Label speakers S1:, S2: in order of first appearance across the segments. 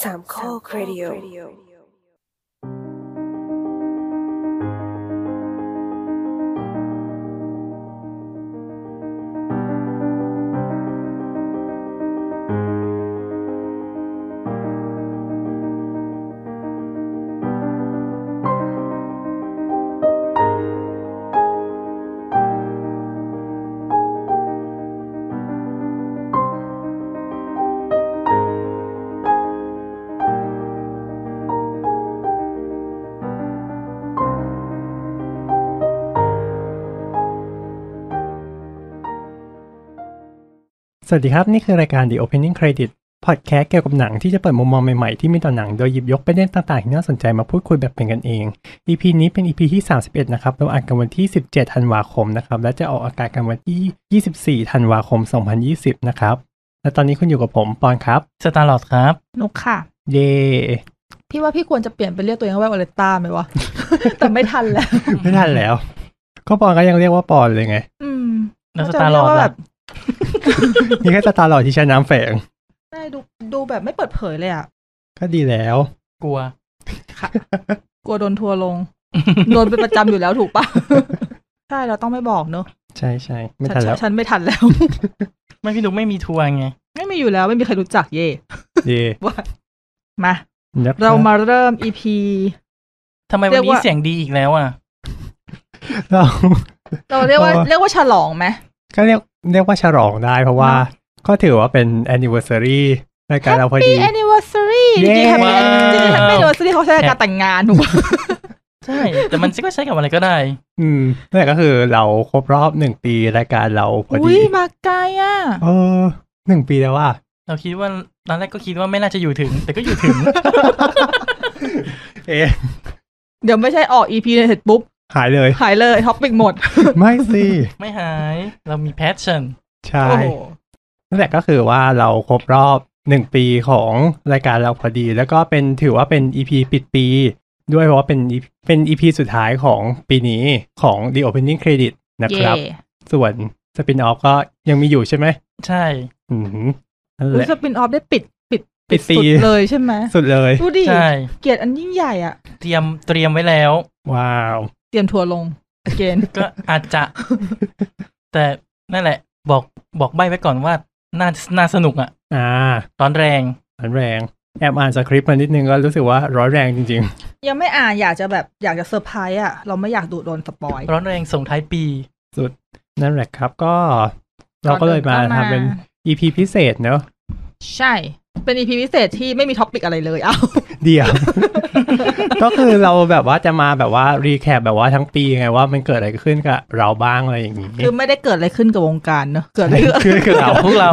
S1: สามข้อครดิโอ
S2: สวัสดีครับ นี่คือรายการ The Opening Credit Podcast เกี่ยวกับหนังที่จะเปิดมุมมองใหม่ๆ ที่มีต่อหนังโดยหยิบยกประเด็นต่างๆ ที่น่าสนใจมาพูดคุยแบบเป็นกันเอง EP นี้เป็น EP ที่ 31 นะครับ เราอัดกันวันที่ 17 ธันวาคมนะครับ และจะออกอากาศกันวันที่ 24 ธันวาคม 2020 นะครับ และตอนนี้คุณอยู่กับผมปอนครับ
S3: สตาร์ลอดครับ
S4: นุกค่ะ
S2: เย่
S4: พี่ว่าพี่ควรจะเปลี่ยนไปเรียกตัวเองว่าโอเลต้าไหม วะ แต่ไม่ทันแล้ว
S2: ไม่ทันแล้ว ก็ปอนก็ยังเรียกว่าปอนเลยไง
S4: อืม
S3: แล้วสตาร์ลอด
S4: ก็จะเยกว่
S3: ล่ะ
S4: แบบ
S2: นี่แค่สตาร์หล่อที่ใช้น้ำแฝง
S4: ได้ดูดูแบบไม่เปิดเผยเลยอ่ะ
S2: ก็ดีแล้ว
S3: กลัว
S4: กลัวโดนทัวร์ลง โดนเป็นประจำอยู่แล้วถูกป ะ ใช่เราต้องไม่บอกเนอะ
S2: ใช่ใช่ไม่ทันแล้ว
S4: ฉันไม่ทัน แล้ว
S3: ไม่พี่นุกไม่มีทัวร์ไง
S4: ไม่มีอยู่แล้วไม่มีใครรู้จักเย่
S2: เย่
S4: มา
S2: นะคบ
S4: เรามาเริ่ม EP
S3: ทำไมวัน
S4: เรียก
S3: นี้
S4: ว่า
S3: เสียงดีอีกแล้วอ่ะ
S2: เรา
S4: เราเรียกว่า
S2: เพราะว่า
S4: เรียกว่าฉลองไหม
S2: ก็เรียกเรียกว่าฉลองได้เพราะว่า
S4: เนอะ
S2: ก็ถือว่าเป็น anniversary รายการเราพอดี
S4: Happy anniversary จริงๆ Happy
S3: ว้าว
S4: จริงๆ Happy anniversary เขาใช้ในการแต่งงานถูกปะ
S3: ใช่ แต่มันก็ใช้กับอะไรก็ได้
S2: อืมนั่นแหละก็คือเราครบรอบหนึ่งปีรายการเราพอ
S4: อุ้
S2: ดี
S4: ยมาไกลอ่ะ
S2: เออหนึ่งปีแล้วว่า
S3: เราคิดว่าตอนแรกก็คิดว่าไม่น่าจะอยู่ถึง แต่ก็อยู่ถึง
S2: เอะ
S4: เดี๋ยวไม่ใช่ออก EP เสร็จปุ๊บ
S2: หาย เลย
S4: หายเลยท็อปิกหมด
S2: ไม่สิ
S3: ไม่หาย เรามีแพชชั่น
S2: ใช่นั่นแหละก็คือว่าเราครบรอบหนึ่งปีของรายการเราพอดี แล้วก็เป็นถือว่าเป็น EP ปิดปี ด้วยเพราะว่าเป็น EP เป็น EP สุดท้ายของปีนี้ของ The Opening Credit นะครับ
S4: เย่
S2: ส่วนสปินออฟก็ยังมีอยู่ใช่ไหม
S3: ใช่
S2: อืมนั่น
S4: อุ๊
S2: แห
S4: ย
S2: ละ
S4: สปินออฟได้ปิดปิด
S2: ปิด
S4: สุด
S2: ปี
S4: เลยใช่ ไหม
S2: สุดเลย
S4: ดูดิ
S3: ใช่
S4: เกียรติอันยิ่งใหญ่อ่ะ
S3: เตรียมเตรียมไว้แล้ว
S2: ว้าว
S4: เตรียมทัวร์ลง again
S3: ก็อาจจะ แต่นั่นแหละ บอกบอกใบ้ไว้ก่อนว่า น่าน่าสนุกอ่ะ
S2: อ่า
S3: ตอนแรง
S2: ร้อนแรง แอบอ่านสคริปต์มานิดนึงก็รู้สึกว่าร้อนแรงจริง
S4: ยังไม่อ่านอยากจะแบบอยากจะเซอร์ไพรส์อ่ะ เราไม่อยากดูโดนสปอย
S3: ร้อนแรงส่งท้ายปี
S2: ๆ นั่นแหละครับก็เราก็เลยมา
S4: ก่อนอื่นก็มา
S2: ทำเป็น EP พิเศษเนอะ
S4: ใช่ เป็น EP พิเศษที่ไม่มีท็อปิกอะไรเลย เอา
S2: เดียว ก็คือเราแบบว่าจะมาแบบว่ารีแคปแบบว่าทั้งปีไงว่ามันเกิดอะไรขึ้นกับเราบ้างอะไรอย่างนี้
S4: คือไม่ได้เกิดอะไรขึ้นกับวงการเนอะเกิดอะไรขึ้น
S2: คือคือ เรา
S3: พวกเรา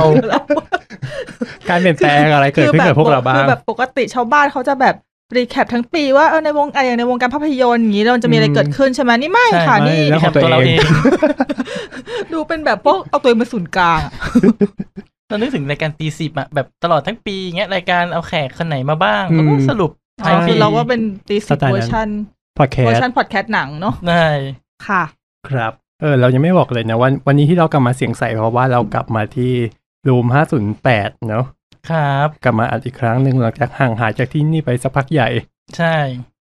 S2: การเปลี่ยนแปลงอะไรเกิดขึ้นกับพวกเราบ้า
S4: คื
S2: ง
S4: อแบบปกติชาวบ้านเขาจะแบบรีแคปทั้งปีว่าเออในวงอะไรอย่างในวงการภาพยนตร์อย่างนี้แล้วมันจะมีอะไรเกิดขึ้นใช่ไหมนี่ไม่
S3: ใช่
S4: ค่ะ
S2: ไม่
S4: นี่
S2: แล้ว ของ
S3: แคป
S2: ตัวเอง
S4: ดูเป็นแบบพวกเอาตัวเองมาศูนย์กลางอะ
S3: เรานึกถึงรายการตีสิบอะแบบตลอดทั้งปีเงี้ยรายการเอาแขกคนไหนมาบ้าง
S2: อืม
S3: แล้วก็สรุป
S4: อ๋
S3: ท้าย
S4: อ
S3: ปี
S4: คือเราก็เป็นตี
S2: ส
S4: สิบ
S2: ไตล์นั้น
S4: เวอร์ชัน
S2: พอดแค
S4: เวอ
S2: ส
S4: ร์
S2: ต์
S4: ชันพอดแคสต์หนังเนาะ
S3: ใช่
S4: ค่ะ
S2: ครับ เออ เรายังไม่บอกเลยนะวันวันนี้ที่เรากลับมาเสียงใสเพราะว่าเรากลับมาที่รูม508เนอะ
S3: ครับ
S2: กลับมาอัดอีกครั้งหนึ่งหลังจากห่างหายจากที่นี่ไปสักพักใหญ่
S3: ใช่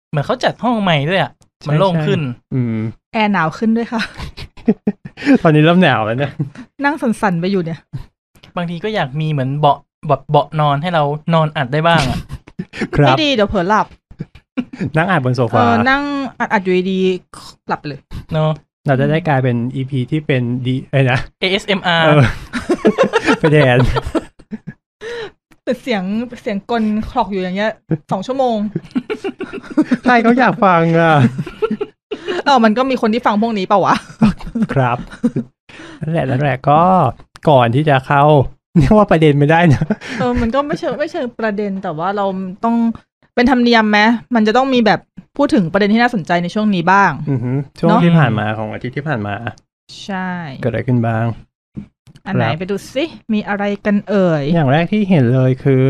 S3: เหมือนเขาจัดห้องใหม่ด้วยอะมันโล่ง
S2: ใช่
S3: ขึ้น
S2: อืม
S4: แอร์หนาวขึ้นด้วยค่ะ
S2: ตอนนี้เริ่มหนาวแล้วเนี่ย
S4: นั่งสั่นๆไปอยู่เนี่ย
S3: บางทีก็อยากมีเหมือนเบาะแบบเบาะนอนให้เรานอนอัดได้บ้างอะ
S2: ครั
S4: ไม่
S2: บ
S4: ดีเดี๋ยวเผลอหลับ
S2: นั่งอ่านบนโซ
S4: เอ
S2: ฟา
S4: อนั่งอัดๆอยู่ดีๆหลับเลย
S3: เนาะ
S2: เราจะได้กลายเป็น EP ที่เป็นดีเอ้ยนะ
S3: ASMR
S2: เออ ไปแด น
S4: แต่เสียงเสียงกลคลอกอยู่อย่างเงี้ย สองชั่วโมง
S2: ใครเขาอยากฟังอ่ะ
S4: เออมันก็มีคนที่ฟังพวกนี้เปล่าวะ
S2: ครับนั่นแหละนั่นแหละก็ก่อนที่จะเข้า เรียกว่าประเด็นไม่ได้นะ
S4: เออมันก็ไม่เชิงไม่เชิงประเด็นแต่ว่าเราต้องเป็นธรรมเนียมไหมมันจะต้องมีแบบพูดถึงประเด็นที่น่าสนใจในช่วงนี้บ้าง
S2: อือหือช่วง
S4: เนอะ
S2: ที่ผ่านมาของอาทิตย์ที่ผ่านมา
S4: ใช่
S2: เกิดอะไรขึ้นบ้าง
S4: อันไหน
S2: ครับ
S4: ไปดูสิมีอะไรกันเอ่ย
S2: อย่างแรกที่เห็นเลยคือ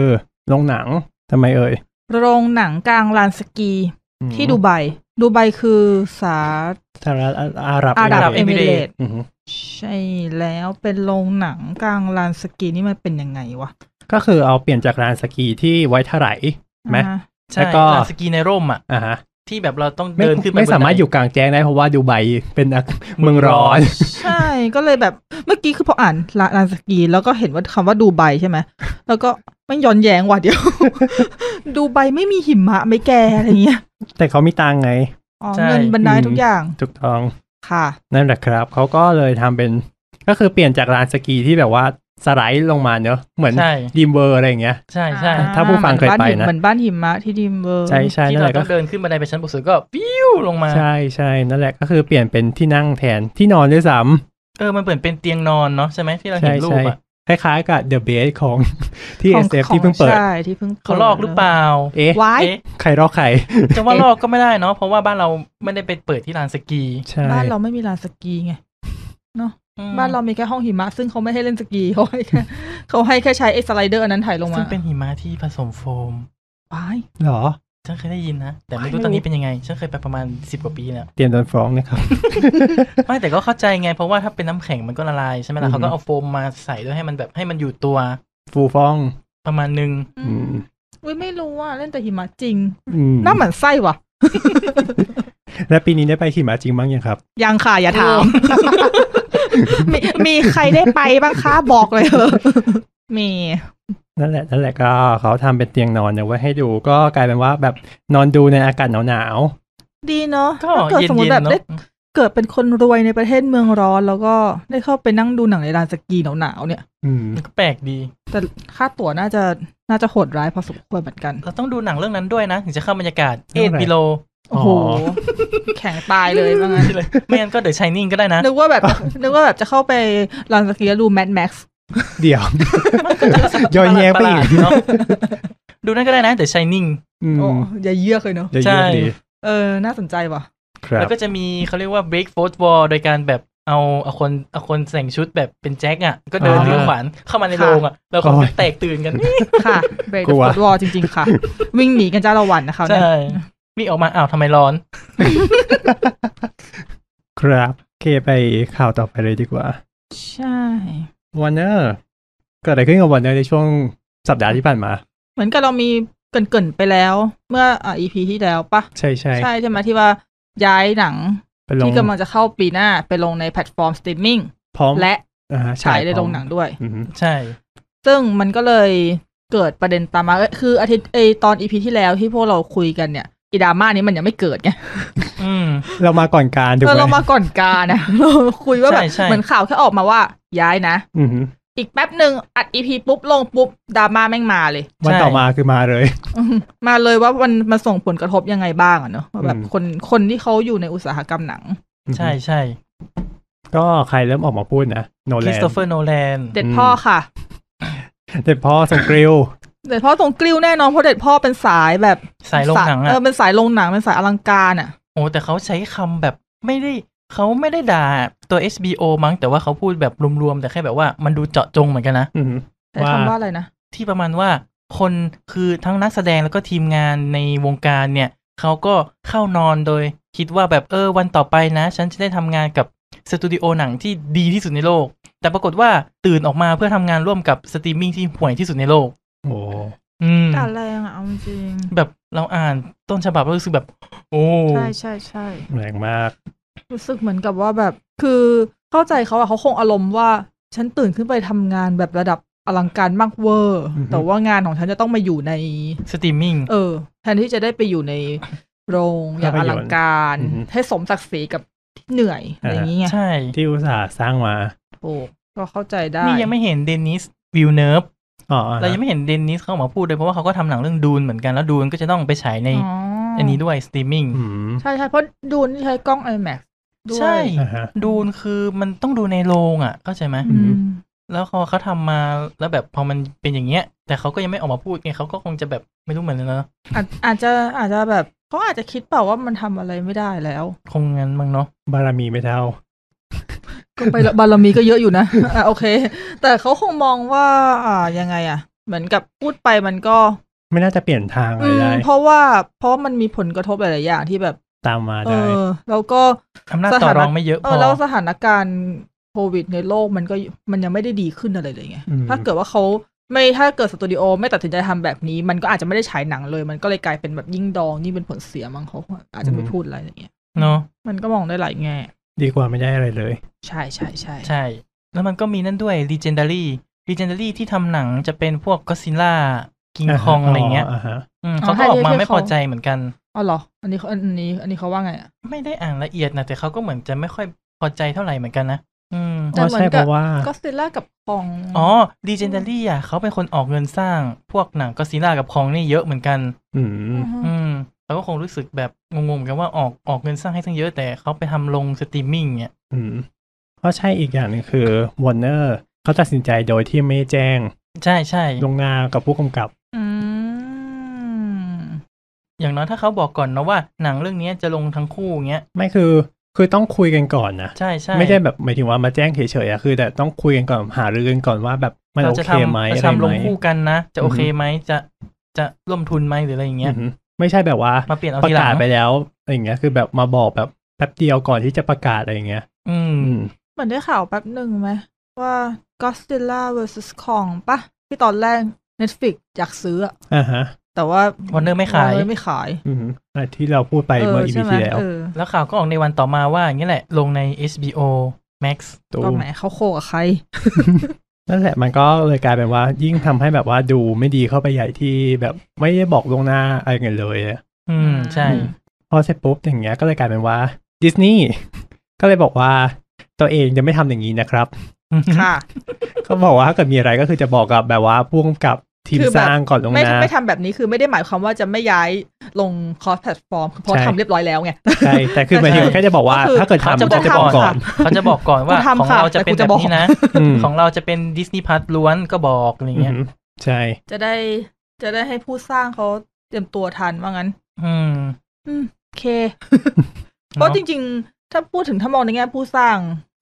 S2: โรงหนังทำไมเอ่ย
S4: โรงหนังกลางลานสกี
S2: อืม
S4: ที่ดูไบ ดูไบคือสา
S2: สหรัฐอาหรับ
S4: อาหรับ
S3: เอ
S4: เอ
S3: มิ
S4: มิ
S3: เร
S4: เร
S3: ต
S4: ต
S3: ส์
S2: อือหือ
S4: ใช่แล้วเป็นโรงหนังกลางลานสกีนี่มันเป็นยังไงวะ
S2: ก็คือเอาเปลี่ยนจากลานสกีที่ไว้ถลาย ไหม
S4: อ่าฮะ
S3: ใช่
S2: แล้วก็
S3: ลานสกีในร่มอ่ะ
S2: อ่าฮะ
S3: ที่แบบเราต้อง
S2: ไม่
S3: เดินขึ้นไป
S2: ไม่
S3: บน
S2: สามารถ
S3: ได
S2: อยู่กลางแจ้งได้เพราะว่าดูไบเป็นอ่ะเมืองร้อน
S4: ใช่ก็เลยแบบเมื่อกี้คือพออ่านลาลานสกี แล้วก็เห็นว่าคำว่าดูไบใช่ไหมแล้วก็ไม่ย้อนแย้งว่ะเดี๋ยว ดูไบไม่มีหิมะไหม่แกอะไรเงี้ย
S2: แต่เขามีตังค์ไง
S4: อ๋อ
S3: ใช่
S4: เงินบรรดาลทุกอย่าง
S2: ถูกต้อง
S4: ค่ะ
S2: นั่นแหละครับ เขาก็เลยทำเป็น ก็คือเปลี่ยนจากลานสกีที่แบบว่าสไลด์ลงมาเนอะเหมือน
S3: ใช่
S2: ดีมเวอร์อะไรอย่างเงี้ย
S3: ใช่ใช่
S4: อ่
S2: ถ้าผู้ฟังเคยไปนะ
S4: เหมือนบ้านหิมะที่ดิมเวอร์
S2: ใช่ใช่
S3: ที่
S2: นั่น
S3: เรา
S2: แหละ
S3: ต้
S2: ก็
S3: องเดินขึ้นบันไดไปชั้นบนสุดก็วิวลงมา
S2: ใช่ใช่นั่นแหละก็คือเปลี่ยนเป็นที่นั่งแทนที่นอนด้วยซ้
S3: เออมันเหมือนเป็นเตียงนอนเนาะใช่ไหมที่เรา
S2: ำ
S3: เห็
S2: ใช่
S3: นรูป
S2: ใช่
S3: อ่ะ
S2: คล้ายๆกับ The b a s ของที่
S4: ของ
S2: SF
S4: ขอ
S2: ที่เพิ่งเปิด
S4: ใช่ที่เพิ่งปิด
S3: เขาลอกหรือเปล่า
S2: เอ๊ะ
S4: วาย
S3: เอ๊ะ
S2: ใครรอกใคร
S3: จะว่าลอกก็ไม่ได้เนาะเพราะว่าบ้านเราไม่ได้ไปเปิดที่ลานสกี
S2: ใช่
S4: บ้านเราไม่มีลานสกีไง
S3: อืม
S4: บ้านเรามีแค่ห้องหิมะ ซึ่งเขาไม่ให้เล่นสกีเขาให้แค่เขาให้แค่ใช้ไอ้สไลเดอร์อันนั้นถ่ายลงมา
S3: ซึ่งเป็นหิมะที่ผสมโฟม
S4: ว้าย
S2: เหรอ
S3: ฉันเคยได้ยินนะ แต่ไม่
S2: ไม่รู้
S3: รู้ตอนนี้เป็นยังไง ฉันเคยไปประมาณสิบกว่าปีแล้ว
S2: เตรียมโดนฟ้องนะครับ
S3: ไม่แต่ก็เข้าใจไง เพราะว่าถ้าเป็นน้ำแข็งมันก็ละลายใช่ไหม
S2: อื
S3: ล่ะ
S2: ม
S3: เขาก็เอาโฟมมาใส่ด้วยให้มันแบบให้มันอยู่ตัว
S2: ฟูฟ้อง
S3: ประมาณนึง
S2: อืม
S4: อุ้ยไม่รู้ว่าเล่นแต่หิมะจริง
S2: อืม
S4: น่าหมันไส้ว่ะ
S2: และปีนี้ได้ไปขี่ม้าจริงบ้างยังครับ
S4: ยังค่ะ อย่าถาม มีมีใครได้ไปบ้างคะ บอกเลยเถอะมี
S2: นั่นแหละนั่นแหละก็เขาทำเป็นเตียงนอนเนี่ยไว้ให้ดูก็กลายเป็นว่าแบบนอนดูในอากาศหนาว
S4: ดีเนาะ
S3: ก็
S4: ถ้าเกิด
S3: เย็น
S4: สมมติ
S3: ๆ
S4: แบบได้
S3: เนาะ
S4: เกิดเป็นคนรวยในประเทศเมืองร้อน แล้วก็ได้เข้าไปนั่งดูหนังในลานสกีหนาวๆเนี่ย
S2: ๆอืม
S3: มันก็แปลกดี
S4: แต่ค่าตั๋วน่าจะน่าจะโหดร้ายพอสมควรเหมือนกัน
S3: เราต้องดูหนังเรื่องนั้นด้วยนะถึงจะเข้าบรรยากาศ
S2: เรื่อ
S3: เอ็
S2: ง
S3: ด
S2: อะไร
S3: บิโล
S4: โอ้โห
S2: อ๋อ
S4: แข็งตายเลยว่างั้น
S3: ไม่งั้นก็เดอะชายนิ่งก็ ได้นะ
S4: นึกว่าแบบ นึกว่าแบบจะเข้าไปลานสกีแล้วดูแมดแม็กซ์
S2: เดี๋ยว ย้อนแย้งไปอีก
S3: ประหลาดๆเนาะดูนั่นก็ได้นะเดอะชายนิ่ง
S2: อืม
S4: โอ้อย่าเยือกเลยเนาะ
S2: จะ
S3: ใช่
S2: เยอะดี
S4: เออ น่าสนใจว่ะ
S2: ครั
S3: แล้
S2: บ
S3: วก็จะมีเขาเรียกว่า break fourth wall โดยการแบบเอาเอาคนเอาคนแต่งชุดแบบเป็นแจ็คอ่ะ ก็เดิน
S2: อ่า
S3: เลี้ยวขวานเข้ามาในโรงอ่ะ แล้วคน
S2: โอ้
S3: ก็
S2: ย
S3: แตกตื่น กัน
S4: ค่ะเบรก
S2: กลัว
S4: ฟุตบอลจริง ๆ ค่ะ วิ่งหนีกันจ้าละวันนะคะเนี่ย
S3: ใช่วิ่งออกมาอ้าวทำไมร้อน
S2: ครับโอเคไปข่าวต่อไปเลยดีกว่า
S4: ใช่
S2: วันเนอร์เกิดอะไรขึ้นกับวันเนอร์ในช่วงสัปดาห์ที่ผ่านมา
S4: เหมือนกับเรามีเกรินๆไปแล้ว เมื่ออ่า EP ที่แล้วปะ
S2: ใช่ใช่
S4: ใช่ใช่ไหมที่ว่าย้ายหนัง
S2: ไปลง
S4: ที่กำลังจะเข้าปีหน้าไปลงในแพลตฟอร์มสตรีมมิ่ง
S2: พร้อม
S4: และ
S2: อ่ฮะ
S4: ฉายในโรงหนังด้วย
S2: อืม
S3: ใช่
S4: ซึ่งมันก็เลยเกิดประเด็นตามมาเอ้ยคืออาทิตย์ไอยตอน EP ที่แล้วที่พวกเราคุยกันเนี่ยอีดราม่านี้มันยังไม่เกิดไง
S3: อืม
S2: เรามาก่อนการถูก
S4: เออ
S2: ไหม
S4: เรามาก่อนการนะ เราคุยว่าแบบ
S3: ใช่ใช่
S4: เหมือนข่าวแค่ออกมาว่าย้ายนะ
S2: อืม
S4: อีกแป๊บหนึ่งอัดอีพีปุ๊บลงปุ๊บดราม่าแม่งมาเลย
S2: วันต่อมาคือมาเลย
S4: อื้อหือมาเลยว่ามันมันส่งผลกระทบยังไงบ้างอะเนอะว่าแบบ
S2: อืม
S4: คนคนที่เขาอยู่ในอุตสาหกรรมหนัง
S3: ใช่ใช่
S2: ก็ใครเริ่มออกมาพูดนะโน
S3: ค
S2: แล
S3: ริส
S2: น
S3: โตเฟอร์โนแลน
S4: เด็ด
S2: อืม
S4: พ่อค่ะ
S2: เด็ดพ่อสงกริล
S4: เด็ดพ่อส่งกลิ้วแน่นอนเพราะเด็ดพ่อเป็นสายแบบ
S3: สายโรงหนัง
S4: เอ
S3: อ่ะ
S4: อเป็นสายลงหนังเป็นสายอลังการอ่ะ
S3: โอ้แต่เขาใช้คำแบบไม่ได้เขาไม่ได้ด่าตัว HBO มั้งแต่ว่าเขาพูดแบบรวมๆ แต่แค่แบบว่ามันดูเจาะจงเหมือนกันนะ
S2: อืม
S4: แต่คำว่าอะไรนะ
S3: ที่ประมาณว่าคนคือทั้งนักแสดงแล้วก็ทีมงานในวงการเนี่ย เขาก็เข้านอนโดยคิดว่าแบบเออวันต่อไปนะ ฉันจะได้ทำงานกับสตูดิโอหนังที่ดีที่สุดในโลก แต่ปรากฏว่าตื่นออกมาเพื่อทำงานร่วมกับสตรีมมิ่งที่ห่วยที่สุดในโลก
S2: โอ้
S3: อืม
S4: การแรงอะเอาจริง
S3: แบบเราอ่านต้นฉบับแล้วรู้สึกแบบ โอ้
S4: ใช่ใช่ใช่
S2: แรงมาก
S4: รู้สึกเหมือนกับว่าแบบคือเข้าใจเขาอะเขาคงอารมณ์ว่าฉันตื่นขึ้นไปทำงานแบบระดับอลังการมากเวอร์
S2: อือหือ
S4: แต่ว่างานของฉันจะต้องมาอยู่ใน
S3: สตรีมมิ่ง
S4: เออแทนที่จะได้ไปอยู่ในโรงอย่างอ
S2: ภาพยนตร์
S4: ลังการ
S2: อือฮึ
S4: ให้สมศักดิ์ศรีกับที่เหนื่อย อะไรอย่างเงี้ย
S3: ใช่
S2: ที่อุตสาห์สร้างมา
S4: โอ้ก็เข้าใจได้
S3: นี่ยังไม่เห็นเดนิสวิลเนฟ
S2: อ๋อ
S3: เรายังไม่เห็นเดนิสเข้ามาพูดเลยเพราะว่าเขาก็ทำหนังเรื่องดูนเหมือนกันแล้วดูนก็จะต้องไปฉายใน
S4: อ๋อ
S3: อันนี้ด้วยสตรีมมิ่ง
S2: อืม
S4: ใช่ใช่เพราะดูนี่ใช้กล้อง IMAX ด้วย
S3: ใช่
S2: อ่าฮะ
S3: ดูนคือมันต้องดูในโรงอ่ะเข้าใจไหม
S4: อืม
S3: แล้วพอเขาทำมาแล้วแบบพอมันเป็นอย่างเงี้ย แต่เขาก็ยังไม่ออกมาพูดไงเขาก็คงจะแบบไม่รู้เหมือนกันนะ
S4: อาจอาจจะอาจจะแบบเขาอาจจะคิดเปล่าว่ามันทำอะไรไม่ได้แล้ว
S3: คงงั้นมั้งเนาะ
S2: บารมีไม่เท่า
S4: ก็ไปละบารมีก็เยอะอยู่นะ อ่ะโอเค แต่เขาคงมองว่า อ่ายังไงอ่ะ เหมือนกับพูดไปมันก็
S2: ไม่น่าจะเปลี่ยนทางอะไร
S4: อืม
S2: ได้
S4: เพราะว่าเพราะมันมีผลกระทบหลายๆอย่างที่แบบ
S2: ตามมา
S4: เอ
S2: ได้
S4: อ แล้วก็
S3: อำนาจต่อรองไม่เยอะ
S4: เอ
S3: พ
S4: อ
S3: อ
S4: แล้วสถานการณ์โควิดในโลกมันก็มันยังไม่ได้ดีขึ้นอะไรเลยไง
S2: อืม
S4: ถ้าเกิดว่าเขา ไม่ถ้าเกิดสตูดิโอไม่ตัดสินใจทำแบบนี้ มันก็อาจจะไม่ได้ฉายหนังเลย มันก็เลยกลายเป็นแบบยิ่งดองนี่เป็นผลเสียมั้งเขาอาจจะไม่พูดอะไรอย่างเงี้ย
S3: เนาะ
S4: มันก็มองได้หลายแง่
S2: ดีกว่าไม่ได้อะไรเลย
S4: ใช่ใช่ใช่
S3: ใช่ แล้วมันก็มีนั่นด้วย legendary legendary ที่ทำหนังจะเป็นพวก Godzilla King Kong อะไรเงี้ย
S2: อ่าฮะ
S3: อืมเขาก็ออกมาไม่พอใจเหมือนกัน
S4: อ๋อเหรอ อันนี้เขาอันนี้ อันนี้เขาว่าไงอะ
S3: ไม่ได้อ่านละเอียดนะแต่เขาก็เหมือนจะไม่ค่อยพอใจเท่าไหร่เหมือนกันนะอืม
S4: แต่
S2: อ๋อ
S4: เหมือน
S2: ใช่
S4: กับ
S2: เพราะว่า
S4: ก็ซิล่ากับคอง
S3: อ๋อ legendary อ่ะเขาเป็นคนออกเงินสร้างพวกหนัง Godzilla กับ Kong นี่เยอะเหมือนกัน
S2: อืม
S3: อืมเราก็คงรู้สึกแบบงงๆเหมือนกันว่าออกออกเงินสร้างให้ตั้งเยอะแต่เขาไปทำลงสตรีมมิ่งเนี่ย
S2: อืมก็ใช่อีกอย่างหนึงคือวอร์เนอร์เขาตัดสินใจโดยที่ไม่แจ้ง
S3: ใช่ใช่
S2: ลวงหน้ากับผู้กำกับ
S4: อืม
S3: อย่างน้อยถ้าเขาบอกก่อนนะว่าหนังเรื่องเนี้ยจะลงทั้งคู่เงี้ย
S2: ไม่คือคือต้องคุยกันก่อนนะ
S3: ใช่ใช่
S2: ไม่ได้แบบหมายถึงว่ามาแจ้งเฉยๆอะคือ แต่ต้องคุยกันก่อนหารือกันก่อนว่าแบบมัน
S3: เรา
S2: โอ
S3: จะ
S2: เค
S3: ทำ
S2: ไหม
S3: จะ
S2: อะไร
S3: ทำล
S2: ไห
S3: ง
S2: ม
S3: คู่กันนะ จะ
S2: อืม
S3: โอเคไหมจะจะร่วมทุนไหมหรืออะไรอย่างเงี้
S2: อื
S3: ย
S2: อฮึไม่ใช่แบบว่า
S3: มาเปลี่ยนเอา
S2: ประ
S3: ทีหลั
S2: กาศ
S3: ง
S2: ไปแล้วอะไรอย่างเงี้ยคือแบบมาบอกแบบแป๊บเดียวก่อนที่จะประกาศอะไรอย่างเงี้ย
S3: อืม
S2: อืม
S4: เหมือนได้ข่าวแป๊บหนึ่งไหมว่า Godzilla vs Kong ปะที่ตอนแรก Netflix อยากซื้ออะ
S2: อ่าฮะ
S4: แต่ว่า
S3: Warner ไม่ขาย
S4: Warner ไม่ขาย
S2: อืมอ่ะที่เราพูดไปเมื่อ EP
S4: ใช่ไห
S2: ที่แล้ว
S4: เออ
S3: แล้วข่าวก็ออกในวันต่อมาว่าอย่างเงี้ยแหละลงใน HBO Max
S2: ตู
S4: ก็
S2: ม
S4: แหมเขาโคกับใคร
S2: นั่นแหละมันก็เลยกลายเป็นว่ายิ่งทำให้แบบว่าดูไม่ดีเข้าไปใหญ่ที่แบบไม่ได้บอกลวงหน้าอะไรกันเลยอะ
S3: อืมใช่
S4: อืม
S2: พอเสร็จปุ๊บอย่างเงี้ยก็เลยกลายเป็นว่าดิสนีย์ ก็เลยบอกว่าตัวเองจะไม่ทำอย่างนี้นะครับ
S4: ค่ะ
S2: ก็บอกว่าถ้าเกิดมีอะไรก็คือจะบอกกับแบบว่าพ่วงกับทีม
S4: คือ
S2: ส
S4: แบบ
S2: ร้างก่อนลง
S4: ไม่
S2: หน้า
S4: ไม่ทำแบบนี้คือไม่ได้หมายความว่าจะไม่ย้ายลงคอสแพลตฟอร์มเพราะ
S2: ใช่
S4: ทำเรียบร้อยแล้วไง
S2: ใช่แต่คือหมายถึง
S3: ใช่
S2: แค่จะบอกว่า
S4: ก็คือ
S2: ถ้าเกิด
S3: เขา
S2: ทำ
S3: จะ
S2: ก็
S3: บอก
S2: จะ
S4: ทำ
S2: บอก
S4: ค่ะ
S2: ก่อน
S3: เขาจะบอกก่อนว่า
S4: กูทำ
S3: ของ
S4: ค่ะ
S3: เราจะเป็น
S4: แต่กูจะ
S3: แบบ
S4: บอก
S3: นี้นะ
S2: อืม
S3: ของเราจะเป็นดิสนีย์พัทล้วนก็บอกอะไรเงี้ย
S2: อือหือใช่
S4: จะได้จะได้ให้ผู้สร้างเขาเตรียมตัวทันว่างั้น
S3: อืม
S4: อืมโอเค เพราะจริงๆ ถ้าพูดถึงถ้ามองในแง่ผู้สร้าง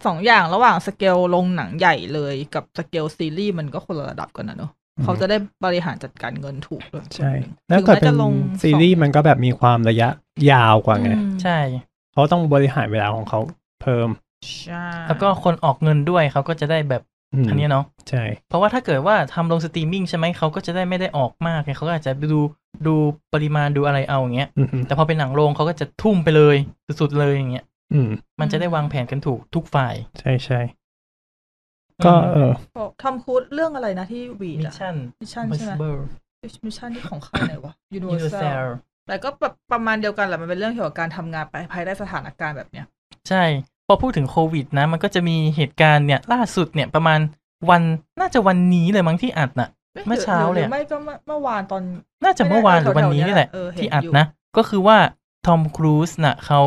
S4: สองอย่างระหว่างสเกลลงหนังใหญ่เลยกับสเกลซีรีส์มันก็คนละระดับกันนะเนอะเขาจะได้บริหารจัดการเงินถูกด้วย
S2: ใช่
S4: ส่วนหนึ่ง
S2: แล้วเกิด
S4: ถึง
S2: เป็น
S4: แม้จะลง
S2: ซีรีส์มันก็แบบมีความระยะยาวกว่าไง
S4: อืม
S3: ใช่
S2: เขาต้องบริหารเวลาของเขาเพิ่ม
S4: ใช่
S3: แล้วก็คนออกเงินด้วยเขาก็จะได้แบบ
S2: อืม
S3: อันเนี้ยเนาะ
S2: ใช่
S3: เพราะว่าถ้าเกิดว่าทำลงสตรีมมิ่งใช่ไหมเขาก็จะได้ไม่ได้ออกมากไงเขาก็อาจจะดูดูปริมาณดูอะไรเอาอย่างเงี้ย
S2: อือหือ
S3: แต่พอเป็นหนังโรงเขาก็จะทุ่มไปเลย สุดๆเลยอย่างเงี้ย
S2: อืม
S3: มันจะได้วางแผนกันถูกทุกฝ่าย
S2: ใช่ใช่ก็เออ
S4: บอกทำคูดเรื่องอะไรนะที่วีด
S3: มิช
S4: อะ
S3: ชั่น
S4: มิชชั่น
S3: พอ
S4: ใช่
S3: ส
S4: ไหม
S3: เบิร์
S4: มิชชั่นที่ของค่ายไหนวะ
S3: ยูนิเซล
S4: Universal แต่ก็แบบประมาณเดียวกันแหละมันเป็นเรื่องเกี่ยวกับการทำงานไปภายใต้สถานการณ์แบบเนี้ย
S3: ใช่ พอพูดถึงโควิดนะ มันก็จะมีเหตุการณ์เนี่ย ล่าสุดเนี่ยประมาณวันน่าจะวันนี้เลยมั้งที่อัดน่ะ เมื่อเช้าเลย
S4: หรื
S3: อะ
S4: อไม่ก็เมื่อเมื่อวานตอน
S3: น่าจะเมื่อวานหรือวันนี้นี่แหละ
S4: เออเห็นอยู่
S3: ที่อัดนะ ก็คือว่าทอมครูซน่ะเขา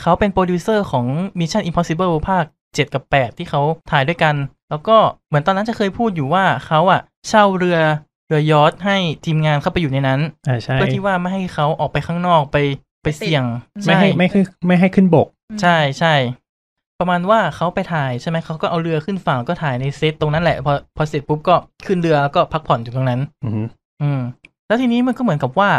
S3: เขาเป็นโปรดิวเซอร์ของ Mission Impossible ภาค 7 กับ 8 ที่เขาถ่ายด้วยกัน แล้วก็เหมือนตอนนั้นจะเคยพูดอยู่ว่าเขาอ่ะ เช่าเรือเรือยอชท์ให้ทีมงานเข้าไปอยู่ในนั้น
S2: อ่าใช่
S3: เพื่อที่ว่าไม่ให้เขาออกไปข้างนอกไปไปเสี่ยง
S2: ไม่ให้
S3: ใช่
S2: ไม่คือไม่ให้ขึ้นบก
S3: ใช่ใช่ ประมาณว่าเขาไปถ่ายใช่ไหมเขาก็เอาเรือขึ้นฝั่งก็ถ่ายในเซตตรงนั้นแหละ พอพอเสร็จปุ๊บก็ขึ้นเรือแล้วก็พักผ่อนอยู่ตรงนั้น
S2: อือหือ
S3: อืม แล้วทีนี้มันก็เหมือนกับว่า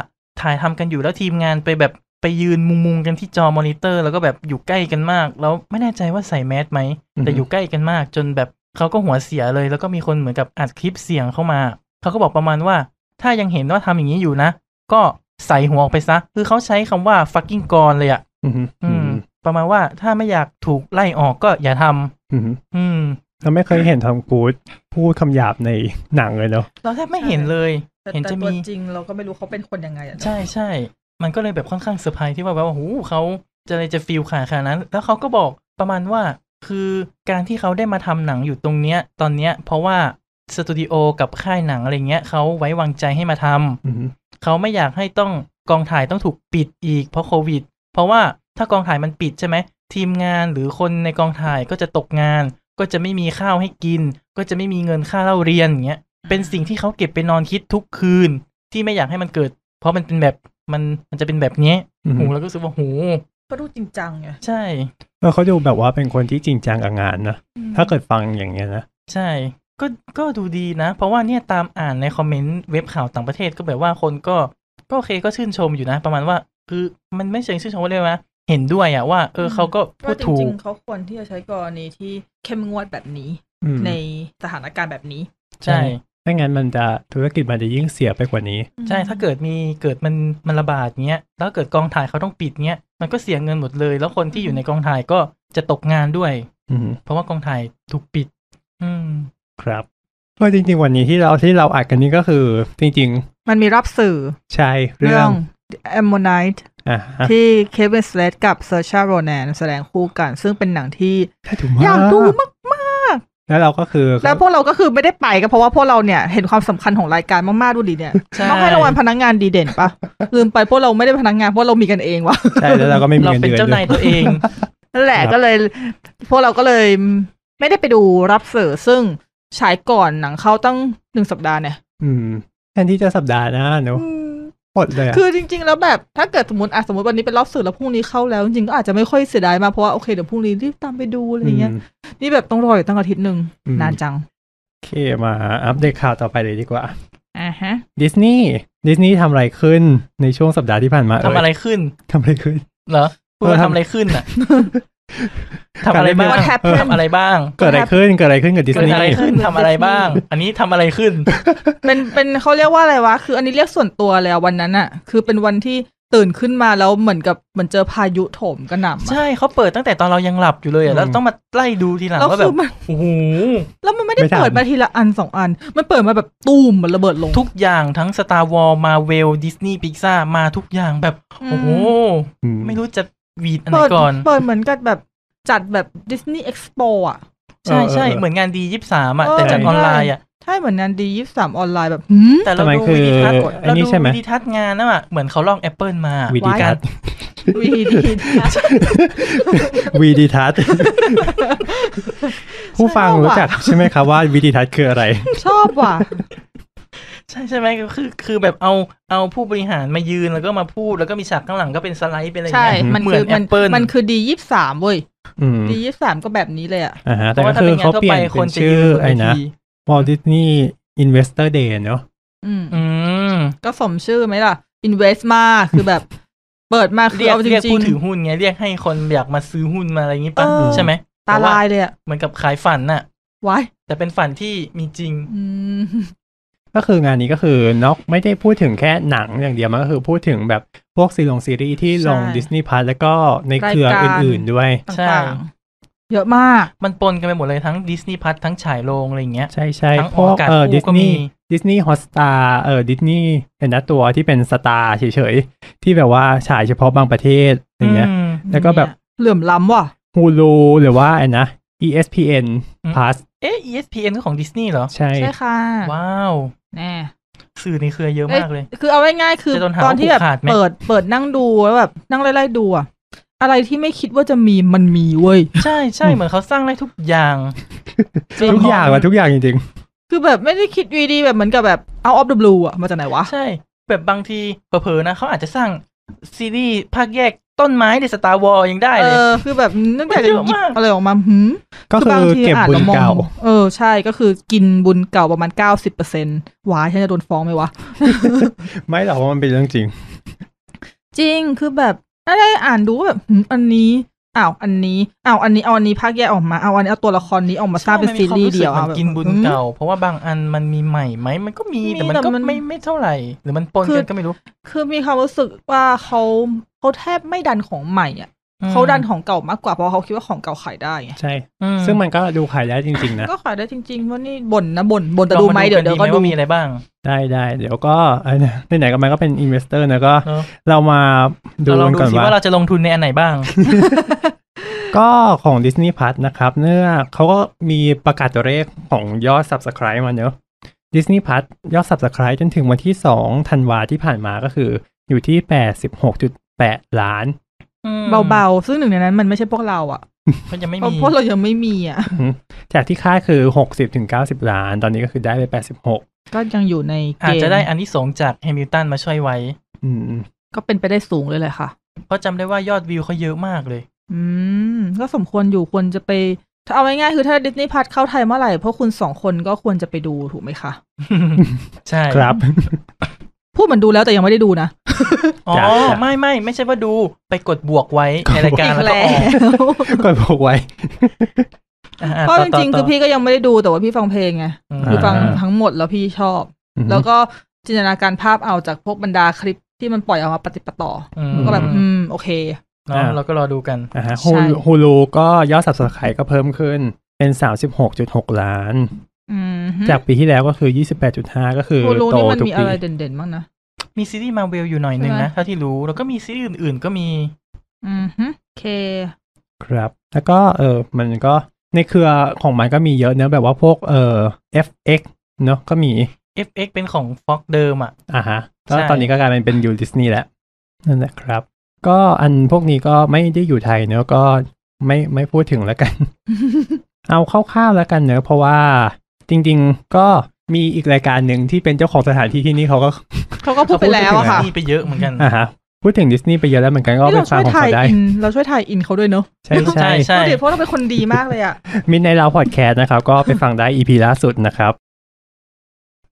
S3: ถ่ายทำกันอยู่แล้วทีมงานไปแบบไปยืนมุงมุงๆกันที่จอมอนิเตอร์ แล้วก็แบบอยู่ใกล้กันมาก แล้วไม่แน่ใจว่าใส่แมสไหม แต่
S2: อือฮึ
S3: อยู่ใกล้กันมาก จนแบบเขาก็หัวเสียเลย แล้วก็มีคนเหมือนกับอัดคลิปเสียงเข้ามา เขาก็บอกประมาณว่า ถ้ายังเห็นว่าทำอย่างนี้อยู่นะ ก็ใส่หัวออกไปซะ คือเขาใช้คำว่า fucking gone เลยอะ
S2: อือหือ
S3: อื
S2: อืม
S3: มประมาณว่าถ้าไม่อยากถูกไล่ออกก็อย่าทำ
S2: อือหือ
S3: อืม
S2: เราไม่เคยเห็นทอมครูซพูดคำหยาบในหนังเลยเนาะ
S3: เราแทบไม่เห็นเลย
S4: แต่
S3: เห็นจะ
S4: แต่
S3: มี
S4: ตัวจริงเราก็ไม่รู้เขาเป็นคนยังไงอะเนอะ
S3: ใช่ใช่ มันก็เลยแบบค่อนข้างเซอร์ไพรส์ที่ว่าแบบว่าหูเขาจะเลยจะฟิลขาดขนาดนั้น แล้วเขาก็บอกประมาณว่า คือการที่เขาได้มาทำหนังอยู่ตรงเนี้ย ตอนเนี้ย เพราะว่าสตูดิโอกับค่ายหนังอะไรเงี้ยเขาไว้วางใจให้มาทำ
S2: อือหือ
S3: เขาไม่อยากให้ต้องกองถ่ายต้องถูกปิดอีกเพราะโควิด เพราะว่าถ้ากองถ่ายมันปิดใช่ไหม ทีมงานหรือคนในกองถ่ายก็จะตกงาน ก็จะไม่มีข้าวให้กิน ก็จะไม่มีเงินค่าเล่าเรียนอย่างเงี้ยเป็นสิ่งที่เขาเก็บไปนอนคิดทุกคืน ที่ไม่อยากให้มันเกิด เพราะมันเป็นแบบมันมันจะเป็นแบบเนี้ย
S2: อือหื
S3: หู
S2: อ
S3: แล้วก็รู้สึกว่าหู
S4: ก็ดูจริงจังไง
S3: ใช่
S2: เออเขาดูแบบว่าเป็นคนที่จริงจังกับงานนะ ถ้าเกิดฟังอย่างเงี้ยนะ
S3: ใช่ ก็ก็ดูดีนะ เพราะว่าเนี่ยตามอ่านในคอมเมนต์เว็บข่าวต่างประเทศก็แบบว่าคนก็ก็โอเคก็ชื่นชมอยู่นะ ประมาณว่าคือมันไม่เชิงชื่นชมว่าเรียกว่าเห็นด้วยอะว่าเออเขาก็พู
S4: ว่า
S3: ด
S4: จ
S3: ถู
S4: ริ
S3: ก
S4: งๆเขาควรที่จะใช้กรณีที่เข้มงวดแบบนี้
S2: อืม
S4: ในสถานการณ์แบบนี้
S3: ใช่
S2: ถ้างั้นมันจะธุรกิจมันจะยิ่งเสียไปกว่านี้
S3: ใช่ถ้าเกิดมีเกิดมันมันระบาดเงี้ยแล้วเกิดกองถ่ายเขาต้องปิดเงี้ยมันก็เสียเงินหมดเลย แล้วคนที่อยู่ในกองถ่ายก็จะตกงานด้วย
S2: อืม
S3: เพราะว่ากองถ่ายถูกปิด อืม
S2: ครับก็จริง ๆ วันนี้ที่เราที่เราอัดกันนี้ก็คือ จริง
S4: มันมีรับสื่อ
S2: ๆ ใช่เรื่
S4: เรื่
S2: อ
S4: อง ง a m m o n i t e
S2: อ่ะ
S4: ที่เควินสเลตกับเซอร์ชาโรแนนแสดงคู่กัน ซึ่งเป็นหนังที่
S2: ถ้าถูกมาก
S4: อยากดูมาก
S2: แล้วเราก็คือ
S4: แล้วพวกเราก็คือไม่ได้ไปก็เพราะว่าพวกเราเนี่ยเห็นความสำคัญของรายการมากๆดูดิเนี่ย
S3: ใช่
S4: ต้องให้รางวัลพนักงานดีเด่นปะ ลืมไปพวกเราไม่ได้พนักงานพวกเรามีกันเองวะ
S2: ใช่แล้วเราก็ไม่มี
S3: เรา
S2: เงิน
S3: เป็น
S2: เดือนด้วน
S3: เจ้าาย ยตัวเอง
S4: นั่นแหละ
S2: ครับ
S4: ก็เลย พวกเราก็เลยไม่ได้ไปดูรับเสิร์ซึ่งฉายก่อนหนังเข้าตั้งหนึ่งสัปดาห์เนี่ย
S2: อืมแทนที่จะสัปดาห์หน้าเนอะหมดเลยอะ
S4: คือจริง ๆ แล้วแบบถ้าเกิดสมมติอ่ะสมมติวันนี้เป็นรอบสื่อแล้วพรุ่งนี้เข้าแล้วจริงๆก็อาจจะไม่ค่อยเสียดายมากเพราะว่าโอเคเดี๋ยวพรุ่งนี้รีบตามไปดูอะไรเงี้ย
S2: ม
S4: นี่แบบต้องรออยู่ตั้งอาทิตย์หนึ่ง
S2: อืม
S4: นานจัง
S2: โอเคมาอัปเดตข่าวต่อไปเลยดีกว่า
S4: อ่าฮะ
S2: ดิสนีย์ดิสนีย์ทำอะไรขึ้นในช่วงสัปดาห์ที่ผ่านมา
S3: ทำอะไร
S2: เย
S3: ขึ้น
S2: ทำอะไรขึ้น
S3: เหรอพูดว่าทำอะไรขึ้นอ่ะทำอะไรบ้าง
S2: การเล่นเกม
S4: แทบเพื่อน
S3: ทำอะไรบ้าง
S2: เกิดอะไรขึ้นเกิดอะไรขึ้นกับดิส
S3: เกิด
S2: นี
S3: อะไร
S2: ย์
S3: ขึ้นทำอะไรบ้าง อันนี้ทำอะไรขึ้น
S4: เป็นเป็นเขาเรียกว่าอะไรวะคืออันนี้เรียกส่วนตัวแล้ววันนั้นอะคือเป็นวันที่ตื่นขึ้นมาแล้วเหมือนกับเหมือนเจอพายุโถมกระหน่ำอะ
S3: ใช่เขาเปิดตั้งแต่ตอนเรายังหลับอยู่เลยอะแล้วต้องมาไล่ดูทีหลัง
S4: แล้ว
S3: ว่าแบ
S4: คื
S3: บ
S4: อมัน
S3: โอ้โห
S4: แล้วมันไม่ได้เปิดมาทีละอันสองอัน มันเปิดมาแบบตูมเหมันระเบิดลง
S3: ทุกอย่างทั้ง Star Wars Marvel Disney Pixar มาทุกอย่างแบบโอ้โห
S2: อืม
S3: ไม่รู้จะหวีดอันไหน
S4: เปิด
S3: ก่อน
S4: เปิดเหมือนกับแบบจัดแบบดิสนีย์เอ็กซ์โปอ่ะ
S3: ใช่ใช่
S2: เออเออ
S3: เหมือนงานดียี่สามอ่ะ
S4: เออ
S3: แต่จัดออนไลน์อ่ะ
S4: ใช่เหมือนงานดียี่สามออนไลน์แบบหืม
S3: แต่เรา
S2: ทำไม
S3: ดู
S2: คือ
S3: วิดีทัศน์
S2: อัน
S3: เรา
S2: นี้
S3: ดู
S2: ใช่ไหม
S3: วิดีทัศน์งานน่ะอะเหมือนเขาลอง Apple มา
S2: วีดีทัศน์
S4: วีดี ทัศน์
S2: วีดีทัศน์ผู้ฟังรู้จักใช่ไหมครับว่าวีดีทัศน์คืออะไร
S4: ชอบว่ะ
S3: ใช่ใช่ไหมคือคือแบบเอาเอาผู้บริหารมายืนแล้วก็มาพูดแล้วก็มีฉากข้างหลังก็เป็นสไลด์เป็นอะไรอย่าง
S4: ใช่
S3: เงี้ย
S4: มัน
S3: เหมื
S4: คือ อน มัน
S3: Apple
S4: มันคือดียี่สามเว้ย
S2: อืม
S4: ดียี่สามก็แบบนี้เลยอ่ะ
S2: อ่าฮะ
S3: เพ
S2: แต่ก็
S3: ราะว่าถ้า
S2: คื
S3: เป็
S2: อน
S3: งาน
S2: เขา
S3: ทั่ว
S2: เปลี่
S3: ไป
S2: ยน
S3: ค
S2: เป็น น
S3: จะ
S2: ชื่
S3: ยื
S2: อน
S3: บน
S2: ไอ้
S3: เว
S2: นะ
S3: ที
S2: Walt Disney Investor Day เนอะ
S4: อืม
S3: อืม
S4: ก็สมชื่อไหมล่ะ invest มาคือแบบ เปิดมาคือ
S3: เรียก
S4: เอาจ
S3: เรียก
S4: ริ
S3: ผู้
S4: ง
S3: ถือหุ้นไงเรียกให้คนอยากมาซื้อหุ้นมาอะไรอย่างงี้ป่ะ
S4: เออ
S3: ใช่ไหม
S4: ๆ ตาลายเลยอ่ะ
S3: เหมือนกับขายฝันน่ะ
S4: ไว้าย
S3: แต่เป็นฝันที่มีจริง
S4: อืม
S2: ก็คืองานนี้ก็คือนอกไม่ได้พูดถึงแค่หนังอย่างเดียวมันก็คือพูดถึงแบบพวกซีรีส์ซีรีส์ที่ลง Disney Plus แล้วก็ในเครืออื่นๆด้วย
S3: ใช่
S4: ต่างๆเยอะมาก
S3: มันปนกันไปหมดเลยทั้งดิสนีย์พัททั้งฉายโรงอะไรอย่างเงี้ย
S2: ใช่ใช่
S3: ทั้ง
S2: พวก
S3: ออกอากาศ
S2: เออ
S3: คู่
S2: ดิส
S3: ก็มี
S2: นีย์ดิสนีย์ฮอสตาเออดิสนีย์เห็นนะตัวที่เป็นสตาร์เฉยๆ ที่แบบว่าฉายเฉพาะบางประเทศอย่างเงี้ย
S3: ม
S2: แล้วก็แบบ
S4: เนี่ยเหลื่อมล้ำว่ะ
S2: Hulu หรือว่าไอ้นะ ESPN
S3: อืม
S2: Plus
S3: เอ๊ะ ESPN ก็ของดิสนีย์เหรอ
S2: ใช่
S4: ใช่ค่ะ
S3: ว้าว
S4: แน่
S3: สื่อในเครือเยอะมากเลย
S4: คือเอาง่ายๆคือ
S3: จะโดนหา
S4: ตอนที่แบบ
S3: ว่าผูกขาดไหม
S4: เปิดเปิดนั่งดูแล้วแบบนั่งไล่ๆดูอะอะไรที่ไม่คิดว่าจะมีมันมีเว้ย
S3: ใช่ใช่เหมือนเขาสร้างได้ทุกอย่าง
S2: ทุกอย่างว่ะทุกอย่างจริง
S4: คือแบบไม่ได้คิดวีดีแบบเหมือนกับแบบเอาออฟเดอะบลูอะมาจากไหนวะ
S3: ใช่ แบบบางทีเผลอๆนะเขาอาจจะสร้างซีรีส์ภาคแยกต้นไม้ในสตาร์วอลยังได้
S4: เอ
S3: เลย
S4: อ คือแบบนึกแต่จะห
S3: เยอะ
S4: ยิบ
S3: มาก
S4: อะไรออกมาหืม
S2: ๆ ก็คือเก็บบุญเก่า
S4: เออ ใช่ก็คือกินบุญเก่าประมาณ 90%วาฉันจะโดนฟ้องไหมวะ
S2: ไม่หรอกว่ามันเป็นเรื่องจริง
S4: จริง คือแบบถ้าได้อ่านดูก็แบบหืมอันนี้ อ้าว อันนี้ อ้าว อันนี้ เอาอันนี้ภาคแยกออกมา เอาอันนี้ เอาตัวละครนี้ออกมาสร้างเป็นซีรีส์เดียว
S3: ใช่
S4: อะ
S3: มันมีความรู้สึกเหมือน
S4: แบบ
S3: กินบุญ
S4: หืม
S3: เก่า เพราะว่าบางอันมันมีใหม่ไหมมันก็มี
S4: มี
S3: แต่มัน
S4: แต่
S3: ก็
S4: มัน
S3: ไม่ไม่เท่าไหร่ หรือมันปน
S4: คื
S3: กั
S4: อ
S3: นก็ไม่รู้
S4: คือมีความรู้สึกว่าเขาเขาแทบไม่ดันของใหม่อ่ะ
S3: อืม
S4: เขาดันของเก่ามากกว่าเพราะเขาคิดว่าของเก่าขายได้ไง
S2: ใช่
S3: อื
S2: ซึ่งมันก็ดูขายได้จริง ๆ นะ
S4: ก็ขายได้จริงๆว่านี่บ่นนะบ่นบ่นแต่ดูไหมเดี๋ยวเดี๋ยวก็
S3: ล
S4: ดู
S3: องมากันไหมว่ามีอะไรบ้าง
S2: ได้ได้เดี๋ยวก็ไอ้นะไหนๆก็มันก็เป็น investor นะก็
S3: เนอะ
S2: เรามาดู
S3: เราลอง
S2: กัน
S3: ดู
S2: ก่อน
S3: สิ
S2: ว่า
S3: ว่าเราจะลงทุนในอันไหนบ้าง
S2: ก็ของ Disney Plus นะครับ เนื่องเขาก็มีประกาศตัวเลขของยอด Subscribe มาเนอะ Disney Plus ยอด Subscribe จนถึงวันที่ 2 ธันวาที่ผ่านมาก็คืออยู่ที่ 86.8 ล้าน
S3: อืม
S4: เบาๆ ซึ่งหนึ่งในนั้นมันไม่ใช่พวกเราอ่ะ
S3: เพราะยังไม่
S4: เพราะ
S3: มี
S4: เพราะเรายังไม่มีอ่ะ
S2: จากที่คาดคือ 60-90 ล้าน ตอนนี้ก็คือได้ไป 86
S4: ก็ยังอยู่ในเก
S3: อาจ
S4: ณฑ์
S3: จะได้อันที่สงส์จากแฮมิลตันมาช่วยไว้
S2: อืม
S4: ก็เป็นไปได้สูงเลยแหละค่ะ
S3: เพราะจำได้ว่ายอดวิวเขาเยอะมากเลย
S4: อืม ก็สมควรอยู่ควรจะไป ถ้าเอาง่ายๆคือถ้าดิสนีย์พัทเข้าไทยเมื่อไหร่พวกคุณสองคนก็ควรจะไปดูถูกไหมคะ
S3: ใช่
S2: ครับ
S4: พูดเหมือนดูแล้วแต่ยังไม่ได้ดูนะ
S3: อ๋อ
S2: จ้ะจ้ะ
S3: ไม่ไม่ไม่ใช่ว่าดู ไปกดบวกไว้ในรายการแล้วก็ออก
S4: ว
S2: ก็บอกไว้
S3: อ ๆ
S4: เพราะ
S3: ต่
S4: จ
S3: ต่
S4: ริงๆคือพี่ก็ยังไม่ได้ดูแต่ว่าพี่ฟังเพลงไง
S3: อืม
S4: คือฟัง
S2: อ่า
S4: ทั้งหมดแล้วพี่ชอบ
S2: อืม
S4: แล้วก็จินตนาการภาพเอาจากพวกบรรดาคลิปที่มันปล่อยออกมาปฏิดปะต่อ
S3: อืม
S4: อก็แบบ อืม โอเค
S3: เนาะเราก็รอดูกัน
S2: อ่าฮะ
S4: ใช่
S2: ฮูลูก็ยอดสับสไครก็เพิ่มขึ้นเป็น 36.6 ล้าน
S4: อืม
S2: จากปีที่แล้วก็คือ 28.5 ก็คือ
S4: โครู
S2: โต
S4: นี่มัน
S2: ทุก
S4: มี
S2: ปี
S4: อะไรเด่นๆบ้างนะ
S3: มีซีรีส์มาเวลอยู่หน่อยหนึ่ง
S4: ใช่ไหม
S3: นะเท่าที่รู้แล้วก็มีซีรีส์อื่นๆ ก็มี
S4: อืมฮึโอเค
S2: ครับ แล้วก็เออมันก็ในเครือของมันก็มีเยอะเนอะแบบว่าพวกเออ FX เนอะก็มี
S3: FX เป็นของ Fox เดิมอ่ะ
S2: อ่าฮะ
S3: ใช่
S2: แล้วตอนนี้ก็กลายเป็นเป็นยูดิสนีย์แล้วนั่นแหละครับ ก็อันพวกนี้ก็ไม่ได้อยู่ไทยเนอะก็ไม่ไม่พูดถึงแล้วกัน เอาคร่าวๆแล้วกันเนอะเพราะว่าจริงๆก็มีอีกรายการหนึ่งที่เป็นเจ้าของสถานที่ที่นี่เขาก็
S4: เขาก็พูดไปแล้วอะค่ะ
S3: นี่ไปเยอะเหมือนกัน
S2: อ่าฮะพูดถึงดิสนีย์ไปเยอะแล้วเหมือนกันก็
S4: นี่
S2: เป็
S4: เรา
S2: น
S4: ช่
S2: ฟาร์
S4: วย
S2: มของ
S4: ถ่าย
S2: เขาได้
S4: อิน เราช่วยถ่ายอินเขาด้วยเนอะ
S2: ใช่ใช่
S3: ใช่
S4: ดูดิเพราะเราเป็นคนดีมากเลยอะ
S2: มินในเราพอดแคสต์นะครับ ก็ไปฟังได้ EP ล่าสุดนะครับ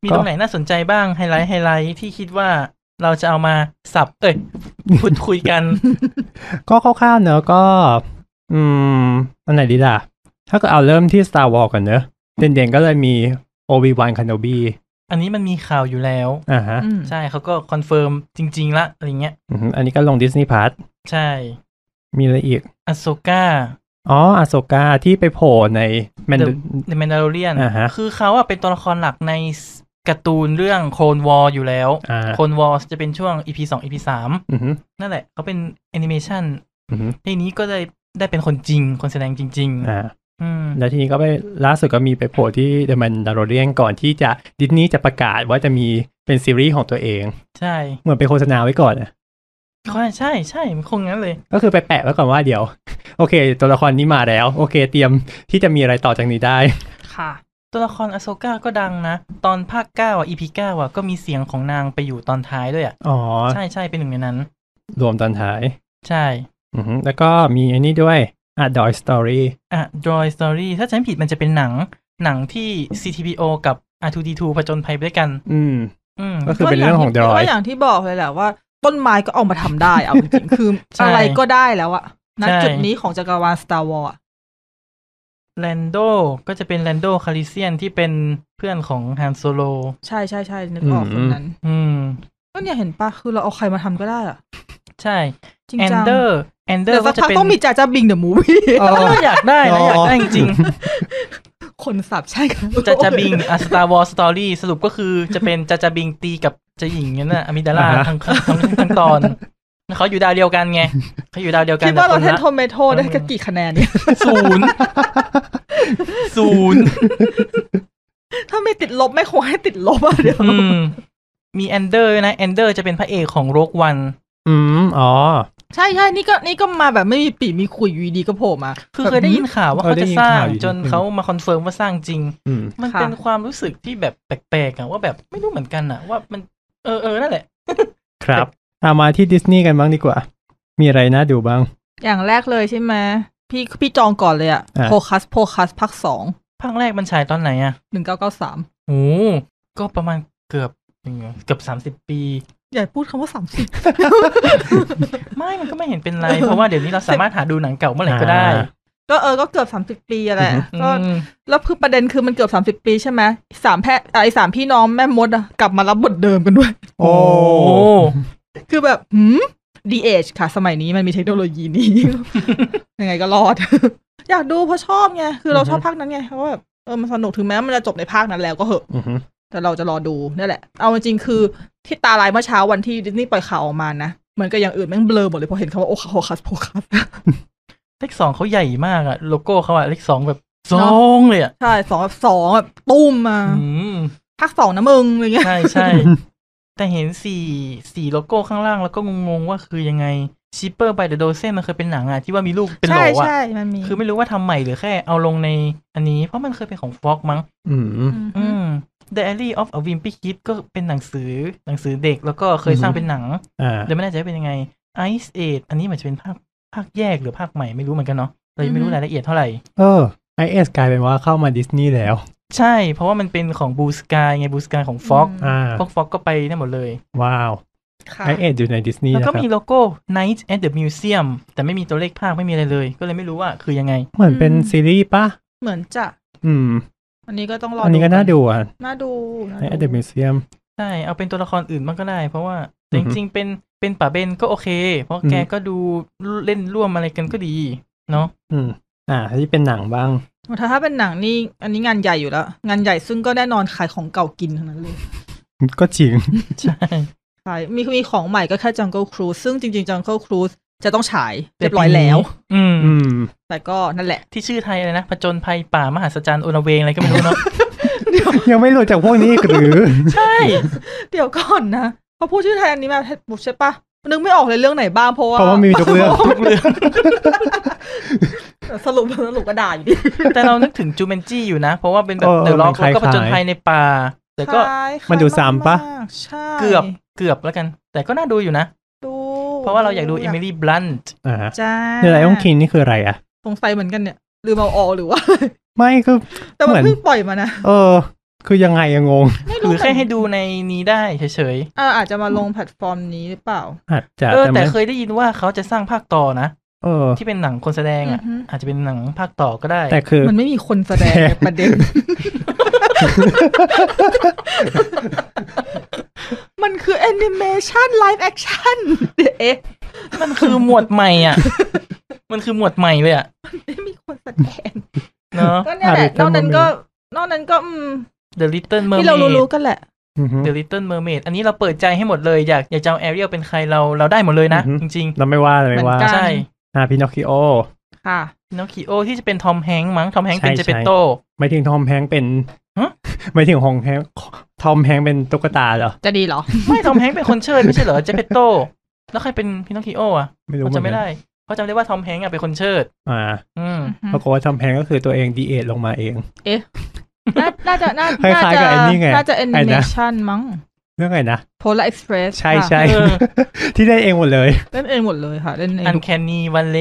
S3: มีตรงไหนน่าสนใจบ้างไฮไลท์ไฮไลท์ที่คิดว่าเราจะเอามาสับ เอ้ย พูดคุยกัน
S2: ก็คร่าวๆเนอะก็ อืมอันไหนดีล่ะ ถ้าเก็เอาเริ่มที่ Star Wars ก่อนเนอะเด่นๆก็เลยมี Obi-Wan Kenobi
S3: อันนี้มันมีข่าวอยู่แล้ว
S2: อ่าฮะ
S4: อืม
S3: ใช่เขาก็คอนเฟิร์มจริง ๆ ละอะไรเงี้ย
S2: อืมอันนี้ก็ลง Disney p l u s
S3: ใช่
S2: มีอะไรอีก
S3: อโซก้า
S2: อ๋ออาโซกาที่ไปโผล่ในแมน
S3: The- ในแมนดาร์เรียน
S2: อ่าฮะ
S3: คือเขาอะเป็นตัวละครหลักในการ์ตูนเรื่องโคลนวอลอยู่แล้ว
S2: อ่า
S3: โคลนวอลจะเป็นช่วง EP 2 EP
S2: อืม
S3: 3นั่นแหละเขาเป็นแอนิเมชัน
S2: อืม
S3: ทีนี้ก็ได้ได้เป็นคนจริง คนแสดงจริง
S2: อ่า
S3: ๆ อืม
S2: แล้วทีนี้ก็ไปล่าสุดก็มีไปโผล่ที่เดมันดาร o เรียนก่อนที่จะดิสนีย์จะประกาศว่าจะมีเป็นซีรีส์ของตัวเอง
S3: ใช่
S2: เหมือนไปโฆษณาไว้ก่อนอะ
S3: ก็ใช่ใช่มันคงงั้นเลย
S2: ก็คือไปแปะไว้ก่อนว่าเดี๋ยว โอเค ตัวละครนี้มาแล้ว โอเค เตรียมที่จะมีอะไรต่อจากนี้ได้
S4: ค่ะ
S3: ตัวละครอโซก้าก็ดังนะ ตอนภาคเก้าอ่ะ EP เก้าอ่ะ ก็มีเสียงของนางไปอยู่ตอนท้ายด้วยอ่ะ
S2: อ๋อ
S3: ใช่ใช่เป็นหนึ่งในนั้น
S2: รวมตอนท้าย
S3: ใช่
S2: อือฮึแล้วก็มีอันนี้ด้วยอ่ะดอยสตอรี่
S3: อ่ะ Joy Story ถ้าจำไม่ผิดมันจะเป็นหนังหนังที่ CTPO กับ R2D2 ผจญภัยไปด้วยกัน
S2: อืม
S3: อืม
S2: ก็คือเป็นเรื่องของดอย
S4: ก็อย่างที่บอกเลยแหละว่า ต้นไม้ก็เอามาทำได้เอาจริงๆคือ
S3: ใช่
S4: อะไรก็ได้แล้วอะณ
S3: ใช่
S4: จุดนี้ของจักรวาล Star Wars อะ
S3: แลนโดก็จะเป็นแลนโดคาริเซียนที่เป็นเพื่อนของฮันโซโล
S4: ใช่ใช่ใช่นึกออกคนนั้น
S3: อืม
S4: ก็เนี่ยเห็นปะคือเราเอาใครมาทำก็ได้อะ
S3: ใช่
S4: จริง
S3: แอน
S4: จัง
S3: เดอร์แอนเดอ
S4: เดี๋ย
S3: ร์
S4: วสัก
S3: ก็จะ
S4: พัก
S3: เป็น
S4: ต้องมีจ่าจ้าบิงเดอะมูวี่
S2: อ๋อ
S3: ก็อยากได้นะอยากได้จริงๆ
S4: คนสับใช่ค่ะ
S3: จาจาบิงอะสตาร์วอลสตอรี่สรุปก็คือจะเป็นจาจาบิงตีกับจะหญิงนั่นน่ะอมิดาลา
S2: อ่าฮะ
S3: ทั้งทั้งทั้งตอน เขาอยู่ดาวเดียวกันไงเขาอยู่ดาวเดียวกัน
S4: คิดว่าเราเท
S3: แต่
S4: น
S3: ละ
S4: โทเมโตได้กันกี่คะแนนเนี่ย
S3: ศูนย์ศูนย์
S4: ถ้าไม่ติดลบไม่คงให้ติดลบอะเดี๋ยว
S3: อืมมีแอนเดอร์นะแอนเดอร์จะเป็นพระเอกของโรกวัน
S2: อืมอ๋อ
S4: ใช่ใช่นี่ก็นี่ก็มาแบบไม่มีปีมีคุยอยูดีๆก็โผล่มา
S3: คือเคยได้ยินข่าวว่าเขา
S2: เออได้
S3: จะ
S2: ยิน
S3: สร้าง
S2: ข่าวอยู่
S3: จนเขามาคอนเฟิร์มว่าสร้างจริง
S2: อืม
S3: มัน
S4: ค่ะ
S3: เป็นความรู้สึกที่แบบแปลกๆอะว่าแบบไม่รู้เหมือนกันอะว่ามันเออเออนั่นแหละ
S2: ครับเอามาที่ดิสนีย์กันบ้างดีกว่า มีอะไรน่าดูบ้าง
S4: อย่างแรกเลยใช่ไหมพี่พี่จองก่อนเลยอะ
S2: อ่ะ
S4: โพคัสโพคัสภาคสอง
S3: ภาคแรกมันฉายตอนไหนอะ
S4: หนึ่งเก้าเก้าสาม
S3: โอ้โหก็ประมาณเกือบเกือบสามสิบ30 ปี
S4: อย่าพูดคำว่าสามสิบ
S3: ไม่มันก็ไม่เห็นเป็นไร เพราะว่าเดี๋ยวนี้เราสามารถหาดูหนังเก่าเมื่อไหร่ก็ได้
S2: อ่า
S4: ก็เออก็เกือบสามสิบ30 ปีอะแหละก็
S3: อืม
S4: แล้วคือประเด็นคือมันเกือบสามสิบ30 ปีใช่ไหมสามแพทย์ไอสามพี่น้องแม่มดอะกลับมารับบทเดิมกันด้วย
S2: โอ้
S4: คือแบบหืมดีเอชค่ะ สมัยนี้มันมีเทคโนโลยีนี้ ยังไงก็รอด อยากดูเพราะชอบไง คือเรา
S2: อือฮึ
S4: ชอบภาคนั้นไงเพราะว่าแบบเออมันสนุกถึงแม้มันจะจบในภาคนั้นแล้วก็เหอะ
S2: อือฮึ
S4: แต่เราจะรอดูนี่แหละ เอาจริงๆคือที่ตาลายเมื่อเช้าวันที่ดิสนีย์ปล่อยข่าวออกมานะเหมือนกับอย่างอื่นแม่งเบลอหมดเลยเพอเห็นคำว่าโอคาโฮคัสโพคัส
S3: เลขสองเขาใหญ่มากอะโลโก้เขาอะเลขสองแบบสองเลยอะ
S4: ใช่สองแบบสองแบบตุ้มมา
S3: อืม
S4: ภาคสองนะมึงอะไรเงี้ย
S3: ใช่ใช่แต่เห็นสี่สี่โลโก้ข้างล่างแล้วก็งงๆว่าคือยังไงชิปเปอร์ไบเดอะโดเซนมันเคยเป็นหนังอะที่ว่ามีลูกเป็นโหล
S4: ใช่
S3: อะ
S4: ใช่มันมี
S3: คือไม่รู้ว่าทำใหม่หรือแค่เอาลงในอันนี้เพราะมันเคยเป็นของฟ็อกมั้ง
S2: อืม
S3: อืม Diary of a Wimpy Kid ก็เป็นหนังสือหนังสือเด็กแล้วก็เคยสร้าง
S2: อือฮึ
S3: เป็นหนัง
S2: อ่า
S3: เดี๋ยวไม่แน่ใจว่าเป็นยังไง Ice Age อันนี้เหมือนจะเป็นภาคภาคแยกหรือภาคใหม่ไม่รู้เหมือนกันเนาะเรายังไม่รู้รายละเอียดเท่าไหร่
S2: เออไอเอสกลายเป็นว่าเข้ามาดิสนีย์แล้ว
S3: ใช่ เพราะว่ามันเป็นของ Blue Sky ไง Blue Sky ของ Fox
S2: อ่า
S3: Fox Fox ก็ไปได้หมดเลย
S2: ว้าว
S4: ค่ะ
S2: ไอเอสอยู่ในดิสนีย์
S3: แล้ว
S2: นะค
S3: ก็
S2: รับ
S3: มีโลโก้ Night at the Museum แต่ไม่มีตัวเลขภาคไม่มีอะไรเลย ก็เลยไม่รู้ว่าคือยังไง
S2: เหมือนเป็น
S4: อืม
S2: ซีรีส์ปะ
S4: เหมือนจะ
S2: อืม
S4: อันนี้ก็ต้องรอ
S2: อัน
S4: อั
S2: นี้ก็น่าดูอ่ะ
S4: น่าดูน่า
S2: ใน a อ t เด
S4: ดู
S2: m u s e เซียม
S3: ใช่ เอาเป็นตัวละครอื่นบ้างก็ได้ เพราะว่า
S2: อื
S3: แต่
S2: อ
S3: จ
S2: ฮึ
S3: ริงๆเป็นเป็นป่าเบนก็โอเค เพราะแก
S2: อือฮึ
S3: ก็ดูเล่นร่วมอะไรกันก็ดีเนาะ
S2: อืม อ่าที่เป็นหนังบ้าง
S4: ถ้าถ้าเป็นหนังนี่อันนี้งานใหญ่อยู่แล้ว งานใหญ่ซึ่งก็แน่นอนขายของเก่ากินทั้งนั้นเลย
S2: ก็จริง
S3: ใช่
S4: ขายมีมีของใหม่ก็แค่ Jungle Cruise ซึ่งจริง ๆ Jungle Cruise จะต้องฉายเรียบร้อยแล้ว
S3: อืม
S2: อืม
S4: แต่ก็นั่นแหละ
S3: ที่ชื่อไทยอะไรนะผจญภัยป่ามหัศจรรย์โอละเวงอะไรก็ไม่รู้เนาะ
S2: ยังไม่รู้จากพวกนี้อีกห รือ
S3: ใช่
S4: เดี๋ยวก่อนนะพอพูดชื่อไทยอันนี้มาปุ๊บใช่ปะนึกไม่ออกเลยเรื่องไหนบ้างเพราะว่า
S2: เพราะว่ามีทุกเรื่อง
S3: ทุกเรื่อง
S4: สรุปสรุปก็ด่าอยู่ดี
S3: แต่เรานึกถึงจูเมนจี้อยู่นะ เพราะว่าเป็นแบ
S2: เอบ อ
S3: เดอะล็อก
S2: มันคล้า
S3: แล้
S2: ยๆ
S3: วก็ผจญภัยในป่า แต่ก็
S4: คล้ายๆ
S2: มันดูซ้ำปะ
S4: มากๆใช่
S3: เกือบเกือบแล้วกัน แต่ก็น่าดูอยู่นะ
S4: ดู
S3: เพราะว่าเราอยากดูอิมิลี่บลันต์
S2: อ่า
S4: จ้า
S2: เดลไลออนคิงนี่คืออะไรอ่ะ
S4: สงสัยเหมือนกันเนี่ยลืมเอาออกหรือว่า
S2: ไม่คือ
S4: แต่มั
S2: เหมื
S4: น
S2: อน
S4: เพิ่งปล่อยมานะ
S2: เออ คือยังไงอะงง
S4: ไม่
S3: ห
S4: รู้
S3: รือแค่ให้ดูในนี้ได้เฉย
S4: เอออาจจะมาลงแพลตฟอร์มนี้หรือเปล่า
S2: อาจจะ
S3: ๆเออ แต่
S2: ไม่
S3: เคยได้ยินว่าเขาจะสร้างภาคต่อนะ
S2: เออ
S3: ที่เป็นหนังคนแสดงอ่ะ
S4: อือฮึ
S3: อาจจะเป็นหนังภาคต่อก็ได้
S2: แต่คือ
S4: มันไม่มีคนแสดง
S2: แทน
S4: ประเด็ น มันคือแอนิเมชันไลฟ์แอคชั่นเอ๊ะ
S3: มันคือหมวดใหม่ อ่ะ มันคือหมวดใหม่เลยอ่ะ
S4: ไม่มีคนแสดง
S3: เนาะ
S4: ก็เนี่ยแหละ
S2: Harry
S4: น
S2: Potter
S4: อกนั้นก็ นอกนั้นก็อืม
S3: The Little
S4: ที่เรา
S3: Mermaid
S4: รู้ๆกันแหละ
S2: อือฮึ
S3: The Little Mermaid อันนี้เราเปิดใจให้หมดเลย อยากอยากจะเอาแอเรียลเป็นใครเราเราได้หมดเลยนะ
S2: อือฮึ
S3: จริง
S2: เราไม่ว่าเลยไม่ว่า
S4: เหมือนกัน
S3: ๆใช่
S2: อ่าพินอคคิโอ
S4: ค่ะ
S3: น้องคีโอที่จะเป็นทอมแฮงค์มั้งทอมแฮงค์เป็น
S2: ใช่
S3: เจเป
S2: ใช่
S3: โต
S2: ไม่ถึงทอมแฮงค์เป็น
S3: ฮะ
S2: ไม่ถึงฮองแฮงค์ทอมแฮงค์เป็นตุ๊กตาเหรอ
S4: จะดีเหรอ
S3: ไม่ทอมแฮงค์เป็นคนเชิดไม่ใช่เหรอเจเปโต แล้วใครเป็นพี่น้องคีโออ่ะ
S2: ไม่รู้
S3: เขา
S2: เหมือน
S3: จำ
S2: กั
S3: ไม่
S2: น
S3: ได้เขาจำได้ว่าทอมแฮงค์อ่ะเป็นคนเชิด
S2: อ่า
S3: อืม
S2: ปรากฏว่าทอมแฮงค์ก็คือตัวเองดีเอทลงมาเอง
S4: น่าน่าจะน่า
S2: คล้ายๆ
S4: น่า
S2: กั
S4: จะ
S2: บไอ้นี่ไง
S4: น่าจะแอนิ
S2: ไอ้
S4: เม
S2: นะ
S4: ชันมั้ง
S2: เรื่องไงนะ
S4: Polar Express
S2: ใช่
S4: ค่ะ
S2: ใช่ ที่ได้เองหมดเลย
S4: เล่นเองหมดเลยค่ะ เล่นเอง
S3: อันแคนนีวันเล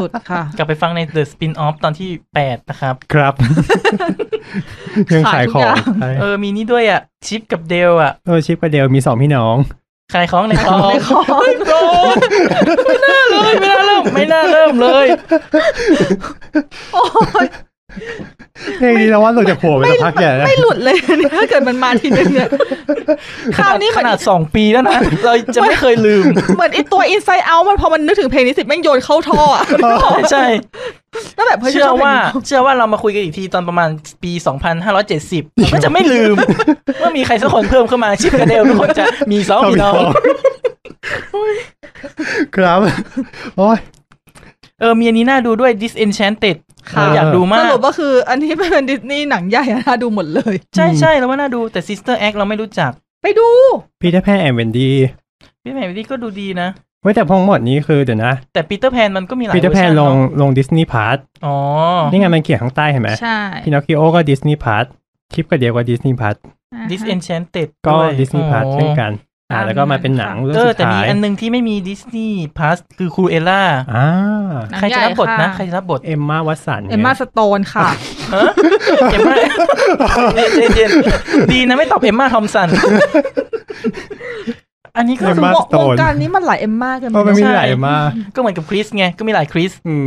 S4: สุดค่ะ
S3: กลับไปฟังใน The Spin Off ตอนที่ 8 นะครับ
S2: ครับ ยังขายของ
S4: ขายทุกอย่าง
S2: ใช่
S3: เออมีนี่ด้วยอ่ะ ชิปกับเดลอ่ะ
S2: เออชิปกับเดลมีสองพี่น้อง
S3: ขายของในคลอง
S4: ในคลอง
S3: เฮ้ยโปรไม่น่าเลยไม่น่าเริ่ม ไม่น่าเริ่มเลย
S4: โอ้ย
S2: เพลงนี้เราว่าหลุดจากหัวไปสักพักใหญ่แล้ว
S4: ไม่หลุดเลยเนี่ยถ้าเกิดมันมาทีนึงเนี่ยคราวนี้
S3: ข
S4: มัน
S3: นาดสองปีแล้วนะ เราจะไม่เคยลืม
S4: เหมือนไอตัว Inside Out มันพอมันนึกถึงเพลงนี้สิแม่งโยนเข้าท่ออะ
S3: ใช่
S4: แล้วแบบฮ้ย
S3: เชื่อว่า
S4: ชบเพลงนี้
S3: เชื่อว่าเรามาคุยกันอีกทีตอนประมาณปี 2570เราก็จะไม่ลืม ว่ามีใครสักคนเพิ่มเข้ามาชิปกระเดลทุกคนจะมีสองพี่น้อง
S2: ครับโอ้ย
S3: เออมีอันนี้น่าดูด้วย Disenchanted
S2: ค่ะ
S3: เราอยากดู
S4: ส
S3: มาก
S4: รุปก็คือ อันนี้เป็นดิสนีย์หนังใหญ่อะน่าดูหมดเลย
S3: ใช่ใช่แล้วว่าน่าดูแต่ Sister Act เราไม่รู้จัก
S4: ไปดู
S2: พีเตอร์แพนแอนเวนดี้
S3: พี่แหม่มนี่ก็ดูดีนะ
S2: ไว้ยแต่พงหมดนี้คือเดี๋ยวนะ
S3: แต่ปีเตอร์แพนมันก็มีหลาย
S2: พีเตอร์แพน
S3: วชั
S2: ลง
S3: เอะ
S2: ลงดิสนีย์พาร์ท
S3: อ๋อ
S2: นี่ไงมันเขียนข้างใต้เห็นไหม
S4: ใช่
S2: พินอคคิโอก็ดิสนีย์พาร์ทคลิปกับเดียวก็ดิสนีย์พาร์ท
S4: อ่า
S3: ดิส
S4: ฮะ
S3: n c h a n t e d
S2: ก็ดิสนีย์พาร์ทเช่นกัน อ่า
S4: ตาม
S2: แล้วก็มาเป็นหนังเรื่อง
S3: เออ
S2: สุด
S3: แต่มี
S2: ท้าย
S3: อันหนึงที่ไม่มีดิสนีย์พาสคือครูเอล่า
S2: อ่า
S4: หนัง
S3: ใคร
S4: ให
S3: จะ
S4: ญ่
S3: รับบทนะ
S4: ค่ะ
S3: ใครจะรับบท
S2: เอมมาวัตสัน
S4: เอ็มมาสโตนค่ะ
S3: ฮะเอ็มมาเจนเจนดีนะไม่ตอบเอ็มมาทอมสัน อันนี้ก็
S2: เอม
S3: คือ
S2: มาสโต
S4: วง
S2: น
S4: การนี้มันหลายเอ็มมากัน
S2: ก็มันมีหลาย
S4: ใช่
S2: มา
S3: ก็เหมือนกับคริสไง ก็มีหลายคริส
S2: อืม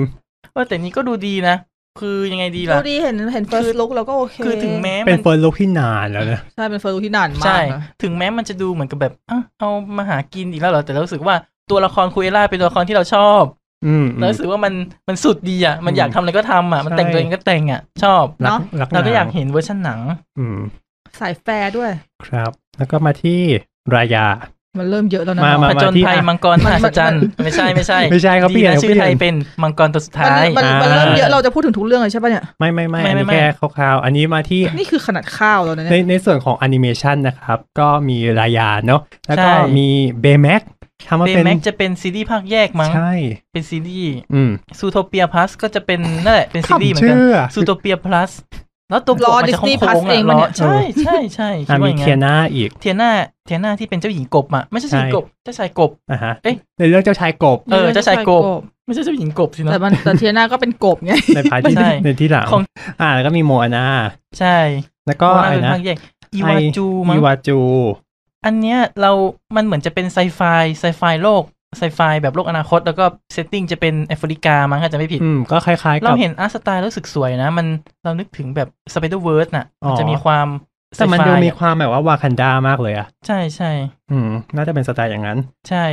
S3: เออแต่นี้ก็ดูดีนะ คือยังไงดีล่ะ
S4: ดูดีเห็นเห็นเฟิร์สลุกแล้วก็โอเค
S3: คือถึงแม้
S2: เป็
S3: มัน น
S2: เฟิร์นลุกที่นานแล้วนะ
S4: ใช่เป็นเฟิร์สลุกที่นานมาก
S3: ใช่
S4: นะ
S3: ถึงแม้มันจะดูเหมือนกับแบบอ่ะเอามาหากินอีกแล้วเหรอ แต่เรารู้สึกว่าตัวละครครูเอล่าเป็นตัวละครที่เราชอบ
S2: อืมอื
S3: เรา
S2: ม
S3: รู้สึกว่ามันมันสุดดีอ่ะ มัน
S2: อืม
S3: อยากทำอะไรก็ทำอ่ะ มัน
S2: ใช่
S3: แต่งตัวเองก็แต่งอ่ะ ชอบ
S2: รักรัก
S3: เราก็อยาก
S2: หนัง
S3: เห็นเวอร์ชันหนัง
S2: อืม
S4: สายแฟร์ด้วย
S2: ครับ แล้วก็มาที่รายา
S4: มันเริ่มเยอะแล้วนะน้
S2: มา
S4: อง
S2: มา
S3: ผจญภัย
S2: ที่อ่ะ
S3: มังกรมหัศจรรย์ไม่ใช่ไม่ใช่
S2: ไม่ใช่เขาเปลี่ยน
S3: ดีะ
S2: เขา
S3: ชื่อ
S2: เปลี่ยน
S3: ไทยเป็นมังกรตัวสุด
S4: มัน
S3: ท้าย
S4: มัน
S2: อ่ามั
S4: มันเริ่มเยอะเราจะพูดถึงทุกเรื่องเลยใช่ปะเนี่ย
S2: ไม่ไม่ไม่
S3: ไม่
S2: อันนี้
S3: ไม่
S2: แค่คร่าวๆ อันนี้มาที่
S4: นี่คือขนาดข้าวแล้วนะ
S2: ใน
S4: เนี่ย
S2: ในส่วนของแอนิเมชันนะครับ ก็มีรายาเนาะแล้วก็
S3: ใช่
S2: มีเบแม็กทำมา
S3: เบ
S2: เป็น
S3: แม็กจะเป็นซีรีส์ภาคแยกมั้ง
S2: ใช่
S3: เป็นซีรีส์
S2: อืม
S3: ซูโทเปียพลัสก็จะ เป็นนั่นแหละเป็นซีรีส์เหมือนกัน
S2: คำชื่ออะ
S3: ซูโทเปียพลัสแล้วตัวปกมันจะโค้งๆอะล้อใช่ใช่ใช่คิ
S2: อ่ะ
S3: ดว่า
S2: มี
S3: อย่าง
S2: เทีย
S3: นั้น
S2: นาอีก
S3: เทียนาเทียนาที่เป็นเจ้าหญิงกบอ่ะไม่ใช่เจ้าหญิงกบเจ้าชายกบ
S2: อ่ะฮะ
S3: เอ๊ะ
S2: ในเรื่องเจ้าชายกบ
S3: เออเจ้าชายกบ ไม่ใช่เจ้าหญิงกบสิ
S4: แต่
S3: เนาะ
S4: มันแต่เทียน่าก็เป็นกบไง
S2: ในพาร์ทที่
S3: ใช่
S2: ในที่หลัง
S3: ของ
S2: อ่าแล้วก็มีโมอานา
S3: ใช่
S2: แล้วก็
S3: เพราะว่า
S2: อะไร
S3: เป็น
S2: นะ
S3: ภาคแยกอีวาจูมั้ง
S2: อีวาจู
S3: อันเนี้ยเรามันเหมือนจะเป็นไซไฟไซไฟโลก ไซไฟแบบโลกอนาคต แล้วก็เซตติ้งจะเป็นแอฟริกามั้งถ้าจะไม่ผิด
S2: อืมก็คล้ายๆ
S3: เรา
S2: กับ
S3: เห็นอาร์ตสไตล์รู้สึกสวยนะ มันเรานึกถึงแบบสไปเดอร์เวิร์สน่ะ
S2: อ๋อ
S3: มันจะมีความ
S2: แต่มัน
S3: ไซไฟ
S2: ดูมี
S3: อะ
S2: ความแบบว่าวาคันดามากเลยอ่ะ
S3: ใช่ใช่
S2: อืม น่าจะเป็นสไตล์อย่างนั้น
S3: ใช่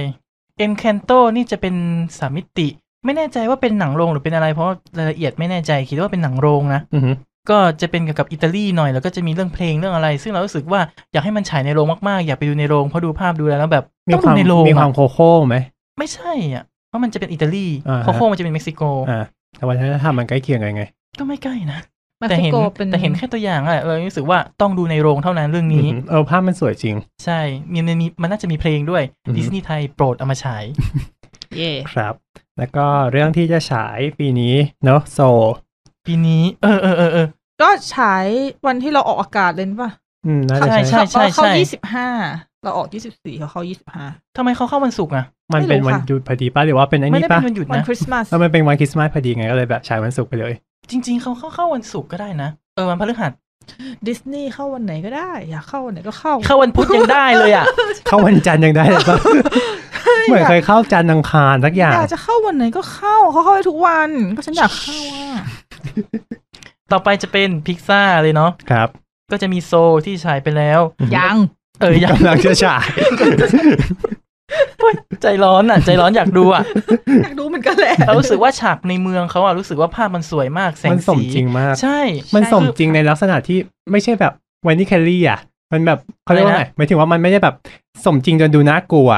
S3: เอ็นแคนโตนี่จะเป็นสามมิติ ไม่แน่ใจว่าเป็นหนังโรงหรือเป็นอะไร เพราะรายละเอียดไม่แน่ใจคิดว่าเป็นหนังโรงนะ
S2: อือหือ
S3: ก็จะเป็นเกี่ยวกับอิตาลีหน่อยแล้วก็จะมีเรื่องเพลงเรื่องอะไร ซึ่งเรารู้สึกว่าอยากให้มันฉายในโรงมากๆ อยากไปดูในโรงเพราะดูภาพดูแล้วแบบ
S2: มี
S3: ต้อง
S2: ค
S3: ดู
S2: วาม
S3: ในโรง
S2: มีความ
S3: อะ
S2: โคโค่ไหม
S3: ไม่ใช่อ่ะเพราะมันจะเป็นอิตาลี
S2: อ่าฮะ
S3: โคโค่มันจะเป็นเม็กซิโก
S2: อ่าแต่วัฒนธรรมมันใกล้เคียงกันไง
S3: ก็ไม่ใกล้นะ
S4: มัน
S3: แต่
S4: ซิ
S3: เห็น
S4: โกเป็น
S3: แต่เห็นแค่ตัวอย่างอะเรารู้สึกว่าต้องดูในโรงเท่านั้นเรื่อง
S2: อือ
S3: นี้
S2: หือเออภาพมันสวยจริง
S3: ใช่มีมันมีมันน่าจะมีเพลงด้วย
S2: อือฮึ
S3: ดิสนีย์ไทยโปรดเอามาฉาย
S4: เย่
S2: ครับ แล้วก็เรื่องที่จะฉายปีนี้เนอะโซ
S3: ปีนี้ เออเออเออเออ
S4: ก็ฉายวันที่เราออกอากาศเลยป่ะ
S2: อืมน่าจะ
S3: ใช่
S2: ใช่
S4: เราเข้า
S3: ใช่
S4: ยี่สิบห้าเราออกยี่สิบสี่เขาเข้ายี่สิบห้า
S3: ทำไมเขาเข้าวันศุกร์อ่ะ
S2: มันเป็
S4: ไม่
S2: น
S4: รู้
S2: วัน
S4: ค่ะ
S2: หยุดพอดีป่ะหรือว่าเป็นไอ้
S3: ไม่
S2: นี่
S3: ได้เป็
S2: ป่ะ
S3: นวันหยุด
S4: วัน
S3: นะ
S4: คริสต์มาส
S2: เออมันเป็นวันคริสต์มาสพอดีไงก็เลยแบบฉายวันศุกร์ไปเลย
S3: จริง ๆ เขาเข้าเข้าวันศุกร์ก็ได้นะ เออวันพฤ หัส
S4: ดิสนีย์เข้าวันไหนก็ได้ อยากเข้าวันไหนก็เข้า
S3: เข้าวันพุธยังได้เลยอ่ะ
S2: เข้าวันจันทร์ยังได้เลยป่ะ เหมือนเคยเข้าจันทร์อังคารสักอย่าง
S4: อยากจะเข้าวันไหนก็เข้าเขาเข้าไปทุกวัน ก็ฉันอยากเข้าอ่ะ
S3: ต่อไปจะเป็นพิกซ่าเลยเนาะ
S2: ครับ
S3: ก็จะมีโซที่ฉายไปแล้ว
S4: ยัง
S3: เออ อยาก
S2: กำลังจะฉาย
S3: ใจร้อนอ่ะ ใจร้อนอยากดูอ่ะ
S4: อยากดูเหมือนกันแหละ
S3: เรารู้สึกว่าฉากในเมืองเขาอ่ะรู้สึกว่าภาพมันสวยมากแส
S2: มั
S3: ง
S2: นสม
S3: สี
S2: จริงมาก
S3: ใช่
S2: มันสมจริงในลักษณะที่ไม่ใช่แบบวันนี้แคลรี่อ่ะ มันแบบเขาเรียกว่า
S3: อะไร
S2: ไง
S3: นะ
S2: หมายถึงว่ามันไม่ได้แบบสมจริงจนดูน่ากลัว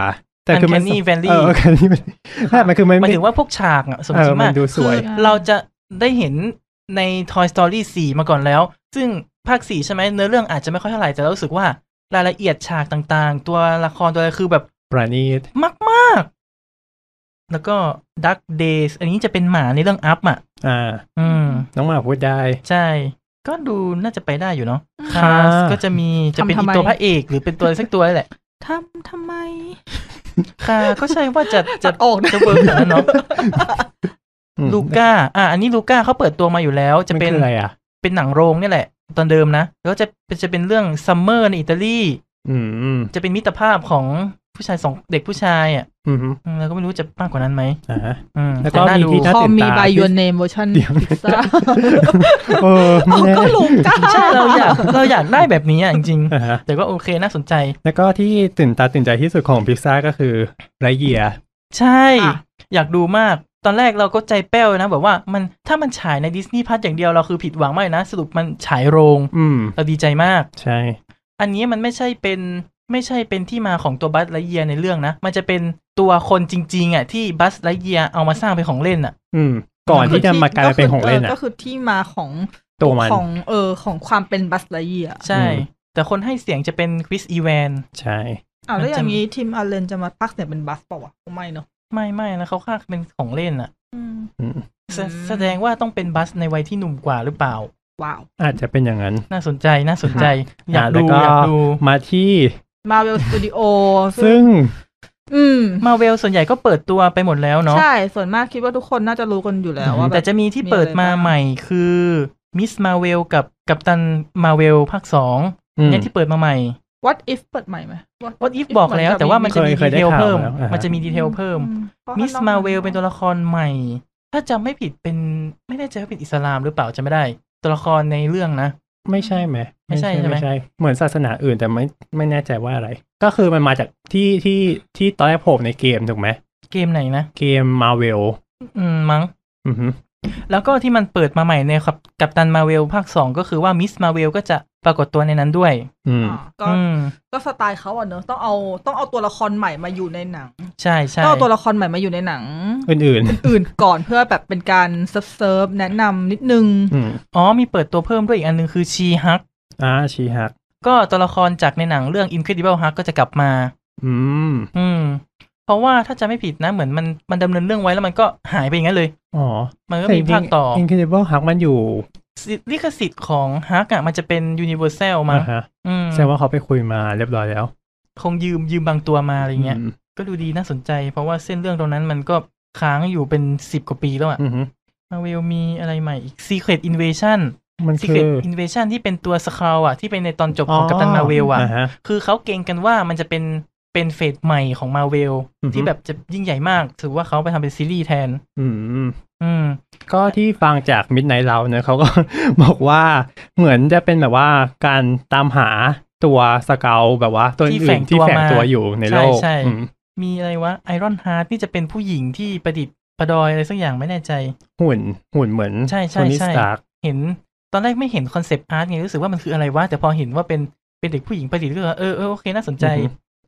S2: แต่คือมัน
S3: Uncanny Valley
S2: เออ Uncanny Valley ใช่มันคือมัน
S3: หมาย
S2: ไม่
S3: ถึงว่าพวกฉากอ่ะสม
S2: เอ
S3: จ
S2: อมั
S3: ริง
S2: น
S3: มาก
S2: ดูสวย
S4: คือ
S3: เราจะได้เห็นใน Toy Story 4 มาก่อนแล้ว ซึ่งภาค 4 ใช่ไหมเนื้อเรื่องอาจจะไม่ค่อยเท่าไหร่ แต่เรารู้สึกว่ารายละเอียดฉากต่างๆ ตัวละครตัวอะไรคือแบบ
S2: ประณีต
S3: มากๆ แล้วก็ Dark Days อันนี้จะเป็นหมาในเรื่องอัพอ่ะ
S2: อ่า
S3: อืม
S2: น้องหมาพูดได้
S3: ใช่ ก็ดูน่าจะไปได้อยู่เนาะ
S4: อืม
S3: คาสก็จะมีจะเป็น
S4: ทำทำ
S3: อี
S4: ไม
S3: กตัวพระเอกหรือเป็นตัวอะไรสักตัวนี่แหละ
S4: ทำทำไม
S3: คาก็ใช่ว่าจะ
S4: จั
S3: จะ
S4: ดออกนะ
S3: จะเวิร์กเหมือนกันเนาะ
S2: อืม
S3: ลูก้าอ่ะอันนี้ลูก้าเขาเปิดตัวมาอยู่แล้ว จะ
S2: มั
S3: เป็น
S2: คืออะไรอ่ะ
S3: เป็นหนังโรงเนี่ยแหละ ตอนเดิมนะ แล้วจะจะเป็นเรื่องซัมเมอร์ในอิตาลี
S2: อืม
S3: จะเป็นมิตรภาพของผู้ชายสองเด็กผู้ชายอ่ะ
S2: อืมฮึ
S3: อืมแล้วก็ไม่รู้จะมากกว่านั้นไหม
S2: อ่าฮะ
S3: อืม
S2: แล้วก็
S3: ต่น่าดู
S2: มีที่ถ้า
S4: พอมี
S2: ตื่นตา
S4: บายยูเนมเวอร์ชัน
S2: เดี๋ ยว
S4: พิซซ่า
S2: เออไม่แน่
S4: ก็ลูกจ้า
S3: ใช่เราอยากเราอยากได้แบบนี้อ่ะจริง
S2: อ่าฮะ
S3: ๆ แต่ก็โอเคน่าสนใจ
S2: แล้วก็ที่ตื่นตาตื่นใจที่สุดของพิซซ่าก็คือไรเยีย
S3: ใช่ อยากดูมาก ตอนแรกเราก็ใจแป้วนะแบบว่ามันถ้ามันฉายในดิสนีย์พัทอย่างเดียวเราคือผิดหวังไม่นะ สรุปมันฉายโรง
S2: อืม
S3: เราดีใจมาก
S2: ใช่
S3: อันนี้มันไม่ใช่เป็นไม่ใช่เป็นที่มาของตัวบัสไลเยียในเรื่องนะ มันจะเป็นตัวคนจริงๆอ่ะที่บัสไลเยียเอามาสร้างเป็นของเล่นอ่ะ
S2: อืม ก่อนที่จะมากลายมาเป็นของเล่นอ่ะ
S4: ก็คือที่มาของ
S2: ตัวมัน
S4: ของเออของความเป็นบัสไลเยีย
S3: ใช่
S2: อืม
S3: แต่คนให้เสียงจะเป็นคริสอีแวน
S2: ใช่
S4: อ้าวแล้วอย่างนี้ทีมอาร์เลนจะมาพักเสียงเป็นบัสเปล่าวะไม่เนอะ
S3: ไม่ไม่นะเขาค่าเป็นของเล่นอ่ะ
S4: อืม
S2: อืม
S3: แส
S4: อืม
S3: แสดงว่าต้องเป็นบัสในวัยที่หนุ่มกว่าหรือเปล่า
S4: ว้าว
S2: อาจจะเป็นอย่างนั้น
S3: น่าสนใจน่าสนใจ
S2: ค่ะ
S3: อยาก
S2: แล้ว
S3: ดู
S2: ก็
S3: อยากดู
S2: มาที่
S4: มาเวลสตูดิโอ
S2: ซึ่ง
S4: อืม
S3: มาเวลส่วนใหญ่ก็เปิดตัวไปหมดแล้วเนาะ
S4: ใช่ ส่วนมากคิดว่าทุกคนน่าจะรู้กันอยู่แล้วว่าบบ
S3: แต่จะมีที่เปิดมา
S4: อะไรบ้ง
S3: ใหม่คือมิสมาเวลกับกัปตันมาเวลภาคสอง
S2: อืม
S3: เนี่ยที่เปิดมาใหม่
S4: What if เปิดใหม่ไหม What
S3: วอตอีฟบอกแล้ว แต่ว่ามันจะมี
S2: เค
S3: ดี
S2: ยได้
S3: เทล
S2: ข่าว
S3: เพิ่ม
S2: แล้วอ่าฮะ
S3: มันจะมีดีเทลเพิ่ม
S4: อืเพราะ
S3: มิส
S4: ข้ง
S3: มา
S4: อก
S3: เวลเป็นตัวละครใหม่ ถ้าจำไม่ผิดเป็นไม่แน่ใจว่าเป็นอิสลามหรือเปล่าจะไม่ได้ ตัวละครในเรื่องนะ
S2: ไม่ใช่ไหม
S3: ไม่ใช่ใช่ไหม
S2: ไม่ใช่ เหมือนศาสนาอื่นแต่ไม่ไม่แน่ใจว่าอะไร ก็คือมันมาจากที่ที่ที่ตอนแรกโผล่ในเกมถูกไหม
S3: เกมไหนนะ
S2: เกมมาเวล
S3: อืมมั้ง
S2: อือฮึ
S3: แล้วก็ที่มันเปิดมาใหม่ในกับกัปตันมาเวลภาค 2 ก็คือว่ามิสมาเวลก็จะปรากฏตัวในนั้นด้วย
S2: อืม
S4: อ่าก็
S3: อืม
S4: ก็สไตล์เขาอ่ะเนอะต้องเอาต้องเอาตัวละครใหม่มาอยู่ในหนัง
S3: ใช่ใช่
S4: ต้องเอาตัวละครใหม่มาอยู่ในหนัง
S2: อื่น
S4: อื่นก่อนเพื่อแบบเป็นการเซิร์ฟเซิร์ฟแนะนำนิดนึง
S2: ๆอืม
S3: อ๋อมีเปิดตัวเพิ่มด้วยอีกอันหนึงคือชีฮัก
S2: อ่าชีฮัก
S3: ก็ตัวละครจากในหนังเรื่อง Incredible Hulk ก็จะกลับมา
S2: อืม
S3: อืม เพราะว่าถ้าจะไม่ผิดนะเหมือนมันมันดำเนินเรื่องไว้แล้วมันก็หายไปอย่างนั้นเลย
S2: อ๋อ
S3: มันก็มีภาคต่อ
S2: อินครดิเบิลฮักมันอยู่
S3: สิลิขสิทธิ์ของฮักอ่ะมันจะเป็นยูนิเวอร์แซลมา
S2: อ่าฮะ
S3: อืม
S2: แสดงว่าเขาไปคุยมาเรียบร้อยแล้ว
S3: คงยืมยืมบางตัวมาอะไรเงี้ย
S2: อืม
S3: ก็ดูดีน่าสนใจ เพราะว่าเส้นเรื่องตรงนั้นมันก็ค้างอยู่เป็นสิบกว่าปีแล้วอ่ะ
S2: อือฮึ
S3: มาเวลมีอะไรใหม่อีก Secret Invasion
S2: มันคือ
S3: Secret Invasion ที่เป็นตัวสคราวอ่ะ ที่เป็นในตอนจบของกัปตันมาเวลอ่ะ
S2: ฮะ
S3: คือเขาเก่งกันว่ามันจะเป็น เ เป็นเฟสใหม่ของมาเวล
S2: อือฮึ
S3: ที่แบบจะยิ่งใหญ่มาก ถือว่าเขาไปทำเป็นซีรีส์แทน
S2: อืม
S3: อืม
S2: ก็ที่ฟังจาก Midnight เราเนี่ยเขาก็ บอกว่าเหมือนจะเป็นแบบว่าการตามหาตัวสเกลแบบว่า ตัว
S3: ที่
S2: อื่
S3: แฝง
S2: นที่
S3: ตัว
S2: แฝงตัว
S3: มา
S2: อยู่ใน
S3: ใช่
S2: โลก
S3: ใช่
S2: อืม
S3: มีอะไรวะไอรอนฮาร์ดที่จะเป็นผู้หญิงที่ประดิษฐ์ประดอยอะไรสักอย่างไม่แน่ใจ
S2: หุ่นหุ่นเหมือน
S3: ใช่ใช่
S2: โทนี่
S3: ใช่
S2: สตาร์ค
S3: เห็นตอนแรกไม่เห็นคอนเซปต์อาร์ตไงรู้สึกว่ามันคืออะไรวะแต่พอเห็นว่าเป็นเป็นเด็กผู้หญิงประดิษฐ์ก็เออเออโอเคน่าสนใจ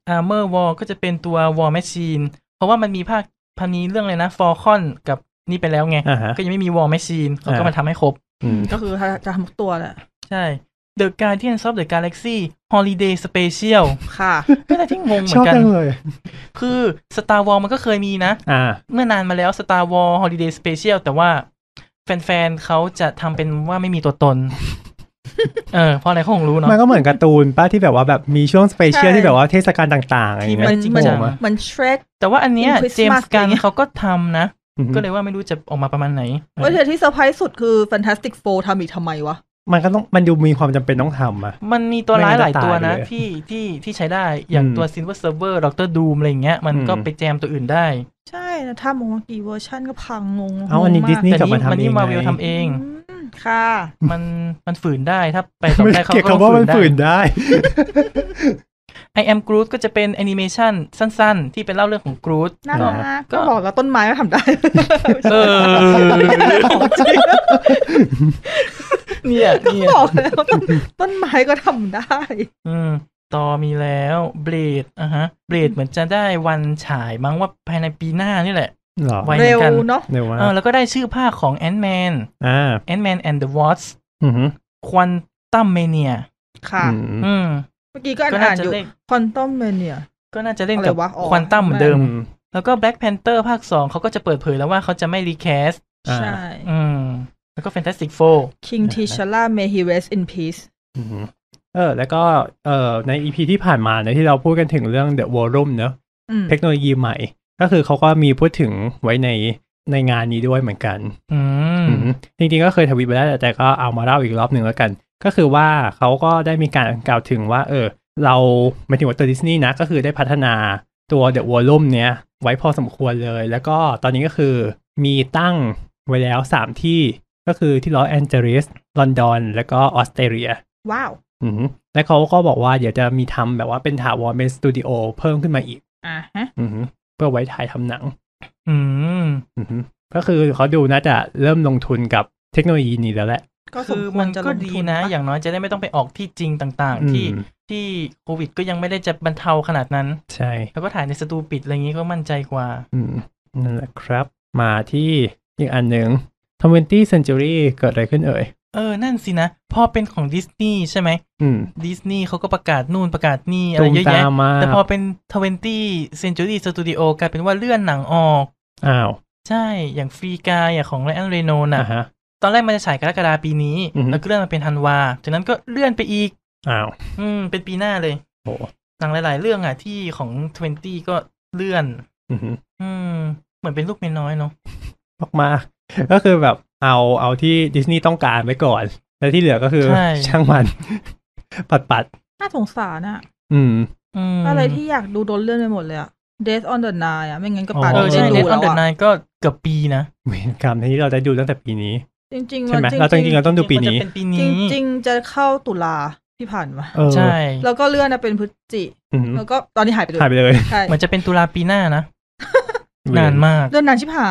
S3: อาร์เมอร์วอลก็จะเป็นตัววอลแมชชีนเพราะว่ามันมีภาคพันนี้เรื่องอะไรนะฟอลคอนกับนี่ไปแล้วไง
S2: อ่าฮะ
S3: ก็ยังไม่มีวอลแมชชีนเขาก็
S2: อ่าม
S3: มาทำให้ครบ
S2: อืม
S4: ก็คือจะทำทุกตัวแหละ
S3: ใช่ The Guardian of the Galaxy Holiday Special
S4: ค่ะ
S3: ก็อะไรที่งงเหมื
S2: ช
S3: อ
S2: อบ
S3: นกัน
S2: จังเลย
S3: คือ Star Wars มันก็เคยมีนะ
S2: อ่า
S3: เมื่อนานมาแล้ว Star Wars Holiday Special แต่ว่าแฟนๆเขาจะทำเป็นว่าไม่มีตัว ตน เออเพราะอะไรเขาคงรู้เนาะ
S2: มันก็เหมือนการ์ตูนป้าที่แบบว่าแบบมีช่วงสเปเชียล
S4: ใช่
S2: ที่แบบว่าเทศกาลต่างๆอะไร
S3: ที่
S2: เงี้
S4: มั
S2: ย
S4: น
S3: จริง
S4: มัน
S3: จัง
S2: โอ้มา
S4: มันเชรด
S3: แต่ว่าอันเนี้ย
S4: เป็น Christmas
S3: เจมส์กั
S4: อะ
S3: น
S4: ไรเงี้ย
S3: เขาก็ทำนะ
S2: อือฮึ
S3: ก็เลยว่าไม่รู้จะออกมาประมาณไหน
S4: เว้ยแต่ที่เซอร์ไพรส์สุดคือ Fantastic Four ทำอีกทำไมวะ
S2: มันก็ต้องมันดูมีความจำเป็นต้องทำอ่ะ
S3: มันมีตัวร้ายหลายตัว
S2: ไม่
S3: นะ
S2: งั้นจะตายเลย
S3: ที่ที่ที่ใช้ได้อย่าง
S2: อืม
S3: ตัว Silver Server ดร Doom อะไรอย่างเงี้ยมันก็
S2: อืม
S3: ไปแจมตัวอื่นได้
S4: ใช่นะถ้ามองว่ากี่เวอร์ชันก็พังงง
S2: เอาอันนี้
S4: งงมก
S2: ดิสนีย์
S3: แต่
S2: กลับ
S3: นี่
S2: มาทำ
S3: มัน
S2: เอ
S3: นี่
S2: ง
S3: มาเวล
S2: ไง
S3: ทำเอง
S4: อืมค่ะ
S3: มันมันฝืนได้ถ้าไปต่อ
S2: ไม่
S3: ได้เขา
S2: เกี่ยว
S3: ก็
S2: กับว่ามัน
S3: ได้
S2: ฝืนได้
S3: I am Groot ก็จะเป็นแอนิเมชันสั้นๆ ที่เป็นเล่าเรื่องของ Groot
S4: น่ารั
S2: อ่า
S4: กก็บอกแล้วต้นไม้ก็ทำได้
S3: เออเนี่ย
S4: ก็
S3: เนี่ย
S4: บอกแล้วต้นต้นไม้ก็ทำได้
S3: อืมต่อมีแล้วเบลดอ่ะฮะเบลดเหมือนจะได้วันฉายมั้งว่าภายในปีหน้านี่แหละ
S2: หรอ
S3: ไว้เหมื
S4: เร็
S3: อ
S4: วน
S3: กัน
S4: เนาะ
S2: เดี๋ยวว่า
S3: เออแล้วก็ได้ชื่อภาคของ Ant-Man
S2: อ่า
S3: Ant-Man and the Wasp
S2: อือฮึ
S3: Quantum Mania
S4: ค่ะ
S2: อืม
S3: อืม
S4: เมื่อกี้ก็
S3: ก็
S4: อ่า
S3: น่าน
S4: อ
S3: จะ
S4: ยู่
S3: เล่น
S4: คอนตอมเมเนีย
S3: ก็น่าจะเล่นกับ
S4: อะไรวะอ๋อ
S3: ควอนตัมเหมือนเดิม แล้วก็ Black Panther ภาค 2 เขาก็จะเปิดเผยแล้วว่าเขาจะไม่รีแคส
S2: อ่า
S4: ใช่
S3: อืม แล้วก็ Fantastic Four
S4: คิงทีชล่าเมฮิเวสอินพีซ
S2: อืมเออแล้วก็เออในอีพีที่ผ่านมาเนี่ยที่เราพูดกันถึงเรื่อง The War Room เนอะเทคโนโลยีใหม่ ก็คือเขาก็มีพูดถึงไว้ในในงานนี้ด้วยเหมือนกัน
S3: อืม
S2: อืมจริงๆก็เคยทวิตไปแล้วแต่แต่ก็เอามาเล่าอีกรอบหนึ่งแล้วกัน ก็คือว่าเขาก็ได้มีการกล่าวถึงว่า เออ เราหมายถึงว่าตัวดิสนีย์นะ ก็คือได้พัฒนาตัว The War Room เนี้ยไว้พอสมควรเลย แล้วก็ตอนนี้ก็คือมีตั้งไว้แล้วสามที่ก็คือที่ลอสแอนเจลิสลอนดอนแล้วก็ออสเตรเลีย
S4: ว้าว
S2: อืมและเขาก็บอกว่าเดี๋ยวจะมีทำแบบว่าเป็นถาวรเป็นสตูดิโอเพิ่มขึ้นมาอีก
S4: อ่ะฮะ
S2: อืมเพื่อไว้ถ่ายทำหนัง
S3: อืม
S2: อืมก็คือเขาดูน่าจะเริ่มลงทุนกับเทคโนโลยีนี้แล้วแหละ
S4: ก็ส
S3: คื
S4: ม
S3: อ
S4: คว
S3: มั
S4: ร
S3: น
S4: จะล
S3: ก็
S4: ง
S3: ดี
S4: ทุน
S3: นะ
S4: ป
S3: อย่างน้อยจะได้ไม่ต้องไปออกที่จริงต่าง
S2: อืม
S3: ๆ ที่ที่โควิดก็ยังไม่ได้จะบรรเทาขนาดนั้น
S2: ใช่
S3: แล้วก็ถ่ายในสตูปิดอะไรอย่างนี้ก็มั่นใจกว่า
S2: อืมนั่นแหละครับ มาที่อีกอันหนึ่ง20 century เกิดอะไรขึ้นเอ่ย
S3: เออ นั่นสินะ พอเป็นของดิสนีย์ใช่ไหม
S2: อืม
S3: ดิสนีย์เขาก็ประกาศนู่นประกาศนี่อะไร
S2: ตูม
S3: เยอะ
S2: ตา
S3: แยะ
S2: มมา
S3: แต่พอเป็น 20 Century Studio กลายเป็นว่าเลื่อนหนังออก
S2: อ้าว
S3: ใช่ อย่างฟรีกายอย่างของ r รอันเรโนน่ะ
S2: อ่ะฮะ
S3: ตอนแรกมันจะฉายกรกฎาปีนี้
S2: อือฮึ
S3: แล้วก็เลื่อนมาเป็นธันวา จากนั้นก็เลื่อนไปอีก
S2: อ้าว
S3: อืม เป็นปีหน้าเลย
S2: โอ้
S3: หนังหลาย ๆ เรื่องอ่ะที่ของ 20 ก็เลื่อน
S2: อืม
S3: อืม เหมือนเป็นลูกเมียน้อยเนาะ
S2: มากมากๆก็คือแบบเอาเอาที่ดิสนีย์ต้องการไว้ก่อน แล้วที่เหลือก็คือ
S3: ใช่
S2: ช่างมัน ปัดปัด
S4: น่าสงสารอะ
S2: ๆอืม
S3: อืม
S4: อะไรที่อยากดูโดนเลื่อนไปหมดเลยอะ Death on the Nile อะไม่งั้นก็ป่านนี้
S3: เออ
S4: ไม่
S3: ใช่
S4: ได้
S3: เด
S4: ดู
S3: ทอ
S4: แล้
S3: อน
S4: ว
S3: เดอะไน
S4: อะ
S3: ก็เกือบปีนะ
S2: เวรกรรมที่เราได้ดูตั้งแต่ปีนี้
S4: จริงๆ
S2: ใช่ไหม
S4: มัน
S2: เราจริงๆเราต้องดูปี
S3: มั
S2: นี้
S3: จะเป็นปี
S4: จ
S3: นี้
S4: ริงๆจริง ๆ จะเข้าตุลาที่ผ่านมา
S2: เออ
S3: ใช่
S4: แล้วก็เลื่อนมาเป็นพฤศจิ
S2: อืม
S4: แล้วก็ตอนนี้หายไปเลย
S2: หายไปเลย
S4: ใช่
S3: เหมือนจะเป็นตุลาปีหน้านะ นานมาก
S4: เลื่อนนานชิบหาย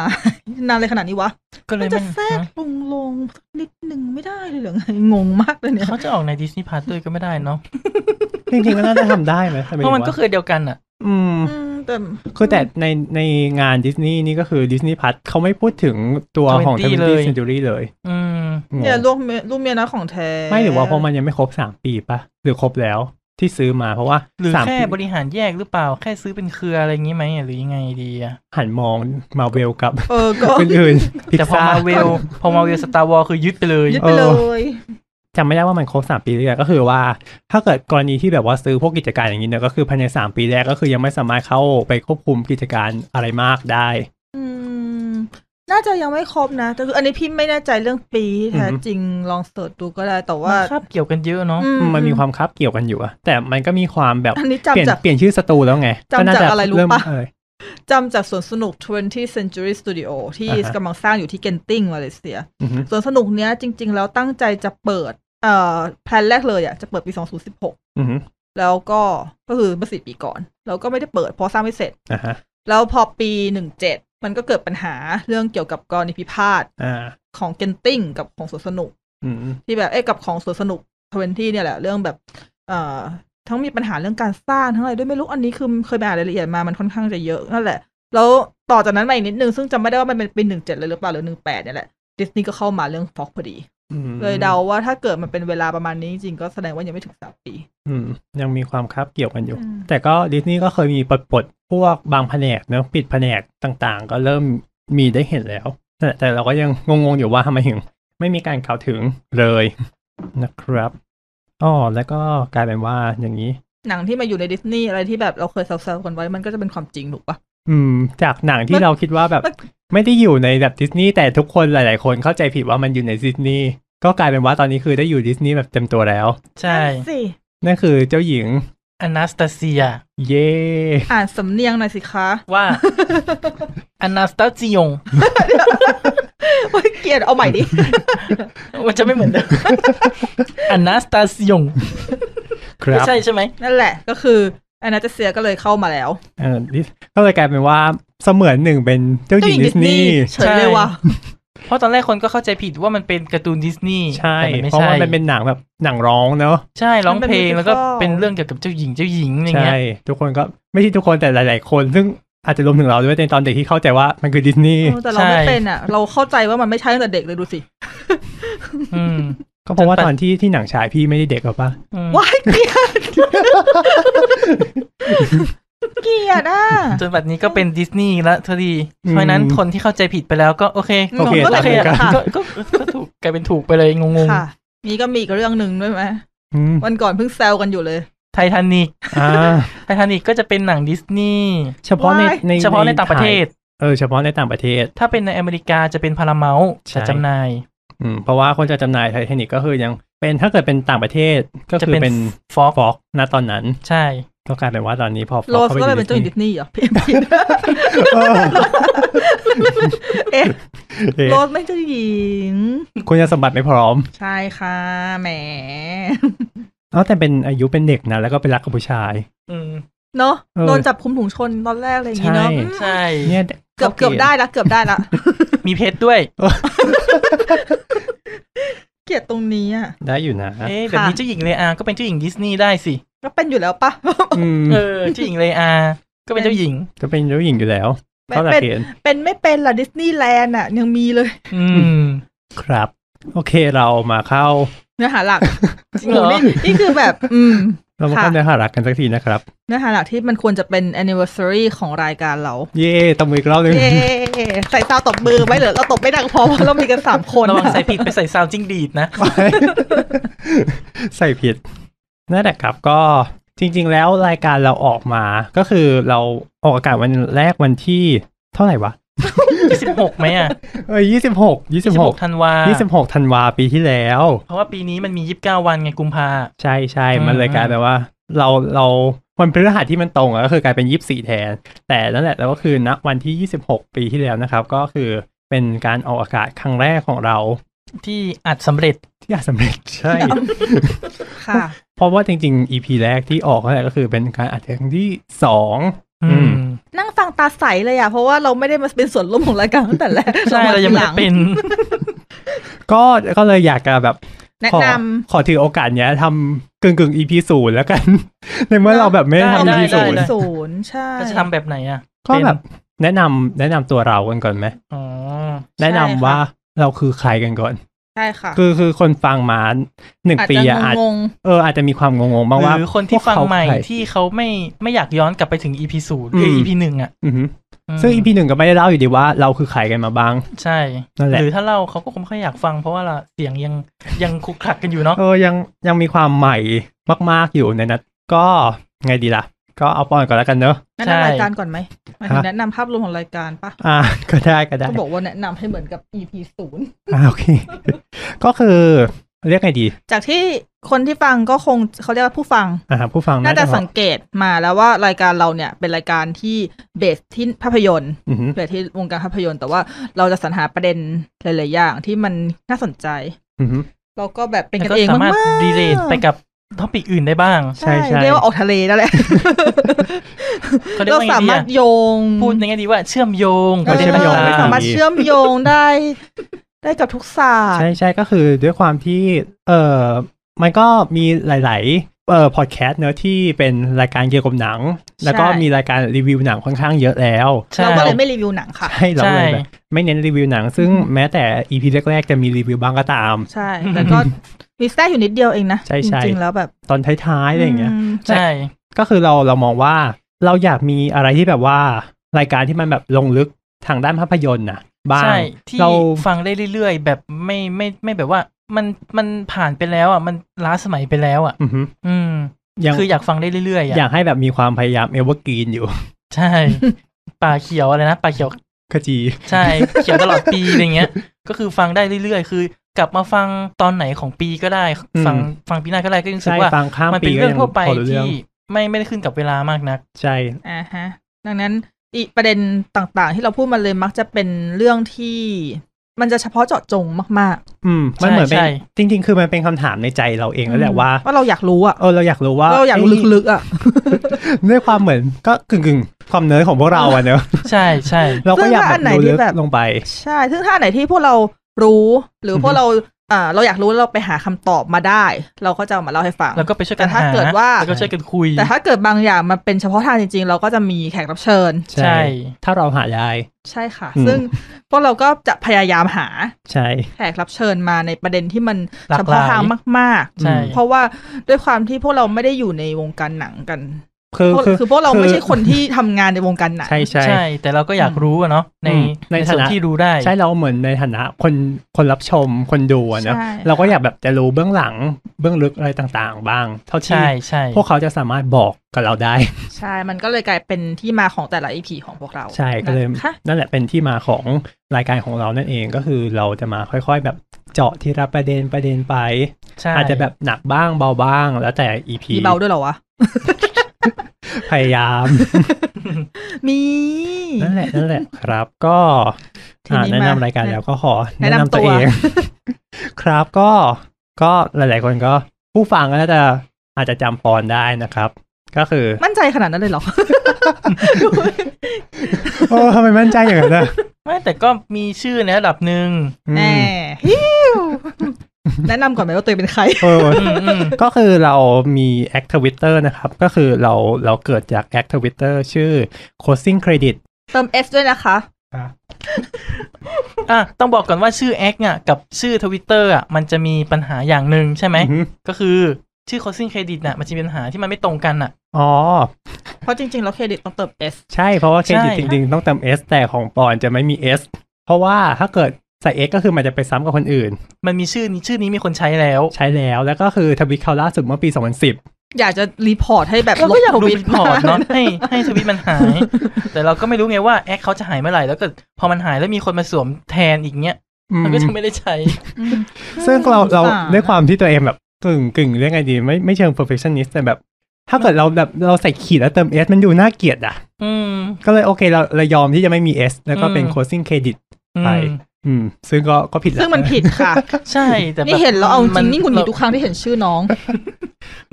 S4: นานเลยขนาดนี้วะ
S3: ก็เล
S4: มั
S3: ย
S4: นจะ
S3: มัน
S4: แทรก
S3: นะ
S4: ลงลงสักนิดหนึ่งไม่ได้เลยเหรือไง งงมากเลยเนี่ย
S3: เขาจะออกในดิสนีย์พาร์ด้วยก็ไม่ได้เนาะ
S2: จริงๆก็น่าจะทำได้ไหมทำไ
S3: เพราะมันก็คือเดียวกันอ่ะ
S2: อืม
S4: อืมแต่
S2: คือแต่ในในงานดิสนีย์นี่ก็คือดิสนีย์พัทเขาไม่พูดถึงตัวของท
S3: 20
S2: วิน
S3: เล
S2: ตี้
S3: ย
S2: เซนจูรี่เลย
S3: อืม
S2: งง
S4: เนี่ยลูกเมียลูกเมียน้อยของแท้
S2: ไม่หรือว่าเพราะมันยังไม่ครบสามปีปะหรือครบแล้วที่ซื้อมาเพราะว่า
S3: หรือ
S2: สาม
S3: แค่บ
S2: ปี
S3: ริหารแยกหรือเปล่า แค่ซื้อเป็นเครืออะไรอย่างนี้ไหมหรือยังไงดีอะ
S2: หันมองมาเวลกับ
S4: เออ ก็
S2: อื่นๆพิก
S3: แต่พอ
S2: ซ่า
S3: มาเวล พอมาเวลสตาร์วอลคือยึดไปเลย
S4: ยึดไป
S2: เอ
S4: เล
S2: อ
S4: ย
S2: จำไม่ได้ว่ามันครบสามปีหรือยังก็คือว่า ถ้าเกิดกรณีที่แบบว่าซื้อพวกกิจการอย่างนี้เนี่ยก็คือภายในสามปีแรกก็คือยังไม่สามารถเข้าไปควบคุมกิจการอะไรมากได้
S4: อืม น่าจะยังไม่ครบนะ แต่คืออันนี้พี่ไม่แน่ใจเรื่องปีที่แท้
S2: อือหือ
S4: จริงลองเสิร์ชดูก็ได้แต่
S3: มั
S4: ว่าน
S3: คาบเกี่ยวกันเยอะเนาะ
S4: อื
S2: มันมีความคับเกี่ยวกันอยู่อะแต่มันก็มีความแบบ
S4: อันนี้
S2: เปลี่ยน
S4: จำจาก
S2: เปลี่ยนชื่อสตูแล้วไง
S4: จำจาก
S2: น่
S4: อะไรรู้
S2: เม
S4: ปะ
S2: เอ่ย
S4: จำจากสวนสนุก 20th Century Studio ที่
S2: อ่าฮะ
S4: กำลังสร้างอยู่ที่เกนติงมาเลเซีย
S2: อือฮึ
S4: สวนสนุกเนี้ยจริง ๆ แล้วตั้งใจจะเปิด เอ่อแพลนแรกเลยอ่ะจะเปิดปี 2016
S2: อือฮึ
S4: แล้วก็ก็คือเมื่อสิปีก่อน แล้วก็ไม่ได้เปิดเพราะสร้างไม่เสร็จ
S2: อ่าฮะ
S4: แล้วพอปี 17 มันก็เกิดปัญหาเรื่องเกี่ยวกับกรณีพิพาท
S2: อ่า
S4: ของเกนติงกับของสวนสนุก
S2: อืม
S4: ที่แบบเอ้ยกับของสวนสนุกทเวนที่เนี่ยแหละ เรื่องแบบ เอ่อ ทั้งมีปัญหาเรื่องการสร้างทั้งอะไรด้วยไม่รู้อันนี้คือเคยไปอ่านรายละเอียดมามันค่อนข้างจะเยอะนั่นแหละ แล้วต่อจากนั้นมาอีกนิดนึง ซึ่งจำไม่ได้ว่ามันเป็นปีหนึ่งเจ็ดเลยหรือเปล่าหรือหนึ่งแปดเนี่ยแหละดิสนีย์ก็เข้ามาเรื่องฟ็อกพอดี
S2: อืม
S4: เลยเดาว่าถ้าเกิดมันเป็นเวลาประมาณนี้จริงๆก็แสดงว่ายังไม่ถึงสามปี
S2: อืมยังมีความคาบเกี่ยวกันอยู่
S4: อืม
S2: แต่ก็ดิสนีย์ก็เคยมีปลดปลดพวกบางแผนกเนอะปิดแผนกต่างๆ ก็เริ่มมีได้เห็นแล้ว แต่แต่เราก็ยังงงๆอยู่ว่าทำไมถึงไม่มีการกล่าวถึงเลย นะครับอ๋อแล้วก็กลายเป็นว่าอย่างนี้
S4: หนังที่มาอยู่ในดิสนีย์อะไรที่แบบเราเคยแซวๆกันไว้มันก็จะเป็นความจริงถูกปะ
S2: อืม จากหนัง
S4: มั
S2: ที่
S4: น
S2: เราคิดว่าแบบ
S4: มัน
S2: ไม่ได้อยู่ในแบบดิสนีย์แต่ทุกคนหลายๆ คนเข้าใจผิดว่ามันอยู่ในดิสนีย์ก็กลายเป็นว่าตอนนี้คือได้อยู่ดิสนีย์แบบเต็มตัวแล้ว
S3: ใช่
S4: นั่นสิ
S2: นั่นคือเจ้าหญิง
S3: อนาสตาเซีย
S2: เย่
S4: อ่านสำเนียงหน่อยสิคะ
S3: ว่า อนาสตาเซียง
S4: โอ๊ยเกลียดเอาใหม่ดิ
S3: มันจะไม่เหมือนเดิม อนาสตาเซียง
S2: ครั
S3: ไม่
S2: บ
S3: ใช่ใช่ไหม
S4: นั่นแหละก็คืออนาเจเซียก็เลยเข้ามาแล้ว
S2: เออดิสก็เลยกลายเป็นว่าเสมือนหนึ่งเป็นเจ้าหญิงดิสนีย์
S4: เฉยเลยว่ะ
S3: เพราะตอนแรกคนก็เข้าใจผิดว่ามันเป็นการ์ตูนดิสนีย์
S2: ใช่
S3: แต่มันไม่
S2: เพราะ
S3: ใช่
S2: ว่ามันเป็นหนังแบบหนังร้องเนอะ
S3: ใช่ร้อง
S4: มันเป็น
S3: เพลง
S4: musical
S3: แล้วก็เป็นเรื่องเกี่ยวกับเจ้าหญิงเจ้าหญิงอะไรเงี้
S2: ใช่
S3: ย
S2: ทุกคนก็ไม่ใช่ทุกคนแต่หลาย ๆ คน ซึ่งอาจจะรวมถึงเราด้วยในตอนเด็กที่เข้าใจว่ามันคือดิสนีย์
S4: เออแต่เราไม่เป็นอ่ะ เราเข้าใจว่ามันไม่ใช่ตั้งแต่เด็กเลยดูสิ
S3: อืม
S2: ก็เพราะว่า
S3: จนปัจ
S2: ตอนที่ที่หนังฉายพี่ไม่ได้เด็กหรอปะ
S3: อืม
S4: ว้ายเกลียดเกลียดอ่ะ
S3: จนบัดนี้ก็เป็นดิสนีย์แล้วทีดีเพราะฉะนั้นคนที่เข้าใจผิดไปแล้วก็โอเค
S2: โอเค
S4: หนูก็
S2: ตาม
S4: ไค
S2: เดี
S4: ย
S2: ยวกัน
S4: ค่ะ
S3: ก็ก็ก็ถูกกลายเป็นถูกไปเลยงง
S4: ค่ะ นี่ก็มีอีกเรื่องหนึ่งด้วยไหม
S2: อืม
S4: วันก่อนเพิ่งแซวกันอยู่เลย
S3: ๆไททานิก
S2: อ่า
S3: ไททานิกก็จะเป็นหนังดิสนีย์
S2: เฉพาะใน
S4: Why?
S2: ใน
S3: เฉพาะในต่างประเทศ
S2: เออเฉพาะในต่างประเทศ
S3: ถ้าเป็นในอเมริกาจะเป็นพาราเมาส์
S2: ใช่
S3: จะจำหน่าย
S2: อืมเพราะว่าคนจะจำหน่ายไททานิกก็คือยังเป็นถ้าเกิดเป็นต่างประเทศก็
S3: จะ
S2: คือ
S3: เป็
S2: เป็น
S3: นฟ็อก
S2: ฟอกนะตอนนั้น
S3: ใช่
S2: ก็กลายเป็นว่าตอนนี้พอ Fox
S4: โรส
S2: ข้า
S4: ก็เลย
S2: อยู่
S4: เป็นเจ้าหญิงดิสนีย์เหรอพี่ เอ๊ะโรสไม่เจ้าหญิง
S2: คุณสมบัติไม่พร้อม
S4: ใช่ค่ะแหม
S2: เอ๋อแต่เป็นอายุเป็นเด็กนะ แล้วก็ไปรักกับผู้ชาย
S3: อืม
S4: เนาะ
S2: เออ
S4: โดนจับคุมถุงชนตอนแรกอะไรอย่างงี้เนาะ
S2: ใช่
S4: อืม
S3: ใช่
S2: เนี่ย
S4: เกือบเกือบได้ละเกือบได้ละ
S3: มีเพชรด้วย
S4: เกลียดตรงนี้อ่ะ
S2: ได้อยู่นะ
S3: เอ๊ะแบบนี้
S4: ค่ะ
S3: เจ้าหญิงเลอาก็เป็นเจ้าหญิงดิสนีย์ได้สิ
S4: ก็เป็นอยู่แล้วปะ
S2: อืม
S3: เออเจ้าหญิงเลอาก็เป็นเจ้าหญิง
S2: ก็เป็นเจ้าหญิงอยู่แล้ว
S4: ไม่
S2: เท่าหลัก
S4: เป็น
S2: เกณฑ์
S4: เป็นไม่เป็นล่ะดิสนีย์แลนด์อ่ะ ยังมีเลย
S3: อืม
S2: ครับ โอเคเรามาเข้า
S4: เนื้อหา หลัก
S3: จริงเหรอ
S4: โโนี่นี่คือแบบ อืม
S2: เรามาเข้า
S4: ค่ะ
S2: เนื้อหาหลักกันสักทีนะครับ
S4: เนื้อหาหลักที่มันควรจะเป็น anniversary ของรายการ เรา
S2: เย่ตบมืออีกรอบหนึง
S4: เย้ใส่ซาวตบมือไว้เหรอเราตบไม่ดังพอเพราะเรามีกัน สามคน
S3: ระวังใส่ผิดไปใส่ซาวจิ้งดีดนะ
S2: ใส่ผิดนั่นแหละครับก็จริง ๆ แล้วรายการเราออกมา ก็คือเราออกอากาศวันแรกวันที่เท่าไหร่วะ
S3: สิบหกไหมอ่ะ
S2: เออยี่สิบหกยี่สิบหก
S3: ธันวา
S2: ยี่สิบหกธันวาปีที่แล้ว
S3: เพราะว่าปีนี้มันมียี่สิบเก้าวันไงกุมภา
S2: ใช่ใช่
S3: อืม
S2: มันเลยกลายเป็นว่า เราเราวันพฤหัสที่มันตรงอะก็คือกลายเป็นยี่สี่แทน แต่นั่นแหละแล้วก็คือณวันที่ยี่สิบหกปีที่แล้วนะครับ ก็คือเป็นการออกอากาศครั้งแรกของเรา
S3: ที่อัดสำเร็จ
S2: ที่ อาจสำเร็จใช่
S4: ค่ะ
S2: เพราะว่าจริงๆ EP แรกที่ออกนั่นแหละก็คือเป็นการอัดครั้งที่สอง
S3: อื
S2: อื
S3: ม
S2: ม
S4: นั่งฟังตาใสเลยอ่ะ เพราะว่าเราไม่ได้มาเป็นส่วนร่วมของรายการตั้งแต่แรก
S3: ใช่เรายังไม่ได้เป็น
S2: ก็ก็เลยอยากจะแบบ
S4: แนะ
S2: ขอน ขอถือโอกาสเนี้ยทำกึ่งกึ่ง EP ศูนย์แล้วกัน ในเมื่อเราแบบไม่ได้
S3: ได้
S2: ทำ
S3: ได้
S2: EP
S3: ได้
S2: ศูนย์
S3: ได้
S4: ศูนย์ใช่
S3: เราจะทำแบบไหนอ่ะ
S2: ก็แบบแนะนำแนะนำตัวเรากันก่อนไหม
S3: อ๋อ
S2: แนะนำว่าเราคือใครกันก่อน
S4: ใช่ค่ะ
S2: คือคือคนฟังมาหนึ่ง
S4: อาจ
S2: ปี
S4: จะ
S2: อะอาจ
S4: งง
S2: เอออาจจะมีความงงๆบ้างว่า
S3: หรือคนที่
S2: พวก
S3: ฟัง
S2: เขา
S3: ใหม่
S2: คร
S3: ที่เขาไม่ไม่อยากย้อนกลับไปถึง EP ศูนย์หรือ
S2: ม
S3: EP หนึ่งอ่ะ
S2: อือฮึ
S3: ม
S2: ซึ่งอีพีหนึ่งก็ไม่ได้เล่าอยู่ดีว่าเราคือใครกันมาบ้าง
S3: ใช่
S2: นั่นแหละ
S3: หรือถ้าเล่าเขาก็คงไม่ค่อยอยากฟัง เพราะว่าเราเสียงยังยังคลุกคลักกันอยู่เนาะ
S2: เออยังยังมีความใหม่มาก ๆอยู่ในนั้นก็ไงดีล่ะ ก็เอาปอนก่อนแล้วกันเนอะ
S4: แนะ
S3: ใช่
S4: นำรายการก่อนไหมหมายถึงแนะนำภาพรวมของรายการปะ
S2: อ่า ก็ได้ก็ได้
S4: ก็บอกว่าแนะนำให้เหมือนกับ EP ศูนย์
S2: อ่าโอเค ก็คือเรียกไงดี
S4: จากที่คนที่ฟังก็คงเขาเรียกว่าผู้ฟัง
S2: อ่าผู้ฟัง
S4: น่าจะ
S2: พอ
S4: สังเกตมาแล้วว่ารายการเราเนี่ยเป็นรายการที่เบสที่ภาพยนตร์
S2: อือฮึ
S4: เบสที่วงการภาพยนตร์ แต่ว่าเราจะสรรหาประเด็นหลายๆอย่างที่มันน่าสนใจ
S2: อือฮึ
S4: แล้วก็แบบเป็น
S3: แล้
S4: กั
S3: ว
S4: น
S3: ก็
S4: เอง
S3: สามาร
S4: มา
S3: ถ
S4: กๆ
S3: ดีเลทไปกับท็อปิกอื่นได้บ้าง
S2: ใช่ใช่
S4: เรียกว่าออกทะเลนั่นแหละ
S3: เขาเรียก
S4: เรา
S3: ว่าไง
S4: สา
S3: ดี
S4: มารถ
S3: อะ
S4: โยง
S3: พูดในแง่ดีว่าเชื่อมโยง
S2: เออ
S3: ประเด็น
S2: เชื่อมโยง
S3: ต่
S2: ได้
S4: สามารถ
S2: ดี
S4: เชื่อมโยงได้ได้กับทุกศาสต
S2: ใช่
S4: ร์
S2: ใช่ก็คือด้วยความที่เออมันก็มีหลายๆเอ่อพอดแคสต์เนอะที่เป็นรายการเกี่ยวกับหนัง แล้วก็
S4: ใช่
S2: มีรายการรีวิวหนังค่อนข้างเยอะแล้ว
S3: ๆ
S4: เรา
S3: ใช่
S4: ก็เลยไม่รีวิวหนังค่ะ
S2: ใช่เราเลย
S3: ใช่
S2: แบบไม่เน้นรีวิวหนัง ซึ่งแม้แต่ EP แรกๆ จะมีรีวิวบ้างก็ตาม
S4: ใช่ แล้วก็มีแทรกอยู่นิดเดียวเองนะ
S2: ใช่
S4: จ
S2: ใช่
S4: ริงๆแล้วแบบ
S2: ตอนท้ายๆอะไรอย่างเงี้ย
S4: ม
S3: ใช่
S2: ก็คือเราเรามองว่าเราอยากมีอะไรที่แบบว่ารายการที่มันแบบลงลึกทางด้านภาพยนตร์นะบ้าง
S3: ใช่ ที่
S2: เรา
S3: ฟังได้เรื่อยๆ แบบไม่ไม่ไม่แบบว่ามันมันผ่านไปแล้วอ่ะมันล้าสมัยไปแล้วอ่ะ
S2: อือฮึ
S3: อืม
S2: ยัง
S3: คืออยากฟังได้เรื่อยๆอ่ะ
S2: อยากให้แบบมีความพยายามเอเวอร์กรีนอยู่
S3: ใช่ ป่าเขียวอะไรนะป่าเขียว
S2: ขจี
S3: ใช่ เขียวตลอดปีอะไรเงี้ย ก็คือฟังได้เรื่อยๆ คือกลับมาฟังตอนไหนของปีก็ได้
S2: อืม
S3: ฟังฟังปีหน้าก็ได้ก็ยังรู้สึ
S2: ใช่
S3: กว่า
S2: ฟังข้าม
S3: มันเป็
S2: ปี
S3: น
S2: ก็
S3: เรื่อง
S2: ยัง
S3: ทั่วไป
S2: พอรู้เรื่อง
S3: ที่ไม่ไม่ได้ขึ้นกับเวลามากนัก
S2: ใช่
S4: อ่าฮะดังนั้นอีกประเด็นต่างๆ ที่เราพูดมาเลยมักจะเป็นเรื่องที่ มันจะเฉพาะเจาะจงมาก
S2: อืมมัน
S3: ใช่
S2: เหมือนเป็น
S3: ใช่
S2: จริง ๆ คือมันเป็นคำถามในใจเราเอง
S4: ๆ
S2: แล้วแหละว่า
S4: ว่าเราอยากรู้อะ
S2: เออเราอยากรู้ว่า
S4: เราอยากรู้ลึกๆอะ
S2: ๆด้วยความเหมือนก็กึ่งๆความเนิร์ดของพวกเราอะเนอะ
S3: ใช่ใช่
S2: เราก็อยากแบบรู้ลึกลงไป
S4: ใช่ซึ่งถ้าไหนที่พวกเรารู้หรือพวกเราอ่าเราอยากรู้แล้วเราไปหาคำตอบมาได้ เราก็จะเอามาเล่าให้ฟัง
S3: แล้วก็ไปช่วยกัน
S4: แต่ถ้า
S3: ห
S4: เกิดว่า
S3: แล้วก็ช่วยกันคุย
S4: แต่ถ้าเกิดบางอย่างมันเป็นเฉพาะทางจริง ๆ เราก็จะมีแขกรับเชิญ
S2: ใช่
S3: ใช่
S2: ถ้าเราหาได้
S4: ใช่ค่ะ
S2: อืม
S4: ซึ่งพวกเราก็จะพยายามหา
S2: ใช่
S4: แขกรับเชิญมาในประเด็นที่มัน
S3: หลา
S4: เฉ
S3: กหลาย
S4: พาะทางมาก ๆ
S3: ใช่
S4: เพราะว่าด้วยความที่พวกเราไม่ได้อยู่ในวงการหนังกัน
S2: คือ
S4: พวก
S2: คือ
S4: คือพวกเรา
S2: คือ
S4: ไม่ใช่คนที่ทำงานในวงการหนัง
S2: ใช่ใช่
S3: ใช่ แต่เราก็อยากรู้อะเนาะใน
S2: อืมใน
S3: ในส่วน
S2: ฐานะ
S3: ที่รู้ได้
S2: ใช่เราเหมือนในฐานะคนคนรับชมคนดูอะเนอะ
S4: ใช่
S2: เราก็อยากแบบจะรู้เบื้องหลังเบื้องลึกอะไรต่างๆ บ้าง เท่าที่
S3: ใช่ใช่
S2: พวกเขาจะสามารถบอกกับเราได้
S4: ใช่ มันก็เลยกลายเป็นที่มาของแต่ละ EP ของพวกเรา
S2: ใช่ก็เลย
S4: นะคะ
S2: นั่นแหละเป็นที่มาของรายการของเรานั่นเองก็คือเราจะมาค่อยๆ แบบเจาะทีละประเด็นประเด็นไป
S3: ใช่
S2: อาจจะแบบหนักบ้างเบาบ้าง แล้วแต่ EP
S4: มีเบาด้วยเหรอวะ
S2: พยายาม
S4: มี
S2: นั่นแหละนั่นแหละครับ ก็
S4: ที
S2: อ่าแนะนำ
S4: ม
S2: รายการแล้วก็ขอ
S4: แนะ
S2: แนะ
S4: นำ
S2: นำตัว
S4: ตัว
S2: เอง ครับก็ก็หลาย ๆ คนก็ผู้ฟังก็น่าจะอาจจะจำปอนได้นะครับ ก็ คือ
S4: มั่นใจขนาดนั้นเลยเหรอ
S2: โอ้ทำไมมั่นใจอย่างนั้นนะ
S3: ไม่แต่ก็มีชื่อในระดับหนึ่ง
S2: อืม
S4: แหมฮิว แนะนำก่อนไหมว่าตัวเองเป็นใคร
S2: เออ
S3: อืมอืม
S2: ก็คือเรามีแอคทวิตเตอร์นะครับ ก็คือเราเราเกิดจากแอคทวิตเตอร์ชื่อ closing credit
S4: เติม S ด้วยนะคะ
S3: อ่ะต้องบอกก่อนว่าชื่อแอคเนี่ยกับชื่อทวิตเตอร์อ่ะมันจะมีปัญหาอย่างหนึ่งใช่ไหม
S2: อือฮึ
S3: ก็คือชื่อ closing credit น่ะมันจะมีปัญหาที่มันไม่ตรงกันอ่ะ
S2: อ๋อ
S4: เพราะจริงๆ เราเครดิตต้องเติม S
S2: ใช่เพราะว่าเครดิต
S3: ใช่
S2: จริง ๆ ต้องเติม S แต่ของปอนจะไม่มี S เพราะว่าถ้าเกิดใส่ X ก็คือมันจะไปซ้ำกับคนอื่น
S3: มันมีชื่อนี้ชื่อนี้มีคนใช้แล้ว
S2: ใช้แล้วแล้วก็คือทวิตเขาล่าสุดเมื่อปี 2010
S4: อยากจะรีพอร์ตให้แบบ
S3: เรา
S4: ล
S3: ก็
S4: บ
S3: อยาก
S4: ท
S3: ดู
S4: วิต
S3: รีพอร์ตเนาะให้ให้ทวิตมันหาย แต่เราก็ไม่รู้ไงว่าแอคเขาจะหายเมื่อไหร่แล้วก็พอมันหายแล้วมีคนมาสวมแทนอีกเนี้ยมันก็จะไม่ได้ใช้
S4: อืม
S2: ซึ่งเราเรา
S4: สส
S2: ด้วยความที่ตัวเองแบบกึ่งกึ่งเรียกไงดี ไม่ไม่เชิง perfectionist แต่แบบ ถ้าเกิดเราแบบเราใส่ขีดแล้วเติม S มันดูน่าเกลียดอ่ะ
S3: อืม
S2: ก็เลยโอเคเราเรายอมที่จะไม่มี S แล้วก็เป็น
S3: อืม
S2: closing credit
S3: อืม
S2: ไป อืม ซึ่งก็ก็ผิดแล้ว
S4: ซึ่งมันผิดค่ะ
S3: ใช่แต่แบบ
S4: นี่เห็นแล้วเอาจริ
S3: มั
S4: งนี่หงุนหงิดทุกครั้งที่เห็นชื่อน้อง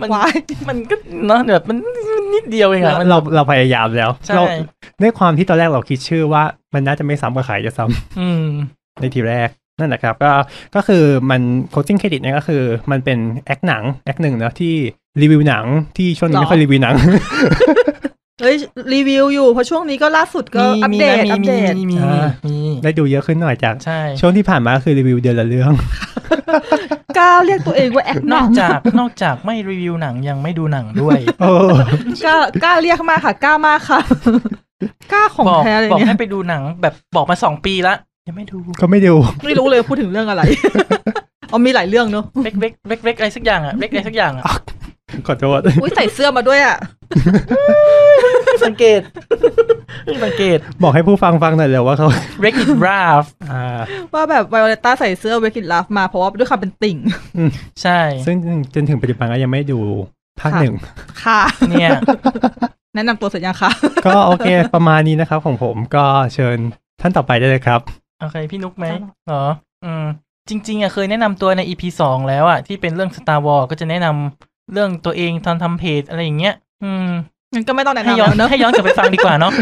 S3: มัน
S4: ว้าย
S3: มันก็เนาะแบบมันมันนิดเดียวเอง
S2: เรา
S3: อ่ะมัน
S2: เราเราพยายามแล้ว
S3: ใช่
S2: เราด้วยความที่ตอนแรกเราคิดชื่อว่ามันน่าจะไม่ซ้ำกับใครจะซ้
S3: อืม
S2: ำในทีแรก นั่นแหละครับ ก็ก็คือมัน closing credit เนี่ยก็คือ มันเป็นแอคหนังแอคหนึ่งเนอะที่รีวิวหนังที่ช่วง
S4: ห
S2: นี้
S4: รอ
S2: ไม่ค่อยรีวิวหนัง
S4: เฮ้ยรีวิวอยู่เพราะช่วงนี้ก็ล่าสุดก็อัปเดต
S3: มี
S4: อัปเดต
S3: มีมี
S2: อ่า
S3: มี
S2: ได้ดูเยอะขึ้นหน่อยจาก
S3: ใช่
S2: ช่วงที่ผ่านมาก็คือรีวิวเดือนละเรื่อง
S4: กล้าเรียกตัวเองว่าแอคนนอ
S3: อก
S4: ก
S3: จาก นอกจากไม่รีวิวหนังยังไม่ดูหนังด้วย
S2: โอ้
S4: ล้ากล้าเรียกมากค่ะ กล้ามากค่ะ กล้าของ
S3: บอก
S4: แท้เลย
S3: บอก
S4: เนี่ย
S3: ให้ไปดูหนังแบบบอกมาสองปีละ ยังไม่ดู
S2: ก็ไม่ดู
S4: ไม่รู้เลยพูดถึงเรื่อง อะไร เอามีหลายเรื่องเนอะ
S3: เว็กเว็กเว็กเว็กอะไรสักอย่างอะเว็กอะไรสักอย่างอะ
S2: ขอโทษ
S4: อุ้ยใส่เสื้อมาด้วยอ่ะ
S5: สังเกตสังเกต
S2: บอกให้ผู้ฟังฟังหน่อยเดี๋ยวว่าเขา
S3: Wreck It Ralph
S2: อ่า
S4: ว่าแบบไวโอเลต้าใส่เสื้อเวกิลาฟมาเพราะว่าด้วยความเป็นติ่ง
S3: ใช่
S2: ซึ่งจนถึงปัจจุบันก็ยังไม่ดูภาค
S4: ค่ะ
S2: หนึ่ง
S4: ค่ะ
S3: เนี่ย
S4: แนะนำตัวเสร็จยังคะ
S2: ก็โอเค ประมาณนี้นะครับของผมก็เชิญท่านต่อไปได้เลยครับ
S3: โอเค พี่นุกไหมเหรออืม จริง ๆอ่ะเคยแนะนำตัวใน EP สองแล้วอ่ะ ที่เป็นเรื่อง Star Wars ก็จะแนะนำเรื่องตัวเองตอนทำเพจอะไรอย่างเงี้ย อืม
S4: งั้นก็ไม่ต้องแนะ
S3: ให้
S4: นำ
S3: ย้อน
S4: แล้วเนอะ
S3: ให้ย้อนกลับไปฟังดีกว่าเนาะ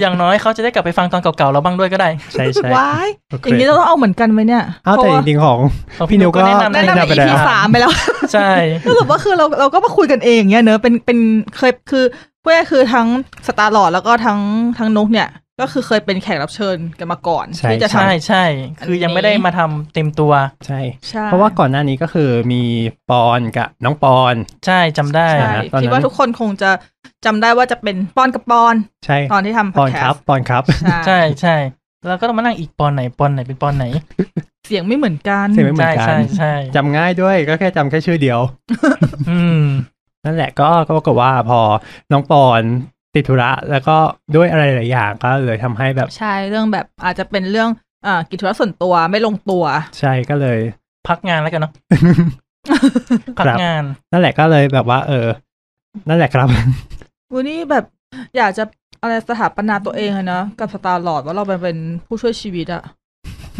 S3: อย่างน้อยเขาจะได้กลับไปฟังตอนเก่าๆเราบ้างด้วยก็ได้
S2: ใช่ใช่
S4: ว้าย
S2: โอเค
S4: อย่างนี้เราต้องเอาเหมือนกันไหมเนี่ย
S2: อ้าวแต่จริงๆของ
S3: เพราะ
S2: พี่นิวก็
S3: แนะนำ
S4: แนะ
S2: แนะ
S4: นำ
S2: นำไป
S4: ใน
S2: แล้ว
S4: EP สามไปแล้ว
S3: ใช่
S4: สรุปว่าคือเราเราก็มาคุยกันเองเนี่ยเนอะเป็นเป็นเคยคือเพื่อคือทั้งสตาร์ลอดแล้วก็ทั้งทั้งนุกเนี่ย ก็คือเคยเป็นแขกรับเชิญกันมาก่อน
S2: ใช่
S4: ที่จะท
S3: ใช่ใช่ คือยังไม่ได้มาทำเต็มตัว
S2: ใช่
S4: ใช่
S2: เพราะว่าก่อนหน้านี้ก็คือมีปอนกับน้องปอน
S3: ใช่จำได้
S4: ำใช่
S2: นะตอนนั้น
S4: คิดว่าทุกคนคงจะจำได้ว่าจะเป็นปอนกับปอน
S2: ใช่
S4: ตอนที่ทำ
S2: ปอนครับ ปอนครับ
S4: ใช่
S3: ใช่ใช่ แล้วก็ต้องมานั่งอีกปอนไหนปอนไหนเป็นปอนไหน
S4: เสียงไม่เหมือนกัน
S2: เสียงไม่เหมือ
S3: ใช่
S2: นกัน
S3: ใช่ใช่
S2: จำง่ายด้วยก็แค่จำแค่ชื่อเดียว
S3: อืม
S2: นั่นแหละก็ก็ปรากฏว่าพอน้องปอนติดธุระแล้วก็ด้วยอะไรหลายอย่างก็เลยทำให้แบบ
S4: ใช่เรื่องแบบอาจจะเป็นเรื่องอ่ากิจธุระส่วนตัวไม่ลงตัว
S2: ใช่ก็เลย
S3: พักงานแล้ วกันเนาะ พักงาน
S2: นั่นแหละก็เลยแบบว่า เออ นั่นแหละครับ
S4: วันนี้แบบอยากจะอะไรสถาปนาตัวเองอะนะกับสตาร์ลอดว่าเราเป็นเป็นผู้ช่วยชีวิตอะ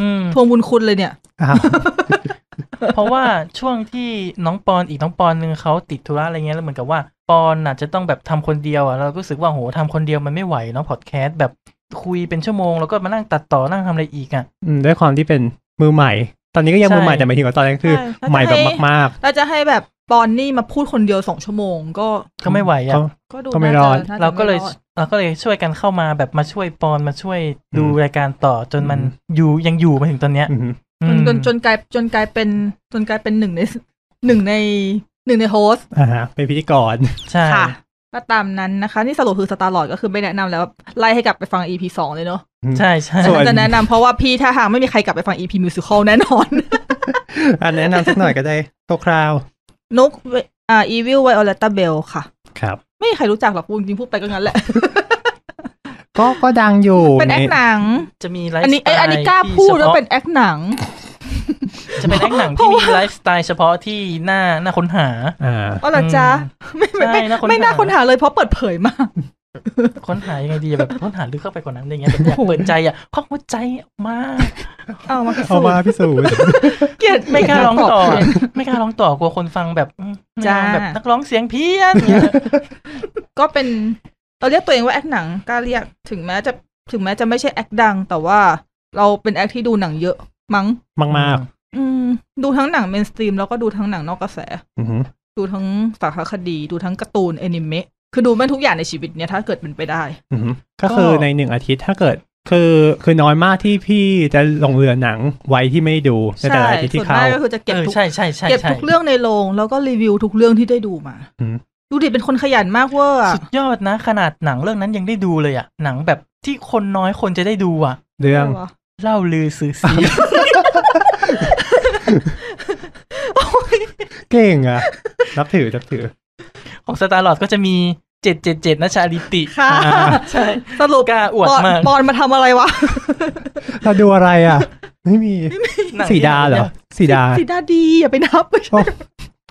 S3: อืม
S4: ทวงบุญคุณเลยเนี่ย
S2: อ้าว
S3: เพราะว่าช่วงที่น้องปอนอีกน้องปอนหนึ่งเขาติดธุระอะไรเงี้ยแล้วเหมือนกับว่าปอนอาจจะต้องแบบทำคนเดียวอ่ะเราก็รู้สึกว่าโหทำคนเดียวมันไม่ไหวเนาะพอดแคสต์แบบคุยเป็นชั่วโมงแล้วก็มานั่งตัดต่อนั่งทำอะไรอีกอ่ะ
S2: อืมด้วยความที่เป็นมือใหม่ ตอนนี้ก็ยัง
S3: ใช่
S2: มือใหม่แต่หมายถึงว่าตอนนั้นคือ
S4: ใช่
S2: ใหม่แบบ
S4: ใช่
S2: มาก
S4: เราจะให้แบบปอนนี่มาพูดคนเดียวสองชั่วโมงก็
S3: ก็ไม่ไหว
S2: ๆ
S3: อ่ะ
S2: เขา
S4: ก็ดู
S2: ก็ไม่
S4: น่าจะ
S2: รอด
S4: น่จะ
S3: เราก็เลย
S4: ไม่รอด
S3: เราก็เลยช่วยกันเข้ามาแบบมาช่วยปอนมาช่วยดู
S2: อืม
S3: รายการต่อจนมัน
S2: อืม
S3: อยู่ยังอยู่มาถึงตอนเนี้ย
S2: อืม
S4: จนจนจ
S3: อืม
S4: นกลายจนกลายเป็นจนกลายเป็นหนึ่งในหนึ่งในหนึ่งในโฮสต์
S2: อ่าฮะเป็นพิธีกร
S3: ใช่
S4: ค่ะ ก็ตามนั้นนะคะ นี่สรุปคือสตาร์ลอดก็คือไม่แนะนำแล้วไล่ให้กลับไปฟัง EP สองเลยเนาะ
S3: ใช่ใช่
S2: ส่วน
S4: จะแนะนำเพราะว่าพี่ถ้าหากไม่มีใครกลับไปฟัง EP musical แน่นอน
S2: อันแนะนำสักหน่อยก็ได้คร่าว
S4: นกเวอ่าอีวิลไวโอเลต้าเบลค่ะ
S2: ๆครับ
S4: ไม่มีใครรู้จักหรอกพูดจริงๆพูดไปก็งั้นแหละ
S2: ก็ก็ดังอยู่
S4: เป็นแอคหนัง
S3: จะมีไลฟ์
S4: อันนี้เอ้ย
S3: สไตล์
S4: อันนี้กล้าพูด
S3: ที่
S4: ว่า
S3: ฉพะ
S4: เป็นแอคหนัง
S3: จะเป็นแอคหนัง
S4: เพ
S3: ที่
S4: ราะ
S3: มี
S4: ว่า
S3: ไลฟ์สไตล์เฉพาะที่หน้าหน้าค้นหา
S2: อ่า
S4: อ๋อเหรอจ๊ะ ไม่ไม่ไม่
S3: ใช่น่าค้นหา
S4: ไม่น่าค้นหาเลยเพราะเปิดเผยมาก
S3: ค้นหายังไงดีอะแบบค้นหาลึกเข้าไปกว่านั้นอะไรเงี้ยแบบอยากเปิดใจอ่ะควักหัวใจออกมา
S4: เอามาพิสูจ
S2: เอามา
S4: น์
S2: พิสูจน์
S4: เกลียด
S3: ไม่กล้าร้องต่อ
S4: เกลียด
S3: ไม่กล้าร้องต่อกลัวคนฟังแบบอืม
S4: จ้า
S3: แบบนักร้องเสียงเพี้ยนเงี้ย
S4: ก็เป็นเราเรียกตัวเองว่าแอคหนังกล้าเรียกถึงแม้จะถึงแม้จะไม่ใช่แอคดัง แต่ว่าเราเป็นแอคที่ดูหนังเยอะมั้ง
S2: มาก
S4: อืม ดูทั้งหนังเมนสตรีมแล้วก็ดูทั้งหนังนอกกระแส
S2: ๆอือหือ
S4: ดูทั้งสารคดี ดูทั้งการ์ตูนแอนิเมะคือดูแม่งทุกอย่างในชีวิตเนี่ยถ้าเกิดเป็นไปได้
S2: อือหือก็คือในหนึ่งอาทิตย์ถ้าเกิด คือคือน้อยมากที่พี่จะลงเรือหนังไว้ที่ไม่ได้ดูในแต่ละอาทิตย์
S4: ส่
S2: ที่
S4: วนมา
S2: เข้า
S4: กก็คือจะเก็บ
S3: เออ
S4: ทุก
S3: ใช่ใช่ใช่
S4: เก็บ
S3: ใช่
S4: ทุกเรื่องในโรงแล้วก็รีวิวทุกเรื่องที่ได้ดูมา
S2: อืม
S4: ดูดิเป็นคนขยันมากเวอร์อะ
S3: สุดยอดนะ ขนาดหนังเรื่องนั้นยังได้ดูเลยอ่ะ หนังแบบที่คนน้อยคนจะได้ดูอ่ะ
S2: เรื่อง
S4: วะ
S3: เล่าลือซื้อซี
S2: เก่งอะนับถือนับถือ
S3: ของสตาร์ลอดก็จะมีเจ็ดเจ็ดเจ็ดนะชาลิติ
S4: ค่ะ
S2: อ่า
S3: ใช่
S4: สรุป
S3: กล้าอวด
S4: ปอน
S3: มาก
S4: ปอนมาทำอะไรวะ
S2: เราดูอะไรอ่ะ ไม่มี
S3: หนัง
S2: สีดาเหรอสีดา
S4: สีหน้าดีอย่าไปนับ
S2: โอ้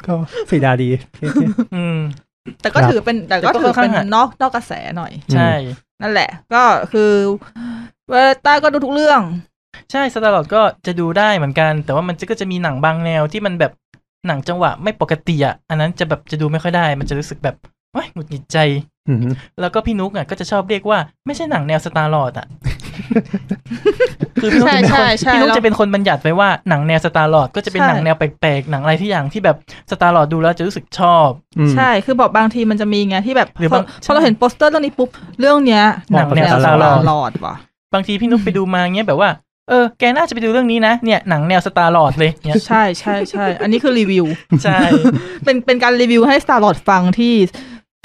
S2: ก็สีดาดีโอเค
S3: อืม
S4: แต่ก็
S2: ครับ
S4: ถือเป็นแต่ก็
S3: แต่ก็
S4: ถือเป็น
S3: ค่อนข้าง
S4: นอกนอกกระแสหน่อย
S3: ใช่
S4: นั่นแหละ ก็คือเวลต้าก็ดูทุกเรื่อง
S3: ใช่สตาร์ลอดก็จะดูได้เหมือนกัน แต่ว่ามันจะก็จะมีหนังบางแนวที่มันแบบหนังจังหวะไม่ปกติอ่ะอันนั้นจะแบบจะดูไม่ค่อยได้ มันจะรู้สึกแบบว้ายหงุดหงิดใจ
S2: อืม
S3: แล้วก็พี่นุ๊กอ่ะก็จะชอบเรียกว่าไม่ใช่หนังแนวสตาร์ลอด อ่ะ คือพี่นุ๊กจะเป็นค
S4: ใช่
S3: น
S4: ใช่
S3: พี่นุ๊ก
S4: แล้ว
S3: จะเป็นคนบัญญัติไว้ว่าหนังแนวสตาร์ลอดก็จะเป็นหนังแนวแปลกๆ หนังอะไรที่อย่างที่แบบสตาร์ลอดดูแล้วจะรู้สึกชอบ
S2: อืม
S4: ใช่คือบอกบางทีมันจะมีไงที่แบบ
S3: หรือบาง
S4: พอเราเห็นโปสเตอร์เรื่องนี้ปุ๊บเรื่องเนี้ย
S3: หนังแนว
S4: ส
S3: สตาร์ลอร์ด
S4: ลอดว่ะ
S3: บางทีพี่นุ๊กไปดูมาเงี้ยแบบว่าเออแกน่าจะไปดูเรื่องนี้นะเนี่ยหนังแนวสตาร์ลอดเลยเนี่ย
S4: ใช่ใช่ใช่อันนี้คือรีวิว
S3: ใช่
S4: เป็นเป็นการรีวิวให้สตาร์ลอดฟังที่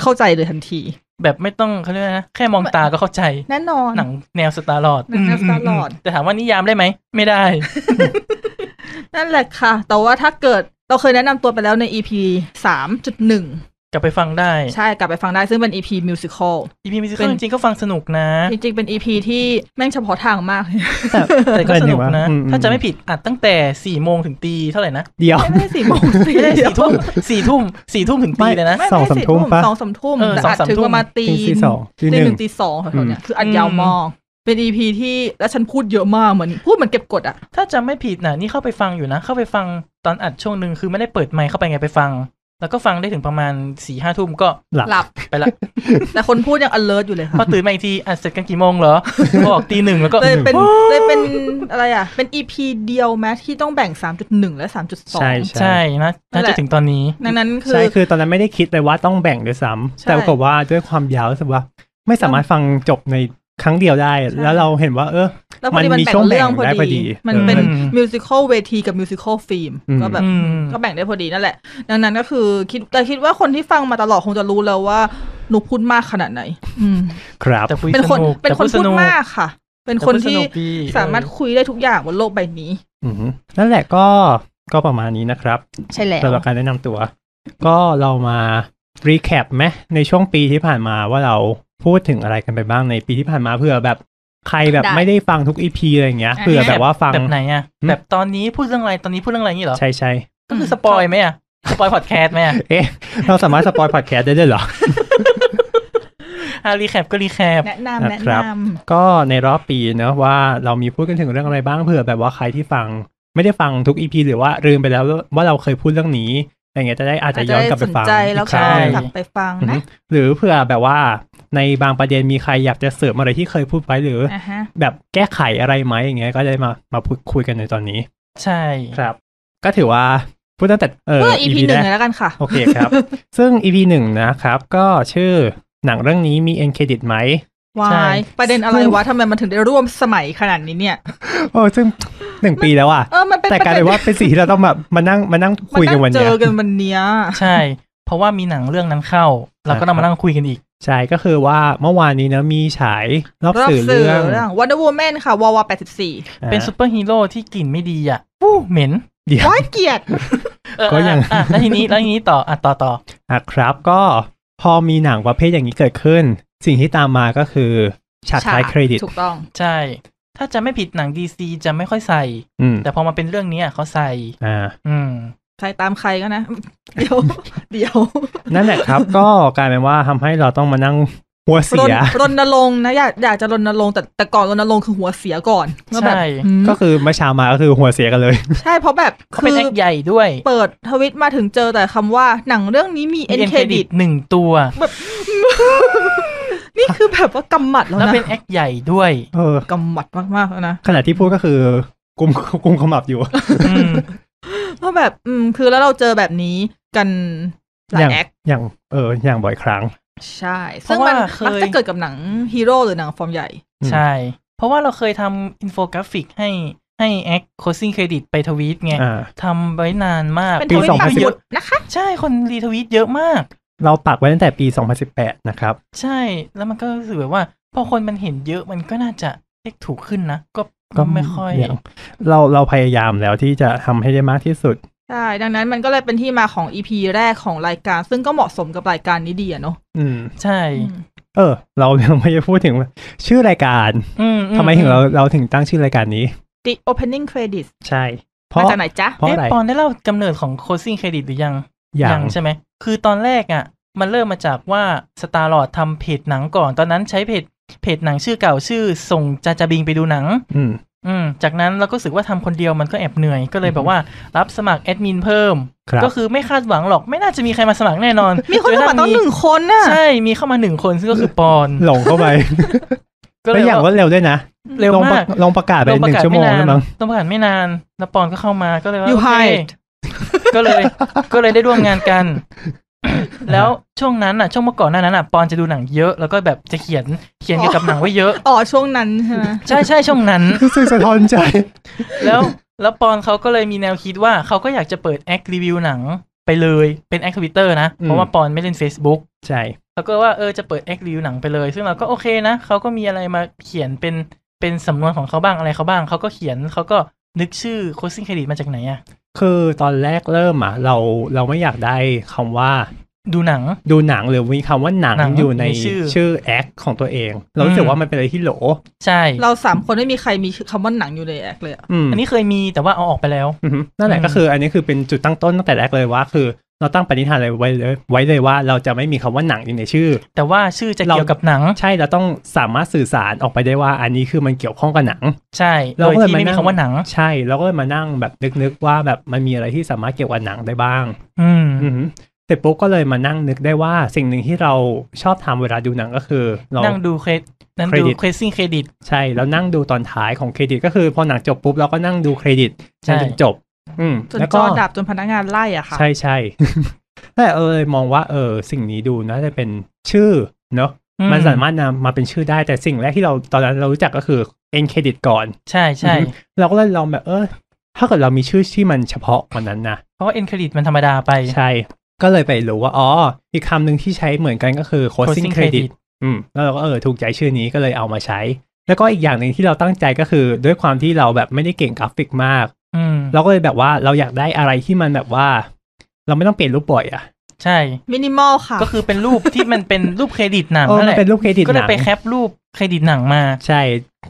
S4: เข้าใจเลยทันที
S3: แบบไม่ต้องเขาเรียกว่านะแค่มองตาก็เข้าใจ
S4: แน่นอน
S3: หนังแนวสตาร์ลอด
S4: หนังแนว Star Lord
S3: แต่ถามว่านิยามได้ไหม ไม่ได้
S4: นั่นแหละค่ะ แต่ว่าถ้าเกิดเราเคยแนะนำตัวไปแล้วใน EP สามจุดหนึ่ง
S3: กลับไปฟังได้
S4: ใช่กลับไปฟังได้ซึ่งเป็น EP musical
S3: อีพีมิวสิคจริงๆก็ฟังสนุกนะ
S4: จริงๆเป็น EP ที่แม่งเฉพาะทางมากเลย
S3: แต่แต่ก็สนุกนะ
S2: อืมอืม
S3: ถ้าจะไม่ผิดอัดตั้งแต่สี่โมงถึงตีเท่าไหร่นะ
S2: เดี๋ยว
S4: ไม่ได้สี่โมงสี่
S3: ไม่ได้สี่ทุ่มสี่ทุ่มสี่ทุ่มถึงตีเลยนะ
S4: ไม่
S2: สองสามทุ่มปะ
S4: สองสามทุ่ม
S3: เออ
S4: แต่
S3: สอง
S4: อัด
S3: สาม
S4: ถึง
S3: ทุ่ม
S4: ประมาณตี
S2: ตีสี่สองตี
S4: ตีห
S2: หนึ่ง
S4: นึ่งตีสองแถวๆเนี้ยคืออัดยาวมากเป็น EP ที่แล้วฉันพูดเยอะมากเหมือนพูดเหมือนเก็บกดอะ
S3: ถ้าจะไม่ผิดนะนี่เข้าไปฟังอยู่นะ เข้าไปฟังตอนอัดช่วงหนึ่งคือไม่ได้เปิดไมค์เข้าไปไงไปฟัง แล้วก็ฟังได้ถึงประมาณสี่ห้าทุ่มก็
S2: หลับ
S4: หลับ
S3: ไปละ
S4: แต่คนพูดยัง alert อยู่เลยค่ะ
S3: พอตื่นมาอีกทีอัดเสร็จกันกี่โมงเหรอบอกตีหนึ่งแล้วก็
S4: เลยเป็นเลยเป็นอะไรอ่ะ เป็น EP เดียวแม้ที่ต้องแบ่ง 3.1 และ 3.2
S2: ใช่
S3: ใช่นะน่าจะถึงตอนนี้
S4: ดังนั้นคื
S2: ใช่
S4: อ
S2: คือตอนนั้นไม่ได้คิดเลยว่าต้องแบ่งด้วยซ้ำ
S4: ใช่
S2: แต่ปรากฏว่าด้วยความยาวรู้สึกว่า ไม่สามารถฟังจบในครั้งเดียวได้
S4: ใช่
S2: แล้วเราเห็นว่า เออ
S4: แล้วพอดี
S2: มั
S4: มันน
S2: มี
S4: แบ่
S2: ช่วง
S4: งเรื่อง
S2: แบ่ง
S4: พอ
S2: ได้พอดี
S4: ดี มัน
S2: เออ
S4: เป็น
S3: อืม
S4: มิวสิควลเวทีกับมิวสิควลฟิล์ม
S2: อืม
S4: ก็แบบ
S3: อืม
S4: ก็แบ่งได้พอดีนั่นแหละ ดังนั้นก็คือคิดแต่คิดว่าคนที่ฟังมาตลอดคงจะรู้แล้วว่าหนูพูดมากขนาดไหน อืม
S2: ครับ
S3: แต่คุย
S4: เป็น
S3: ส
S4: คน
S3: นุก
S4: เป็น
S3: แต่
S4: คน
S3: ส
S4: พูด
S3: ก
S4: มากค่ะ เป็นคนที่
S3: แต่พูดสกดี
S4: สามารถ
S3: เออ
S4: คุยได้ทุกอย่างบนโลกใบนี้
S2: อืมนั่นแหละก็ก็ประมาณนี้นะครับ
S4: ใช่แล้ว
S2: สำหรับการแนะนำตัว ก็เรามารีแคปไหมในช่วงปีที่ผ่านมาว่าเราพูดถึงอะไรกันไปบ้างในปีที่ผ่านมาเผื่อแบบใครแบบ
S4: ได้
S2: ไม่ได้ฟังทุกอีพีอะไรอย่างเงี้ย
S4: อ่ะ
S2: เผื่อแบบว่าฟัง
S3: แบบไหนอะ
S2: อืม
S3: แบบตอนนี้พูดเรื่องอะไรตอนนี้พูดเรื่องอะไรอย่างนี้เหรอ
S2: ใช่ใช่
S3: ก็คือสปอยไหมอะสปอยพอดแคสต์ไหมอะ
S2: เอ๊ะ เราสามารถสปอยพอดแคสต์ได้ด้วยเหรอ
S3: อ่ะรีแคปก็รีแคป
S4: แนะนำแนะนำ
S2: ก็ในรอบปีเนอะว่าเรามีพูดกันถึงเรื่องอะไรบ้างเผื่อแบบว่าใครที่ฟังไม่ได้ฟังทุกอีพีหรือว่าลืมไปแล้วว่าเราเคยพูดเรื่องนี้อะไรเงี้ยจะได้อาจจะย้อนกลับไปฟัง
S4: อาจจะด้สนใจแล้ว
S2: ใช่
S4: ก็
S3: ใช่
S4: กลับไปฟัง
S2: อื
S4: นะ
S2: มหรือเผื่อแบบว่าในบางประเด็นมีใครอยากจะเสริมอะไรที่เคยพูดไว้หรืออ
S4: อ่าฮะ
S2: แบบแก้ไขอะไรไหมอย่างเงี้ยก็จะได้มามาพูดคุยกันในตอนนี้
S3: ใช่
S2: ครับ ก็ถือว่าพูดตั้งแต่เออ
S4: เพื่อ EP หนึ่ง
S2: แร
S4: เลย
S2: ก
S4: แล้วกันค่ะ
S2: โอเคครับ ซึ่ง EP หนึ่งนะครับ ก็ชื่อหนังเรื่องนี้มีเอ็นเครดิตไหม
S4: วาย ประเด็นอะไร
S2: ซึ่ง
S4: วะทำไมมันถึงได้ร่วมสมัยขนาดนี้เนี่ย
S2: โอ้ซึ่งหนึ่งปีแล้วอ่ะ
S4: เออ มันเป็น
S2: แต่กลารเลยว่าเป็นสิ่งที่เราต้องแบบมานั่งมานั่ง
S4: มั
S2: คุยกันวัน
S4: เจ
S2: เนี้ย
S4: อกันวันเนี้ย
S3: ใช่ เพราะว่ามีหนังเรื่องนั้นเข้า เราก็ต้องมานั่งคุยกันอีก
S2: ใช่ก็คือว่าเมื่อวานนี้เนอะมีฉายรอบ
S4: รอบ
S2: สื่อ
S4: สื่อ
S2: เรื่อง
S4: เรื่อง Wonder Woman ค่ะวอวแปดสิบสี่
S3: เป็นซูเปอร์ฮีโร่ที่กลิ่นไม่ดีอ่ะอู้เหม็น
S2: เดี๋ยว
S4: ว้ายเกลียด
S3: เออ
S2: ก็ยัง
S3: อ่ะอ่ะแล้วทีนี้แล้วทีนี้ต่ออ่ะต่อต่อ
S2: อ่ะครับก็พอมีหนังประเภทอย่างนี้เกิดขึ้น สิ่งที่ตามมาก็คือฉากท้ายเครดิต
S4: ถูกต้อง
S3: ใช่ ถ้าจะไม่ผิดหนังดีซีจะไม่ค่อยใส่
S2: อืม
S3: แต่พอมาเป็นเรื่องนี้อะเขาใส่
S2: อ่า
S3: อืม
S4: ใครตามใครก็นะ เดี๋ยว เดี๋ยว
S2: นั่นแหละครับ ก็กลายเป็นว่าทำให้เราต้องมานั่งหัว
S4: ร
S2: เสี
S4: ณ
S2: ย
S4: รณรงค์นะ อยากอยากจะรณรงค์แต่แต่ก่อนรณรงค์คือหัวเสียก่อนว่าแบบ
S3: ใช่
S4: อืม
S2: ก็คือเมื่อเช้ามาก็คือหัวเสียกันเลย
S4: ใช่เพราะแบบ
S3: เขาเป็
S4: คื
S3: น
S4: อ
S3: แอคใหญ่ด้วย
S4: เปิดทวิตมาถึงเจอแต่คำว่าหนังเรื่องนี้มีเอ็นเครดิต
S3: หนึ่งตัว
S4: นี่คือแบบว่ากำหมัดแล้ว
S3: แล้ว
S4: นะ
S3: เป็นแอคใหญ่ด้วย
S2: เออก
S4: ำหมัดมากๆแล้วนะ
S2: ขณะที่พูดก็คือกุมกุมขมับอยู่
S3: อืม
S4: เพราะแบบอืมคือแล้วเราเจอแบบนี้กันหลา
S2: อย ย่าง
S4: แอค
S2: อย่างเอออย่างบ่อยครั้ง
S4: ใช่ ซึ่งมันมักจะเกิดกับหนังฮีโร่หรือหนังฟอร์มใหญ่
S2: อืม
S3: ใช่ เพราะว่าเราเคยทำอินโฟกราฟิกให้ให้แอคโคซิ่งเครดิตไปทวีตไง
S2: อ่า
S3: ทำไว้นานมาก
S4: เป็น
S2: ปี
S4: ทวิตปัก
S2: 2010
S4: หมุดนะคะ
S3: ใช่คนรีทวีตเยอะมาก
S2: เราปักไว้ตั้งแต่ปี 2018 นะครับ
S3: ใช่แล้วมันก็รู้สึกแบบว่า พอคนมันเห็นเยอะมันก็น่าจะเลขถูกขึ้นนะ ก็
S2: ก็
S3: ก็ไม่ค่อย
S2: างเราเราพยายามแล้วที่จะทำให้ได้มากที่สุด
S4: ใช่ ดังนั้นมันก็เลยเป็นที่มาของ EP แรกของรายการ ซึ่งก็เหมาะสมกับรายการนี้ดีอะเนาะ
S2: อืม
S3: ใช่
S2: เออ เรายังไม่ได้พูดถึงชื่อรายการ
S3: อืมอื
S2: ทำไมถึงเราเราถึงตั้งชื่อรายการนี้
S4: ติ opening credits
S2: ใช่ เพ
S4: มา
S2: ราะ
S4: จากไหนจ๊ะ
S2: เพราะอะไร
S3: เอ๊ะปอนได้เล่ากำเนิดของโคซิ่งเครดิตหรือยัง
S2: อย่าง
S3: ใช่ไหม คือตอนแรกอ่ะ มันเริ่มมาจากว่าสตาร์ลอดทำเพจหนังก่อน ตอนนั้นใช้เพจเพจหนังชื่อเก่าชื่อ ส่งจาจาบิงไปดูหนัง
S2: อืม
S3: อืม จากนั้นเราก็รู้สึกว่าทำคนเดียวมันก็แอบเหนื่อย ก็เลยแบ
S2: อื
S3: บ
S2: ม
S3: ว่ารับสมัครแอดมินเพิ่ม
S2: ครับ
S3: ก็คือไม่คาดหวังหรอก ไม่น่าจะมีใครมาสมัครแน่นอน
S4: มีคน
S3: จ
S4: มา
S3: ระ
S4: บอก
S3: ทั่
S4: ต้องหนึ่งคนน่ะ
S3: ใช่ มีเข้ามาหนึ่งคนซึ่งก็คือปอน
S2: หลงเข้าไป
S3: ก็เล
S2: แล้ว
S3: ย
S2: อย่างรวดเร็วด้วยนะ
S3: เร็ว
S2: ลงป
S3: มา
S2: ระ
S3: ก
S2: ลงประกาศไปหนึ่งชั่วโมง
S3: ล
S2: แล้ว มั้ง
S3: ลงประกาศไม่นาน แล้วปอนก็เข้ามาก็เลยว่า
S4: You
S3: โอเค
S4: hide
S3: ก็เลย ก็เลยได้ร่วมงานกัน แล้วช่วงนั้นอ่ะ ช่วงเมื่อก่อนหน้านั้นอ่ะ ปอนจะดูหนังเยอะ แล้วก็แบบจะเขียน เขียนเกี่ยวกับหนังไว้เยอะ
S4: อ๋อช่วงนั้นใช่ไหม
S3: ใช่ใช่ช่วงนั้น
S2: รู้สึกสะท้อนใจ
S3: แล้ว แล้วปอนเขาก็เลยมีแนวคิดว่าเขาก็อยากจะเปิดแอครีวิวหนังไปเลย เป็นแอคทวิตเตอร์นะ
S2: อืม
S3: เพราะว่าปอนไม่เล่น Facebook
S2: ใช่
S3: แล้วก็ว่าเออจะเปิดแอครีวิวหนังไปเลย ซึ่งเราก็โอเคนะ เขาก็มีอะไรมาเขียนเป็น เป็นสำนวนของเขาบ้างอะไรเขาบ้าง เขาก็เขียนเขาก็นึกชื่อโคซิ่งเครดิตมาจากไหนอะ
S2: คือตอนแรกเริ่มอ่ะ เราเราไม่อยากได้คำว่า
S3: ดูหนัง
S2: ดูหนังหรือมีคำว่าหนัง
S3: หนัง
S2: อยู่ใน
S3: มีชื่อ
S2: ชื่อแอคของตัวเองเรารู้สึก
S3: อืม
S2: ว่ามันเป็นอะไรที่โหล
S3: ใช่
S4: เราสามคนไม่มีใครมีคำว่าหนังอยู่ในแอคเลยอะ
S2: อืม
S3: อันนี้เคยมีแต่ว่าเอาออกไปแล้ว
S2: อือฮึนั่นแหละ
S3: อืม
S2: ก็คือ อันนี้คือเป็นจุดตั้งต้นตั้งแต่แรกเลยว่า คือเราตั้งปณิธานเลยไว้เลยไว้เลยว่าเราจะไม่มีคำว่าหนังอยู่ในชื่อ
S3: แต่ว่าชื่อจะเกี่ยวกับหนัง
S2: ใช่เราต้องสามารถสื่อสารออกไปได้ว่า อันนี้คือมันเกี่ยวข้องกับหนัง
S3: ใช่โด
S2: เรา
S3: ย
S2: ก็เลย
S3: ที่ไม่
S2: มานั่
S3: มี
S2: ง
S3: คำว่าหนัง
S2: ใช่เราก็เลยมานั่งแบบนึกๆว่าแบบมันมีอะไรที่สามารถเกี่ยวกับหนังได้บ้าง
S3: อืม
S2: อือหือเสร็จปุ๊บก็เลยมานั่งนึกได้ว่าสิ่งหนึ่งที่เราชอบทำเวลาดูหนังก็คือเรา
S3: นั่งดูเครดนั่ง
S2: เคร
S3: ดู
S2: ดิต
S3: เครซิ่งเครดิต
S2: ใช่แล้วนั่งดูตอนท้ายของเครดิต ก็คือพอหนังจบปุ๊บเราก็นั่งดูเครดิต
S3: ใช่
S2: จนถึงจบ อืม
S4: จน
S2: แล้ว
S4: จ
S2: ก็
S4: อดับจนพนักงานไล่อ่ะค่ะ
S2: ใช่ใช่ แต่เออมองว่าเออสิ่งนี้ดูน่าจะเป็นชื่อเนอะ
S3: อื
S2: มันสามารถนำมาเป็นชื่อได้แต่สิ่งแรกที่เราตอนนั้นเรารู้จักก็คือเอ็นเครดิตก่อน
S3: ใช่ใช่
S2: อือฮึ เราก็เลยลองแบบเออถ้าเกิดเรามีชื่อที่มันเฉพาะกว่านั้นนะ
S3: เพราะว่าเอ็นเครดิตมันธรรมดาไป
S2: ใช่ ก็เลยไปรู้ว่า อ๋อ อีกคำหนึ่งที่ใช้เหมือนกันก็คือ closing
S3: closing credit
S2: credit อืม แล้วเราก็เออ ถูกใจชื่อนี้ก็เลยเอามาใช้ แล้วก็อีกอย่างหนึ่งที่เราตั้งใจก็คือ ด้วยความที่เราแบบไม่ได้เก่งกราฟิกมาก
S3: อืม
S2: เราก็เลยแบบว่าเราอยากได้อะไรที่มันแบบว่า เราไม่ต้องเปลี่ยนรูปบ่อยอะ
S3: ใช่
S4: มินิมอลค่ะ
S3: ก็คือเป็นรูปที่มันเป็นรูปเครดิตหนัง
S2: เออ
S3: นั่
S2: มั
S3: นแห
S2: น
S3: ละ
S2: เป็นรูปเครดิต
S3: ก็
S2: ห
S3: เลย
S2: นัง
S3: ไปแคปรูปเครดิตหนังมา
S2: ใช่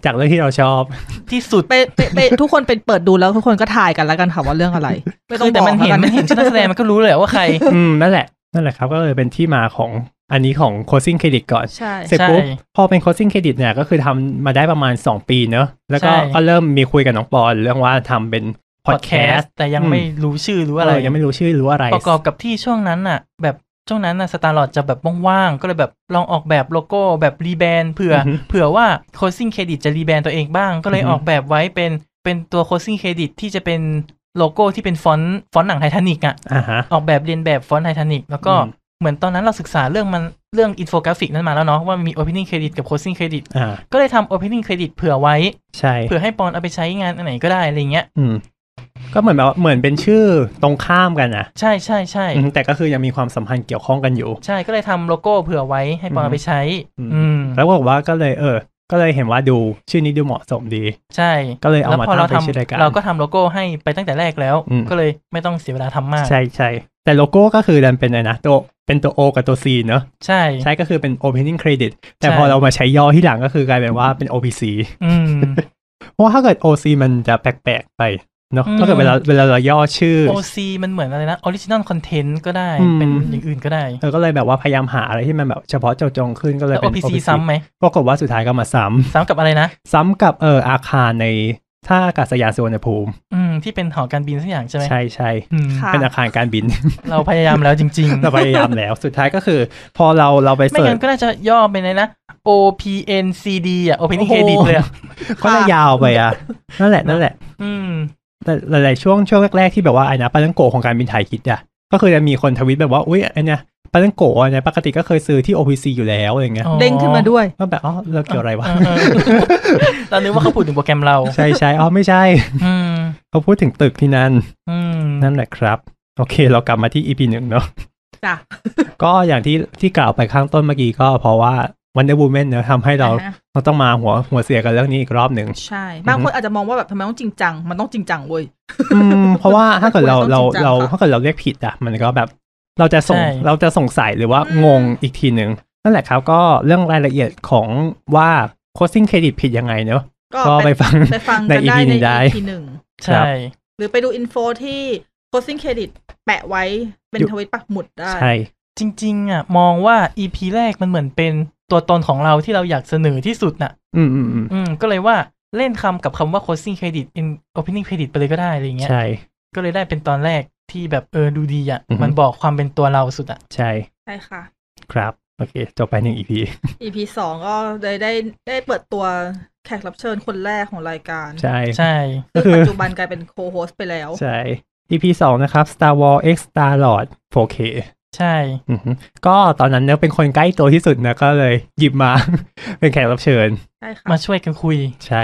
S2: จากเรื่องที่เราชอบ
S3: ที่สุด
S4: ไปไปไปทุกคนไปเปิดดูแล้วทุกคนก็ถ่ายกันแล้วกันค่ะว่าเรื่องอะไร ไม่ต้อ
S3: คื
S4: ง
S3: อบ แต่
S4: อก
S3: มันเห็น
S4: แล้วกั
S3: มันเห็นชื่อนักแสดงมันก็รู้เลยว่าใคร
S2: อืม นั่นแหละ นั่นแหละครับ ก็เลยเป็นที่มาของอันนี้ของ closing credit ก่อน
S4: ใช่
S2: เสร็จปุ๊บ
S3: ใช่
S2: พอเป็น closing credit เนี่ยก็คือทำมาได้ประมาณ 2 ปีเนอะแล้วก็
S3: ใช่
S2: ก็เริ่มมีคุยกับน้องปอนเรื่องว่าทำเป็น podcast
S3: แต่ยังไม่รู้ชื่อหรือ
S2: ว่า
S3: อะไร
S2: เรายังไม่รู้ชื่อรู้อะไร
S3: ประกอบกับที่ช่วงนั้นน่ะ แบบช่วงนั้นน่ะสตาร์ลอดจะแบบว่างๆก็เลยแบบลองออกแบบโลโก้แบบรีแบรนด์เผื่อ
S2: อฮึ
S3: เผื่อว่าโคซิ่งเครดิตจะรีแบรนด์ตัวเองบ้าง ก็เลย
S2: อือฮึ
S3: ออกแบบไว้เป็นเป็นตัวโคซิ่งเครดิตที่จะเป็นโลโก้ที่เป็นฟอนต์ฟอนต์หนังไททานิกอ่ะ
S2: อ่าฮะ
S3: ออกแบบเรียนแบบฟอนต์ไททานิกแล้วก็
S2: อืม
S3: เหมือนตอนนั้นเราศึกษาเรื่องมันเรื่องอินโฟกราฟิกนั้นมาแล้วเนาะว่ามี opening credit กับ closing credit
S2: อ่า
S3: ก็เลยทำ opening credit เผื่อไว้
S2: ใช่
S3: เผื่อให้ปอนเอาไปใช้งานอันไหนก็ได้อะไรเงี้ย
S2: อืมก็เหมือนแบบว่าเหมือนเป็นชื่อตรงข้ามกันนะ
S3: ใช่ใช่ใช่
S2: อืมแต่ก็คือยังมีความสัมพันธ์เกี่ยวข้องกันอยู่
S3: ใช่ก็เลยทำโลโก้เผื่อไว้ให้ปอนเอาไปใช้
S2: อืม
S3: อืม
S2: แล้วบอกว่าก็เลยเออ ก็เลยเห็นว่าดูชื่อนี้ดูเหมาะสมดี
S3: ใช่
S2: ก็เลยเอามา
S3: แวพ
S2: ตั้งเป็น
S3: ทำ
S2: ชื่อรายการ
S3: เราก็ทำโลโก้ให้ไปตั้งแต่แรกแล้ว
S2: อืม
S3: ก็เลยไม่ต้องเสียเวลาทำมาก
S2: ใช่ใช่แต่โลโก้ก็คือดันเป็นอะไรนะตัวเป็นตัว O กับตัว C เนอะ
S3: ใช่
S2: ใช่ก็คือเป็น opening credit แต่พอ
S3: ใช่
S2: เรามาใช้ย่อที่หลังก็คือกลายเป็นว่าเป็น OPC
S3: อืม
S2: เพราะว่าถ้าเกิด OC มันจะแปลกๆไปเนาะ
S3: อืม
S2: ถ้าเกิดเวลาเวลาเราย่อชื่อ
S3: OC มันเหมือนอะไรนะออริจินอลคอนเทนต์ก็ได้
S2: อืม
S3: เป็นอย่างอื่นก็ได้
S2: เออก็เลยแบบว่าพยายามหาอะไรที่มันแบบเฉพาะเจาะจงขึ้นก็เลย
S3: แล้ว
S2: เป็น
S3: OPC ซ้ำไหม
S2: ปรากฏว่าสุดท้ายก็มาซ้
S3: ซ้ำกับอะไรนะ
S2: ำ ซ้ำกับเอออาคารในท่าอากาศยานสุวรรณภูมิ
S3: อืม ที่เป็นหอการบินสักอย่างใช่ไหม
S2: ใช่ใช่
S3: อืม
S4: ค่ะ
S2: เป็นอาคารการบิน
S3: เราพยายามแล้วจริง
S2: เราพยายามแล้วสุดท้ายก็คือ พอเราเราไป
S3: ๆ ไม่
S2: เสิร์ช
S3: งั้นก็น่าจะย่อไปเลยนะ OPNCD อ่ะ Opening Credit เลยอ่ะ
S2: ก็เลยยาวไปอ่ะ นั่นแหละนั่นแหละ
S3: อืม
S2: แต่หลายๆช่วงช่วงแรกๆที่แบบว่าไอ้นะปาตังโกะของการบินไทยคิดอ่ะก็คือจะมีคนทวิตแบบว่าอุ้ยไอ้เนี่ยปาตังโกะอันเนี่ยปกติก็เคยซื้อที่ OPC อยู่แล้วอะไรเงี้ย
S3: อ๋อ
S4: เด้งขึ้นมาด้วย
S2: ก็แบบอ๋อเราเกี่ยวอะไรวะ
S3: เออเออ เรานึกว่าเขาพูดถึงโปรแกรมเรา
S2: ใช่ใช่อ๋อไม่ใช่
S3: อืม
S2: เขาพูดถึงตึกที่นั่น
S3: อืม
S2: นั่นแหละครับ โอเคเรากลับมาที่ EP หนึ่งเนาะ
S4: จ้ะ
S2: ก็อย่างที่ที่กล่าวไปข้างต้นเมื่อกี้ก็เพราะว่า Wonder Woman เนอะทำให้เรา
S4: อ่าฮะ
S2: เราต้องมาหัวหัวเสียกันเรื่องนี้อีกรอบหนึ่ง
S4: ใช่ บางคนอาจจะมองว่าแบบทำไมต้องจริงจัง มันต้องจริงจังเว้ย
S2: อืมเพราะว่าถ้าเกิดเราเรา
S4: ควรต้องจริงจังค่ะ
S2: เราถ้าเกิดเราเรียกผิดอะมันก็แบบเราจะสง
S3: ใช่
S2: เราจะสงสัยหรือว่างงอีกทีหนึ่งนั่นแหละครับก็เรื่องรายละเอียดของว่า costing credit ผิดยังไงเนอะก็ไปฟัง
S4: ไปฟังกัน
S2: ใน
S4: ได้
S2: EP
S4: ใน
S2: นี้ได้
S4: EP หนึ่ง
S3: ใช่
S4: หรือไปดูอินโฟที่ closing credit แปะไว้เป็น
S2: อยู่
S4: ทวิตปักหมุดได้
S2: ใช่
S3: จริงๆอ่ะมองว่า EP แรกมันเหมือนเป็นตัวตนของเราที่เราอยากเสนอที่สุดน่ะ
S2: อืมอืมอืม
S3: อืม ก็เลยว่าเล่นคำกับคำว่า closing credit in opening credit ไปเลยก็ได้อะไรเงี้ย
S2: ใช่
S3: ก็เลยได้เป็นตอนแรกที่แบบเออดูดีอ่ะ
S2: อือฮึ
S3: มันบอกความเป็นตัวเราสุดอ่ะ
S2: ใช่
S4: ใช่ค่ะ
S2: ครับโอเคจบไปหนึ่ง EP
S4: EP สองก็ได้ได้ได้เปิดตัวแขกรับเชิญคนแรกของรายการ
S2: ใช่
S3: ใช่
S4: ซึ่ง
S2: ก็คือ
S4: ปัจจุบันกลายเป็น co-host ไปแล้ว
S2: ใช่ EP สองนะครับ Star Wars X Star Lord 4K
S3: ใช่
S2: อือฮึก็ตอนนั้นเนี่ยเป็นคนใกล้ตัวที่สุดนะก็เลยหยิบมา เป็นแขกรับเชิญ
S4: ใช่ค่ะ
S3: มาช่วยกันคุย
S2: ใช่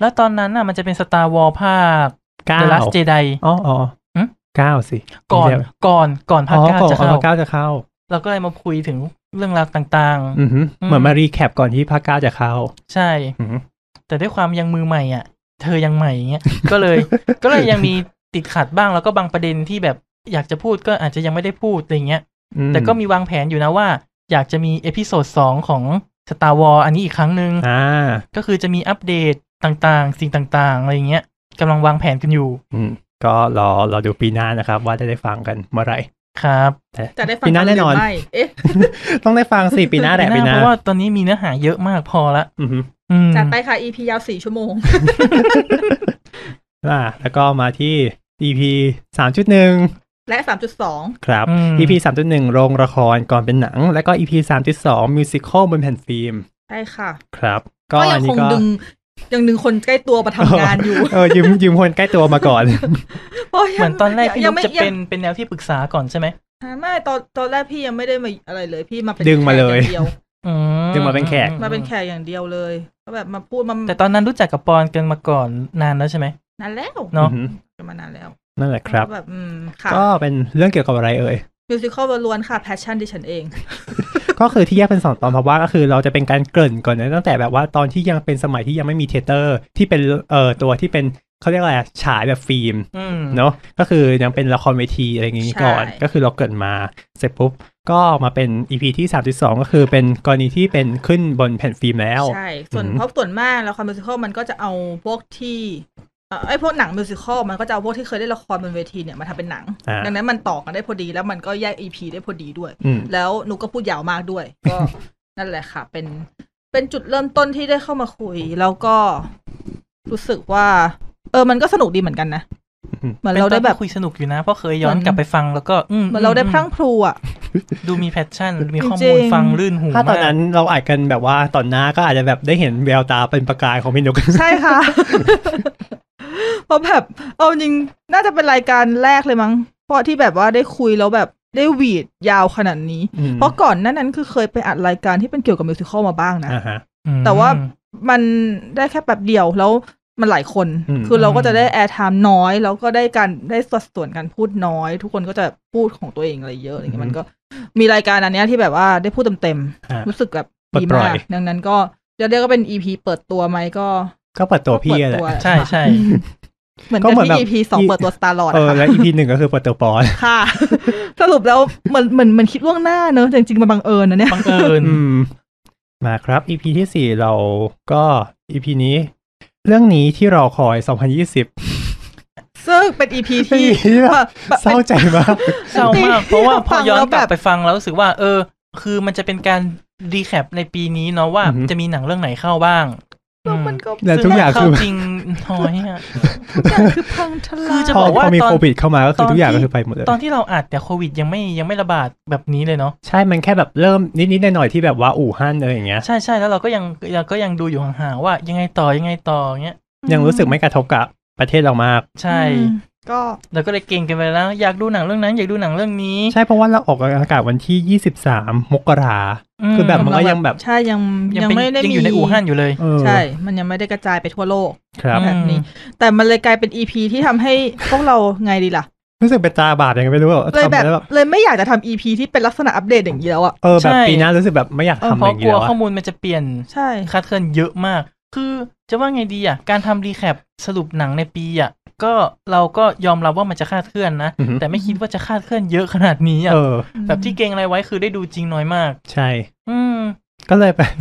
S3: แล้วตอนนั้นน่ะมันจะเป็น Star War ภาค
S2: เก้า
S3: The Last Jedi
S2: อ๋ออ๋อ
S3: หืม
S2: เก้าสิ
S3: ก่อนก่อนก่อนภา
S2: อ๋
S3: ค
S2: อ
S3: เก้า
S2: ก่อน
S3: จะ
S2: ก่อน
S3: เข้า
S2: ภาคเก้าจะเข้า
S3: เราก็เลยมาคุยถึงเรื่องราวต่าง
S2: อือหือ
S3: อืม
S2: เหมือนมารีแคปก่อนที่ภาคเก้าจะเข้า
S3: ๆ ใช่
S2: อือหือ
S3: แต่ด้วยความยังมือใหม่อ่ะ เธอยังใหม่อย่างเงี้ย ก็เลย ก็เลยยังมีติดขัดบ้างแล้วก็บางประเด็นที่แบบอยากจะพูดก็อาจจะยังไม่ได้พูดอะไรเงี้ย
S2: อื
S3: แต่ก็มีวางแผนอยู่นะว่า อยากจะมีเอพิโซดสองของ Star War อันนี้อีกครั้งหนึ่ง
S2: อ่า
S3: ก็คือจะมีอัปเดตต่างๆ สิ่งต่างๆ อะไรอย่างเงี้ยกำลังวางแผนกันอยู่
S2: อืมก็รอรอดูปีหน้านะครับ ว่าจะได้ฟังกันเมื่อไหร่
S3: ครับ
S2: แต่
S4: จะได้ฟัง
S2: ปีหน้าแน่นอน
S4: หรืไม่เอ๊ะ
S2: ต้องได้ฟัง สิปีหน้าแหละปีหน้า
S3: เพราะว่าตอนนี้มีเนื้อหาเยอะมากพอละ
S2: อือฮึ
S3: อืม
S4: จัดไปค่ะ EP ยาวสี่ชั่วโมง
S2: อ่าแล้วก็มาที่ EP สามจุดหนึ่ง
S4: และสามจุดสอง
S2: ครับ
S3: อืม
S2: EP 3.1 โรงละครก่อนเป็นหนัง แล้วก็ EP 3.2 มิวสิควลบนแผ่นฟิล์ม
S4: ใช่ค่ะ
S2: ครับ ก็
S4: ก็ยั
S2: อั
S4: ง
S2: น
S4: ค
S2: นี้
S4: ง
S2: ก็
S4: ดึงยังดึงคนใกล้ตัวมาทำงาน อยู่
S2: เออยืมยืมคนใกล้ตัวมาก่อน
S4: เพราะยัง
S3: เหมือนตอนแรกพี่
S4: ยั
S3: นุ๊
S4: ง
S3: ก
S4: ไม่
S3: จะ
S4: ยัง
S3: เป็นเป็นแนวที่ปรึกษาก่อนใช่ไหม
S4: อ่าไม่ตอนตอนแรกพี่ยังไม่ได้มาอะไรเลย พี่มาเป็น
S2: ดึงมาเลย
S4: แขกองดีว
S3: อื
S2: จะมาเป็นแขก
S4: มาเป็นแขกอย่างเดียวเลยก็แบบมาพูดมา
S3: แต่ตอนนั้นรู้จักกับปอนกันมาก่อนนานแล้วใช่ไหม
S4: นานแล้ว
S3: เนอะ
S2: อือฮึ
S4: จะมานานแล้ว
S2: นั่นแหละครับ
S4: ก็แบบอืมค่ะ
S2: ก็เป็นเรื่องเกี่ยวกับอะไรเอ่ย
S4: มิวสิควลล้วนๆค่ะแพชชั่นดิฉันเอง
S2: ก็คือที่แยกเป็นสองตอนเพราะว่าก็คือเราจะเป็นการเกริ่นก่อนนะตั้งแต่แบบว่าตอนที่ยังเป็นสมัยที่ยังไม่มีเทเตอร์ ที่เป็นเอ่อตัวที่เป็นเขาเรียกอะไรอะฉายแบบฟิล์ม
S3: อืม
S2: เนอะก็คือยังเป็นละครเวทีอะไรอย่างงี้ก่อน ก็คือเราเกิดมาเสร็จปุ๊บ ก็มาเป็น EP ที่ 32 ก็คือเป็นกรณีที่เป็นขึ้นบนแผ่นฟิล์มแล้ว
S4: ใช่ส่วน
S2: อืม
S4: เพราะส่วนมากละครมิวสิควลมันก็จะเอาพวกที่เอ่อไอ้พวกหนังมิวสิควลมันก็จะเอาพวกที่เคยได้ละครบนเวทีเนี่ยมาทำเป็นหนัง
S2: อ่า
S4: ดังนั้นมันต่อกันได้พอดีแล้วมันก็แยกอีพีได้พอดีด้วย
S2: อืม
S4: แล้วหนูก็พูดยาวมากด้วย ก็ นั่นแหละค่ะ เป็นเป็นจุดเริ่มต้นที่ได้เข้ามาคุย แล้วก็รู้สึกว่า เออมันก็สนุกดีเหมือนกันนะ
S2: อืม
S4: เหมือนเราได้แบบ
S3: ป็นตอนที่คุยสนุกอยู่นะ เพราะเคยย้อน
S4: เหมือน
S3: กลับไปฟังแล้วก็อื
S4: เหมือนเราได้พลั้งพลูอ่ะ
S3: ดูมีแพชชั่น มีข้อ
S4: จริ
S3: มูล
S4: ง
S3: ฟังลื่นหู
S2: ถ้าตอน
S3: มาก
S2: นั้นเราอาจกันแบบว่าตอนหน้าก็อาจจะแบบได้เห็นแววตาเป็นประกายของพี่นุก
S4: ใช่ค่ะ เพราะแบบเอาจริงน่าจะเป็นรายการแรกเลยมั้ง เพราะที่แบบว่าได้คุยแล้วแบบได้หวีดยาวขนาดนี้
S2: อืม
S4: เพราะก่อนหนั้นนั้นคือเคยไปอัดรายการที่เป็นเกี่ยวกับมิวสิควลมาบ้างนะ
S2: อ่าฮะ
S3: อืม
S4: แต่ว่า มันได้แค่แบบเดียวแล้วมันหลายคน
S2: อืม
S4: คือเราก็จะได้
S3: อืม
S4: แอร์ไทม์น้อย แล้วก็ได้การได้สัดส่วนการพูดน้อย ทุกคนก็จะพูดของตัวเองอะไรเยอะอะไรเงี้ยมันก็มีรายการอันเนี้ยที่แบบว่าได้พูดเต็ม
S2: อ่ะ
S4: ๆรู้สึกแบบ
S2: ปลด
S4: ดี
S2: ปล่
S4: มา
S2: อย
S4: ก ดังนั้นก็จะเรียกว่าเป็น EP เปิดตัวไหมก็
S2: ก็เปิดตัวพี่
S4: ก็
S2: แห
S4: เปิด
S2: ละ
S4: ตัว
S3: ใช่ใช่
S4: เหมือน
S2: ก็
S4: กับ
S2: เหมือน
S4: ที่
S2: แบบ
S4: EP สองเปิดตัวสตาร์ลอด
S2: เออ
S4: ค่ะ
S2: และ EP หนึ่งก็คือเปิดตัวปอน
S4: ค่ะ สรุปแล้วเหมือนเหมือนเหมันคิดล่วงหน้าเนอะแต่จริงๆมันบังเอิญนะเนี่ย
S3: บังเอิญ
S2: อืมมาครับ EP ที่สี่เราก็ EP นี้ เรื่องนี้ที่เราคอย 2020
S4: ซึ่งเป็น EP ที่
S2: เป็น EP ที่แบบ เศร้าใจมาก
S3: เศร้ามากเพราะว่าพอย้อนก
S4: ฟัง
S3: ลับ
S4: แล้วแบบ
S3: ไปฟังแล้วรู้สึกว่า เออ คือมันจะเป็นการรีแคปในปีนี้เนาะว่า
S2: อือหือ
S3: จะมีหนังเรื่องไหนเข้าบ้าง
S4: แล้วมันก็
S2: และทุกอย่าง
S3: เข้
S2: คือ
S3: จริงน้อยอะ
S4: คือพังท
S3: คื
S4: ลา
S3: อย จะ
S2: พอ
S3: บอกว่า
S2: พอมี
S3: ตอน
S2: โควิดเข้ามาก็คือ
S3: ตอน
S2: ทุกอย่าง
S3: ที่
S2: ก็คือไปหมดเลย
S3: ตอนที่เราอัดแต่โควิดยังไม่ยังไม่ระบาดแบบนี้เลยเนาะ
S2: ใช่ มันแค่แบบเริ่มนิดๆหน่อยๆที่แบบว่าอู่ฮั่นอะไรอย่างเงี้ย
S3: ใช่ใช่แล้วเราก็ยังเราก็ยังดูอยู่ห่างๆว่ายังไงต่อยังไงต่ออย่างเงี้ย
S2: ยังรู้สึกไม่กระทบกับประเทศเรามาก
S3: ใช่
S4: อืมก็
S3: แล้วก็เลยเก่งกันไปแล้ว อยากดูหนังเรื่องนั้น อยากดูหนังเรื่องนี้
S2: ใช่เพราะว่าเราออกอากาศวันที่ 23 มกรา คือแบบมันก็ยังแบบ
S4: ใช่ยัง
S3: ยั
S4: ยัง
S3: งไม่
S4: ไม่ได้
S3: ยัง
S4: มี
S3: อยู่ในอู่ฮั่นอยู่เลย
S2: เออ
S4: ใช่ มันยังไม่ได้กระจายไปทั่วโลก
S2: ครับ
S3: อืม
S4: แบบนี้ แต่มันเลยกลายเป็นอีพีที่ทำให้พวกเราไงดีล่ะ
S2: รู้สึกเป็นตาบาปยังไงไม่รู้อะ
S4: เลย
S2: ทำ
S4: แบบ
S2: ไปแล้วแบบ
S4: เลยไม่อยากจะทำอีพีที่เป็นลักษณะอัปเดตอย่างนี้แล้วอ่ะ
S2: เออแบบ
S3: ใช่
S2: ปีหน้ารู้สึกแบบไม่อยาก
S3: เออ
S2: ทำ
S3: เพ
S2: อ
S3: ราะ
S2: ย่าง
S3: ก
S2: งี้
S3: ลัว
S2: แล้วอะ
S3: ข้อมูลมันจะเปลี่ยน
S4: ใช่
S3: คาดเคลื่อนเยอะมาก คือจะว่าไงดีอ่ะ การทำรีแคปสรุปหนังในปีอ่ะ ก็เราก็ยอมรับว่ามันจะคาดเคลื่อนนะ
S2: อือฮึ
S3: แต่ไม่คิดว่าจะคาดเคลื่อนเยอะขนาดนี้อ่ะ
S2: เออ
S3: แบบที่เก่งอะไรไว้คือได้ดูจริงน้อยมาก
S2: ใช่
S3: อืม
S2: ก็เลยแบบ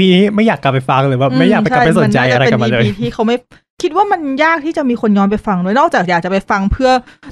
S2: พีนี้ ไม่อยากกลับไปฟังเลยว่าไม่อยากไปกลับไปสนใจอะไรกับมันเลย
S4: ใช่าจะป็ EP ที่เขาไม่คิดว่ามันยากที่จะมีคนย้อนไปฟังด้วยนอกจากอยากจะไปฟังเพื่อ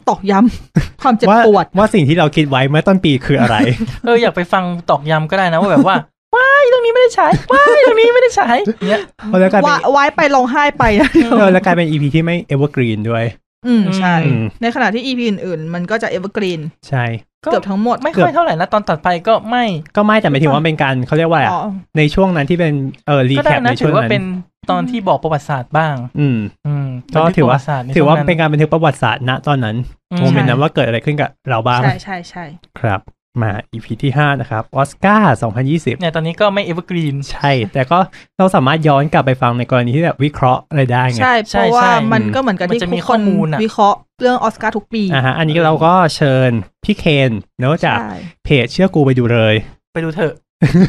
S4: ตอกย้ำ ความเจ็บ
S2: ว่า
S4: ปวด
S2: ว่าสิ่งที่เราคิดไว้เมื่อต้นปีคืออะไร
S3: เอออยากไปฟังตอกย้ำก็ได้นะว่าแบบว่า ว้ายเรื่องนี้ไม่ได้ใช้ ว้ายเรื่องนี้ไม่ได้ใช้เนี้ย
S2: เพราะแล้วกลายเป็
S4: ว่าน ไว้ไปร้องไห้ไปนะ
S2: เออแล้วกลายเป็นอีพีที่ไม่เอเวอร์กรีนด้วย
S4: อืมใช่
S2: อืม
S4: ในขณะที่อีพีอื่นๆ มันก็จะเอเวอร์กรีน
S2: ใช่
S3: ก็
S4: เกือบทั้งหมด
S3: ไม่ค่อยเท่าไหร่นะตอนตัดไปก็ไม่
S2: ก็ไม่แต่หมายถึงว่าเป็นการเขาเรียกว่าอะไรอะ
S4: อ๋อ
S2: ในช่วงนั้นที่เป็นเออรี
S3: ก็
S2: แค
S3: ได้
S2: ปใน
S3: นะ
S2: ช่
S3: ถื
S2: วง
S3: อว่า
S2: นั้
S3: เป็น
S2: น
S3: ตอนที่บอกประวัติศาสตร์บ้าง
S2: อืม
S3: อืม
S2: ก็ถือว่า
S3: บันทึประติศสตร์ใน
S2: ถือว่า
S3: ช่ง
S2: เป็นการบันทึกประวัติศาสตร์ณตอนนั้น
S3: อืม
S2: โมเมนต์นั้นว่าเกิดอะไรขึ้นกับเราบ้าง
S4: ใช่ใช่ใช่
S2: ครับ มา EP ที่5นะครับออสการ์2020
S3: เนี่ยตอนนี้ก็ไม่เอเวอร์กรีน
S2: ใช่ แต่ก็เราสามารถย้อนกลับไปฟังในกรณีที่แบบวิเคราะห์อะไรได้ไง
S4: ใช่เพ
S3: ใช่
S4: ราะ
S3: ใช่
S4: ว่ามันก็เหมือนกับ
S3: มัน
S4: ที่
S3: จะมี
S4: ทุก
S3: ข้
S4: ค
S3: อน มูลอะ
S4: วิเคราะห์เรื่องออสการ์ทุกปี
S2: อ่าฮะอันนี้เราก็เชิญพี่เคนเนอะจาก
S4: ใช่
S2: เพจเชื่อกูไปดูเลย
S3: ไปดูเถอะ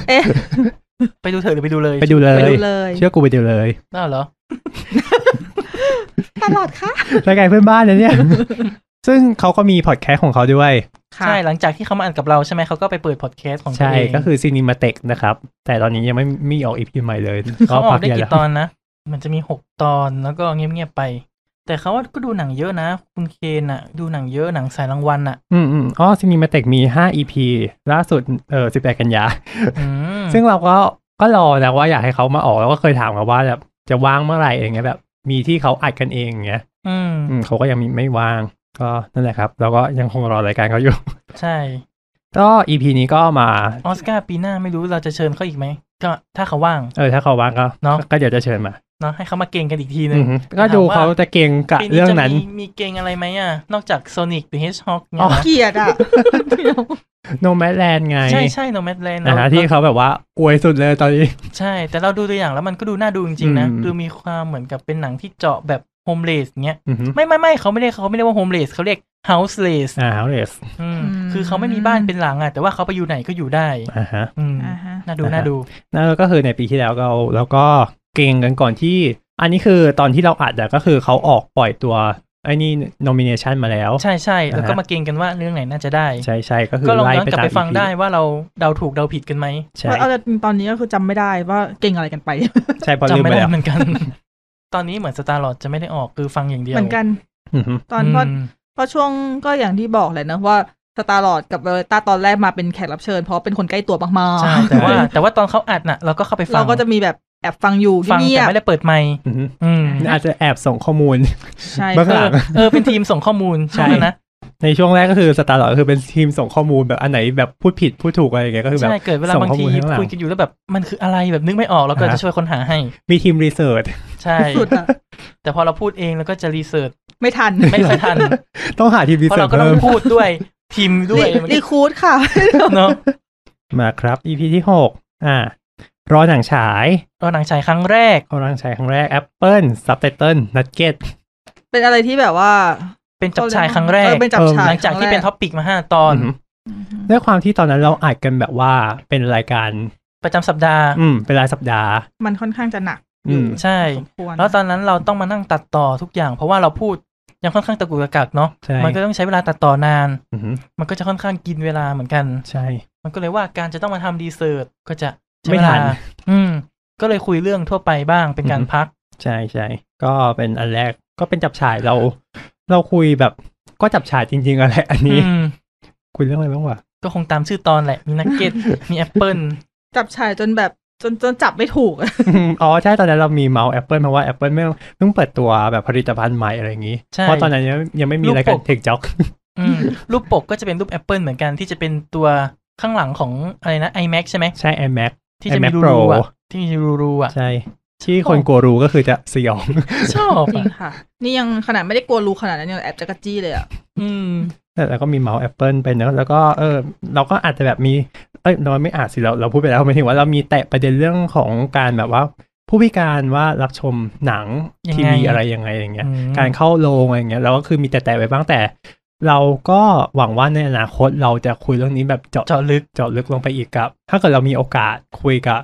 S4: เอ๊ะ
S3: ไปดูเถอะหรือไปดูเลย
S2: ไปดูเล
S4: ไป
S2: ย
S4: ดูเลย
S2: เชื่อกูไปดูเลย
S3: น่าเหรอ
S4: ตลอดค่ะ
S2: รายการเพื่อนบ้านนะเนี่ย ซึ่งเขาก็มีพอดแคสต์ของเขาด้วย
S4: ค่ะ
S3: ใช่หลังจากที่เขามาอ่านกับเราใช่ไหมเขาก็ไปเปิดพอดแคสต์ของตัว
S2: ใช่
S3: เอง
S2: ก็คือซีนิมาเตกนะครับ แต่ตอนนี้ยังไม่มีออกอีพีใหม่เลย
S3: เขาออกได้
S2: ใหญ่
S3: กี่ตอนนะมันจะมีหกตอนแล้วก็เงียบๆไป แต่เขาก็ดูหนังเยอะนะ คุณเคนอะดูหนังเยอะหนังสายรางวัลอะ
S2: อืมอืมอ๋อซีนิมาเตกมีห้าอีพีล่าสุดเออสิบแปดกันยา
S3: อืม
S2: ซึ่งเราก็ก็รอนะว่าอยากให้เขามาออกแล้วก็เคยถามเขาว่าแบบจะว่างเมื่อไหร่อย่างเงี้ยแบบ มีที่เขาอัดกันเองอย่างเงี้ย
S3: อืม
S2: อืมเขาก็ยังมีไม่ว่าง ก็นั่นแหละครับเราก็ยังคงรอรายการเขาอยู่
S3: ใช่
S2: ก็อีพีนี้ก็มา
S3: ออสการ์ปีหน้าไม่รู้เราจะเชิญเขาอีกไหมก็ถ้าเขาว่าง
S2: เออถ้าเขาว่างก็
S3: เนาะ
S2: ก็เดี๋ยวจะเชิญมา
S3: เนาะให้เขามาเก่งกันอีกทีหนึ
S2: อื
S3: ง
S2: อฮึก็ดูเขาจะเก่งกับ
S3: ปีนี้
S2: เรื่อง
S3: จะ
S2: นั้น
S3: มีมีเกงอะไรไหมอ่ะ นอกจาก Sonic the Hedgehog เนี่
S2: อ๋
S3: ย
S2: อ
S3: นะ
S4: เกลียดอ่ะ
S2: โนแมดแลนด์ไง
S3: ใช่ใช่ No Man's Land
S2: นะฮะที่เขาแบบว่าอวยสุดเลยตอนนี้
S3: ใช่ แต่เราดูตัวอย่างแล้วมันก็ดูน่าดูจริงๆนะ
S2: อืม
S3: ดูมีความเหมือนกับเป็นหนังที่เจาะแบบ homeless เงี้ย
S2: อือฮึ
S3: ไม่ไม่ไม่เขาไม่เรียกเขาไม่เรียกว่า homeless เขาเรียก houseless
S2: อ่าเรส
S3: อืม
S4: อืม
S3: คือเขาไม่มีบ้านเป็นหลังอ่ะ แต่ว่าเขาไปอยู่ไหนก็อยู่ได้
S2: อ่าฮะ
S3: อืม
S4: อ่าฮะ
S3: น่าดู
S2: อ่าฮะ
S3: น่าดู
S2: นั่นก็คือในปีที่แล้วเราแล้วก็เก่งกันก่อนที่ อันนี้คือตอนที่เราอัดอะก็คือเขาออกปล่อยตัวไอ้นี่โนมิเนชันมาแล้ว
S3: ใช่ใช่แล้วก็
S2: อ่าฮะ
S3: มาเก่งกันว่าเรื่องไหนน่าจะได้
S2: ใช่ใช่ก็คือ
S3: ก็ลอง
S2: ไล่
S3: ย้อน
S2: ไป
S3: กลับ
S2: ตาม
S3: ไปฟัง
S2: EP
S3: ได้ว่าเราเดาถูกเดาผิดกันไหม
S2: ใช่
S4: เอาแต่ตอนนี้ก็คือจำไม่ได้ว่าเก่งอะไรกันไป
S2: ใช่เพอลื
S3: จำ
S2: ม
S3: ไม่
S2: ไป
S3: ได้
S2: แล้ว
S3: เหมือน กัน ตอนนี้เหมือนสตาร์ลอดจะไม่ได้ออกคือฟังอย่างเดียว
S4: เหมือนกัน
S2: อือฮึ
S4: ตอนก็
S3: อืม
S4: เพราะช่วงก็อย่างที่บอกแหละนะว่าสตาร์ลอร์ดกับเวลต้าตอนแรกมาเป็นแขกรับเชิญ เพราะเป็นคนใกล้ตัวมาก
S3: ใช่แต่ว่าแต่ว่าตอนเขาอัดน่ะเราก็เข้าไป
S4: ๆ
S3: ฟั
S4: เรา
S3: ง
S4: ก็จะมีแบบแอบฟังอยู่
S3: ฟัง
S4: เงีย
S3: แต่
S4: บ
S3: ไม่ได้เปิดไมค์
S2: อือฮึ
S3: อืม
S2: อาจจะแอบส่งข้อมูล
S4: ใช่
S2: เบื้อง
S3: เอ
S2: หลั
S3: อง เออเป็นทีมส่งข้อมูล
S2: ใช่
S3: ใช่ไหมนะ
S2: ในช่วงแรกก็คือสตาร์หลอดคือเป็นทีมส่งข้อมูลแบบอันไหนแบบพูดผิดพูดถูกอะไรอย่างเงี้ยก็คือแบบ
S3: ใช่เกิดเวลา
S2: ส่ง
S3: บาง
S2: ข้อมู
S3: ที
S2: ลให้ข้างหลัง
S3: คุยกันอยู่แล้วแบบมันคืออะไรแบบนึกไม่ออกเราก็
S2: อ่าฮะ
S3: จะช่วยค้นหาให้
S2: มีทีมรีเสิร์ช
S3: ใช่
S4: สุดอะ
S3: แต่พอเราพูดเองแล้วก็จะรีเสิร์ช
S4: ไม่ทัน
S3: ไม่ค่อย ทัน
S2: ต้องหาทีมรี
S3: เพราะ
S2: เสิร์ช
S3: เราก็ต้อ
S2: เพิ่
S3: ง
S2: ม
S3: พูดด้วยทีมด้วย
S4: รีรีคูดค่ะ
S3: เนาะ
S2: มาครับ EP ที่หกอ่ารอหนังฉาย
S3: เราหนังฉายครั้งแรก
S2: รอหนังฉายครั้งแรก Apple Subtitle Nugget
S4: เป็นอะไรที่แบบว่า
S3: เป็นจับฉายครั้งแร
S4: เอก อเป็นจับฉาย
S3: หลังจากที่เป็นท็อปปิกมาห้าตอน
S2: อือฮึ ด้วยความที่ตอนนั้นเราอัดกันแบบว่าเป็นรายการ
S3: ประจำสัปดาห์
S2: อืม เป็นรายสัปดาห์
S4: มันค่อนข้างจะหนัก
S2: อืม
S3: ใช่
S4: สมควร
S3: แล้วตอนนั้นเราต้องมานั่งตัดต่อทุกอย่าง เพราะว่าเราพูดยังค่อนข้างตะกุกตะกักเนาะ
S2: ใช่
S3: มันก็ต้องใช้เวลาตัดต่อนาน
S2: อืม
S3: มันก็จะค่อนข้างกินเวลาเหมือนกัน
S2: ใช่
S3: มันก็เลยว่าการจะต้องมาทำดีเซิร์ตก็จะใช้
S2: ไม่
S3: เว
S2: ทั
S3: ลาน อืม ก็เลยคุยเรื่องทั่วไปบ้างเป็นการ
S2: อือฮึ
S3: พัก
S2: ใช่ใช่ ก็เป็นอันแรก ก็เป็นจับฉายเรา เราคุยแบบ ก็จับฉายจริงๆอะไรอันนี้
S3: อืม
S2: คุยเรื่องอะไรบ้างวะ
S3: ก็คงตามชื่อตอนแหละ มีนักเก็ต มีแอปเปิล
S4: จับฉายจนแบบจนจนจับไม่ถูกอะ
S2: อ๋อ ใช่ ตอนนั้นเรามีเมาส์ Apple เพราะว่า Apple ไม่เพิ่งเปิดตัวแบบผลิตภัณฑ์ใหม่อะไรอย่างนี้
S3: ใช่
S2: เพราะตอนนั้นยังยังไม่มีรายการ
S3: รูปปก
S2: เทคจ็อก
S3: อืมรูปปกก็จะเป็นรูปแอปเปิลเหมือนกันที่จะเป็นตัวข้างหลังของอะไรนะ iMac ใช่ไหม
S2: ใช่ iMac
S3: ที่จะมี
S2: iMac
S3: รู
S2: Pro
S3: รูอ่ะที่มีรูรูอ่ะ
S2: ใช่ ที่คนกลัวรู้ก็คือจะสยอง
S3: ชอบ
S4: จริ
S3: อ่ะ
S4: งค่ะ นี่ยังขนาดไม่ได้กลัวรูขนาดนั้นยังแอบจักรจี้เลยอะ
S3: อืม
S2: แต่แล้วก็มีเมาส์ Apple ไปเนอะแล้วก็เออเราก็อาจจะแบบมี เอ้ยเราไม่อาจสิเราเราพูดไปแล้วห มายถึงว่าเรามีแตะประเด็นเรื่องของการแบบว่า ผู้พิการว่ารับชมหนัง
S3: ยังไง
S2: ทีวีอะไรยังไงอย่างเงี้ย
S3: อืม
S2: การเข้าโรงอะไรอย่างเงี้ยเราก็คือมีแตะๆไว้บ้างแต่ เราก็หวังว่าในอนาคตเราจะคุยเรื่องนี้แบบเจาะ
S3: เจาะลึก
S2: เจาะลึกลงไปอีกกับ ถ้าเกิดเรามีโอกาสคุยกับ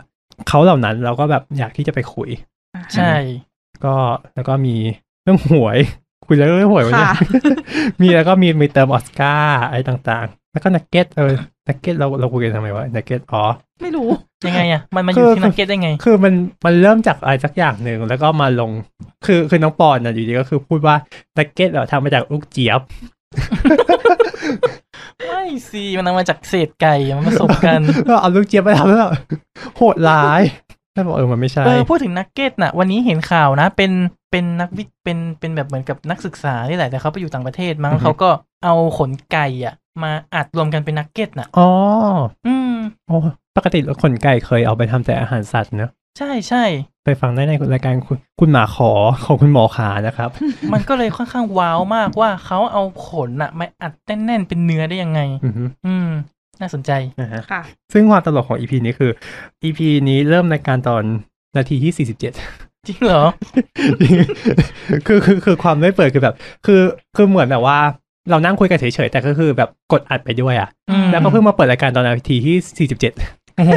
S2: เขาเหล่านั้นเราก็แบบอยากที่จะไปคุย
S3: ใช่
S2: ก็แล้วก็มีเรื่องหวย คุยแล้วเรื่องหวยวันนี้
S4: ค่ะ
S2: มีแล้วก็มีมีเติมออสการ์อะไรต่างๆ แล้วก็นักเก็ตเออ นักเก็ตเราเราคุยกันทำไมวะ นักเก็ตอ๋อ
S4: ไม่รู้
S3: ยังไงอ่ะ มันมาอยู่
S2: คือ
S3: ที่นักเก็ตได้ไง
S2: คือมันมันเริ่มจากอะไรสักอย่างหนึ่งแล้วก็มาลง คือคือน้องปอนน่ะอยู่ดีก็คือพูดว่านักเก็ตเราทำมาจากลูกเจี๊ยบ
S3: ไม่สิมันเอามาจากเศษไก่อะมันผสมกัน
S2: ก็เอาลูกเจี๊ยบไปทำแล้วแบบโหดร้ายแล้วบอกเออมันไม่ใช่
S3: เออพูดถึงนักเก็ตน่ะ วันนี้เห็นข่าวนะ เป็นเป็นนักวิทย์เป็นเป็นแบบเหมือนกับนักศึกษานี่แหละแต่เขาไปอยู่ต่างประเทศมั้ง
S2: อือฮึ
S3: เขาก็เอาขนไก่อ่ะ มาอัดรวมกันเป็นนักเก็ตน่ะ
S2: อ๋อ
S3: อืม
S2: โอ้ปกติขนไก่เคยเอาไปทำแต่อาหารสัตว์เนอะ
S3: ใช่ใช่
S2: ไปฟังได้ในรายการคุณคุณหมาขอของคุณหมอขา นะครับ
S3: มันก็เลยค่อนข้างว้าวมากว่าเขาเอาขนน่ะมาอัดแน่นๆเป็นเนื้อได้ยังไง
S2: อือฮึ
S3: อืม น่าสนใจ
S2: นะฮะ
S4: ค่ะ
S2: ซึ่งความตลกของ EP นี้คือ EP นี้เริ่มรายการตอนนาทีที่ 47
S3: จริงเหรอ
S2: คือคือคือความไม่เปิดคือแบบ คือคือเหมือนแบบว่า เรานั่งคุยกันเฉยๆ แต่ก็คือแบบกดอัดไปด้วยอะ
S3: อืม
S2: แล้วก็เพิ่งมาเปิดรายการตอนนาทีที่ 47
S3: โอ้โห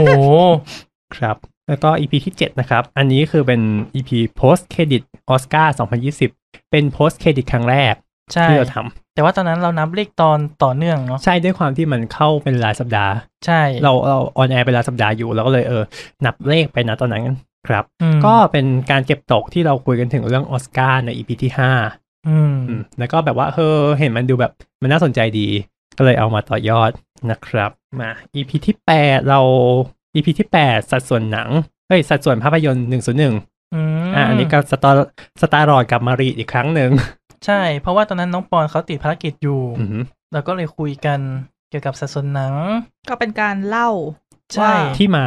S2: ครับ แล้วก็ EP ที่ 7 นะครับ อันนี้คือเป็น EP post credit Oscar 2020 เป็น post credit ครั้งแรก
S3: ใช่
S2: ที่เราทำ
S3: แต่ว่าตอนนั้นเรานับเลขตอนต่อเนื่องเนาะ
S2: ใช่ด้วยความที่มันเข้าเป็นรายสัปดาห์
S3: ใช่
S2: เราเราออนแอร์เป็นรายสัปดาห์อยู่เราก็เลยเออนับเลขไปนะตอนนั้นครับ
S3: อืม
S2: ก็เป็นการเก็บตกที่เราคุยกันถึงเรื่องออสการ์ในอีพีที่ห้า
S3: อืม
S2: อืมแล้วก็แบบว่าเออเห็นมันดูแบบมันน่าสนใจดี ก็เลยเอามาต่อยอดนะครับ มา EP ที่ 8 เรา EP ที่ 8 สัดส่วนหนังเฮ้ยสัดส่วนภาพยนตร์ 101
S3: อืม
S2: อ่ะอันนี้ก็สตาร์สตาร์รอดกับมารีอีกครั้งหนึ่ง
S3: ใช่ เพราะว่าตอนนั้นน้องปอนเขาติดภารกิจอยู่
S2: อือหือ
S3: เราก็เลยคุยกันเกี่ยวกับสัดส่วนหนัง
S4: ก็เป็นการเล่า
S3: ใช่
S4: ว่า
S2: ที่มา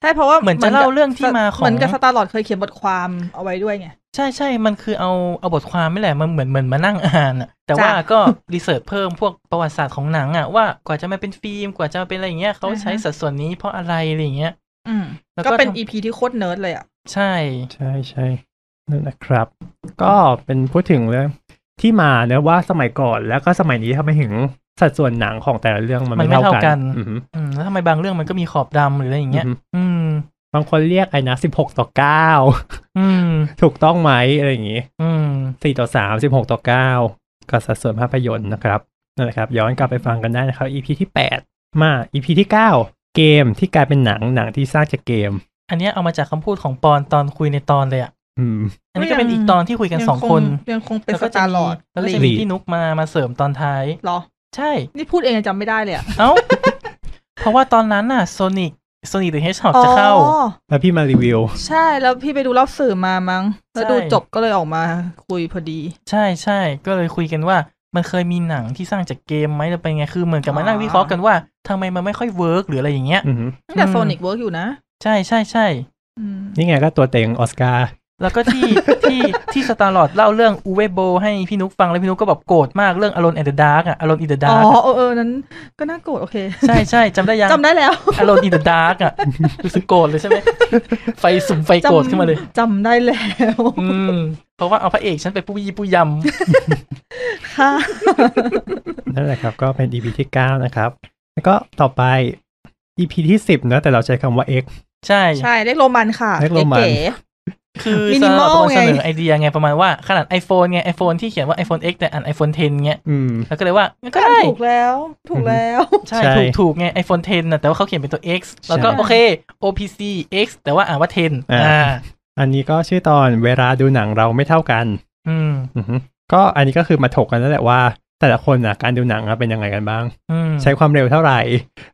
S4: ใช่เพราะว่า
S3: เหมือนจะเล่าเรื่องที่มาของ
S4: เหมือนกับสตาร์ลอดเคยเขียนบทความเอาไว้ด้วยไง
S3: ใช่ใช่มันคือเอาเอาบทความไม่แหละ มันเหมือนเหมือนมานั่งอ่านอะแต่ว่า
S4: จ้ะ
S3: ก็ รีเสิร์ชเพิ่มพวกประวัติศาสตร์ของหนังอะว่ากว่าจะมาเป็นฟิล์มกว่าจะมาเป็นอะไรอย่างเงี้ยเขา
S4: อ่าฮะ
S3: ใช้สัดส่วนนี้เพราะอะไรอะไรอย่างเงี้ย
S4: อืม
S3: แล้วก็
S4: ก็เป็น
S3: ทำ
S4: อีพีที่โคตรเนิร์ดเลยอ่ะ
S3: ใช่
S2: ใช่ใช่นั่นนะครับ ก็เป็นพูดถึงเรื่องที่มาเนะว่าสมัยก่อนแล้วก็สมัยนี้ทำไมถึงสัดส่วนหนังของแต่ละเรื่องมันไม่เท่ากันอือหือ
S3: อืมแล้วทำไมบางเรื่องมันก็มีขอบดำหรืออะไรอย่างเงี้ย อืม
S2: บางคนเรียกไอ้นะ16ต่อ9
S3: อืม
S2: ถูกต้องไหมอะไรอย่างงี้
S3: อืม
S2: สี่ต่อสามสิบหกต่อเก้าก็สัดส่วนภาพยนตร์นะครับนั่นแหละครับ ย้อนกลับไปฟังกันได้นะครับ EP ที่ 8 มา EP ที่ 9 เกมที่กลายเป็นหนังหนังที่สร้างจากเกม
S3: อันเนี้ยเอามาจากคำพูดของปอนตอนคุยในตอนเลยอะ
S2: อืม
S3: อันนี้ก็เป็น
S4: ก็ยัง
S3: อีกตอนที่คุยกันสองคน
S4: ยังคงเป็น
S3: แล้ว
S4: ส
S3: ก็จะ
S4: ตาร์ล
S3: มี
S4: อด
S3: แล้วก็จะ
S2: ลี
S3: มี
S2: ด
S3: พี่นุกมามาเสริมตอนท้าย
S4: หรอ
S3: ใช่
S4: นี่พูดเองยังจำไม่ได้เลยอ่ะ
S3: เอ้า เพราะว่าตอนนั้นน่ะโซนิกโซนิกหรือเฮชฮอกจะเข้า
S4: อ๋อ
S2: แล้วพี่มารีวิว
S4: ใช่แล้วพี่ไปดูรอบสื่อมามั้ง แล้ว
S3: ใช่
S4: ดูจบก็เลยออกมาคุยพอดี
S3: ใช่ใช่ก็เลยคุยกันว่ามันเคยมีหนังที่สร้างจากเกมไหมหรือเป็นไงคือเหมือนกับมานั่ง
S4: อ๋อ
S3: วิเคราะห์กันว่าทำไมมันไม่ค่อยเวิร์กหรืออะไรอย่างเงี้ย
S2: อือหือ
S4: ตั้งแต่
S3: อืม
S4: โซนิกเวิร์กอยู่นะ
S3: ใช่ใช่ใช่
S4: อืม
S2: นี่ไงก็ตัวเต็งออสการ์
S3: แล้วก็ที่ ที่ที่สตาร์ลอดเล่าเรื่องอูเวโบให้พี่นุกฟังแล้วพี่นุกก็แบบโกรธมากเรื่องอารอนแอนเดอร์ดาร์กอะอารอนอินเดอร์
S4: อ๋
S3: ดา
S4: อ
S3: ร์ก
S4: เออเออนั้นก็น่าโกรธโอเค
S3: ใช่ใช่จำได้ยัง
S4: จำได้แล้ว
S3: อารอนอินเดอร์ดาร์กอะรู้สึกโกรธ เลยใช่ไหมไฟสุ่มไฟโกรธขึ้นมาเลย
S4: จำได้แล้ว
S3: อืมเพราะว่าเอาพระเอกฉันไปปุ้ยปุ้ยย
S4: ค่ะ
S2: นั่นแหละครับ ก็เป็น EP ที่ 9 นะครับ แล้วก็ต่อไป EP ที่ 10นะแต่เราใช้คำว่า X
S3: ำใช่
S4: ใช่เรียกโรมันค่ะ
S2: เรียกโรมัน
S4: ก๋
S3: คือ
S4: มิ
S3: ส
S4: นิ
S3: ตาร์
S4: ม
S3: ล
S4: อ
S3: อ
S4: ล
S3: ดเป็นคนเสน
S4: ไง
S3: อไอเดียไงประมาณว่าขนาด iPhone ไง iPhone ที่เขียนว่า iPhone X แต่อ่าน iPhone 10เงี้ย
S2: อืม
S3: แล้วก็เลยว่างั้นก็
S4: ก็
S3: ได้
S4: ถูกแล้วถูกแล้ว
S3: ใช่
S2: ใช่
S3: ถูกถูกไง iPhone 10นะแต่ว่าเขาเขียนเป็นตัว X แล้วก็
S2: ใช่
S3: โอเค OPC X แต่ว่าอ่านว่า 10
S2: อ่า
S3: อ่า
S2: อันนี้ก็ชื่อตอนเวลาดูหนังเราไม่เท่ากัน
S3: อืม
S2: อือหือก็อันนี้ก็คือมาถกกันนั่นแหละว่า แต่ละคนนะการดูหนังอะเป็นยังไงกันบ้าง
S3: อืม
S2: ใช้ความเร็วเท่าไหร่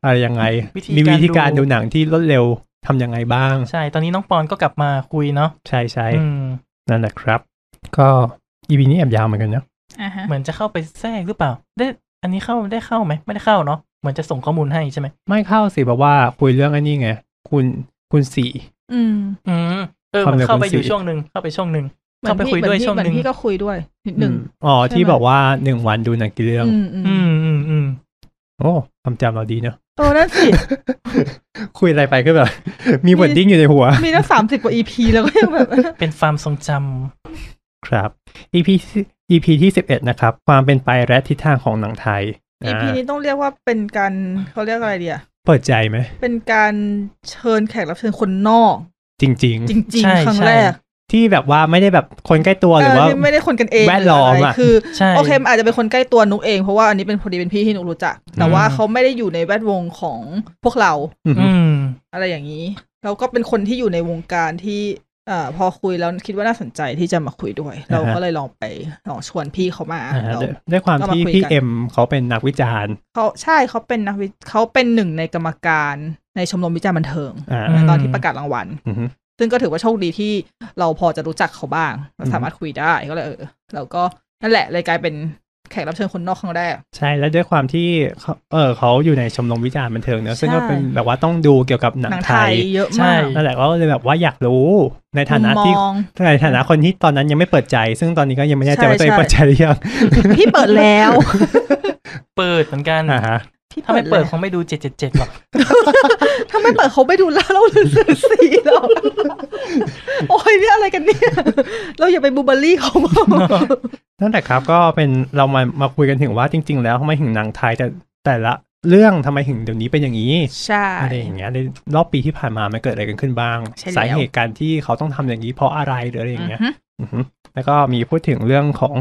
S2: อะไรยังไง
S3: วิธี
S2: มีวิธี
S3: กา
S2: การร
S3: ดู
S2: ดูหนังที่รวดเร็วทำยังไงบ้าง
S3: ใช่ตอนนี้น้องปอนก็กลับมาคุยเนาะ
S2: ใช่ใช่
S3: อืม
S2: นั่นแหละครับ ก็อีพีนี้แอบยาวเหมือนกันเนาะ
S3: เหมือนจะเข้าไปแทรกหรือเปล่า ได้อันนี้เข้าได้เข้าไหมไม่ได้เข้าเนาะเหมือนจะส่งข้อมูลให้ใช่ไหม
S2: ไม่เข้าสิเพราะว่าคุยเรื่องอันนี้ไง คุณคุณสี่
S4: อืม
S3: อืมเออ
S2: ความ
S3: มัน
S2: เร็ว
S3: เข้าไป
S2: ของ
S3: อยู่
S2: สี
S3: ช่วงหนึ่งเข้าไปช่วงหนึ่ง
S4: หมือน
S3: เข้าไปคุยด้วยช่วงหนึ่ง
S4: เหมือพี่ก็คุยด้วยนิดหนึ่ง
S2: อืมอ๋อ
S4: ใช่ไหม
S2: ที่บอกว่าหนึ่งวันดูหนังกี่เรื่อง
S4: อืมอืม
S3: อืมอืมอืม
S2: โอ้ความจำเราดีเนาะ
S4: เออนั่นสิ
S2: คุยอะไรไปก็แบบ มีวอดดิ้งอยู่ในหัว
S4: มีตั้งสามสิบกว่าอีพีแล้วก็ยังแบบ
S3: เป็นความทรงจำ
S2: ครับ EP ที่ EP ที่สิบเอ็ดนะครับ ความเป็นไปและทิศทางของหนังไทย
S4: อีพี
S2: อ่า
S4: นี้ต้องเรียกว่าเป็นการเขาเรียกอะไรดีอะ
S2: เปิดใจไหม
S4: เป็นการเชิญแขกรับเชิญคนนอก
S2: จริง
S4: จริง ๆ ครั้งแรก
S2: ๆ ที่แบบว่าไม่ได้แบบคนใกล้ตัว
S4: เอ
S2: หรือ
S4: อ
S2: ว่า
S4: ที่ไม่ได้คนกันเอง
S2: แวดล้อม
S4: หรืไร
S2: อะ
S4: คือ
S3: ใช่
S4: โอเคมันอาจจะเป็นคนใกล้ตัวนุกเอง เพราะว่าอันนี้เป็นพอดีเป็นพี่ที่นุกรู้จัก แต่ว่า
S3: อืม
S4: เขาไม่ได้อยู่ในแวดวงของพวกเรา
S2: อืม
S3: อืม
S4: อะไรอย่างนี้ แล้วก็เป็นคนที่อยู่ในวงการที่เอ่อพอคุยแล้วคิดว่าน่าสนใจที่จะมาคุยด้วย
S2: อ่า
S4: เรา
S2: ฮะ
S4: ก็เลยลองไปลองชวนพี่เขามา
S2: อ่า
S4: แล้ว
S2: ด้วยด้วยความที่
S4: ก็มาคุยกัน
S2: พี่เอ็มเขาเป็นนักวิจารณ์
S4: เขาใช่เขาเป็นนักวิเขาเป็นหนึ่งในกรรมการในชมรมวิจารณ์บันเทิง
S2: อ่า
S3: อืม
S4: ตอนที่ประกาศรางวัล
S2: อือฮึ
S4: ซึ่งก็ถือว่าโชคดีที่เราพอจะรู้จักเขาบ้างเรา
S2: อืม
S4: สามารถคุยได้ก็เลยเออแล้วก็นั่นแหละเลยกลายเป็นแขกรับเชิญคนนอกครั้งแรก
S2: ใช่แล้วด้วยความที่เขาเออเขาอยู่ในชมรมวิจารณ์บันเทิงเนอะซึ่งก็
S4: ใช่
S2: เป็นแบบว่าต้องดูเกี่ยวกับหนังไทย
S4: เยอะ
S3: ใช่
S4: มาก
S2: นั่นแหละก็เลยแบบว่าอยากรู้ในฐานะ
S4: มุม
S2: ที่
S4: มอง
S2: ในฐานะคนที่ตอนนั้นยังไม่เปิดใจ ซึ่งตอนนี้ก็ยังไม่แน่ใจว่า
S4: ใช่
S2: ตัวเอง
S4: ใช่
S2: เปิดใจหรือยัง
S4: พี่เปิดแล้ว
S3: เปิดเหมือนกัน
S2: อ่าฮะ
S4: พี่
S3: ถ้าไม่เปิด
S4: แล้ว
S3: คงไม่ดูเจ็ดเจ็ดเจ็ดหรอก
S4: ถ้าไม่เปิดเขาไม่ดูเล่าเราเลยสื่อสีหรอก โอ้ยนี่อะไรกันเนี่ย เราอย่าไปบูเบอรี่เขาเปล่า
S2: นั่นแหละครับก็เป็นเรามามาคุยกันถึงว่าจริง ๆ แล้วทำไมถึงหนังไทยแต่แต่ละเรื่องทำไมถึงเดี๋ยวนี้เป็นอย่างนี้
S4: ใช่
S2: อะไรอย่างเงี้ยในรอบปีที่ผ่านมามันเกิดอะไรกันขึ้นบ้าง
S4: ใช่แล้ว
S2: สาเหตุการที่เขาต้องทำอย่างนี้เพราะอะไรหรืออะไรอย่างเงี้ยอือฮึแล้วก็มีพูดถึงเรื่องของ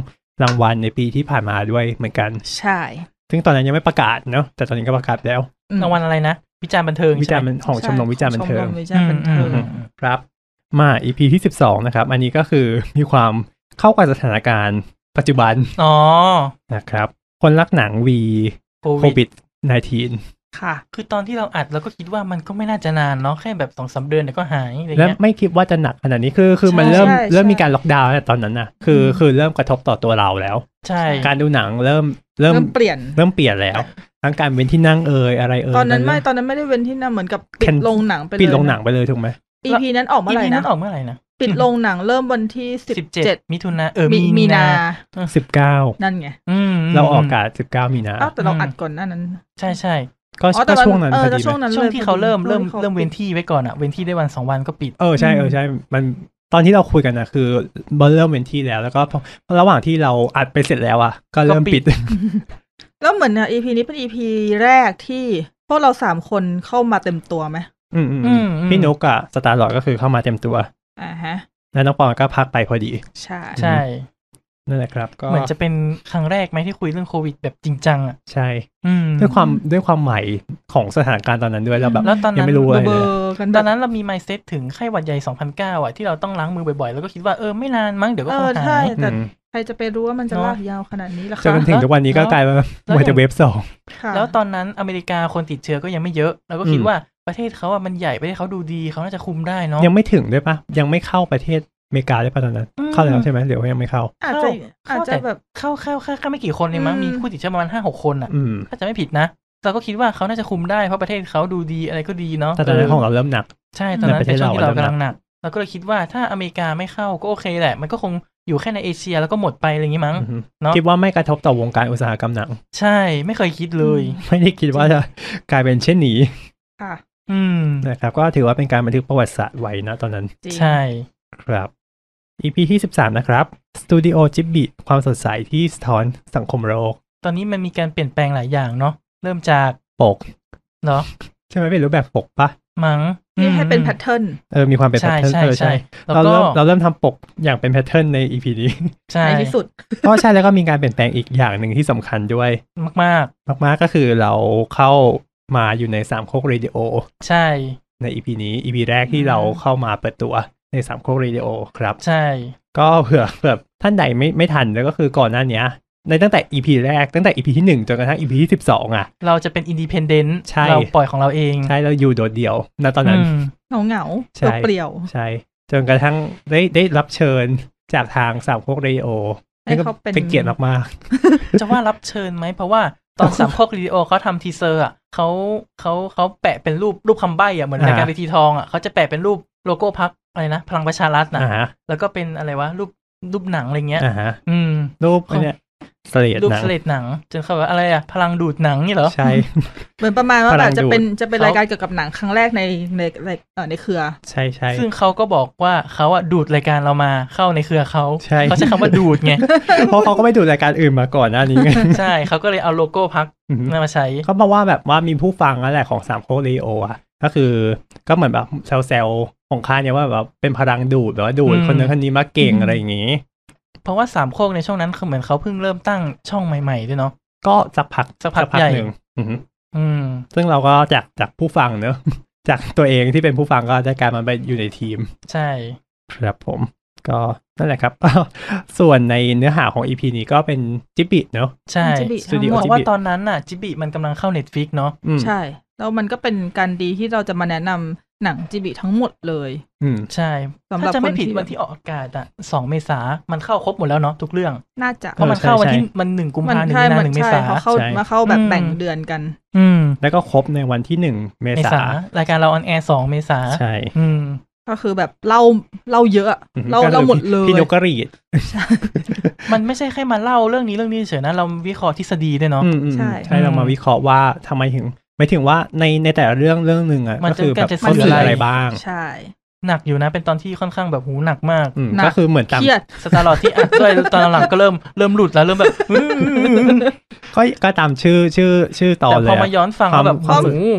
S2: รางวัลในปีที่ผ่านมาด้วยเหมือนกัน
S4: ใช่
S2: ซึ่งตอนนั้นยังไม่ประกาศเนาะแต่ตอนนี้ก็ประกาศแล้ว
S4: อืม
S3: รางวัลอะไรนะ วิจารณ์บันเทิง
S2: วิจารณ์
S3: ใช่ไห
S2: มันของชมรมวิจารณ์บันเทิ
S4: ใช่
S2: ง
S4: ของชมรมวิจารณ์บันเทิง
S3: อืมอืมอืม
S2: ครับ มา EP ที่ 12 นะครับ อันนี้ก็คือ มีความเข้ากับสถานการณ์ปัจจุบัน
S3: อ๋อ
S2: นะครับ คนรักหนังวีโค
S3: โควิ
S2: วิ
S3: ด
S2: ด -19
S4: ค่ะ
S3: คือตอนที่เราอัดเราก็คิดว่ามันก็ไม่น่าจะนานเนาะแค่แบบสองสามเดือนเดี๋ยวก็หายอะไร
S2: และ
S3: เงี้ย
S2: ไม่คิดว่าจะหนักขนาดนี้คือคือมัน
S4: ใช่
S2: เริ่ม
S4: ใช่
S2: เริ่ม
S4: ใช่
S2: มีการล็อกดาวน์ตั้งแต่ตอนนั้นนะคืออ
S4: ม
S2: คือเริ่มกระทบต่อตัวเราแล้ว
S3: ใช่
S2: การดูหนังเริ่มเริ่ม
S4: เริ่มเปลี่ยน
S2: เริ่มเปลี่ยนแล้วทั้งการเว้นที่นั่งเอ่ยอะไรเอ่ย
S4: ตอนนั้นไม่
S2: เริ่
S4: ตอนนั้นไม่ได้เว้นที่นั่นเหมือนกับปิ
S2: แคน
S4: ดโรงหนังไปเลย
S2: ปิดโรงหนังไปเลยถูกไหม
S4: อีพีนั้นออกเมื่อไหร่
S3: พีนั้
S4: นะ
S3: นออกเมื่อไหร่นะ
S4: ปิดโรงหนังเริ่มวันที่สิบ
S3: สิบ
S4: เจ็
S3: เจ็
S4: ด
S3: ดมิถุนาเออ
S4: มีมีนา
S2: สิบเก้า
S4: นั่นไง
S3: อืมม
S2: เราออกอากาศสิบเก้ามีนา
S4: เอ้าวแต่เรา
S3: อืม
S4: อัดก่อนหนั้นนั้น
S3: ใช่ใช่
S2: ก็
S4: อ๋อแต่
S2: ก็ช่วงนั้น
S4: เอ
S2: พ
S4: อ
S2: อ
S4: แต่
S2: ดี
S4: ช่วง
S2: ไหม
S4: นั้น
S3: ช่วง
S4: ลย
S3: ที่เขาเริ่มเริ่ม
S4: ที่ขา
S3: เริ่มเว้นที่ไว้ก่อนอะเว้นที่ได้วันสองวันก็ปิด
S2: เออใช่เออใช่มันตอนที่เราคุยกันนะคือเริ่มเว้นที่แล้ว แล้วก็พอระหว่างที่เราอัดไปเสร็จแล้วอ่ะ ก็เริ่ม
S3: ก็ปิ
S2: ปิด
S3: ด
S4: แล้วเหมือนอ่ะอีพีนี้เป็นอีพีแรกที่ พวกเราสามคนเข้ามาเต็มตัวไหม
S2: อืมอืม
S3: อืมอืม
S2: พี่นกอะสตาร์ลอดก็คือเข้ามาเต็มตัว
S4: อ่าฮะ
S2: แล้วน้องปอนก็พักไปพอดี
S4: ใช่
S3: ใช่
S2: นั่นแหละครับ ก็
S3: เหมือนจะเป็นครั้งแรกไหมที่คุยเรื่องโควิดแบบจริงจังอ่ะ
S2: ใช่
S3: อืม
S2: ด้วยความด้วยความใหม่ของสถานการณ์ตอนนั้นด้วยแล้วแบบ
S3: แล้วตอน
S2: ยัง
S3: นั้น
S2: ไม่รู้
S4: เบ
S2: เล
S4: อย ร์เบอร์กันแบ
S3: ตอบ นนั้นเรามี mindset ถึงไข้หวัดใหญ่ 2009 อ่ะ ที่เราต้องล้างมือบ่อยๆ แล้วก็คิดว่าเออไม่นานมั้งเดี๋ยวก็
S4: เอ
S3: คง
S4: อ
S3: หา
S4: ใช่
S3: ย
S4: แต่
S2: อืม
S4: ใครจะไปรู้ว่ามันจะ
S3: เนอะ
S4: ลากยาวขนาดนี้ล่ะ
S2: จน
S4: คะ
S2: ถึงทุกวันนี้ก็
S3: แล้ว
S2: กลายมา
S3: แล้ว
S2: เหมือน
S3: อย่า
S2: จะ
S3: ง
S2: เว็บสอง
S4: ค่ะ
S3: แล้วตอนนั้นอเมริกาคนติดเชื้อก็ยังไม่เยอะ เราก็คิด
S2: อืม
S3: ว่าประเทศเขาอ่ะมันใหญ่ประเทศเขาดูดีเขาน่าจะคุมได้เนาะ
S2: ยังไม่ถึงด้วยปะยังไม่เข้าประเทศอเมริกาด้วยปะตอนนั้น
S3: อืม
S2: เข้าแล้วใช่ไหมหรือว่ายังไม่เข้า
S4: อาจจะ
S3: เข้า
S4: อาจ
S3: เข้า
S4: จะ
S3: แต่
S4: แบบ
S3: เข้าเข้าเข้าแค่ไม่กี่คนเองมั้ง
S4: อืม
S3: มีผู้ติดเชื้อประมาณห้าหกคนอ่ะ
S2: อืม
S3: ถ้าจะไม่ผิดนะ เราก็คิดว่าเขาน่าจะคุมได้เพราะประเทศเขาดูดีอะไรก็ดีเนาะ
S2: แต่ตอนนั้นของเราเริ่มหนัก
S3: ใช่ตอนนั้
S2: ในป
S3: น
S2: ระเท
S3: เป็น
S2: ศ
S3: ช่วงที่เรา
S2: เราอะ
S3: กำลังหนักเราก็เลยคิดว่าถ้าอเมริกาไม่เข้าก็โอเคแหละ มันก็คงอยู่แค่ในเอเชียแล้วก็หมดไปอะไรอย่างงี้มั้ง
S2: อือฮึ
S3: เนอะ
S2: คิดว่าไม่กระทบต่อวงการอุตสาหกรรมหนัง
S3: ใช่ไม่เคยคิดเลย
S2: ไม่ได้คิดว่าจะกลายเป็นเช่นนี้
S4: ค่ะ
S3: อืม
S2: นะครับ ก็ถือว่าเป็นการบันทึกประวัติศาสตร์ไว้นะตอนนั้น
S4: จริง
S3: ใช่
S2: ครับ EP ที่ 13 นะครับสตูดิโอจิบบิความสดใสที่สะท้อนสังคมโลก
S3: ตอนนี้มันมีการเปลี่ยนแปลงหลายอย่างเนาะเริ่มจาก
S2: ปก
S3: เนาะ
S2: ใช่ไหมเป็นรูปแบบปกปะ
S3: มั้ง
S4: นี่ให้เป็น
S3: อืม
S4: แพทเทิร์น
S2: เออมีความเป็นแพท
S3: ใช่
S2: เทิร์น
S3: ใช่
S2: เออ
S3: ใช่
S2: ใช่
S3: แล้ว
S2: เรา
S3: ก็
S2: เริ่มเราเริ่มทำปกอย่างเป็นแพทเทิร์นใน EP นี้
S3: ใช่
S4: ในที่สุด
S2: ก็ใช่แล้วก็มีการเปลี่ยนแปลงอีกอย่างหนึ่งที่สำคัญด้วย
S3: มาก
S2: มากๆก็คือเราเข้ามาอยู่ในสามโคกเรดิโอ
S3: ๆ ใช่
S2: ใน EP นี้ EP แรกที่เราเข้ามาเปิดตัวในสามโคกเรดิโอครับ
S3: ใช่
S2: ก็เผื่อเผื่อท่านใดไม่ไม่ทันแล้วก็คือก่อนหน้าเนี้ย ในตั้งแต่ EP แรกตั้งแต่ EP ที่ 1 จนกระทั่ง EP ที่ 12 อ่ะ
S3: เราจะเป็นอินดีเพนเดนต์
S2: ใช่
S3: เราปล่อยของเราเอง
S2: ใช่เราอยู่โดดเดี่ยวณตอนนั้น
S3: อืม
S4: เหงาเหงาๆ
S2: ใช่
S4: เปลี่ยว
S2: ใช่จนกระทั่งได้ได้รับเชิญจากทางสามโคกเรดิโอ
S4: ๆให้
S2: นี่ก็
S4: เขาเป็น
S2: เป็นเกียรติมาก
S3: จะว่ารับเชิญไหมเพราะว่าต อนสามโคกรีดิโอเขาทำทีเซอร์อ่ะเขาเขาเขาแปะเป็นรูปรูปคำใบ้อ่ะเหมือนรายการ
S2: อ่า
S3: เวทีทองอ่ะเขาจะแปะเป็นรูปโลโก้พักอะไรนะพลังประชารัฐ
S2: ๆ
S3: นะ
S2: อ่าฮะ
S3: แล้วก็เป็นอะไรวะรูปรูปหนังอะไรเงี้ย
S2: อ่าฮะ
S3: อืม
S2: รูปอันเนี่ยเสลด
S3: รูป
S2: หนัง
S3: สเลดหนังจนเขาแบบอะไรอ่ะ พลังดูดหนังนี่เหรอ
S2: ใช่
S4: เหมือนประมาณว่า
S2: พลั
S4: แบบ
S2: ง
S4: จะ
S2: ดูด
S4: เป็นจะเป็น
S3: เขาร
S4: รายการเกี่ยวกับหนังครั้งแรกในในในเอ่อในเครือ
S2: ใช่ใช่
S3: ซึ่งเขาก็บอกว่าเขาอ่ะดูดรายการเรามาเข้าในเครือเขา
S2: ใช่
S3: เขาใช้คำว่าดูด ไง
S2: เพราะเขาก็ไม่ดูรายการอื่นมาก่อนหน้า นี้ไง
S3: ใช่เขาก็เลยเอาโลโก้พักนั่นมาใช้
S2: เขาบอกว่าแบบว่ามีผู้ฟังนั่นแหละของสามโคกเรดิโออ่ะ ก็คือก็เหมือนแบบเซลล์ของค่ายเนี่ยว่าแบบเป็นพลังดูดแบบว่าดูด
S3: อืม
S2: คนนึงคนนี้มาเก่งอะไรอย่างงี้
S3: เพราะว่าสามโคกในช่วงนั้นคือเหมือนเขาเพิ่งเริ่มตั้งช่องใหม่ๆด้วยเนาะ
S2: ก็สักพัก
S3: สักพักใหญ่
S2: หนึ่งอือฮึ
S3: อืม
S2: ซึ่งเราก็จากจากผู้ฟังเนอะ จากตัวเองที่เป็นผู้ฟังก็ได้กลายมาเป็นอยู่ในทีม
S3: ใช่
S2: ครับผม ก็นั่นแหละครับ ส่วนในเนื้อหาของ EP นี้ก็เป็นจิบบิเนอะ
S3: ใช่
S4: จิบิ
S2: สตูดิโอ
S3: เพ
S2: จิ
S3: ราะ
S2: บิ
S3: ว่าตอนนั้นน่ะจิบิมันกำลังเข้า Netflix เนาะ
S2: อืม
S4: ใช่ แล้วมันก็เป็นการดีที่เราจะมาแนะนำหนังจีบีทั้งหมดเลย
S2: อืม
S3: ใช่
S4: สำห
S3: ถ้า
S4: รับค
S3: จะไม่
S4: น
S3: ผิด
S4: ที่
S3: วันที่ออกอากาศอ่ะสองเมษามันเข้าครบหมดแล้วเนาะทุกเรื่อง
S4: น่าจะ
S3: เพราะมันเข้าวันที่มันหนึ่งกุมภาหนึ่งมีนาหนึ่งเม
S4: ใช่
S3: ษา
S4: เขาเข้า
S2: ใช่
S4: มาเข้าแบบ
S3: อืม
S4: แบ่งเดือนกัน
S3: อืม
S2: แล้วก็ครบในวันที่หนึ่งเม
S3: เม
S2: ษา
S3: ษารายการเราออนแอร์สองเมษา
S2: ใช่
S3: อืม
S4: ก็คือแบบเล่าเล่าเยอะอะ
S2: อือฮึ
S4: เล่า
S2: ก็คือ
S4: เล่าหมดเลย
S2: พี่นกกระรีด
S3: มันไม่ใช่แค่มาเล่าเรื่องนี้เรื่องนี้เฉยๆนะ เราวิเคราะห์ทฤษฎีด้วยเนาะ
S2: อืมอืมใช่เรามาวิเคราะห์ว่าทำไมถึงไม่ถึงว่าในในแต่ละเรื่องเรื่องหนึ่งอ่ะ
S3: มัน
S2: ก็คือแบบ
S3: จะ
S2: เขา
S3: สื่อ
S2: สื่อ
S3: อะไร
S2: อะไรบ้าง
S4: ใช่
S3: หนักอยู่นะ เป็นตอนที่ค่อนข้างแบบหูหนักมาก
S2: อืม
S4: หนัก
S2: ก็คือเหมือนตาม
S4: เครียด
S3: สตาร์ลอดที่อัดด้วยตอนหลังก็เริ่ม เริ่มหลุดแล้วเริ่มแบบอื้อ
S2: ก็ก็ตามชื่อชื่อชื่อตอ
S3: แต่
S2: นเล
S3: พอย มา
S2: อะ
S3: ย้อนฟัง
S2: ความ
S3: แล้วแบบ
S2: ความ
S3: โอ้โห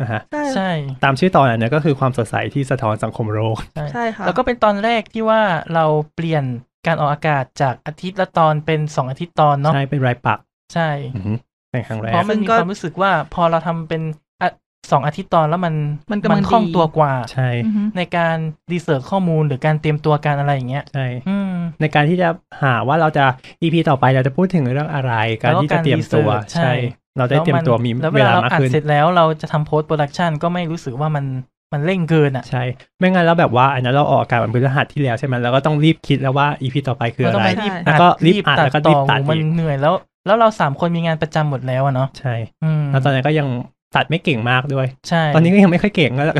S2: นะฮะ
S4: ใช่
S3: ใช่
S2: ตามชื่อตอนอันเนี้ยก็คือความสดใสที่สะท้อนสังคมโลก
S4: ใช่ค่ะ
S3: แล้วก็เป็นตอนแรกที่ว่าเราเปลี่ยน การออกอากาศจากอาทิตย์ละตอนเป็นสองอาทิตย์ตอนเนาะ
S2: ใช่เป็นรายปัก
S3: ใช่
S2: อือหือเป็นครั้งแรก
S3: เพราะมันมีความรู้สึกว่าพอเราทำเป็นอ่ะสองอาทิตย์ตอนแล้วมัน
S4: มันกำลังดี
S3: คล่องตัวกว่า
S2: ใช่
S4: อือฮึ
S3: ในการรีเสิร์ชข้อมูลหรือการเตรียมตัวการอะไรอย่างเงี้ย
S2: ใช่
S3: อืม
S2: ในการที่จะหาว่าเราจะ EP ต่อไปเราจะพูดถึงเรื่องอะไร การที่จะเตรียมตัว
S3: แล้วก็การรีเสิร์ชใช่
S2: ใช่ เราได้เตรียมตัวมี
S3: แล้ว
S2: เว
S3: เวลา
S2: ลา
S3: เรา
S2: มาก
S3: อัด
S2: ขึ้น
S3: เสร็จแล้วเราจะทำโพสต์โปรดักชันก็ไม่รู้สึกว่ามันมันเร่งเกินอ่ะ
S2: ใช่ ไม่งั้นแล้วแบบว่าอันนั้นเราออกอากาศวันพฤหัสที่แล้วใช่ไหมเราก็ต้องรีบคิดแล้วว่า EP ต่อไปคืออะ
S3: เราต้อง
S2: ไร
S3: ไปรีบ
S2: แล้วก็รีบอัดแล้วก็รีบตัด
S3: โหมัน
S2: อีก
S3: เหนื่อยแล้ว แล้วเราสามคนมีงานประจำหมดแล้วอะเนาะ
S2: ใช่
S3: อืม
S2: แล้วตอนนั้นก็ยังตัดไม่เก่งมากด้วย
S3: ใช่
S2: ตอนนี้ก็ยังไม่ค่อยเก่งแล้ว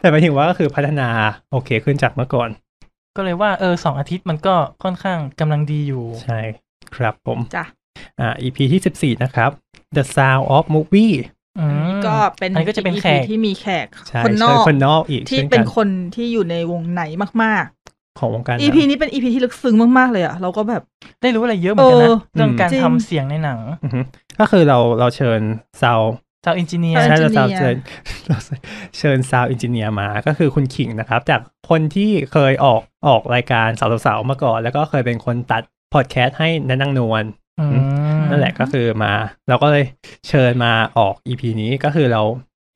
S2: แต่หมายถึงว่าก็คือพัฒนาโอเคขึ้นจากเมื่อก่อน
S3: ก็เลยว่าเออสองอาทิตย์มันก็ค่อนข้างกำลังดีอยู่
S2: ใช่ครับผม
S4: จ้ะ
S2: อ่า EP ที่ 14 นะครับ The Sound of Movie
S3: อืม
S4: ก็เป็น
S3: อันนี้ก็จะเป็นแขก
S4: อีที่มีแขก
S2: ใช่
S4: คนน
S2: เชิ
S4: อ
S2: ญ
S4: ก
S2: คนนอกอีก
S4: ที่
S2: ช่น
S4: เป็น
S2: กั
S4: คนที่อยู่ในวงไหนมาก
S2: ของวงการห
S4: ๆ
S2: นัง
S4: EP นี้เป็น EP ที่ลึกซึ้งมากๆเลยอะเราก็แบบ
S3: ได้รู้อะไรเยอะเหมือนกัน
S4: เอ
S3: นะ
S4: อ
S3: เรื่องการ
S4: จริง
S3: ทำเสียงในหนัง
S2: อือฮึก็คือเราเราเชิญซาว
S3: ซาวอินจิเนีย
S4: ใช่
S2: ใช่เราซาว
S4: engineer
S2: เชิญ เราเชิญซาวอินจิเนียร์มาก็คือคุณขิงนะครับ จากคนที่เคยออกออกรายการสาวสาวๆมาก่อน แล้วก็เคยเป็นคนตัดพอดแคสต์ให้นันนางนวล
S4: อืม
S2: นั่นแหละก็คือมา เราก็เลยเชิญมาออกอีพีนี้ก็คือเรา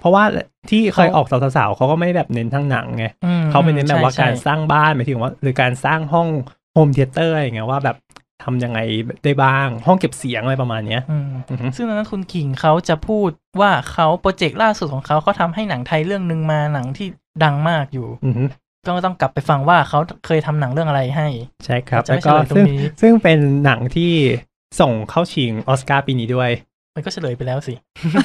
S2: เพราะว่าที่เคย
S3: เขา
S2: ออกสาวๆเขาก็ไม่ได้แบบเน้นทั้งหนังไงเขาไปเน้นแบบว่าการสร้างบ้านหมายถึงว่าหรือการสร้างห้องโฮมเทเตอร์อย่างเงี้ยว่าแบบทำยังไงได้บ้างห้องเก็บเสียงอะไรประมาณเนี้ยอือฮึ
S3: ซึ่งตอนนั้นคุณขิงเขาจะพูดว่าเขาโปรเจกต์ล่าสุดของเขาเขาทำให้หนังไทยเรื่องหนึ่งมาหนังที่ดังมากอยู่
S2: อือฮึ
S3: ก็ต้องกลับไปฟังว่าเขาเคยทำหนังเรื่องอะไรให้
S2: ใช่ครับ
S3: จะ
S2: แล้
S3: ไม่
S2: วก็
S3: เฉลยตร
S2: ซึ่
S3: ง
S2: ง
S3: นี้
S2: ซึ่งเป็นหนังที่ส่งเข้าชิงออสการ์ปีนี้ด้วย
S3: มันก็เฉลยไปแล้วสิ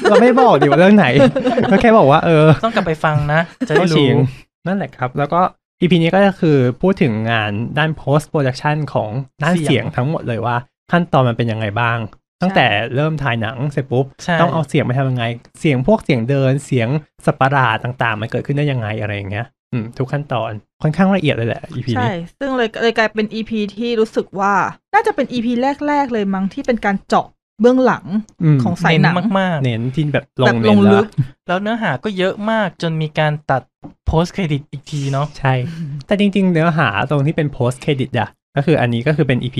S2: เราไม่ได้บอกดีว่าเรื่องไหน ก็แค่บอกว่าเออ
S3: ต้องกลับไปฟังนะ จะได้
S2: เข้าชิง
S3: รู้
S2: นั่นแหละครับ แล้วก็ EP นี้ก็คือพูดถึงงานด้าน post production ของด้าน
S3: เสียง
S2: เสียงทั้งหมดเลยว่าขั้นตอนมันเป็นยังไงบ้าง ตั้งแต่เริ่มถ่ายหนังเสร็จปุ๊บ
S3: ใช่
S2: ต้องเอาเสียงไปทำยังไง เสียงพวกเสียงเดินเสียงสัปปะราดต่างๆ มันเกิดขึ้นได้ยังไงอะไรอย่างเงี้ยอืมทุกขั้นตอนค่อนข้างละเอียดเลยแหละ EP
S4: ใช่
S2: นี้
S4: ซึ่งเลยเลยกลายเป็น EP ที่รู้สึกว่า น่าจะเป็น EP แรก ๆ เลยมั้งที่เป็นการเจาะเบื้องหลัง
S2: ม
S4: ของสายหนัง
S3: เมาก
S2: เน้นที่แบบล
S4: แบ
S2: ง
S4: บ
S2: เน้
S4: ล
S2: น
S4: งลึ
S2: แล้ว
S4: ก
S3: ๆ แล้วเนื้อหาก็เยอะมากจนมีการตัดโพสเครดิตอีกทีเนาะ
S2: ใช่ แต่จริง ๆ เนื้อหาตรงที่เป็น post credit อะก็คืออันนี้ก็คือเป็น EP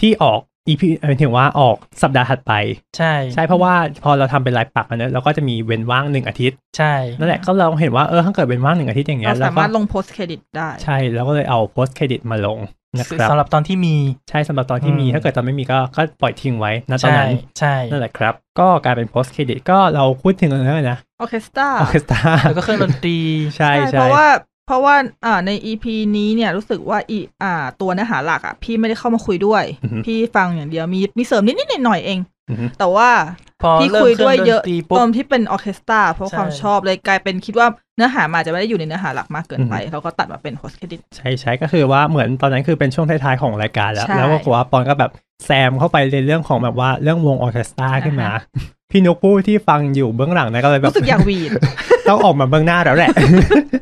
S2: ที่ออก EP หมายถึงว่าออกสัปดาห์ถัดไป
S3: ใช่
S2: ใช่เพราะว่าพอเราทำเป็นรายปักอันเนี้ยเราก็จะมีเว้นว่างหนึ่งอาทิตย์
S3: ใช่
S2: นั่นแหละก็เราเห็นว่าเออถ้าเกิดเว้นว่างหนึ่งอาทิตย์อย่างเงี้
S4: เรา
S2: ยแล้ว
S4: สา
S2: ก็
S4: มารถลงโพสเครดิตได้
S2: ใช่แล้วก็เลยเอาโพสต์เครดิตมาลงนะครับ
S3: สำหรับตอนที่มี
S2: ใช่สำหรับตอนที่มี
S3: อืม
S2: ถ้าเกิดตอนไม่มีก็ก็ปล่อยทิ้งไว้ณตอน
S3: ใช่
S2: นั้น
S3: ใช่
S2: นั่นแหละครับ ก็กลายเป็นโพสต์เครดิตก็เราพูดถึงอะไรนะ
S4: ออเคสตรา
S2: ออเคสตรา
S3: แล้วก็เครื่องดนตรี
S2: ใช่ใช่
S4: เพราะว่าเพราะว่าอ่าใน EP นี้เนี่ยรู้สึกว่าอีอ่าตัวเนื้อหาหลักอ่ะพี่ไม่ได้เข้ามาคุยด้วย
S2: อือหือ
S4: พี่ฟังอย่างเดียวมีมีเสริมนิดนิดหน่อยหน่อยๆเอง
S2: อือหือ
S4: แต่ว่า
S3: พอ
S4: พี่
S3: เริ่ม
S4: คุยด้วยเยอะ
S3: ครื่องนตรี
S4: ต
S3: ปุ๊
S4: อบ นที่เป็นออร์เคสตราเพราะ
S3: ใช่
S4: ความชอบเลยกลายเป็นคิดว่าเนื้อหามันอาจจะไม่ได้อยู่ในเนื้อหาหลักมากเกินไปเราก็ตัดมาเป็นโฮสเครดิต
S2: ใช่ใช่ก็คือว่าเหมือนตอนนั้นคือเป็นช่วงท้ายๆของรายการแล้ว
S4: ใช่
S2: แล้วก็กว่าปอนก็แบบแซมเข้าไปในเรื่องของแบบว่าเรื่องวงออร์เคสตราขึ้นมาพี่นุกผู้ที่ฟังอยู่เบื้องหลังนะก็เลยแบบ
S4: รู้สึกอยากหวีด
S2: ต้องออกมาเบื้องหน้าแล้วแหละ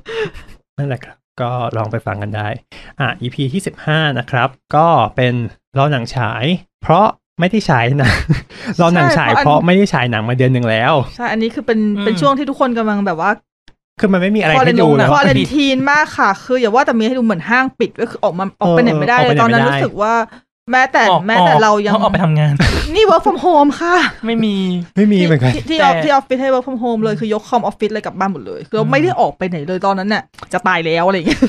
S2: นั่นแหละครับ ก็ลองไปฟังกันได้ อ่ะ EP ที่ 15 นะครับ ก็เป็นรอหนังฉาย เพราะไม่ได้ฉายหนะ รอหนังฉาย
S4: ใช่
S2: เพ
S4: เพราะอัน
S2: ราะไม่ได้ฉายหนังมาเดือนหนึ่งแล้ว
S4: ใช่อันนี้คือเป็น
S3: อืม
S4: เป็นช่วงที่ทุกคนกำลังแบบว่า
S2: คือมันไม่มีอะไร
S4: ควอเร
S2: ให้
S4: น
S2: ดูแล้ว
S4: ควอเรนทีนมากค่ะ คืออย่าว่าแต่มีให้ดูเหมือนห้างปิดก็คือออกมาออกไปไหนไม่ได้
S2: เอออ
S4: เล
S2: อก
S4: ย
S2: ไปไหน
S4: ตอนนั้น
S2: ไม่ได้
S4: รู้สึกว่าแม้แต่
S3: ออก
S4: แม้แต่เรายัง
S3: ออกไปทำงาน
S4: นี่ work from home ค่ะ
S3: ไม่มี
S2: ไม่มีเหมือนกัน
S4: ที่ที่
S3: แต่
S4: ออฟที่ออฟฟิศให้ work from home เลยคือยกคอมออฟฟิศเลยกลับบ้านหมดเลยคือไม่ได้ออกไปไหนเลยตอนนั้นน่ะจะตายแล้วอะไรอย่างเงี้ย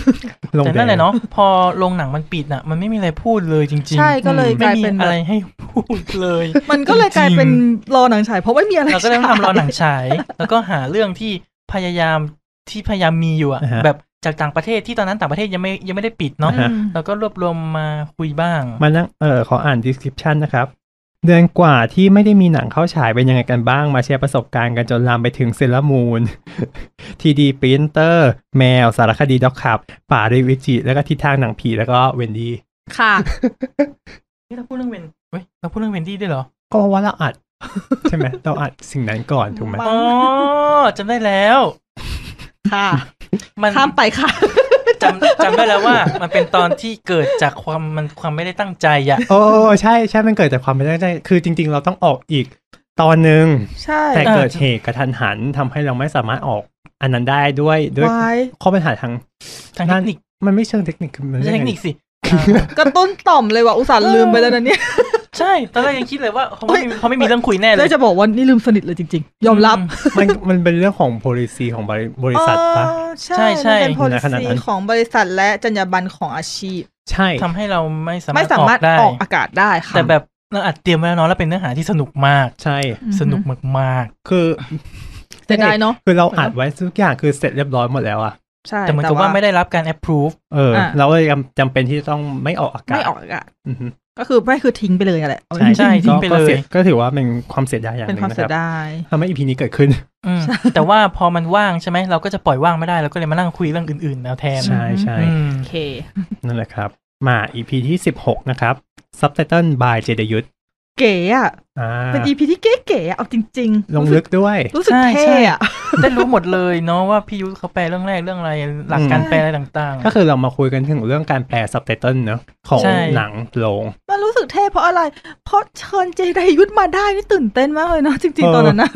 S2: ลง
S3: แต่
S2: แด
S3: นั่น
S2: ง
S3: แหละเนาะพอโรงหนังมันปิดน่ะ มันไม่มีอะไรพูดเลยจริงๆ
S4: ใช่ก็เลยก
S3: ไม่
S4: ลาย
S3: มี
S4: เป็นแบ
S3: อะไร
S4: บ
S3: ให้พูดเลย
S4: มันก็เลยกลายเป็น
S3: จ
S4: รอหนังฉายเพราะไม่มีอะไร
S3: ริงๆเราก็เลยต้อง
S4: ฉย
S3: ทำรอหนังฉาย แล้วก็หาเรื่องที่พยายามที่พยายามมี อยู่อะ
S2: อ่าฮะ
S3: แบบจากต่างประเทศที่ตอนนั้นต่างประเทศยังไม่ยังไม่ได้ปิดเนาะ
S4: อืม
S3: แล้วก็รวบรวมมาคุยบ้าง
S2: มานั่งเออขออ่าน description นะครับ เดือนกว่าที่ไม่ได้มีหนังเข้าฉายเป็นยังไงกันบ้าง มาแชร์ประสบการณ์กันจนลามไปถึงเซรามูน ทีดีปรินเตอร์ แมว สารคดีด็อกขับ ป่าเรวิจิ แล้วก็ทิศทางหนังผีแล้วก็เวนดี้
S4: ค่ะ
S3: นี่เราพูดเรื่องเวนเฮ้ยเราพูดเรื่องเวนดี้ด้วยเหรอ
S2: ก็เพราะว่าเราอัด ใช่ไหมเราอัดสิ่งนั้นก่อนถูกไหม
S4: บ้า
S3: อ๋อจำได้แล้ว
S4: ค่ะ
S3: มัน
S4: ข้ามไปค่ะ
S3: จำจำได้แล้วว่ามันเป็นตอนที่เกิดจากความมันความไม่ได้ตั้งใจอ่ะ
S2: โอ้ใช่ใช่มันเกิดจากความไม่ตั้งใจคือจริง ๆ เราต้องออกอีกตอนหนึ่ง
S4: ใช่
S2: แต่
S3: อ่า
S2: เกิดเหตุกระทันหันทำให้เราไม่สามารถออกอันนั้นได้ด้วยด้วย
S4: วาย
S2: ข้อปัญหาทาง
S3: ทางเทคนิค
S2: มันไม่เชิงเทคนิคคือมัน
S3: ไม่
S2: เรี
S3: ใช่
S2: ยกไง
S3: เทคนิคสิ
S4: กระตุ้นต่อมเลยว่ะอุตส่าห์ลืมไปแล้วนะเนี่ย
S3: ใช่ตอนแรกยังคิดเลยว่าเขาไม่มีเขาไม่มีเรื่องคุยแน่เล
S4: แล้
S3: ยว
S4: จะบอกว่านี่ลืมสนิทเลยจริง ๆ ยอมรับ
S2: มันมันเป็นเรื่องของ policy ของบริบริษัทปะ
S4: เออใช่
S3: ใช่
S4: มันเป็น
S2: ในขณะ
S4: policy
S2: นั้น
S4: ของบริษัทและจรรยาบรรณของอาชีพ
S2: ใช่
S3: ทำให้เราไม่สา
S4: ไม่สามาม
S3: าร ร
S4: ถ
S3: ถออกได้
S4: ออกอากาศได้ค่ะ
S3: แต่แบบเราอัดเตรียมไว้แล้วเนาะแล้วเป็นเนื้อหาที่สนุกมาก
S2: ใช่
S4: อือฮึ
S3: สนุกมาก
S2: คือ
S4: เสียดายเนาะ
S2: คือเราอัดไว้ทุกอย่างคือเสร็จเรียบร้อยหมดแล้วอะ
S4: ใช่
S3: ๆ แต่เหมือนกับว่าไม่ได้รับการ approve
S2: เอออา เราเลยจำเป็นที่จะต้องไม่ออกอากาศ
S4: ไม่ออกอากาศ
S2: อือฮึ
S4: ก็คือไม่คือทิ้งไปเลยอะแหละเอาจริงๆ
S3: ใช่ทิ้งไป
S2: ก็
S3: เลย
S2: สีก็ถือว่าเป็นความเสียดายอย่างห
S4: เป็น
S2: นึ่
S4: ควาง ม
S2: นะ
S4: เสี
S2: ค
S4: ย
S2: รับ
S4: ดาย
S2: ทำให้ EP นี้เกิดขึ้น
S3: อืมแต่ว่าพอมันว่างใช่ไหมเราก็จะปล่อยว่างไม่ได้เราก็เลยมานั่งคุยเรื่องอื่นๆแล้วแทน
S2: ใช่ใช่
S3: อืม
S4: โอเค
S2: นั่นแหละครับ มา EP ที่ 16 นะครับ Subtitle by เจดยุทธ
S4: เก๋อะ
S2: อ่า
S4: เป็นอีพีที่เก๋ๆอะเอาจริงๆ
S2: ลงลึกด้วย
S4: รู้สึกเท่อะ
S3: ได้รู้หมดเลยเนาะว่าพี่ยุทธเขาแปลเรื่องแรกเรื่องอะไรหลักการแปลอะไรต่าง
S2: ก็คือเรามาคุยกันถึงเรื่องการแปล Subtitle เนอะของ
S3: ใช่
S2: หนังโรง
S4: มันรู้สึกเท่เพราะอะไร เพราะเชิญเจไดยุทธมาได้นี่ตื่นเต้นมากเลยเนาะจริง
S2: เออ
S4: ๆตอนนั้นนะ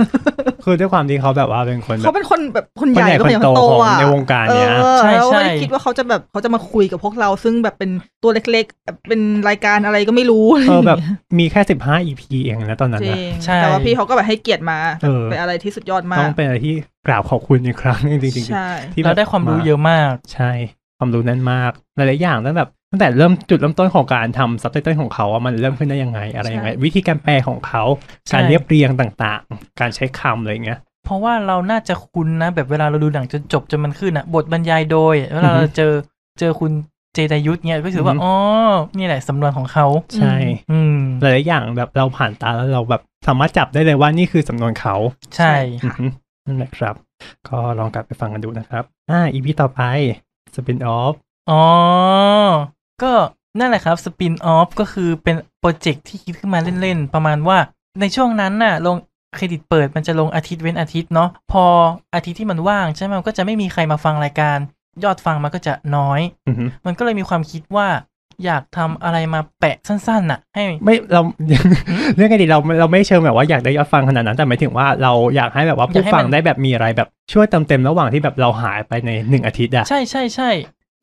S2: คือด้วยความที่เขาแบบว่าเป็นคนแบ
S4: เขา
S2: บ
S4: เป็นคนแบบคนใหญ่
S2: คนใหญ่
S4: ก็เป็นอย่าง
S2: คน
S4: โต
S2: โต
S4: อะ
S2: ของในวงการเนี้ย
S4: ออ
S3: ใช่
S4: แล้ว
S3: ใช่
S4: ไม่ได้คิดว่าเขาจะแบบเขาจะมาคุยกับพวกเราซึ่งแบบเป็นตัวเล็กๆแบบเป็นรายการอะไรก็ไม่รู้
S2: เออแบบมีแค่ 15 EP เองนะตอนนั้น
S4: จริ
S2: นะ
S4: ง
S3: ใช่
S4: แต่ว่าพี่เขาก็แบบให้เกียรติมา
S2: เออ
S4: เป็นอะไรที่สุดยอดมา
S2: ต้อก งเป็นอะไรที่กราบขอบคุณอีกครั้งหนึงจริงๆ
S4: ใช่
S2: ที่
S3: ๆ เราได้ความรู้เยอะมาก
S2: ใช่ ความรู้แนั้นมากหลายๆอย่างตั้งแต่ตั้งแต่เริ่มจุดเริ่มต้นของการทำซับไตเติลของเขาว่ามันเริ่มขึ้นได้ยังไง อะไรยังไง วิธีการแปลของเขา
S3: ใช่
S2: การเรียบเรียงต่างๆ การใช้คำอะไรอย่างเงี้ย
S3: เพราะว่าเราน่าจะคุ้นนะ แบบเวลาเราดูหนังจนจบจนมันขึ้นอ่ะ บทบรรยายโดยเว
S2: อื
S3: ลา
S2: อฮึ
S3: เราเจอเจอคุณเจไดยุทธเนี่ยก็รู้สึกว่า
S2: อือฮึ
S3: อ๋อนี่แหละสำนวนของเขา
S2: ใช่
S3: อืม
S2: หลายๆอย่างแบบเราผ่านตาแล้วเราแบบสามารถจับได้เลยว่านี่คือสำนวนเขา
S3: ใช่
S2: อือฮึนั่นแหละครับ ก็ลองกลับไปฟังกันดูนะครับ อ่า EP ต่อไป Spin Off
S3: อ๋อ ก็นั่นแหละครับสปินออฟก็คือเป็นโปรเจกต์ที่คิดขึ้นมาเล่นๆ ประมาณว่าในช่วงนั้นน่ะ ลงเครดิตเปิดมันจะลงอาทิตย์เว้นอาทิตย์เนาะพออาทิตย์ที่มันว่างใช่ไหมมันก็จะไม่มีใครมาฟังรายการ ยอดฟังมันก็จะน้อย
S2: อือฮึ
S3: มันก็เลยมีความคิดว่า อยากทำอะไรมาแปะสั้นๆน่ะ ให้
S2: ไม่เรา เรื่องไงดีเราเราไม่เชิงแบบว่าอยากได้ยอดฟังขนาดนั้นแต่หมายถึงว่าเราอยากให้แบบว่า
S3: อยา
S2: ผู้
S3: กให้มัน
S2: ฟังได้แบบมีอะไรแบบช่วยเติมเต็มระหว่างที่แบบเราหายไปในหนึ่งอาทิตย์อะ
S3: ใช่ใช่ใช่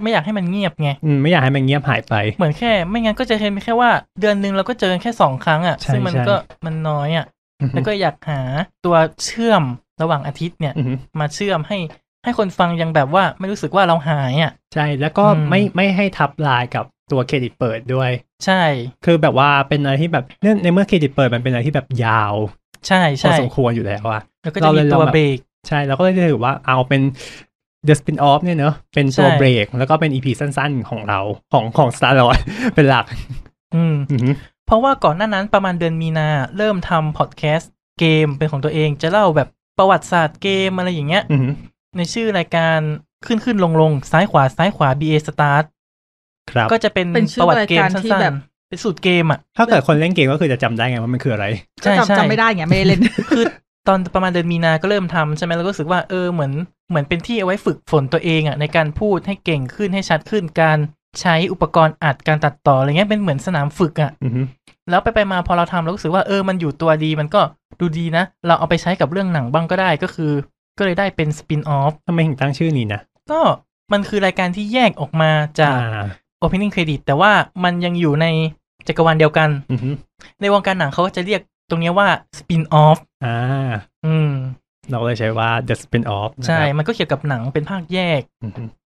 S3: ไม่อยากให้มันเงียบไง
S2: อืมไม่อยากให้มันเงียบหายไป
S3: เหมือนแค่ไม่งั้นก็จะเห็นแค่ว่าเดือนหนึ่งเราก็เจอกันแค่สองครั้งอ่ะ
S2: ใช่
S3: ซึ่งมัน
S2: ใช่
S3: ก็มันน้อยอ่ะ แล้วก็อยากหาตัวเชื่อมระหว่างอาทิตย์เนี่ย
S2: อือฮึ
S3: มาเชื่อมให้ให้คนฟังยังแบบว่าไม่รู้สึกว่าเราหายอ่ะ
S2: ใช่แล้วก็
S3: อืม
S2: ไม่ไม่ให้ทับลายกับตัวเครดิตเปิดด้วย
S3: ใช่
S2: คือแบบว่าเป็นอะไรที่แบบเนื่องในเมื่อเครดิตเปิดมันเป็นอะไรที่แบบยาว
S3: ใช่
S2: พอ
S3: ใช่
S2: สมควรอยู่แล้วอะ
S3: แล้วก็จะ
S2: เรา
S3: มี
S2: เลย
S3: ตัว
S2: ลองแบบ
S3: เบรก
S2: ใช่เราก็เลยถือว่าเอาเป็น The Spin Off เนี่ยเนอะเป็นตัว
S3: ใช่
S2: เบรก แล้วก็เป็น EP สั้นๆ ของเราของของ Star Lord เป็นหลัก
S3: อืม
S2: อือฮึ
S3: เพราะว่าก่อนหน้านั้นประมาณเดือนมีนาเริ่มทำพอดแคสต์เกมเป็นของตัวเองจะเล่าแบบประวัติศาสตร์เกมอะไรอย่างเงี้ย
S2: อือฮึ
S3: ในชื่อรายการขึ้นขึ้นลงลงซ้ายขวาซ้ายขวา BA Start
S2: ครับ
S3: ก็จะเป็น
S4: เป็นชื่อ
S3: ประวัติเกม
S4: รายการที่
S3: สั้น
S4: แบบ
S3: ๆเป็นสูตรเกมอ่ะ
S2: ถ้าเกิดคนเล่นเกมก็คือจะจำได้ไงว่ามันคืออะไร
S3: ใช่
S4: จำ
S3: ใช่
S4: จำไม่ได้ไงไม่ได้เล่น
S3: คือตอนประมาณเดือนมีนาก็เริ่มทำใช่ไหมแล้วก็รู้สึกว่าเออเหมือนเหมือนเป็นที่เอาไว้ฝึกฝนตัวเองอ่ะในการพูดให้เก่งขึ้นให้ชัดขึ้นการใช้อุปกรณ์อัดการตัดต่ออะไรเงี้ยเป็นเหมือนสนามฝึกอ่ะ
S2: อือฮึ
S3: แล้วไปไปมาพอเราทำเรารู้สึกว่าเออมันอยู่ตัวดีมันก็ดูดีนะ เราเอาไปใช้กับเรื่องหนังบ้างก็ได้ก็คือ ก็เลยได้เป็นสปินออฟ
S2: ทำไมถึงตั้งชื่อนี้นะ
S3: ก็มันคือรายการที่แยกออกมาจาก
S2: อ่า
S3: opening credit แต่ว่ามันยังอยู่ในจักรวาลเดียวกัน
S2: อือฮึ
S3: ในวงการหนังเขาก็จะเรียกตรงเนี้ยว่าสปินออฟ
S2: อ่า
S3: อืม
S2: เราเลยใช้ว่า The Spin Off
S3: ใช่ มันก็เกี่ยวกับหนังเป็นภาคแยก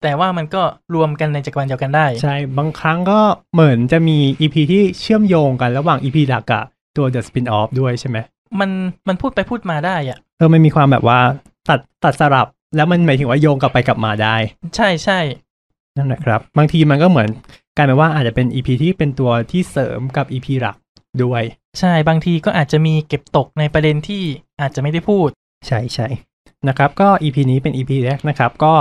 S3: แต่ว่ามันก็รวมกันในจักรวาลเดียวกันได้
S2: ใช่ บางครั้งก็เหมือนจะมี EP ที่เชื่อมโยงกันระหว่าง EP หลักกับตัว The Spin Off ด้วยใช่ไหม
S3: มันมันพูดไปพูดมาได้อะ
S2: เออมันมีความแบบว่าตัดตัดสลับ แล้วมันหมายถึงว่าโยงกลับไปกลับมาได้
S3: ใช่ใช่
S2: นั่นแหละครับ บางทีมันก็เหมือนกลายเป็นว่าอาจจะเป็น EP ที่เป็นตัวที่เสริมกับ EP หลักด้วย
S3: ใช่บางทีก็อาจจะมีเก็บตกในประเด็นที่อาจจะไม่ได้พูด
S2: ใช่ใช่นะครับ ก็ EP นี้เป็น EP แรกนะครับ ก็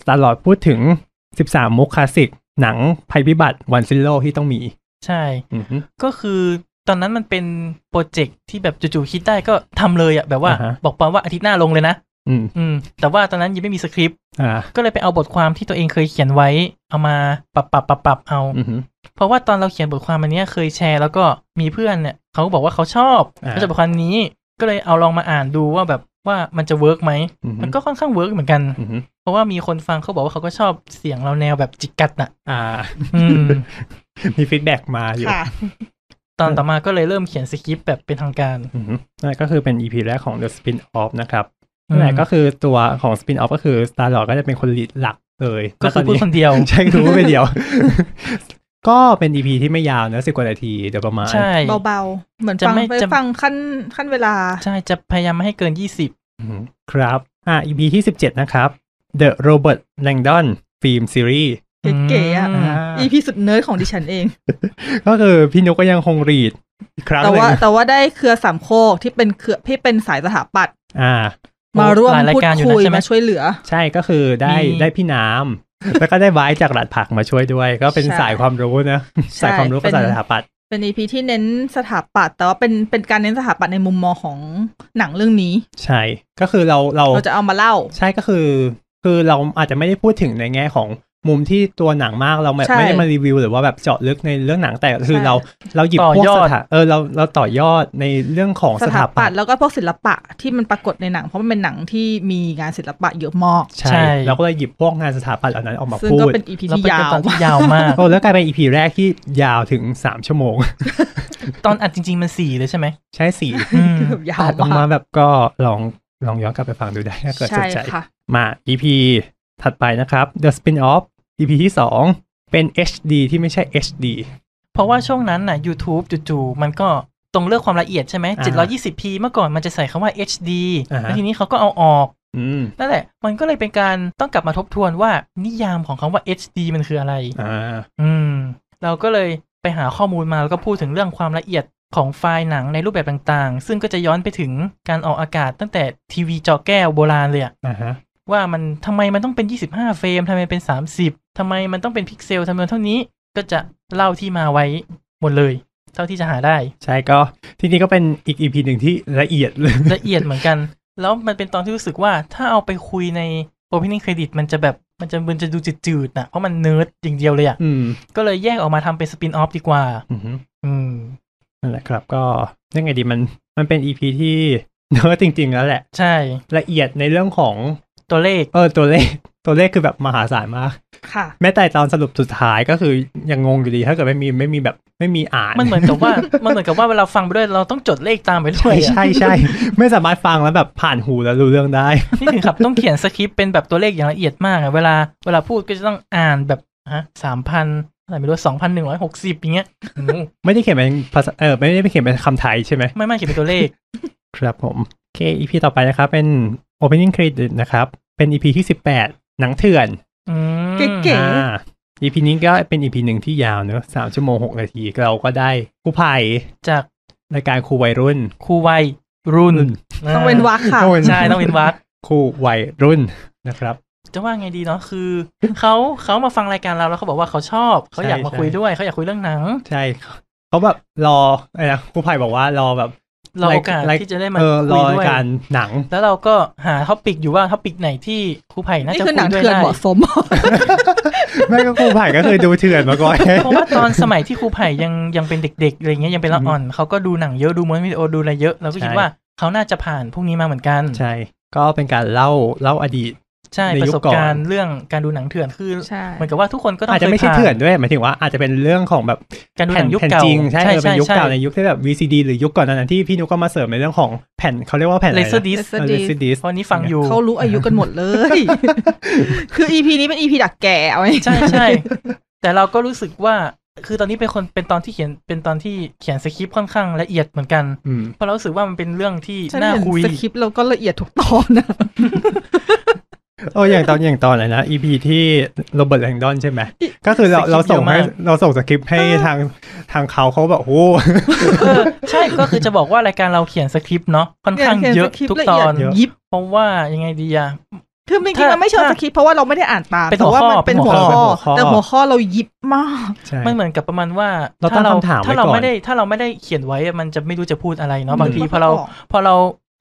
S2: Star Lord พูดถึง 13 มุกคลาสสิก หนังภัยพิบัติวันซินโลกที่ต้องมี
S3: ใช่
S2: อือฮึ
S3: ก็คือตอนนั้นมันเป็นโปรเจกต์ที่แบบจู่ๆคิดได้ก็ทำเลยอะแบบว่า
S2: อ่าฮะ
S3: บอกปอนว่าอาทิตย์หน้าลงเลยนะ
S2: อืม
S3: อืม แต่ว่าตอนนั้นยังไม่มีสคริปต์
S2: อ่า
S3: ก็เลยไปเอาบทความที่ตัวเองเคยเขียนไว้ เอามาปรับปรับปรับปรับเอา
S2: อือฮึ
S3: เพราะว่าตอนเราเขียนบทความอันเนี้ยเคยแชร์แล้วก็มีเพื่อนเนี่ยเขาก็บอกว่าเขาชอบ
S2: อ่า
S3: เขาชอบบทความนี้ก็เลยเอาลองมาอ่านดูว่าแบบ ว่ามันจะเวิร์กไหม
S2: อือฮึ
S3: มันก็ค่อนข้างเวิร์กเหมือนกัน
S2: อือฮึ
S3: เพราะว่ามีคนฟังเขาบอกว่าเขาก็ชอบเสียงเราแนวแบบจิกกัดน่ะ
S2: อ่า
S3: อืม
S2: มีฟีดแบ็กมาอยู่
S4: ค่ะ
S3: ตอนต่อมาก็เลยเริ่มเขียนสคริปต์แบบเป็นทางการ
S2: อือฮึนั่นก็คือเป็น EP แรกของ The Spin Off นะครับนั่นแหละก็คือตัวของ Spin Off ก็คือ Star Lord ก็จะเป็นคนลีดหลักเลย
S3: ก็คือพูด
S2: แล้วต
S3: คน นเดียว
S2: นี้ ใช่คือพูดไปเดียว ก็เป็น EP ที่ไม่ยาวนะสิบกว่านาทีเดี๋ยวประมาณ
S3: ใช่
S4: เบาๆ เหมือน
S3: จะ
S4: ฟัง
S3: ไม่
S4: ไป
S3: จะ
S4: ฟังขั้นขั้นเวลา
S3: ใช่จะพยายามไม่ให้เกินยี่สิบ
S2: อืมครับ อ่ะ EP ที่ 17 นะครับ The Robert Langdon Film Series
S4: เก๋ๆอะ
S2: อ่า
S4: อีพีสุดเนิร์ดของดิฉันเอง
S2: ก็คือพี่นุกก็ยังคงรีดอีกครั้ง
S4: แต่
S2: หนึ่
S4: ว่าง แต่ว่าได้เครือสามโคกที่เป็นเครือที่เป็นสายสถาปัตย์
S2: อ่า
S4: มาร่วม
S3: หลายราย
S4: พูด
S3: การอยู่
S4: คุย
S3: นะใช่ไหม
S4: มาช่วยเหลือ
S2: ใช่ก็คือได้
S3: มี
S2: ได้พี่น้ำ แล้วก็ได้ไว้จากหลัดผักมาช่วยด้วย ก็เป็น
S4: ใช่
S2: สายความรู้นะ
S4: ใช่
S2: สายความรู้
S4: เป็
S2: กับ
S4: น
S2: สายสถาปัตย์
S4: เป็นอีพีที่เน้นสถาปัตย์แต่ว่าเป็นเป็นการเน้นสถาปัตย์ในมุมมองของหนังเรื่องนี้
S2: ใช่ ก็คือเราเรา
S4: เราจะเอามาเล่า
S2: ใช่ก็คือ คือเราอาจจะไม่ได้พูดถึงในแง่ของมุมที่ตัวหนังมากเราแบบ
S4: ใช่
S2: ไม่ได้มารีวิว หรือว่าแบบเจาะลึกในเรื่องหนังแต่คือ
S4: ใช่
S2: เราเราหยิบ
S3: ต่อ
S2: พวก
S3: ยอ
S2: ส
S3: ด
S2: ถาเออเราเราต่อยอดในเรื่องของ
S4: ส
S2: ส
S4: ถา
S2: ถา
S4: ปั
S2: ปั
S4: ต
S2: ต
S4: ย์
S2: ย์
S4: แล้วก็พวกศิลปะที่มันปรากฏในหนัง เพราะมันเป็นหนังที่มีงานศิลปะเยอะมาก
S2: ใช่
S3: ใช่
S2: เราก็เลยหยิบพวกงานสถาปัตย์เหล่านั้นออกมา
S4: ซึ่ง
S2: พู
S4: ก็
S2: ด
S4: เป็นอีพี
S3: แล้ว
S4: ที่
S3: เป็น
S4: ยา
S3: ขั้น
S4: ว
S3: ตอนที่ยาวมาก
S2: โอ้แล้วกลายเป็นอีพีแรกที่ยาวถึง 3 ชั่วโมง
S3: ตอนอัดจริง ๆ มันสี่เลยใช่ไหม
S2: ใช่สี่
S3: อืม
S4: เกือบยาว
S2: ตัดออ
S4: มาม
S2: กาก แบบก็ลองลองย้อนกลับไปฟังดูได้ถ้าเกิดสน
S4: ใช่
S2: ใจ
S4: ค่ะ
S2: มา EP ถัดไปนะครับ The Spin-off EP ที่ 2 เป็น HD ที่ไม่ใช่ HD
S3: เพราะว่าช่วงนั้นน่ะ YouTube จู่ๆมันก็ตรงเลือกความละเอียดใช่ไหม
S2: อ่าฮะ
S3: 720p เมื่อก่อนมันจะใส่คำว่า HD
S2: อ่าฮะ
S3: แล้วทีนี้เขาก็เอาออก
S2: อืม
S3: นั่นแหละ มันก็เลยเป็นการต้องกลับมาทบทวนว่านิยามของคำว่า HD มันคืออะไร
S2: อ่า
S3: อืม เราก็เลยไปหาข้อมูลมาแล้วก็พูดถึงเรื่องความละเอียดของไฟล์หนังในรูปแบบต่างๆ ซึ่งก็จะย้อนไปถึงการออกอากาศตั้งแต่ทีวีจอแก้วโบราณเลยอะ
S2: อ่าฮะ
S3: ว่ามันทำไมมันต้องเป็น 25 เฟรมทำไมเป็น 30ทำไมมันต้องเป็นพิกเซลจำนวนเท่านี้ก็จะเล่าที่มาไว้หมดเลย เท่าที่จะหาได้
S2: ใช่ก็ที่นี่ก็เป็นอีก EP หนึ่งที่ละเอียด เลย
S3: ละเอียดเหมือนกัน แล้วมันเป็นตอนที่รู้สึกว่าถ้าเอาไปคุยใน opening credit มันจะแบบมันจะมันจะดูจืดๆนะเพราะมันเนิร์ดอย่างเดียวเลยอะ่ะ
S2: อืม
S3: ก็เลยแยกออกมาทำเป็นสปินออฟดีกว่า
S2: อือฮึ
S3: อืม
S2: นั่นแหละครับก็ยังไงดีมันมันเป็น EP ที่ เนื้อะจริง ๆ แล้วแหละ
S3: ใช่
S2: ละเอียดในเรื่องของ
S3: ตัวเลข
S2: เออตัวเลข ตัวเลขคือแบบมหาศาลมาก
S4: ค่ะ
S2: แม้แต่ตอนสรุปสุดท้ายก็คือยังงงอยู่ดีถ้าเกิดไม่มีไม่มีแบบไม่มีอ่าน
S3: มันเหมือนกับว่า มันเหมือนกับว่าเวลาฟังไปด้วยเราต้องจดเลขตามไปด้ว
S2: ใช่
S3: ยอะ
S2: ใช่ใช่ ไม่สามารถฟังแล้วแบบผ่านหูแล้วรู้เรื่องได้
S3: นี่ถึงครับต้องเขียนสคริปต์เป็นแบบตัวเลขอย่างละเอียดมากอะเวลาเวลาพูดก็จะต้องอ่านแบบฮะสามพันอะไรไม่รู้สองพันหนึ่งร้อยหกสิบอย่างเงี้ยอืม
S2: ไม่ได้เขียนเป็นภาษาเออไม่ได้เขียนเป็นคำไทยใช่ไหม
S3: ไม่ไม่เขียนเป็นตัวเลข
S2: ครับผมโอเค EP ต่อไปนะครับ เป็น opening credit นะครับ เป็น EP ที่ 18 หนังเถื่อน
S3: อืม
S4: เก๋
S2: อ่า EP นี้ก็เป็น EP หนึ่งที่ยาวเนอะสามชั่วโมงหกนาทีเราก็ได้กู้ภัย
S3: จาก
S2: รายการครูวัยรุ่น
S3: ครูวัยรุ่น
S4: ต้องเว้นวรรคค่ะ
S2: ต้องเป็น
S3: ใช่ต้องเว้นวัก
S2: ครูวัยรุ่นนะครับ
S3: จะว่าไงดีเนาะคือเขาเขามาฟังรายการเราแล้วเขาบอกว่าเขาชอบเขาอยากมา
S2: ใช่
S3: คุยด้วยเขาอยากคุยเรื่องหนัง
S2: ใช่เขาเขาแบบรออะไรนะครูภัยบอกว่ารอแบบ
S3: รอโอกาสที่จะได้มา
S2: เออร
S3: คุ
S2: อย รา
S3: ด้วย ย
S2: การหนัง
S3: แล้วเราก็หาท็อปิกอยู่ว่าท็อปิกไหนที่ครูไผ่น่า
S4: นี่
S3: จะ
S4: คือห
S3: คุ
S4: นั
S3: ย
S4: ง
S3: ด้วย
S4: เถื่อน
S3: ได้
S4: เหมาะสม
S2: แม่ก็ครูภัยก็เคยดูเถื่อนมาก่อน
S3: เพราะว่าตอนสมัยที่ครูไผ่ยังยังเป็นเด็กๆอะไรเงี้ยยังเป็นละอ่อนเขาก็ดูหนังเยอะดูม้วนวิดีโอดูอะไรเยอะเราก็คิด
S2: ใช่
S3: ว่าเขาน่าจะผ่านพวกนี้มาเหมือนกัน
S2: ใช่ ก็เป็นการเล่าเล่าอดีต
S3: ใช่
S2: ใน
S3: ประ
S2: ยุค
S3: สบ
S2: ก่อน
S3: การณ์เรื่องการดูหนังเถื่อนคือ
S4: ใช่
S3: เหมือนกับว่าทุกคนก็ต้อง
S2: อาจจะไม่ใช่
S3: คยผ่
S2: เถื่อนด้วยหมายถึงว่าอาจจะเป็นเรื่องของแบบ
S3: การดูห
S2: แผ่นแผ่
S3: นังยุค
S2: น
S3: เก่า
S2: จริงใช่เออเป็นยุคเก่า
S3: ใช่
S2: ในยุคที่แบบ VCD หรือยุคก่อนหนานั้นที่พี่นุกก็มาเสริมในเรื่องของแผ่นเขาเรียกว่าแผ่นอะ
S3: เล
S2: ไร
S3: เซอร์ดิส
S4: เออ
S2: เลเซอร์ดิส
S3: ตอนนี้ฟังอยู่
S4: เขารู้อายุกันหมดเลย คืออีพีนี้เป็นอีพีดักแก่เอาไว้
S3: ใช่ใช่ แต่เราก็รู้สึกว่าคือตอนนี้เป็นคนเป็นตอนที่เขียนเป็นตอนที่เขียนสคริปต์ค่อนข้างละเอียดเหมือนกันเพราะเรารู้สึกว่ามันเป็นเรื่องที่
S4: ฉัน
S3: น่า
S4: เห็น
S3: คุย
S4: สคริปต์เราก็ละเอียดทุกตอนนะ
S2: โอ้อย่างตอนอย่างตอนไหนนะ EP ที่โรเบิร์ตแลงดอนใช่ไหมก็คือเรา
S3: สค
S2: เรา
S3: ริปต์
S2: ส่งให้
S3: เยอะมาก
S2: เราส่งสคริปต์ให้ทางทางเขาเขาแบบโอ้
S3: เออใช่ก็คือจะบอกว่ารายการเราเขียนสคริปต์เนาะค่อนข้าง
S4: เนี่ยเขีย
S3: เย
S4: น
S3: อะ
S4: สคริปต์
S3: ทุก
S4: ละ
S3: ต
S4: เอีย
S3: อ
S4: ด
S3: น
S2: ยิบ
S3: เพราะว่ายังไงดีอะ
S4: คือจริงๆ
S3: ถ้า
S4: มันไม่เชิงสคริปต์เพราะว่าเราไม่ได้อ่านตาม
S3: เป็นหั
S4: แต่
S3: ว
S4: ว่า
S3: ข้อ
S4: มันเป็นหัว
S2: เป็น
S4: ข้อ
S2: หัวข้อ
S4: แต่หัวข้อเรายิบมาก
S2: ใช่
S3: มันเหมือนกับประมาณว่า
S2: เราตั้งคำถามไว้
S3: ถ้าเรา
S2: ก่อน
S3: ไม่ได้ถ้าเราไม่ได้เขียนไว้อะมันจะไม่รู้จะพูดอะไรเนาะ
S4: อืม
S3: บางที
S4: มัน
S3: พอเรา
S4: ไม่ออก
S3: พอเรา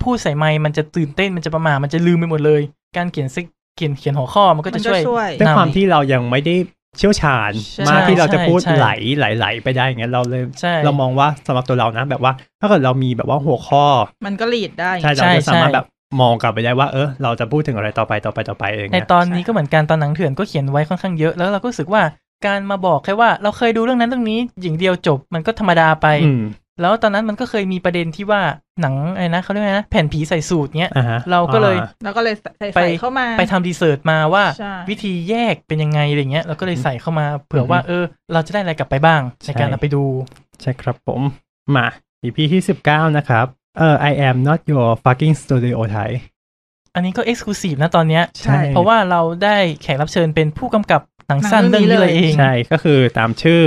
S3: พูดใส่ไมค์มันจะตื่นเต้นมันจะประหมามันจะลืมไปหมดเลย การเขียนซิกเขียนเขียนหัวข้อมันก็
S4: มั
S3: จะ
S4: น
S3: ช่วย
S4: วย
S2: ด้วย
S3: นำ
S2: ความที่เรายังไม่ได้เชี่ยวชาญ
S4: ใช่
S2: มากที่เราจะพูด
S3: ใช่ใช่
S2: ไหลไหลไหลไปได้อย่างเงี้ยเราเลย
S3: ใช่
S2: เรามองว่าสำหรับตัวเรานะแบบว่า ถ้าเกิดเรามีแบบว่าหัวข้อ
S4: มันก็ลีดได้
S2: ใช่เรา
S3: ใช่
S2: จะสามารถ
S3: ใช่
S2: แบบ มองกลับไปได้ว่า เออ เราจะพูดถึงอะไรต่อไปต่อไปต่อไปเอย่าง
S3: ใน
S2: เงี้ย
S3: ตอนนี้ก็เหมือนกันตอนหนังเถื่อนก็เขียนไว้ค่อนข้างเยอะแล้วเราก็รู้สึกว่าการมาบอกแค่ว่าเราเคยดูเรื่องนั้นเรื่องนี้อย่างเดียวจบมันก็ธรรมดาไป
S2: อืม
S3: แล้วตอนนั้นมันก็เคยมีประเด็นที่ว่าหนังอะไรนะเขาเรียกว่าไงนะแผ่นผีใส่สูตรเนี้ย
S2: อ่าฮะ
S3: เราก็เลย
S2: อ่า
S4: แล้วก็เลยใส่ใส่
S3: ไป
S4: ใส่เข้ามา
S3: ไปทำดีเสิร์ชมาว่า
S4: ใช่
S3: วิธีแยกเป็นยังไงอะไรเงี้ยเราก็เลย
S2: อืม
S3: ใส่เข้ามาเผื่อว่า
S2: อืม
S3: เออ เราจะได้อะไรกลับไปบ้าง ในการ
S2: ใช่
S3: เอาไปดู
S2: ใช่ครับผม มา EP ที่ 19 นะครับเออ I am not your fucking studio type
S3: อันนี้ก็เอ็กซ์คลูซีฟนะตอนเนี้ย
S2: ใช่
S3: เพราะว่าเราได้แขกรับเชิญเป็นผู้กำกับหนังสั้น
S4: หนั
S3: เรื่อง ง
S4: เรื่องนี้
S3: นี้เลยเอง
S2: ใช่ก็คือตามชื่อ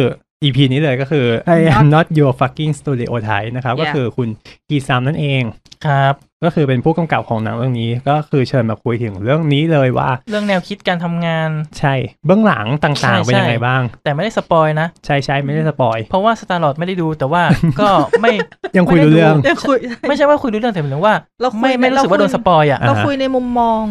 S2: EP นี้เลยก็คือ I am not your fucking studio type นะครับ ก็
S4: Yeah
S2: คือคุณกีซามนั่นเอง
S3: ครับ
S2: ก็คือเป็นผู้กำกับของหนังเรื่องนี้ ก็คือเชิญมาคุยถึงเรื่องนี้เลยว่า
S3: เรื่องแนวคิดการทำงาน
S2: ใช่เบื้องหลังต่างๆ
S3: ใช่
S2: เป็นยังไง
S3: ใช่
S2: บ้าง
S3: แต่ไม่ได้สปอยนะ
S2: ใช่ใช่ไม่ได้สปอย
S3: เพราะว่าสตาร์ลอดไม่ได้ดูแต่ว่าก็ไม่
S2: ยังคุยรู้เรื่อง
S3: ไม่ได้ดู
S4: เนี่ยคุย
S3: ไม่ใช่ว่าคุยรู้เรื่องแต่หมายถึงว่า
S4: เราคุย
S3: ไม่ไม่รู้สึกว่าโดน
S4: เราคุย
S3: สปอยอ่ะ
S2: อ่ะ
S4: เราคุยในมุมมอง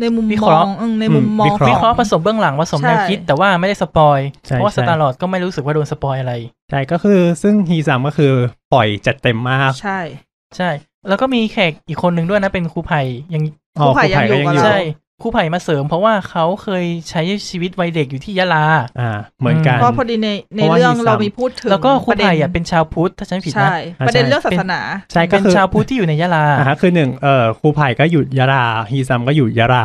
S4: ในมุม
S3: วิ
S4: ม
S3: เค
S4: อ
S3: ราะ
S4: ง
S3: ห์
S4: เออในมุมมอง
S2: วิเคราะห์
S3: วิเคราะห์
S4: ข
S3: ผ
S4: อง
S3: สมเบื้องหลังผสม
S4: ใช่
S3: แนวคิด แต่ว่าไม่ได้สปอย
S2: ใช่
S3: เพราะว่า
S2: ใช่
S3: สตาร์ลอดก็ไม่รู้สึกว่าโดนสปอยอะไร
S2: ใช่ก็คือซึ่งฮีซัมก็คือปล่อยจัดเต็มมาก
S4: ใช่
S3: ใช่ แล้วก็มีแขกอีกคนหนึ่งด้วยนะเป็นครูไผ่ยัง
S2: อ๋อ
S4: ผู้ไผ่ยังอยู่กับ
S2: ครู
S4: เรา
S2: ไผ่
S3: ใช่ครูไผ่มาเสริม เพราะว่าเขาเคยใช้ชีวิตวัยเด็กอยู่ที่ยะลา
S2: อ่าเหมือนกัน
S4: เพราะพอดีในใน
S2: เพราะว่า
S4: เรื่อง
S2: มีซ้ำ
S4: เรามีพูดถึง
S3: แล้วก็ครู
S4: ประเด็น
S3: ไผ่อ่ะเป็นชาวพุทธถ้าฉันไม่ผิด
S4: ใช่
S3: นะ
S4: ประเด็น
S2: ใช่
S4: เรื่องศาสนา
S2: ใช่ก็
S3: เป็น
S2: คือ
S3: ชาวพุทธที่อยู่ในยะลา
S2: อ่าฮะคือหนึ่งเอ่อครูไผ่ก็อยู่ยะลาฮีซัมก็อยู่ยะลา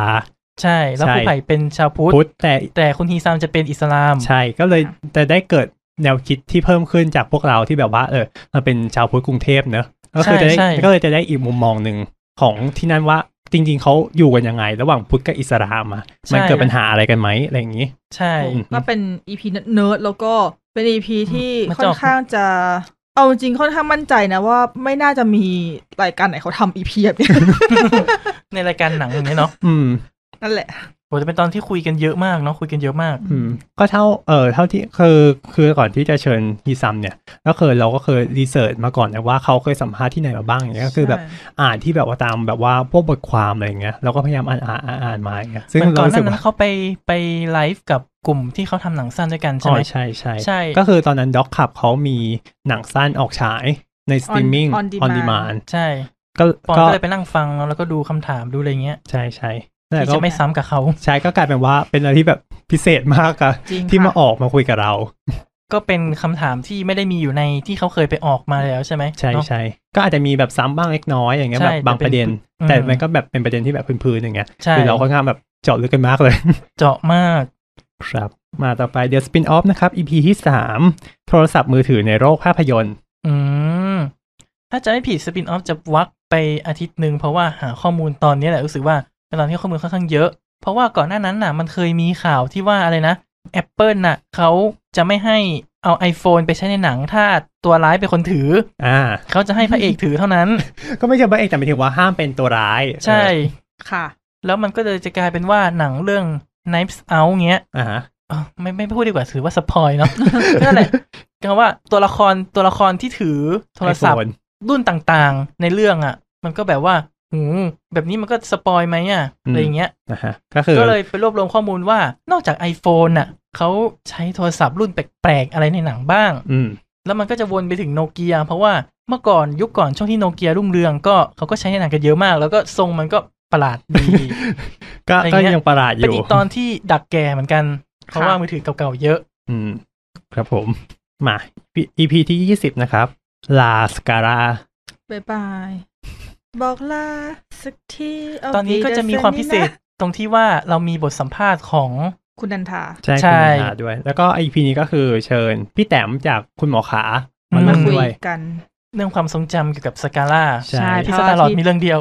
S3: ใช่ แล้ว
S2: ใช่
S3: ครูไผ่เป็นชาวพุทธ
S2: พุทธแต่
S3: แต่คุณฮีซามจะเป็นอิสลาม
S2: ใช่ก็เลยแต่ได้เกิดแนวคิดที่เพิ่มขึ้นจากพวกเราที่แบบว่าเออเราเป็นชาวพุทธกรุงเทพเนอะก็คือจะได้
S3: ใช่ใช่
S2: ก็เลยจะได้อีกมุมมองหนึ่งของที่นั่นว่าจริง ๆเขาอยู่กันยังไง ระหว่างพุทธกับอิสลามอะมันเกิดปัญหาอะไรกันไหมอะไรอย่างนี้
S3: ใช่
S2: อืม
S4: ก็เป็นอีพีเนิร์ดแล้วก็เป็นอีพีที่
S3: มัน
S4: ค่อ
S3: จะออน ก
S4: ข้างจะเอาจริงค่อนข้างมั่นใจนะว่าไม่น่าจะมีรายการไหนเขาทำอีพี แบบนี้
S3: ในรายการหนังอย่างเนี้ยเนาะ
S2: อืม
S4: นั่นแหละ
S3: โหจะเป็นตอนที่คุยกันเยอะมากเนาะคุยกันเยอะมาก
S2: อืมก็เท่าเออเท่าที่คือคือก่อนที่จะเชิญฮีซัมเนี่ยก็เคยเราก็เคยรีเสิร์ชมาก่อนนะว่าเขาเคยสัมภาษณ์ที่ไหนมาบ้างอย่างเงี้ยก็คือแบบอ่านที่แบบว่าตามแบบว่าพวกบทความอะไรอย่างเงี้ยเราก็พยายามอ่านอ่านอ่านอ่านมาอย่างเงี้ยซึ่ง
S3: เหมือน
S2: เรา
S3: ก่อนห
S2: รู้
S3: น้า
S2: สึก
S3: นั้
S2: ว่าน
S3: เขาไปไปไลฟ์กับกลุ่มที่เขาทำหนังสั้นด้วยกัน
S2: อ๋
S3: ใช่ไหม
S2: อใช่ใช่
S3: ใช่
S2: ก็คือตอนนั้นด็อกขับเขามีหนังสั้นออกฉายในสตรีมมิ่ง
S4: on demand
S2: น
S3: ใช่
S2: ก็
S3: ปอน
S2: ก็
S3: ก็เลยไปนั่งฟังเนอะแล้วก็ดูคำถามดูอะไรเงี้ย
S2: ใช่ใช่แต่
S3: ที่
S2: ก็
S3: จะไม่ซ้ำกับเขา
S2: ใช่ก็กลายเป็นว่าเป็นอะไรที่แบบพิเศษมาก อะ
S3: จริง
S2: ที่
S3: ค่ะ
S2: มาออกมาคุยกับเรา
S3: ก็เป็นคำถามที่ไม่ได้มีอยู่ในที่เขาเคยไปออกมาแล้วใช่ไหม
S2: ใช่
S3: เนอะ
S2: ใช่ก็อาจจะมีแบบซ้ำบ้างเล็กน้อยอย่างเงี้ย
S3: ใช่
S2: แบบบางประเด็น
S3: แต่เป็น
S2: แต่
S3: อืม
S2: มันก็แบบเป็นประเด็นที่แบบพื้นๆอย่างเงี้ย
S3: ใช่
S2: คือเราค่อนข้างแบบเจาะลึกกันมากเลย
S3: เจาะมาก
S2: ครับ มาต่อไป The Spin Off นะครับ EP ที่ 3 โทรศัพท์มือถือในโลกภาพยนตร์
S3: อืมถ้าจะไม่ผิดสปินออฟจะวักไปอาทิตย์หนึ่งเพราะว่าหาข้อมูลตอนนี้แหละรู้สึกว่าเป็นตอนที่ข้อมูลค่อนข้างเยอะ เพราะว่าก่อนหน้านั้นน่ะ มันเคยมีข่าวที่ว่าอะไรนะ Apple น่ะเขาจะไม่ให้เอา iPhone ไปใช้ในหนังถ้าตัวร้ายเป็นคนถือ
S2: อ่า
S3: เขาจะให้พระเอกถือเท่า นั้น
S2: ก็ไม่ใช่ว่าเอกแต่หมายถึงว่าห้ามเป็นตัวร้าย
S3: ใช่
S4: ค่ะ
S3: แล้วมันก็เลยจะกลายเป็นว่าหนังเรื่อง Knives Out เงี้ย
S2: เอออ่าฮะ
S3: เอ้าไม่ไม่พูดดีกว่าถือว่าสปอยเนาะ นั่นแหละก็ว่าตัวละครตัวละครที่ถือโทรศัพท์
S2: ไอ้โฟน
S3: รุ่นต่างๆ ในเรื่องอ่ะ มันก็แบบว่าหูแบบนี้มันก็สปอยไหมอ่ะอะไรอย่างเงี้ย
S2: นะฮะก็คือ
S3: ก็เลยไปรวบรวมข้อมูลว่านอกจาก iPhone น่ะเขาใช้โทรศัพท์รุ่นแปลกๆ อะไรในหนังบ้าง
S2: อืม
S3: แล้วมันก็จะวนไปถึงโนเกียเพราะว่าเมื่อก่อนยุคก่อนช่วงที่โนเกียรุ่งเรืองก็เขาก็ใช้ในหนังกันเยอะมาก แล้วก็ทรงมันก็ประหลาดดี
S2: ก็
S3: อะไร
S2: ก็
S3: เงี้ย
S2: ยังประหลาดอ
S3: เป็น
S2: ยู่
S3: อีกตอนที่ดักแก่เหมือนกัน เพราะว่ามือถือเก่าๆเยอะ
S2: อืม ครับผม มา EP ที่ 20 นะครับ ลาสการา
S4: บ๊ายบาย บอกลาสักทีเา
S3: ตอนนี้ก็จะมีความพิเศษ
S4: นะ
S3: ตรงที่ว่าเรามีบทสัมภาษณ์ของ
S4: คุณนันทา
S2: ใช่
S3: ใช่
S2: คุณหมอขาด้วย แล้วก็ EP นี้ก็คือเชิญพี่แต้มจากคุณหมอ ขามา
S3: อืม
S2: ร่วม
S4: คุย
S2: ด้วย
S4: กัน
S3: เรื่องความทรงจำเกี่ยวกับสกาล่า
S2: ใช่
S3: ที่สตาร์ลอดมีเรื่อง เดียว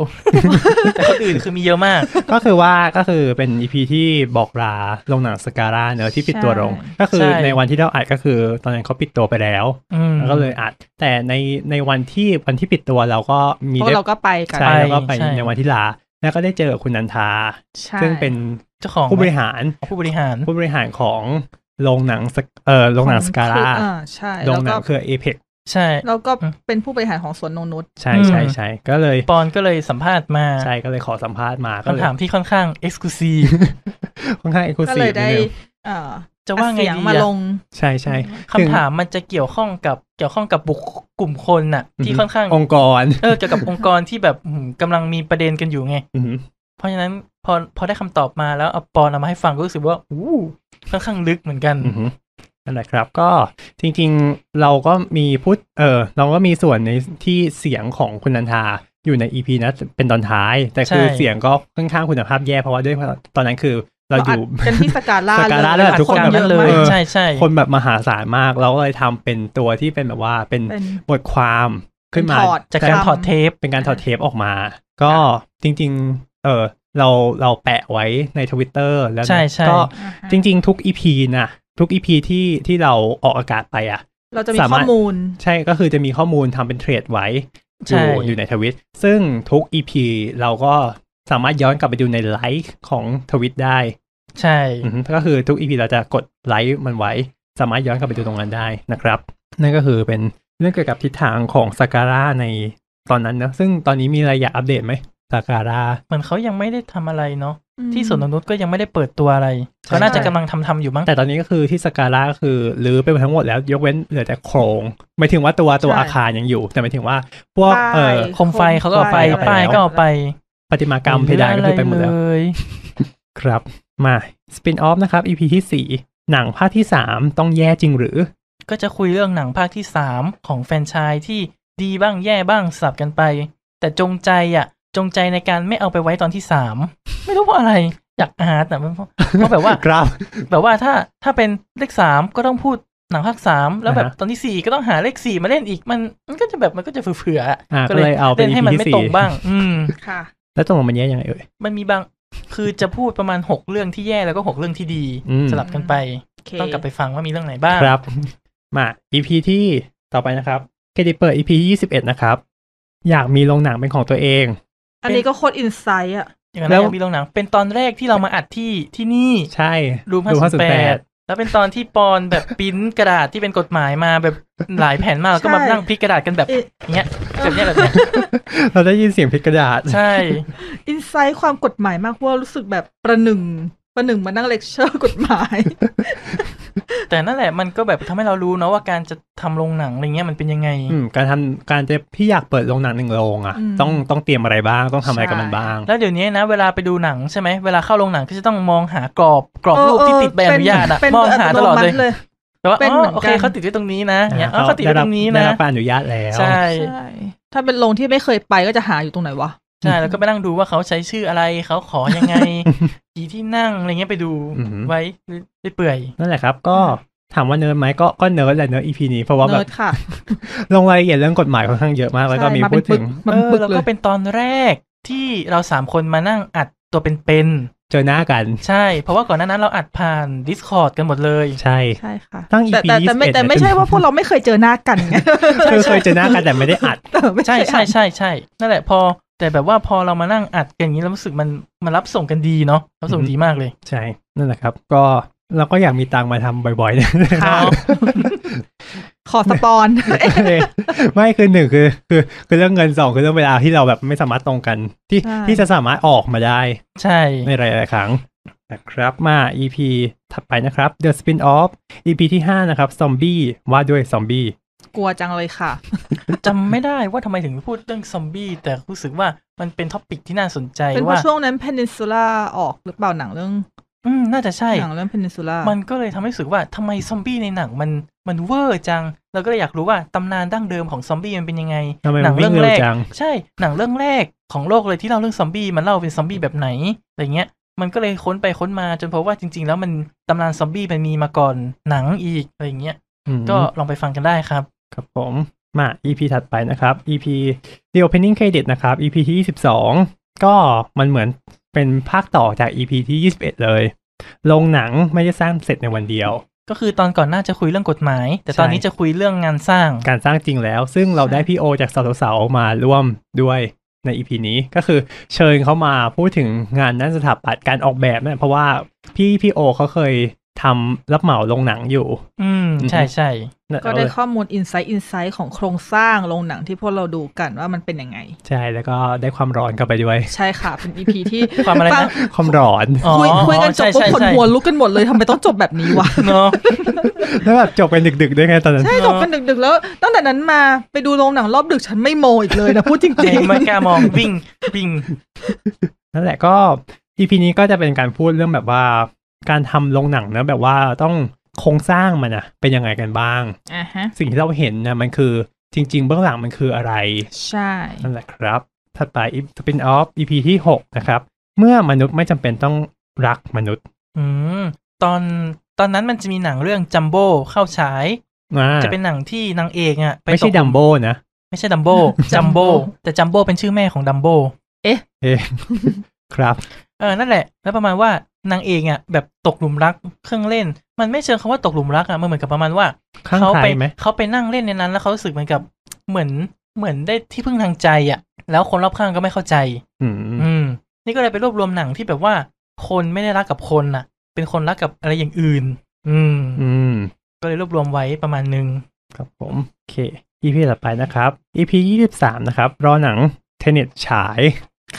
S3: แต่คนอื่นคือมีเยอะมาก
S2: ก็คือว่าก็คือเป็น EP ที่บอกลาลงหนังสการ่าเนอะที่ปิดตัวลง ก็คือ
S3: ใช่
S2: ในวันที่เราอัดก็คือ ตอนนั้นเขาปิดตัวไปแล้ว
S3: อืม
S2: แล้วก็เลยอัด แต่ในในวันที่วันที่ปิดตัวเราก็มี
S4: เพราะ
S2: ได้
S4: เราก็ไปกัน
S2: ใช่แล้วก็ไป
S3: ใช่
S2: ในวันที่ลา แล้วก็ได้เจอคุณนันทา
S4: ใช่
S2: ซึ่งเป็น
S3: เจ้าของ
S2: ผู้บริหาร
S3: ผู้บริหาร
S2: ผู้บริหารของโรงหนังสกเอ่อโรงหนังสการ่า
S4: อ่ใช่
S2: โร
S4: แล้
S2: ง
S4: ว
S2: หนั
S4: ก็
S2: งเครือเอเพ็ก
S3: ใช่
S4: แล้วก็
S3: อืม
S4: เป็นผู้บริหารของสวนนงนุช
S2: ใช่ใช่ใช่ก็เลย
S3: ปอนก็เลยสัมภาษณ์มา
S2: ใช่ก็เลยขอสัมภาษณ์มาก็เลย
S3: คำถามที่ค่อนข้างเอ็กซ์คลูซีฟ
S2: ค่อนข้างเอ็กซ์คลู
S4: ก็
S2: ซี
S4: เล
S2: ฟ
S4: ยได้ เอ่อ
S3: เจ จะว่าไง
S4: เสียง
S3: ดี
S4: มาล
S3: อะ
S4: ง
S2: ใช่ใช่
S3: คำถามมันจะเกี่ยวข้องกับเกี่ยวข้องกับบุคกลุ่มคนน่ะ ที่ค่อนข้าง
S2: องค์กร
S3: เออเกี่ยวกับองค์กรที่แบบอืมกำลังมีประเด็นกันอยู่ไง
S2: อืม
S3: เพราะฉะนั้นพอพอได้คำตอบมาแล้วเอาปอนเอามาให้ฟังก็รู้สึกว่าอู้ค่อนข้างลึกเหมือนกัน
S2: อืมนั่นแหละครับก็จริงๆเราก็มีพูดเออเราก็มีส่วนในที่เสียงของคุณนันทาอยู่ใน EP นะเป็นตอนท้าย แต่คือ
S3: ใช่
S2: เสียงก็ค่อนข้างคุณภาพแย่เพราะว่าด้วยตอนนั้นคือเราอยู่
S4: กันที่สกาล่า
S2: สกาล่า
S4: เลย
S2: แล้วทุกคน
S4: อัด
S3: จำ
S4: เย
S3: นั้น
S4: อะ
S3: เล
S4: มาย
S2: เออ
S4: ก
S3: ใช่ใช่
S2: คนแบบมหาศาลมาก เราก็เลยทำเป็นตัวที่เป็นแบบว่าเป็น
S4: เป็น
S2: บทความขึ้นมา
S4: เป็นถอด
S3: จากการ
S4: จำ
S3: ถอดเทป
S2: เป็นการถอดเทปออกมา ก็จริง ๆ เออเราเราแปะไว้ใน Twitter แล้วนะ
S3: ใช่ใช่
S2: ก็จริง ๆ ทุก EP นะทุก EP ที่ที่เราออกอากาศไปอ่ะ
S4: เราจะมี
S2: สา
S4: ข้
S2: มา
S4: อ
S2: รถ
S4: มูล
S2: ใช่ก็คือจะมีข้อมูลทำเป็นเทรดไว้อ
S3: ใช่
S2: ยู่อยู่ในทวิต ซึ่งทุก EP เราก็สามารถย้อนกลับไปดูในไลค์ของทวิตได้
S3: ใช่
S2: อือฮึก็คือทุก EP เราจะกดไลค์มันไว้ สามารถย้อนกลับไปดูตรงนั้นได้นะครับ นั่นก็คือเป็นเรื่องเกี่ยวกับทิศทางของสการ่าในตอนนั้นนะซึ่งตอนนี้มีอะไรอยากอัปเดตไหมสการ่า
S3: เหมือนเขายังไม่ได้ทำอะไรเนาะที่สวนนกนุษก็ยังไม่ได้เปิดตัวอะไร
S2: ใช่
S3: เขาน่าจะกำลังทำทำอยู่มั้ง
S2: แต่ตอนนี้ก็คือที่สการ่าก็คือรื้อไปทั้งหมดแล้ว ยกเว้นเหลือแต่โครงหมายถึงว่าตัวตัว
S4: ใช่
S2: อาคารยังอยู่ แต่หมายถึงว่าพวกเออ
S3: โคมไฟเขาก็เอาไป
S2: โคมไฟ
S3: ป้ายก็เอาไป
S2: ประติมากรรมเพดานก็คือไปหมดแล้ว
S3: เย
S2: ครับ มาสปินออฟนะครับ EP ที่สี่หนังภาคที่สามต้องแย่จริงหรือ
S3: ก็จะคุยเรื่องหนังภาคที่ 3 ของแฟรนไชายที่ดีบ้างแย่บ้างสลับกันไป แต่จงใจอ่ะ จงใจในการไม่เอาไปไว้ตอนที่ 3 ไม่รู้เพราะอะไรอยากอาร์ตอ่ะเพราะเพราะแบบว่า
S2: ครับ
S3: แบบว่าถ้าถ้าเป็นเลขสามก็ต้องพูดหนังภาคสามแล้วแบบ
S2: อ่าฮะ
S3: ตอนที่สี่ก็ต้องหาเลขสี่มาเล่นอีกมันมันก็จะแบบมันก็จะเผื่อๆอะ
S2: อ่าก็เลยเอาเป็น EP
S3: เล่นให้มัน
S2: ที่
S3: ไม่
S2: สี่
S3: ตรงบ้าง อืม
S4: ค่ะ
S2: แล้วตรงมันแย่ยังไงเอ่ย
S3: มันมีบางคือจะพูดประมาณหกเรื่องที่แย่แล้วก็หกเรื่องที่ดี
S2: อืม
S3: สลับกันไป
S4: โอเค
S3: ต้องกลับไปฟังว่ามีเรื่องไหนบ้าง
S2: ครับ มา EP ที่ต่อไปนะครับเครดิตเปิด EP ที่ยี่สิบเอ็ดนะครับ อยากมีโรงหนังเป็นของตัวเอง
S4: อันนี้ก็โคตรอินไซต์อ่ะ
S3: อย่างแร
S2: แล้
S3: ก
S2: ว
S3: มีเรื่องหนัง เป็นตอนแรกที่เรามาอัดที่ที่นี่
S2: ใช่
S3: รูมห้าสิบแปด
S2: 58
S3: แล้วเป็นตอนที่ปอนแบบปริ้นกระดาษที่เป็นกฎหมายมาแบบ หลายแผ่นมากแล้วก็มา
S4: ใช่
S3: นั่งพลิกกระดาษกันแบบ
S4: เอ๊ะ
S3: อย่างเงี้ยแบบเนี้ยแบบเนี้ย
S2: เราได้ยินเสียงพลิกกระดาษ
S3: ใช่
S4: อินไซต์ความกฎหมายมากว่ารู้สึกแบบประหนึ่งประหนึ่งมานั่งเลคเชอร์กฎหมาย
S3: แต่นั่นแหละมันก็แบบทำให้เรารู้เนาะว่าการจะทำโรงหนังอะไรเงี้ยมันเป็นยังไง
S2: อืมการทำการจะพี่อยากเปิดโรงหนังหนึ่งโรงอ่ะ
S4: อืม
S2: ต้องต้องเตรียมอะไรบ้างต้องทำอะไรกับมันบ้าง
S3: แล้วเดี๋ยวนี้นะ เวลาไปดูหนังใช่ไหมเวลาเข้าโรงหนังก็จะต้องมองหากรอบกรอบรูปที่ติดใบอนุญาตอะ
S4: เเป็น
S3: มองหาตลอดเลย
S4: โนมั
S3: แต่ว่า
S4: เป็น
S3: อ๋
S4: เหมื
S3: อ
S4: อน
S3: โอเค
S4: กัน
S3: เขาติดไว้ตรงนี้นะเนี่ย
S2: อ่
S3: อ๋อเขาติดไว้ตรงนี้
S2: ได้
S3: นะ
S2: รับการอนุญาตแล้ว
S3: ใช่
S4: ใช่ ถ้าเป็นโรงที่ไม่เคยไปก็จะหาอยู่ตรงไหนวะ
S3: ใช่แล้วก็ไปนั่งดูว่าเขาใช้ชื่ออะไรเขาขอยังไงกี่ที่นั่งอะไรเงี้ยไปดู
S2: อือหือ
S3: ไว้ได้เปื่อย
S2: นั่นแหละครับ ก็ถามว่าเนิร์ดไหมก็ก็เนิร์ดแหละเนิร์ดอีพีนี้เพราะว่าแบ
S4: เนิ
S2: บ
S4: ร์ดค่ะ
S2: ลงรายละเอียดเรื่องกฎหมายค่อนข้างเยอะมากแล้วก็
S4: ใช่
S2: มี
S4: มา
S2: พู
S4: เป็น
S2: ด
S4: ปึ
S2: ถึ
S4: ก
S2: ง
S4: มั
S3: เอนอ
S4: ปึก
S3: แล้ว
S4: เล
S3: ก็
S4: ย
S3: เป็นตอนแรกที่เราสามคนมานั่งอัดตัวเป็น
S2: เจอหน้ากัน
S3: ๆใช่ เพราะว่าก่อนหน้านั้นเราอัดผ่าน Discord กันหมดเลย
S2: ใช่
S4: ใช่ค่ะ
S2: ตั้ง EP
S4: แต่แต่แต่ไม่
S2: 21
S4: แต่ไม่ใช่
S2: เนี่ย
S4: ว่าพวกเราไม่เคยเจอหน้ากันไง
S2: คือเคยเจอหน้ากันแต่ไม่ได้อัด
S4: แต่ไม่
S3: ใช่
S4: เคย
S3: ใช่ใช่ใช่นั่นแหละพอ แต่แบบว่าพอเรามานั่งอัดกันอย่างนี้แล้วรู้สึกมันมันรับส่งกันดีเนาะรับส่ง
S2: อือฮึ
S3: ดีมากเลย
S2: ใช่ นั่นแหละครับ ก็เราก็อยากมีตังค์มาทำบ่อยๆนะ
S4: ค่ะขอสปอนเอ๊ะ
S2: ไม่คือหนึ่งคือคือ คือเรื่องเงินสองคือเรื่องเวลาที่เราแบบไม่สามารถตรงกัน ที่
S4: ใช่
S2: ที่จะสามารถออกมาได้
S3: ใช่
S2: ในหลายๆครั้งนะครับมา EP ถัดไปนะครับ The Spin-off EP ที่ 5 นะครับ ซอมบี้ว่าด้วยซอมบี้
S4: กลัวจังเลยค่ะ
S3: จำไม่ได้ว่าทำไมถึงพูดเรื่องซอมบี้แต่รู้สึกว่ามันเป็นท็อปิกที่น่าสนใจ
S4: เป็นเพ
S3: ว่า
S4: ราะช่วงนั้น Peninsula ออกหรือเปล่าหนังเรื่อง
S3: อืมน่าจะใช่
S4: หนังเรื่อง Peninsula
S3: มันก็เลยทำให้รู้สึกว่าทำไมซอมบี้ในหนังมันมันเวอร์จังเราก็เลยอยากรู้ว่าตำนานดั้งเดิมของซอมบี้มันเป็นยังไง
S2: ทำไม
S3: ห
S2: มัน
S3: นั
S2: วิ่
S3: เรื่
S2: งเร็
S3: แร
S2: ว
S3: ก
S2: จัง
S3: ใช่หนังเรื่องแรกของโลกเลยที่เล่าเรื่องซอมบี้มันเล่าเป็นซอมบี้แบบไหนอะไรเงี้ย มันก็เลยค้นไปค้นมาจนพบว่าจริง ๆ แล้วมันตำนานซอมบี้มันมีมาก่อนหนังอีกอะไรเงี้ย
S2: อืม
S3: ก็ลองไปฟังกันได้ครับ
S2: ครับผมมา EP ถัดไปนะครับ EP The Opening Credit นะครับ EP ที่ 22 ก็มันเหมือนเป็นภาคต่อจาก EP ที่ 21 เลยลงหนังไม่ได้สร้างเสร็จในวันเดียว
S3: ก็คือตอนก่อนหน้าจะคุยเรื่องกฎหมาย แต่ตอนนี้จะคุยเรื่องงานสร้าง
S2: การสร้างจริงแล้ว ซึ่งเราได้พี่โอจากสาวสาวๆมาร่วมด้วยใน EP นี้ก็คือเชิญเขามาพูดถึงงานด้านสถาปัตย์การออกแบบนั่นแหละเพราะว่าพี่พี่โอเขาเคย ทำรับเหมาลงหนังอยู่
S3: อืม ใช่ใช่
S2: แล้ว
S4: ก็ได้ข้อมูลอินไซต์อินไซต์ของโครงสร้างโรงหนังที่พวกเราดูกันว่ามันเป็นยังไง
S2: ใช่แล้วก็ได้ความร้อนกลับไปด้วย
S4: ใช่ค่ะเป็นอีพีที่
S3: ความอะไร
S4: ฟัง
S3: นะ
S2: ความร้อน
S3: อ๋อ
S4: คุยคุยกันจบ
S3: ใช่
S4: ปุ๊บขน
S3: ใช่ใช่
S4: หัวลุกกันหมดเลยทำไมต้องจบแบบนี้วะ
S3: เนาะ
S2: แล้วแบบจบกันดึกๆด้วยไงตอนนั้น
S4: ใช่จบกันดึกๆแล้ว ตั้งแต่นั้นมาไปดูโรงหนังรอบดึกฉันไม่โมอีกเลยนะพูดจริง
S3: ไม่กล้ามองวิ่งวิ่ง
S2: นั่นแหละก็ EP นี้ก็จะเป็นการพูดเรื่องแบบว่าการทำโรงหนังเนอะแบบว่าต้องโครงสร้างมันนะเป็นยังไงกันบ้าง
S4: ๆอ่ะฮะ
S2: สิ่งที่เราเห็นนะมันคือจริง ๆ เบื้องหลังมันคืออะไร
S4: ใช่
S2: นั่นแหละครับ ถัดไปอีสปินออฟ EP ที่ 6 นะครับ เมื่อมนุษย์ไม่จำเป็นต้องรักมนุษย์
S3: อืมตอนตอนนั้นมันจะมีหนังเรื่องจัมโบ้เข้าฉาย
S2: อ่า
S3: จะเป็นหนังที่นางเอกอ่ะป
S2: ไม่ใช่
S3: ตก
S2: ดัมโบนะ
S3: ไม่ใช่ดั มโบ้จัมโบ้แต่จัมโบ้เป็นชื่อแม่ของดัมโบ้
S2: เอะครับ
S3: เออนั่นแหละ แล้วประมาณว่านางเอกอ่ะแบบตกหลุมรักเครื่องเล่น มันไม่เชิงคำว่าตกหลุมรักอ่ะมันเหมือนกับประมาณว่า
S2: ข้าง
S3: เขา
S2: ใคร
S3: ไป
S2: ไหม
S3: เขาไปนั่งเล่นในนั้น แล้วเขารู้สึกเหมือนกับเหมือนเหมือนได้ที่พึ่งทางใจอ่ะ แล้วคนรอบข้างก็ไม่เข้าใจ
S2: อืม
S3: อืม นี่ก็เลยไปรวบรวมหนังที่แบบว่า คนไม่ได้รักกับคนน่ะ เป็นคนรักกับอะไรอย่างอื่น อืม
S2: อืม
S3: ก็เลยรวบรวมไว้ประมาณหนึง
S2: ครับผมโอเค EP ถัดไปนะครับ EP 23 นะครับ รอหนังเทเน็ตฉาย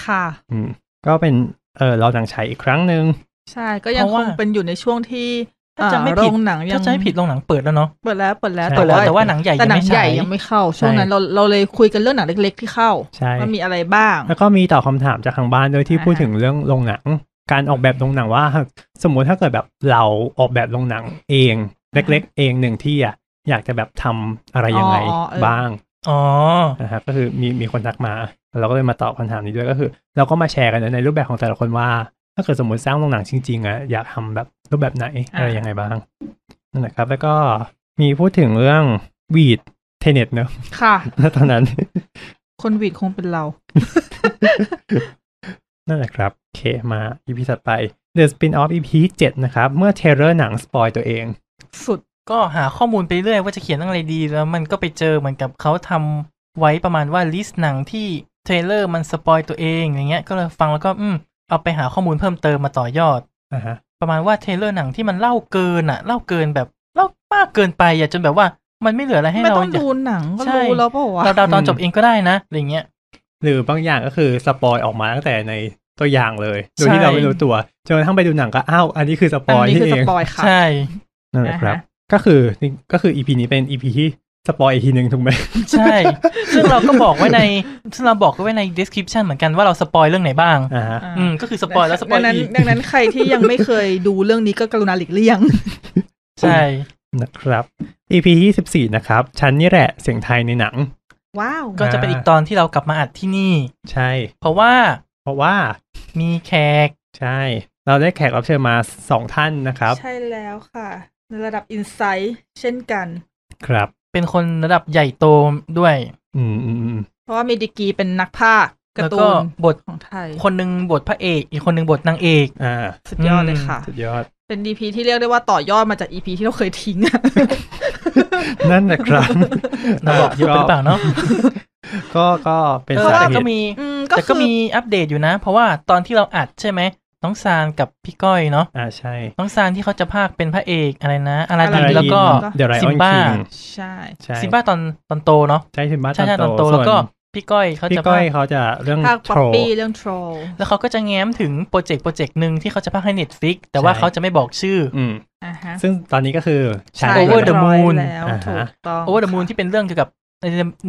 S4: ค่ะ
S2: อืม ก็เป็นเออรอหนังฉายอีกครั้งหนึ่ง
S4: ใช่ก็ยัง
S3: เพราะ
S4: ค
S3: ว่า
S4: งเป็นอยู่ในช่วงที่
S3: ถ้าจำไม่
S4: อ่าโร
S3: ผิด
S4: งหนังยั
S3: ถ้างจำไม่ผิดโรงหนังเปิดแล้วเนาะ
S4: เปิดแล้วเปิดแล้ว
S2: ใช่
S3: เปิดแล้วแต่ว่าหนังใหญ่
S4: แต่
S3: ยัง
S4: หนัง
S3: ไม่
S4: ให
S3: ฉา
S4: ญ่
S3: ย
S4: ยังไม่เข้า ช่วง
S2: ใช่
S4: นั้นเราเราเลยคุยกันเรื่องหนังเล็ก ๆ ที่เข้า
S2: ใช่
S4: ว่ามีอะไรบ้าง
S2: แล้วก็มีตอบคำถามจากทางบ้านด้วยที่
S4: อ่าฮะ
S2: พูดถึงเรื่องโรงหนัง การออกแบบโรงหนังว่า สมมุติถ้าเกิดแบบเราออกแบบโรงหนังเอง เล็ก ๆ เองหนึ่งที่อ่ะอยากจะแบบทำอะไรยังไงบ้าง
S3: อ๋อ
S2: นะครับก็คือมีมีคนทักมา เราก็เลยมาตอบคำถามนี้ด้วยก็คือ เราก็มาแชร์กันในรูปแบบของแต่ละคนว่า ถ้าเกิดสมมติสร้างโรงหนังจริงๆอ่ะอยากทำแบบรูปแบบไหนอะไรยังไงบ้างนั่นแหละครับ แล้วก็มีพูดถึงเรื่องวีดเทเน็ตเนอะ
S4: ค่ะ
S2: แล้วตอนนั้น
S4: คนหวีดคงเป็นเรา
S2: นั่นแหละครับ โอเค มา EP ถัดไป The Spin-off EP 7 นะครับ เมื่อเทเลอร์หนังสปอยตัวเอง
S4: สุด
S3: ก็หาข้อมูลไปเรื่อยว่าจะเขียนเรื่องอะไรดี แล้วมันก็ไปเจอเหมือนกับเขาทำไว้ประมาณว่าลิสต์หนังที่เทรลเลอร์มันสปอยตัวเองอย่างเงี้ย ก็เลยฟังแล้วก็อืมเอาไปหาข้อมูลเพิ่มเติมมาต่อยอด
S2: อ่าฮะ
S3: ประมาณว่าเทรลเลอร์หนังที่มันเล่าเกินอ่ะ เล่าเกินแบบเล่ามากเกินไปอ่ะจนแบบว่ามันไม่เหลืออะไรให้
S4: ไม่
S3: เรา
S4: ต้อง
S3: อยาก
S4: ดูหนังก็
S3: ใช่
S4: รู้แล้วเปล่าวะ
S3: เราเดาตอน
S2: อืม
S3: จบเองก็ได้นะอะไรเงี้ย
S2: หรือบางอย่างก็คือสปอยออกมาตั้งแต่ในตัวอย่างเลย โดย
S3: ใช่
S2: ที่เราไม่รู้ตัว จนกระทั่งไปดูหนังก็ อ้าว อันนี้คือสป
S4: อัน
S2: อย
S4: นี้
S2: นี่
S4: คือ
S2: เอ
S4: ส
S2: ง
S4: ปอยค่ะ
S3: ใช่
S2: นั่นแหละครับ
S4: อ่าฮะ
S2: ก็คือก็คือ EP นี้เป็น EP ที่สปอยอีกทีหนึ่งถูกไหม
S3: ใช่ ซึ่งเราก็บอกไว้ใน ซึ่งเราบอกไว้ใน description เหมือนกันว่าเราสปอยเรื่องไหนบ้าง
S2: อ่าฮะ
S4: อ่า
S3: อืม ก็คือสปอยแล้วสปอย
S4: ดังนั้น
S3: อีก
S4: ดังนั้นใครที่ยังไม่เคยดูเรื่องนี้ก็กรุณาหลีกเลี่ยง
S3: ใช่
S2: นะครับ EP ที่14 นะครับ ฉันนี่แหละเสียงไทยในหนัง
S4: ว้าว
S3: ก็จะเป็นอีกตอนที่เรากลับมาอัดที่นี่
S2: ใช่
S3: เพราะว่า
S2: เพราะว่า
S3: มีแขก
S2: ใช่ เราได้แขกรับเชิญมาสองท่านนะครับ
S4: ใช่แล้วค่ะ ในระดับอินไซต์เช่นกัน
S2: ครับ
S3: เป็นคนระดับใหญ่โตด้วย
S2: อืมอืมอืม
S4: เพราะว่ามีดีกรีเป็นนักภาคการ์
S3: แล้ว
S4: ตู
S3: ก็
S4: น
S3: บท
S4: ของไทย
S3: คนหนึ่งบทพระเอก อีกคนหนึ่งบทนางเอก
S2: อ่า
S4: สุดยอดเลยค่ะ
S2: สุดยอด
S4: เป็นดีพีที่เรียกได้ว่าต่อยอดมาจากอีพีที่เราเคยทิ้งอะ
S2: นั่นแหละครับ
S3: เราบอกเยอะไปหรือเปล่าเนาะ
S2: ก็ก็เป็น
S3: เออ
S2: สา
S3: แต่
S2: เห
S3: ก็
S2: ตุ
S3: มี
S4: อืมก็
S3: แต่
S4: คื
S3: ก็
S4: อ
S3: มีอัปเดตอยู่นะ เพราะว่าตอนที่เราอัดใช่ไหม น้องซานกับพี่ก้อยเนาะ
S2: อ่าใช่
S3: น้องซานที่เขาจะพากย์เป็นพระเอกอะไรนะอะไร
S4: อลาดิน
S3: แล้วก็
S2: The Lion
S3: ซิมบ้า
S2: King
S4: ใช่
S2: ใช่
S3: ซิมบ้าตอนตอนโตเนาะ
S2: ใช่ซิมบ้า
S3: ใช่ใช่
S2: ต
S3: ต
S2: อ
S3: อน น
S2: โต
S3: โต
S2: ส่
S3: แล้ว วนก็พี่ก้อยเขา
S2: พี่
S3: จะ
S2: ก้
S3: พา
S2: อย
S3: กย์
S2: เขาจะเรื่อง
S4: ภาคป๊อป
S2: โทร
S4: ปี้เรื่องทรอล
S3: แล้วเขาก็จะแง้มถึงโปรเจกต์โปรเจกต์หนึ่งที่เขาจะพากย์ให้ Netflix แต่ว่า
S2: ใช่
S3: เขาจะไม่บอกชื่อ
S2: อืม
S4: อ่าฮะ
S2: ซึ่งตอนนี้ก็คือใช้
S4: ใช่
S3: Over
S4: รี
S3: the
S4: ยบร้อย
S3: Moon
S4: แล้ว
S2: อ่าฮะ
S4: ถูกต้อง
S3: โอเวอร์เดอะมูนที่เป็นเรื่องเกี่ยวกับ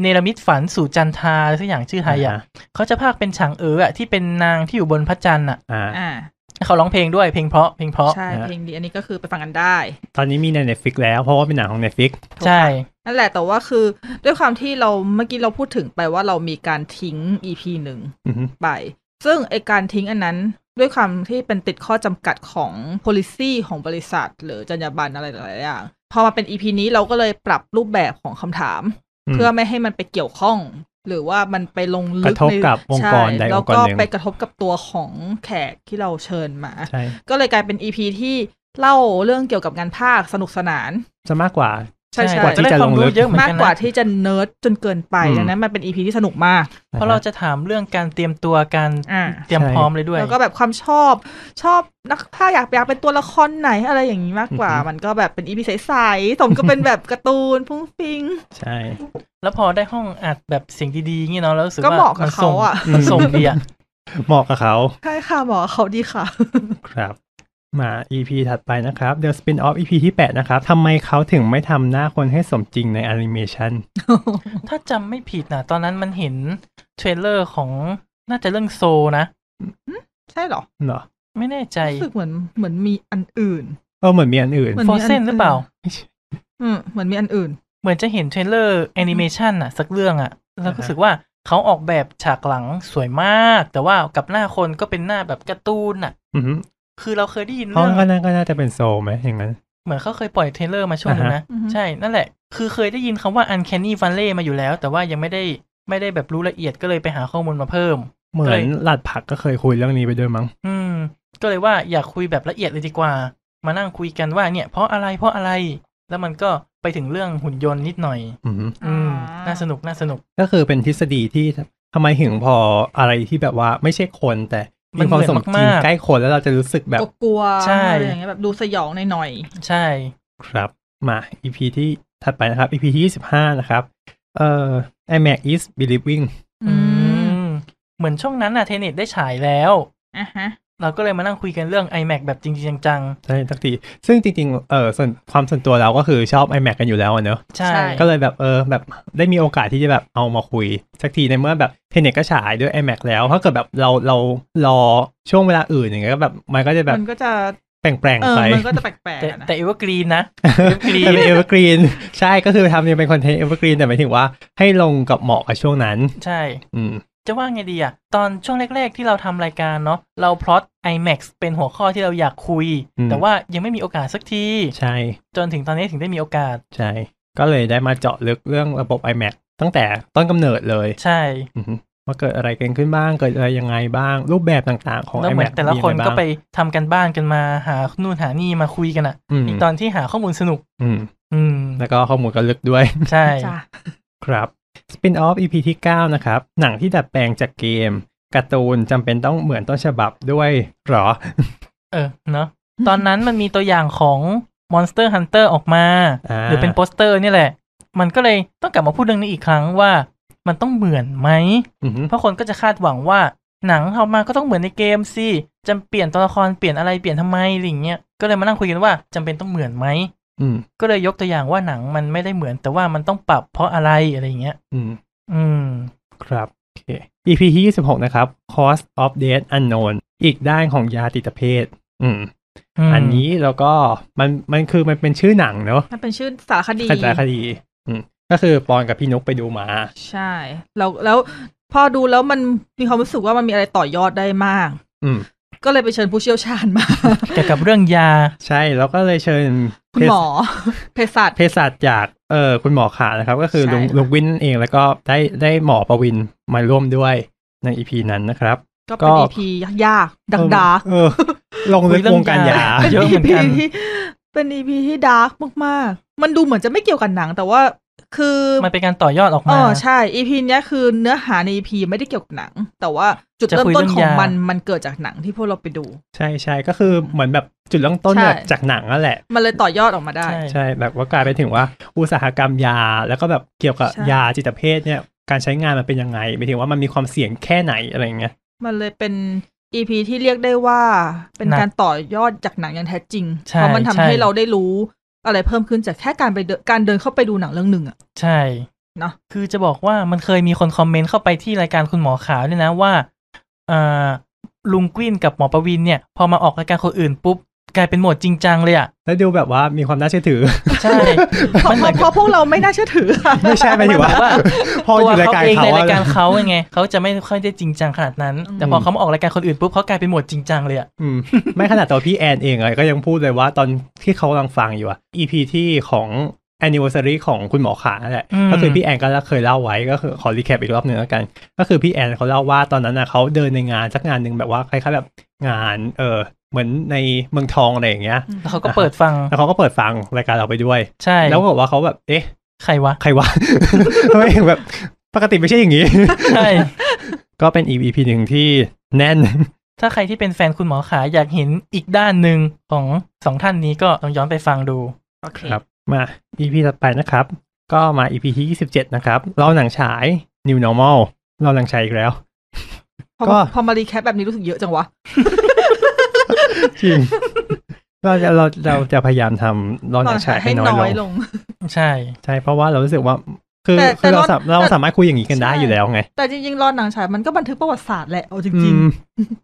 S3: เนรมิตฝันสู่จันทราสักอย่างชื่อไทยอ่ะเขาจะพากย์เป็นฉางเอ๋ออะที่เป็นนางที่อยู่บนพระจันทร์อ่ะ
S2: อ่า
S4: อ่า
S3: แล้วเขาร้องเพลงด้วยเพลงเพราะเพลงเพราะ
S4: ใช่
S2: อ่า
S4: เพลงดีอันนี้ก็คือไปฟังกันได้
S2: ตอนนี้มีใน Netflix แล้วเพราะว่าเป็นหนังของ Netflix
S3: ใช่
S4: นั่นแหละแต่ว่าคือด้วยความที่เราเมื่อกี้เราพูดถึงไปว่าเรามีการทิ้งอีพีหนึ่ง
S2: อือฮึ
S4: ไปซึ่งไอการทิ้งอันนั้นด้วยความที่เป็นติดข้อจำกัดของ policy ของบริษัท หรือจรรยาบรรณอะไรหลายๆอย่างพอมาเป็น EP นี้เราก็เลยปรับรูปแบบของคำถาม
S2: อืม
S4: เพื่อไม่ให้มันไปเกี่ยวข้อง หรือว่ามันไปลงลึก
S2: กระทบกับองค์กร
S4: ใช่
S2: ใดองค์กร
S4: แล้วก็
S2: หนึ่ง
S4: ไปกระทบกับตัวของแขกที่เราเชิญมา
S2: ใช่
S4: ก็เลยกลายเป็น EP ที่เล่าเรื่องเกี่ยวกับงานภาคสนุกสนาน
S2: จะมากกว่า
S4: ใช่ใช่
S2: กว่าที่จะลงลึก
S3: ได้ความรู้เยอะเหมือน
S4: มา
S3: กั
S4: ก
S3: น
S4: กว่า
S3: นะ
S4: ที่จะเนิร์ดจนเกินไป
S2: อืม
S4: ดังนั้นมันเป็นอีพีที่สนุกมาก
S3: เพราะเราจะถามเรื่องการเตรียมตัวการ
S4: อ่า
S3: เตรียม
S2: ใช่
S3: พร้อมเลยด้วย
S4: แล้วก็แบบความชอบ ชอบนักภาคอยากอยากเป็นตัวละครไหนอะไรอย่างนี้มากกว่า
S2: อือฮึ
S4: มันก็แบบเป็นอีพีใสๆสมก็เป็นแบบการ์ตูนฟุ้งฟิ้ง
S2: ใช่
S3: แล้วพอได้ห้องอัดแบบเสียงดีๆอย่างงี้เนาะแล้วรู้สึก
S4: ก็
S3: ว่า
S4: เหมาะกับ
S3: นส่ง
S4: เขาอะ
S3: มันส่งดีอะ
S2: เหมาะกับเขา
S4: ใช่ค่ะหมอเขาดีค่ะ
S2: ครับ มา EP ถัดไปนะครับ The Spin-off EP ที่ 8 นะครับทำไมเขาถึงไม่ทำหน้าคนให้สมจริงในแอนิเมชัน
S3: ถ้าจำไม่ผิดนะตอนนั้นมันเห็นเทรลเลอร์ของน่าจะเรื่องโซนะ
S4: ใช่เหรอ
S2: เหรอ
S3: ไม่แน่ใจ
S4: รู้สึกเหมือนเหมือนมีอันอื่น
S2: เออเหมือนมีอันอื่น
S4: เหมือน
S3: ฟอร์เซนหรือเปล่า
S4: อืมเหมือนมีอันอื่น
S3: เหมือนจะเห็นเทรลเลอร์แอนิเมชันอะสักเรื่องอะแล้วก็รู้สึกว่าเขาออกแบบฉากหลังสวยมาก แต่ว่ากับหน้าคนก็เป็นหน้าแบบการ์ตูนอะ
S2: อือฮึ
S3: คือเราเคยได้ยิน
S2: ห้
S3: เรื่
S2: อ
S3: อง ง
S2: ก็น่าก็น่าจะเป็นโซลไหมอย่างนั้น
S3: เหมือนเขาเคยปล่อยเทรลเลอร์มาช่วงหนึงนะ
S4: อ่าฮะ
S3: ใช่ นั่นแหละ คือเคยได้ยินคำว่า uncanny valley มาอยู่แล้ว แต่ว่ายังไม่ได้ไม่ได้แบบรู้ละเอียดก็เลยไปหาข้อมูลมาเพิ่ม
S2: เหมือนหลัดผักก็เคยคุยเรื่องนี้ไปด้วยมั้ง
S3: อืม ก็เลยว่าอยากคุยแบบละเอียดเลยดีกว่า มานั่งคุยกันว่าเนี่ย เพราะอะไรเพราะอะไร แล้วมันก็ไปถึงเรื่องหุ่นยนต์นิดหน่อย
S2: อือฮึ
S3: อืม น่าสนุกน่าสนุก
S2: ก็คือเป็นทฤษฎีที่ทำไมถึงพออะไรที่แบบว่าไม่ใช่คนแต่มีความสมจริงใกล้คนแล้วเราจะรู้สึกแบบ
S4: กลัวๆ
S3: ใช่
S4: อะไรอย่างเงี้ยแบบดูสยองหน่อย
S3: ใช่
S2: ครับ มา EP ที่ถัดไปนะครับ EP ที่25 นะครับ เอ่อ iMac is believing
S4: ๆ
S3: อื
S4: อืม
S3: ม เหมือนช่วงนั้นน่ะเทเน็ตได้ฉายแล้ว
S4: อ่ะฮะ
S3: เราก็เลยมานั่งคุยกันเรื่อง iMac แบบจริงๆจัง
S2: ใช่ทักที ซึ่งจริงๆ เอ่อส่วนความส่วนตัวเราก็คือชอบ iMac กันอยู่แล้วอะเนอะ
S3: ๆ ใช่
S4: ใช่
S2: ก็เลยแบบเออแบบได้มีโอกาสที่จะแบบเอามาคุย สักทีในเมื่อแบบเทเน็ตก็ฉายด้วย iMac แล้ว ถ้าเกิดแบบเราเรารอช่วงเวลาอื่นอย่างเงี้ยก็แบบมันก็จะแบบ
S4: มันก็จะ
S2: แปลง
S4: เอ
S2: ๆ
S4: อ
S2: ไป
S4: มันก็จะแปลก
S3: แต่
S4: ๆอะนะ
S3: แต่เอเวอร์กรีนนะ
S2: แต่เป็นเอเวอร์กรีน ใช่ก็คือทำเนี่ยเป็นคอนเทนต์เอเวอร์กรีนแต่หมายถึงว่าให้ลงกับเหมาะกับช่วงนั้น
S3: ใช่
S2: อืม
S3: จะว่าไงดีอะตอนช่วงแรก ๆ ที่เราทำรายการเนาะเราพลอต IMAX เป็นหัวข้อที่เราอยากคุย
S2: อืม
S3: แต่ว่ายังไม่มีโอกาสสักที
S2: ใช่
S3: จนถึงตอนนี้ถึงได้มีโอกาส
S2: ใช่ก็เลยได้มาเจาะลึกเรื่องระบบ iMac ตั้งแต่ต้นกำเนิดเลย
S3: ใช่
S2: อือฮึว่าเกิดอะไรเกิดขึ้นบ้างเกิดอะไรยังไงบ้าง รูปแบบต่างๆของ
S3: แล้วเหมือ
S2: iMac
S3: นแต่ละคน
S2: มีอร
S3: ก็
S2: บ้าง
S3: ไปทำกันบ้านกันมาหานู่นหานี่มาคุยกันอะ
S2: อืม
S3: อีกตอนที่หาข้อมูลสนุก
S2: อืม
S3: อื ม
S2: แล้วก็ข้อมูลก็ลึกด้วย
S3: ใช่
S4: จ้ะ
S2: ครับ Spin off EP ที่ 9 นะครับ หนังที่ดัดแปลงจากเกมการ์ตูนจำเป็นต้องเหมือนต้นฉบับด้วยเหรอ
S3: เออเนาะตอนนั้นมันมีตัวอย่างของ Monster Hunter ออกมา
S2: อ่า
S3: หรือเป็นโปสเตอร์นี่แหละ มันก็เลยต้องกลับมาพูดเรื่องนี้อีกครั้งว่า มันต้องเหมือนไหม
S2: อือฮึ
S3: เพราะคนก็จะคาดหวังว่าหนังทำมาก็ต้องเหมือนในเกมสิจำเปลี่ยนตัวละครเปลี่ยนอะไรเปลี่ยนทำไมอะไรอย่างเงี้ยก็เลยมานั่งคุยกันว่าจำเป็นต้องเหมือนไหม
S2: อืม
S3: ก็เลยยกตัวอย่างว่าหนังมันไม่ได้เหมือนแต่ว่ามันต้องปรับเพราะอะไรอะไรอย่างเงี้ย
S2: อืม
S3: อืม
S2: ครับ โอเค EP ที่26 นะครับ Cost of Death Unknown อีกด้านของยาติดเภทอืม อันนี้แล้วก็มันมันคือมันเป็นชื่อหนังเนอะ
S4: มันเป็นชื่อสารคดี
S2: ขจายคดี อืม ก็คือปอนกับพี่นุกไปดูมา
S4: ใช่แล้วแล้วพอดูแล้วมันมีความรู้สึกว่ามันมีอะไรต่อยอดได้มาก
S2: อืม
S4: ก็เลยไปเชิญผู้เชี่ยวชาญมา
S3: เกี่ยวกับเรื่องยา
S2: ใช่ แล้วก็เลยเชิญ
S4: คุณหมอเภสัช
S2: เภสัชจากเอ่อคุณหมอขานะครับ ก็คือ
S4: ใช่
S2: ลุง
S4: ค่ะ
S2: ลุงวินนั่นเองแล้วก็ได้ได้หมอประวินมาร่วมด้วยใน EP นั้นนะครับ
S4: ก็เป็น
S2: ก็
S4: อีพียากๆดาร์ก
S2: เออเออลงลึกวงการยา
S4: ๆเป็น
S3: เยอะเหมื
S4: อี
S3: อน
S4: พี
S3: กัน
S4: ที่เป็นอีพีที่ดาร์กมากๆ มันดูเหมือนจะไม่เกี่ยวกับหนัง แต่ว่าคือ
S3: มันเป็นการต่อยอดออก
S4: เอ๋
S3: มา
S4: อใช่อีพีนี้ยคือเนื้อหาในอีพีไม่ได้เกี่ยวกับหนัง แต่ว่าจุด
S3: จะ
S4: เริ่
S3: คุ
S4: ม
S3: ย
S4: ต้นของ
S3: เรื่องยามั
S4: มันมันเกิดจากหนังที่พวกเราไปดู
S2: ใช่ใช่ก็คือเหมือนแบบจุดเริ่มต้น
S4: ใช่
S2: แบบจากหนังนั่นแหละ
S4: มันเลยต่อยอดออกมาได้
S3: ใช่
S2: ใช่แบบว่ากลายไปถึงว่าอุตสาหกรรมยาแล้วก็แบบเกี่ยวกับ
S4: ใช่
S2: ยาจิตเภทเนี่ยการใช้งานมันเป็นยังไงหมายถึงว่ามันมีความเสี่ยงแค่ไหนอะไรอย่างเงี้ย
S4: มันเลยเป็นอีพีที่เรียกได้ว่า เป็น
S3: หนัก
S4: การต่อยอดจากหนังอย่างแท้จริง
S3: ใช่
S4: เพราะมันทำ
S3: ใช่
S4: ให้เราได้รู้อะไรเพิ่มขึ้นจากแค่การไปเดินการเดินเข้าไปดูหนังเรื่องหนึ่งอะ
S3: ใช่
S4: เนอะ
S3: คือจะบอกว่ามันเคยมีคนคอมเมนต์เข้าไปที่รายการคุณหมอขาวเนี่ยนะว่าเอ่อลุงกวินกับหมอประวินเนี่ย พอมาออกรายการคนอื่นปุ๊บกลายเป็นโหมดจริงจังเลยอ่ะ
S2: แล้วดูแบบว่ามีความน่าเชื่อถือ
S3: ใช่
S4: เพราะ
S3: มันเหมือนกับ
S4: เพราะพวกเราไม่น่าเชื่อถือ
S2: ไม่ใช่หมายถึงว่า
S3: ว่า
S2: พออยู่รายการ
S3: ตัว
S2: เขา
S3: เองในรายการ
S2: อะ
S3: เขาไงเขาจะไม่ค่อยได้จริงจังขนาดนั้น
S4: อืม
S3: แต่พอเขามาออกรายการคนอื่นปุ๊บเขากลายเป็นโหมดจริงจังเลยอะ
S2: อืมไม่ขนาดตัวพี่แอนเองเลยก็ยังพูดเลยว่าตอนที่เขากำลังฟังอยู่อะ EP ที่ของ anniversary ของคุณหมอขานั่นแหละก็คือพี่แอนก็เคยเล่าไว้ก็คือขอรีแคปอีกรอบหนึ่งแล้วกัน ก็คือพี่แอนเขาเล่าว่าตอนนั้นนะเขาเดินในงานสักงานหนึ่งแบบว่าคล้ายๆแบบงานเออ เหมือนในเมืองทองอะไรอย่างเงี้ย
S3: แล้วเขาก็เปิดฟัง
S2: แล้วเขาก็เปิดฟังรายการเราไปด้วย
S3: ใช่
S2: แล้วก็บอกว่าเขาแบบเอ๊ะ
S3: ใครวะ
S2: ใครวะ ทำไมแบบ ปกติไม่ใช่อย่างนี้
S3: ใช่
S2: ก็เป็นอีพีหนึ่งที่แน่น
S3: ถ้าใครที่เป็นแฟนคุณหมอขาอยากเห็นอีกด้านหนึ่งของสองท่านนี้ก็ต้องย้อนไปฟังดู
S4: โอเค
S2: ครับ มา EP ถัดไปนะครับ ก็มา EP ที่27 นะครับ เราหนังฉาย New Normal เราหนังฉายอีกแล้ว
S4: พอ
S2: ก็
S4: มาพอมารีแคปแบบนี้รู้สึกเยอะจังวะ
S2: จริง เราจะเราเราจะพยายามทำเราหนังฉายให้น้อยลง
S3: ใช่
S2: ใช่ เพราะว่าเรารู้สึกว่า คือ
S4: แต่
S2: คือเรา
S4: แต่
S2: สา
S4: เรา
S2: เราสามารถคุยอย่างนี้กันได้
S4: ใช่
S2: อยู่แล้วไง
S4: แต่จริงๆรอนหนังฉายมันก็บันทึกประวัติศาสตร์แหละเอาจ
S2: อื
S4: ริง
S2: ม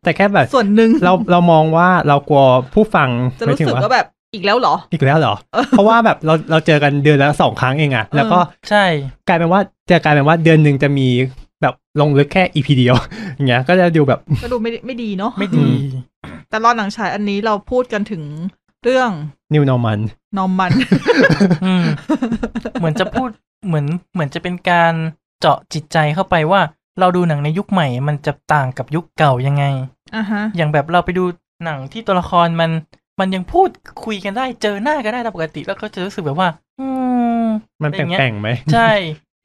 S2: แต่แค่แบบ
S4: ๆ ส่วนหนึ่ง
S2: เราเรามองว่าเรากลัวผู้ฟัง
S4: จะ
S2: หมย
S4: รู้
S2: ถึง
S4: สึก
S2: ว่า
S4: ว่าแบบอีกแล้วเหรอ
S2: อีกแล้วเหรอ
S4: เออ
S2: เพราะว่าแบบเราเราเจอกันเดือนละสองครั้งเองอะแล้วก็
S3: ใช่
S2: กลายเป็นว่าจะกลายเป็นว่าเดือนหนึ่งจะมีแบบลงลึกแค่อีพีเดียว อย่างเงี้ยก็จะดูแบบ
S4: ก็ดูไม่ไม่ดีเนาะ
S3: ไม่ดี
S2: อื
S4: แต่รอนหนังฉายอันนี้เราพูดกันถึงเรื่อง
S2: นิวนอร์มัน
S4: นอมมัน
S3: อืม เหมือนจะพูดเหมือนเหมือนจะเป็นการเจาะจิตใจเข้าไปว่า เราดูหนังในยุคใหม่ มันจะต่างกับยุคเก่ายังไง
S4: อ่ะฮะ
S3: อย่างแบบเราไปดูหนังที่ตัวละครมัน มันยังพูดคุยกันได้เจอหน้ากันได้ตามปกติ แล้วก็จะรู้สึกแบบว่า อืม
S2: มัน
S3: อย่างเงี้ย
S2: แปลงๆไหม
S3: ใช่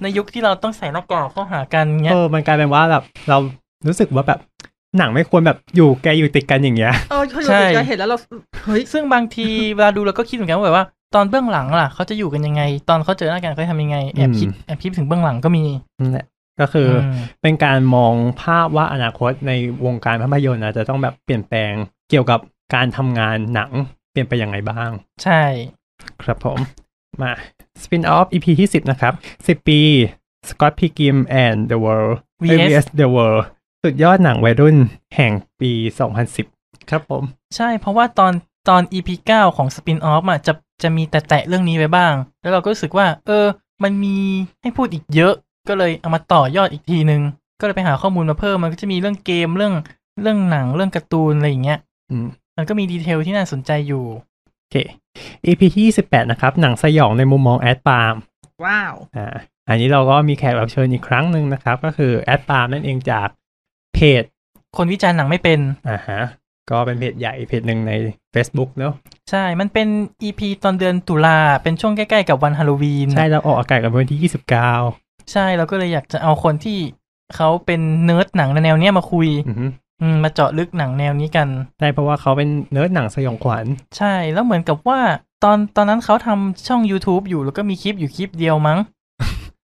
S3: ในยุคที่เราต้องใส่หน้ากากเข้าหากันเงี้
S2: เอย อมันกลายเป็นว่าแบบเรารู้สึกว่าแบบหนังไม่ควรแบบอยู่แกอยู่ติดกันอย่างเงี้ ย
S4: เออเขาอยู่ดีๆเห็นแล้วเราเฮ้ย
S3: ซึ่งบางที เวลาดูเราก็คิดเหมือนกันว่าแบบว่า ตอนเบื้องหลังล่ะ เขาจะอยู่กันยังไง ตอนเขาเจอหน้ากันเขาจะทำยังไงแอบคิด
S2: อืม
S3: แอบคิดถึงเบื้องหลังก็มี
S2: นั่นแหละก็คืออ
S3: ม
S2: เป็นการมองภาพว่าอนาคตในวงการภาพยนตร์อาจจะต้องแบบเปลี่ยนแปลงเกี่ยวกับการทำงานหนังเปลี่ยนไปยังไงบ้าง
S3: ใช่
S2: ครับผม มา Spin Off EP ที่ 10 นะครับ 10 ปี Scott Pilgrim and the World
S3: VS
S2: เอ้ย VS the World สุดยอดหนังวัยรุ่นแห่งปี 2010 ครับผม
S3: ใช่ เพราะว่าตอนตอน EP 9 ของ Spin Off อ่ะจะจะมีแตะๆเรื่องนี้ไว้บ้าง แล้วเราก็รู้สึกว่า เออ มันมีให้พูดอีกเยอะ ก็เลยเอามาต่อยอดอีกทีนึง ก็เลยไปหาข้อมูลมาเพิ่ม มันก็จะมีเรื่องเกมเรื่องเรื่องหนังเรื่องการ์ตูนอะไรอย่างเงี้ย
S2: อืม
S3: มันก็มีดีเทลที่น่าสนใจอยู่
S2: โอเค EP ที่28 นะครับ หนังสยองในมุมมองแอดปาล์ม
S4: ว้าว
S2: อ่าอันนี้เราก็มีแขกรับเชิญอีกครั้งหนึ่งนะครับ ก็คือแอดปาล์มนั่นเองจากเพจ
S3: คนวิจารณ์หนังไม่เป็น
S2: อ่าฮะ ก็เป็นเพจใหญ่เพจหนึ่งใน Facebook เนอะ
S3: ใช่ มันเป็น EP ตอนเดือนตุลา เป็นช่วงใกล้ๆกับวันฮาโลวีน
S2: ใช่เราออกอากาศกันวันที่ 29
S3: ใช่ เราก็เลยอยากจะเอาคนที่เขาเป็นเนิร์ดหนังแนวเนี้ยมาคุย
S2: อือฮึ
S3: อืมมาเจาะลึกหนังแนวนี้กัน
S2: ใช่เพราะว่าเขาเป็นเนิร์ดหนังสยองขวัญ
S3: ใช่แล้วเหมือนกับว่าตอนตอนนั้นเขาทำช่อง YouTube อยู่แล้วก็มีคลิปอยู่คลิปเดียว มั้ง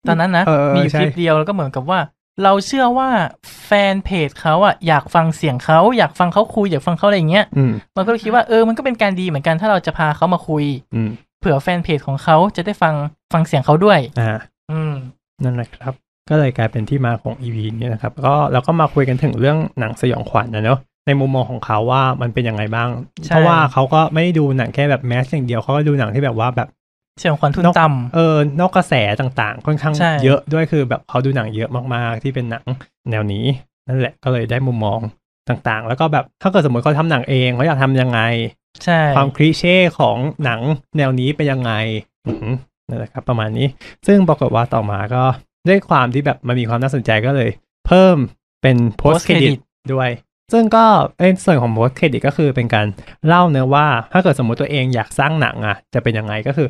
S3: ตอนนั้นนะ
S2: เออเออ
S3: มีอยู่
S2: ใช่
S3: คลิปเดียวแล้วก็เหมือนกับว่า เราเชื่อว่าแฟนเพจเขาอะอยากฟังเสียงเขาอยากฟังเขาคุยอยากฟังเขาอะไรอย่างเงี้ย
S2: อืม
S3: มันก็เลยคิดว่าเออมันก็เป็นการดีเหมือนกันถ้าเราจะพาเขามาคุย
S2: อืม
S3: เผื่อแฟนเพจของเขาจะได้ฟังฟังเสียงเขาด้วย
S2: อ่า
S3: อืม
S2: นั่นแหละครับ ก็เลยกลายเป็นที่มาของ EP นี้นะครับ ก็เราก็มาคุยกันถึงเรื่องหนังสยองขวัญนะเนาะ ในมุมมองของเขาว่ามันเป็นยังไงบ้าง
S3: ใช่
S2: เพราะว่าเขาก็ไม่ได้ดูหนังแค่แบบแมสอย่างเดียว เขาก็ดูหนังที่แบบว่าแบบ
S3: เสียงขวัญทุน
S2: นก
S3: ต่ำ
S2: เออนอกกระแสต่างๆ ค่อนข้าง
S3: ใช่
S2: เยอะด้วยคือแบบเขาดูหนังเยอะมากๆ ที่เป็นหนังแนวนี้ นั่นแหละก็เลยได้มุมมองต่างๆ แล้วก็แบบถ้าเกิดสมมติเขาทำหนังเองเขาอยากทำยังไง
S3: ใช่
S2: ความคลีเช่ของหนังแนวนี้เป็นยังไงอือหือนั่นแหละครับประมาณนี้ ซึ่งปรากฏว่าต่อมาก็ด้วยความที่แบบมันมีความน่าสนใจก็เลย เพิ่มเป็นโพสเครดิตด้วย ซึ่งก็ในส่วนของโพสเครดิตก็คือเป็นการเล่าเนื้อะว่า ถ้าเกิดสมมติตัวเองอยากสร้างหนังอ่ะจะเป็นยังไงก็คือ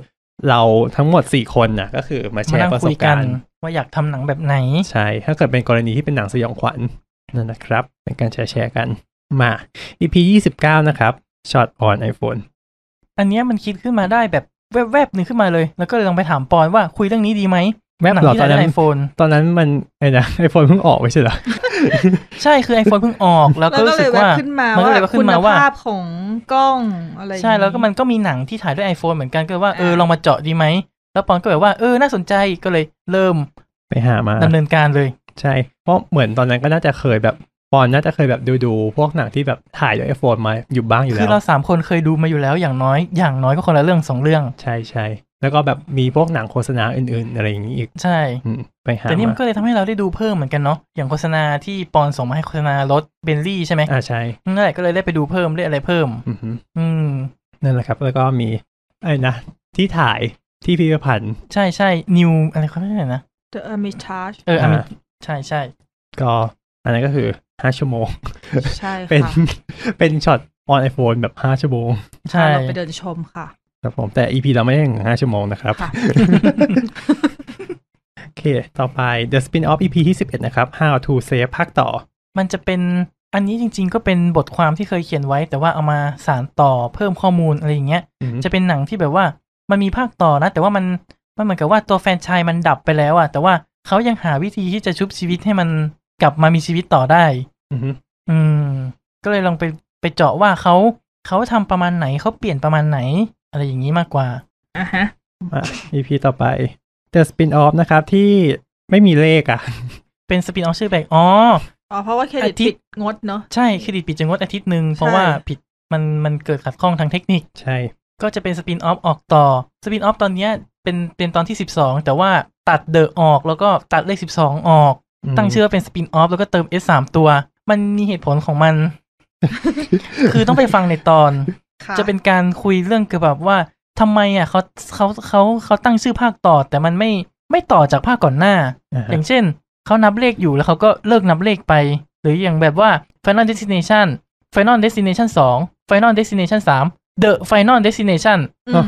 S2: เราทั้งหมด 4 คนนะก็คือมาแช
S3: มา
S2: ร์
S3: นั่ง
S2: ประส
S3: คุย
S2: บ
S3: กั
S2: กาน รณ์
S3: ว่าอยากทำหนังแบบไหน
S2: ใช่ ถ้าเกิดเป็นกรณีที่เป็นหนังสยองขวัญนั่นนะครับ เป็นการแชร์แชร์กันมา EP 29 นะครับช็อตออน iPhone
S3: อันเนี้ยมันคิดขึ้นมาได้แบบแวบๆหนึ่งขึ้นมาเลย แล้วก็เลยลองไปถามปอนว่าคุยเรื่องนี้ดีไหม
S2: แวบ
S3: หนัง
S2: เหรอ
S3: ที่
S2: ตอน
S3: ได้
S2: นั้น
S3: ไอโฟน
S2: ตอนนั้นมันไอ้นะ ไอโฟนเพิ่งออกไม่ใช่เหรอ
S3: ใช่คือ iPhone เพิ่งออก แล้ว
S4: แล้
S3: ก็
S4: วก็
S3: รู้
S4: เล
S3: สึ
S4: ย
S3: ก
S4: แวบ
S3: ว่า
S4: ขึ้นมาน
S3: ก็
S4: ว่า
S3: เลยแวบขึ้
S4: คุ
S3: น
S4: ณ
S3: มาว่า
S4: ภาพของกล้องอะไรอย่าง
S3: ใช่
S4: นี้
S3: แล้วก็มันก็มีหนังที่ถ่ายด้วย iPhone เหมือนกันก็เลยว่าเออ
S4: อ่า
S3: ลองมาเจาะดีไหม แล้วปอนก็แบบว่าเออน่าสนใจก็เลยเริ่ม
S2: ไปหามา
S3: ดำเนินการเลย
S2: ใช่ เพราะเหมือนตอนนั้นก็น่าจะเคยแบบปอนน่าจะเคยแบบดูดูๆพวกหนังที่แบบถ่ายด้วยไอโฟนมาอยู่บ้างอยู่
S3: คื
S2: แล้
S3: อ
S2: ว
S3: เราสามคนเคยดูมาอยู่แล้วอย่างน้อยอย่างน้อยก็คนละเรื่องสองเรื่อง
S2: ใช่ใช่แล้วก็แบบมีพวกหนังโฆษณาอื่นๆ อะไรอย่างนี้อีก
S3: ใช่
S2: อืมไปหา
S3: แต่นี่มัน
S2: มา
S3: ก็เลยทำให้เราได้ดูเพิ่มเหมือนกันเนาะอย่างโฆษณาที่ปอนส่งมาให้โฆษณารถเบนลี่ใช่ไหม
S2: อ่าใช่
S3: นั่นแหละก็เลยได้ไปดูเพิ่มได้อะไรเพิ่ม
S2: อือหือ
S3: อืม
S2: นั่นแหละครับ แล้วก็มีไอ้นะที่ถ่ายที่พิพิธภัณฑ์
S3: ใช่ใช่นิวอะไรเขาเรียกอะไรนะ
S4: The Amish Charge
S3: เอออเมริ
S2: อ่าก
S3: ใช่ใช่
S2: ก็อันนั้นก็คือห้าชั่วโมง
S4: ใช่
S2: เป็น
S4: ค่ะ
S2: เป็นช็อต ออน iPhone แบบ 5 ชั่วโมง
S3: ใช่
S4: เราไปเดินชมค่ะ
S2: ครับผมแต่ EP เราไม่ได้ถึง5ชั่วโมงนะครับ
S4: ค่ะ
S2: โอเค ต่อไป The Spin-off EP ที่ 11 นะครับ How to Save ภาคต่อ
S3: มันจะเป็นอันนี้จริง ๆ ก็เป็นบทความที่เคยเขียนไว้ แต่ว่าเอามาสารต่อเพิ่มข้อมูลอะไรอย่างเงี้ย
S2: อืม
S3: จะเป็นหนังที่แบบว่ามันมีภาคต่อนะ แต่ว่ามันมันเหมือนกับว่าตัวแฟรนไชายมันดับไปแล้วอะแต่ว่าเขายังหาวิธีที่จะชุบชีวิตให้มันกลับมามีชีวิตต่อได้
S2: อือฮึ
S3: อืม ก็เลยลองไปไปเจาะว่าเขาเขาทำประมาณไหนเขาเปลี่ยนประมาณไหน อะไรอย่างนี้มากกว่า
S4: อ่ะฮะ
S2: มา EP ต่อไป The Spin-off นะครับที่ไม่มีเลขอ่ะ
S3: เป็นสปินออฟชื่อแบกอ๋อ
S4: อ๋อเพราะว่าเครดิต
S3: อาทิ
S4: ปิ
S3: ตย์
S4: ดงดเนาะ
S3: ใช่เครดิตปิดจะงดอาทิตย์หนึ่งเพราะ
S4: ใช่
S3: ว่าผิดมันมันเกิดขัดข้องทางเทคนิค
S2: ใช่
S3: ก็จะเป็นสปินออฟออกต่อสปินออฟตอนเนี้ยเป็นเป็นตอนที่ 12 แต่ว่าตัดเดอะออกแล้วก็ตัดเลข 12 ออก ตั้งชื่อว่าเป็นสปินออฟแล้วก็เติม S 3ตัว มันมีเหตุผลของ มัน คือต้องไปฟังในตอน
S4: ค่
S3: จะเป็นการคุยเรื่องเกี่ยวกับว่าทำไมอ่ะเขาเขาเขาเขาตั้งชื่อภาคต่อ แต่มันไม่ไม่ต่อจากภาคก่อนหน้า
S2: อ่าฮะ
S3: อย่างเช่น เขานับเลขอยู่แล้วเขาก็เลิกนับเลขไป หรืออย่างแบบว่า Final Destination Final Destination 2 Final Destination 3 The Final Destination
S4: อืม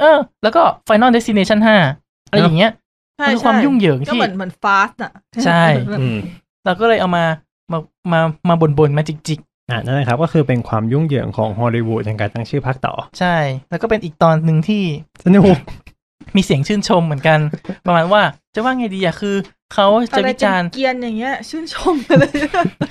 S3: เออ แล้วก็ Final Destination 5อะไรอย่างเงี้ย
S4: ใช่
S3: มันคือความ
S4: ใช่
S3: ยุ่งเหยิง
S4: ก็
S3: ที่
S4: เหมือนเหมือนฟาสอ่ะ
S3: ใช่
S4: เหมือน
S2: อืม
S3: เราก็เลยเอามามามามาบ่นๆมาจิกจิก
S2: อ่านั่นนะครับ ก็คือเป็นความยุ่งเหยิงของฮอลลีวูดในการตั้งชื่อภาคต่อ
S3: ๆใช่ แล้วก็เป็นอีกตอนหนึ่งที่
S2: สนุก
S3: มีเสียงชื่นชมเหมือนกัน ประมาณว่าจะว่าไงดีอะคือเขา
S4: อะ
S3: จะ
S4: ไร
S3: วิ
S4: เป็
S3: จาร
S4: น
S3: ณ์
S4: เกรียนอย่างเงี้ย ชื่นชมไปเลย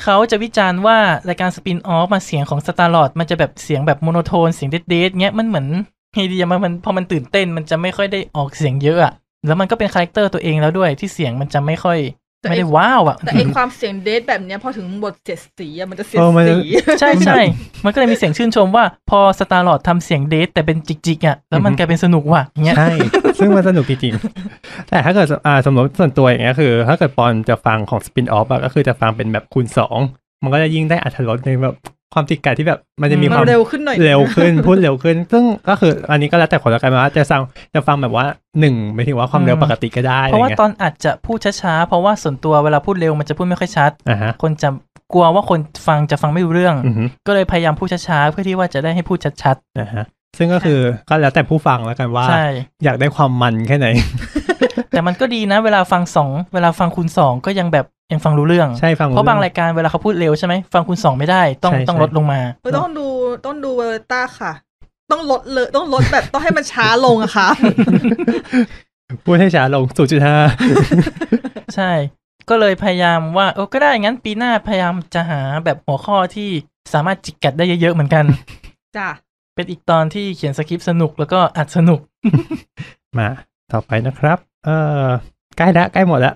S3: เขาจะวิจารณ์ว่ารายการสปินออฟมาเสียงของสตาร์ลอดมันจะแบบเสียงแบบโมโนโทนเสียงเด็ดๆเงี้ยมันเหมือนไงดีอะมันมันพอมันตื่นเต้นมันจะไม่ค่อยได้ออกเสียงเยอะอะแล้วมันก็เป็นคาแรคเตอร์ตัวเองแล้วด้วยที่เสียงมันจะไม่ค่อย
S4: แต่ไอ้
S3: ไม่ได้ว้าวอะ
S4: แต่ไอความเสียงเดทแบบเนี้ยพอถึงบทเสียดสีอะมันจะเสียด
S2: เออมันจะ
S4: สี
S3: ใช่ใช่มันก็เลยมีเสียงชื่นชมว่าพอสตาร์ลอดทำเสียงเดทแต่เป็นจิกๆอะแล้วมันกลายเป็นสนุกว่ะอย่างเงี้ย
S2: ใช่ ซึ่งมันสนุกจริงๆ แต่ถ้าเกิดสอ่าสมมติส่วนตัวอย่างเงี้ยคือ ถ้าเกิดปอนจะฟังของสปินออฟอะก็คือจะฟังเป็นแบบคูณสองมันก็จะยิ่งได้อัธรสในแบบความติดกัดที่แบบมันจะมี
S4: มั
S2: คน วาม
S4: เร็วขึ้นหน่อย
S2: เร็วขึ้น พูดเร็วขึ้น ซึ่งก็คืออันนี้ก็แล้วแต่คนละกันว่าจะฟังจะฟังแบบว่าหนึ่งไม่ถึงว่าความเร็ว
S3: อืม
S2: ปกติก็ได้
S3: เพราะ
S2: อ
S3: ว่า
S2: ไงี้ย
S3: ตอนอัดจะพูดช้าๆเพราะว่าส่วนตัวเวลาพูดเร็วมันจะพูดไม่ค่อยชัด
S2: อ่าฮะ
S3: คนจะกลัวว่าคนฟังจะฟังไม่รู้เรื่อง
S2: อือฮึ
S3: ก็เลยพยายามพูดช้าๆ เพื่อที่ว่าจะได้ให้พูดชัด
S2: อ่าฮะซึ่งก็คือก็แล้วแต่ผู้ฟังแล้วกันว่า
S3: ๆ ใช่
S2: อยากได้ความมันแค่ไหน
S3: แต่มันก็ดีนะ เวลาฟังสองเวลาฟังคูณสองก็ยังแบบยังฟังรู้เรื่อง
S2: ใช่ฟัง
S3: เพราะบางรายการเวลาเขาพูดเร็วใช่ไหมฟังคูณสองไม่ได้ต้อง
S2: ใช่
S3: ต้อง
S2: ใช่
S3: ลดลงมา
S4: เออต้องดูต้องดูเวอร์ต้าค่ะ ต้องลดเลยต้องลดแบบต้องให้มันช้าลงอะค่ะ
S2: พูดให้ช้าลง0.5า
S3: ใช่ ก็เลยพยายามว่าเออก็ได้งั้นปีหน้าพยายามจะหาแบบหัวข้อที่สามารถจิกกัดได้เยอะๆเหมือนกัน
S4: จ้ะ
S3: เป็นอีกตอนที่เขียนสคริปต์สนุกแล้วก็อัดสนุก
S2: มาต่อไปนะครับ เอ่อใกล้ละใกล้หมดละ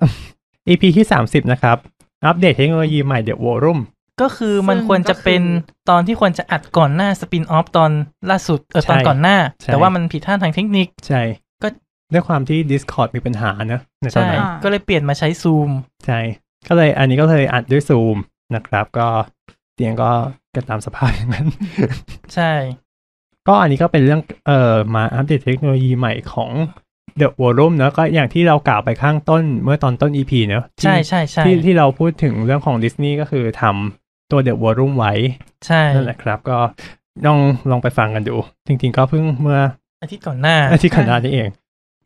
S2: EP ที่ 30 นะครับ อัปเดตเทคโนโลยีใหม่เดี๋ยววอรุ่ม
S3: ก็คือมันควรจะเป็นตอนที่ควรจะอัดก่อนหน้าสปินออฟตอนล่าสุดเออ
S2: ใช่
S3: ตอนก่อนหน้า
S2: ใช่
S3: แต่ว่ามันผิดท่าทางเทคนิค
S2: ใช่
S3: ก็
S2: ด้วยความที่ Discord มีปัญหาเนอะในตอน
S3: ใช่
S2: นั้น
S3: ก็เลยเปลี่ยนมาใช้ซูม
S2: ใช่ ก็เลยอันนี้ก็เลยอัดด้วยซูมนะครับ ก็เตียงก็กันตามสภาพอย่างนั้น
S3: ใช่
S2: ก็อันนี้ก็เป็นเรื่องเอ่อมาอัปเดตเทคโนโลยีใหม่ของ The Volume เนอะก็อย่างที่เรากล่าวไปข้างต้นเมื่อตอนต้น EP เนอะที่
S3: ใช่ใช่ใช่
S2: ที่ที่เราพูดถึงเรื่องของดิสนีย์ก็คือทำตัว The Volume ไว้
S3: ใช่
S2: นั่นแหละครับก็ลองลองไปฟังกันดู จริงๆก็เพิ่งเมื่อ
S3: อาทิตย์ก่อนหน้า
S2: อาทิตย์ก่อนหน้านี้เอง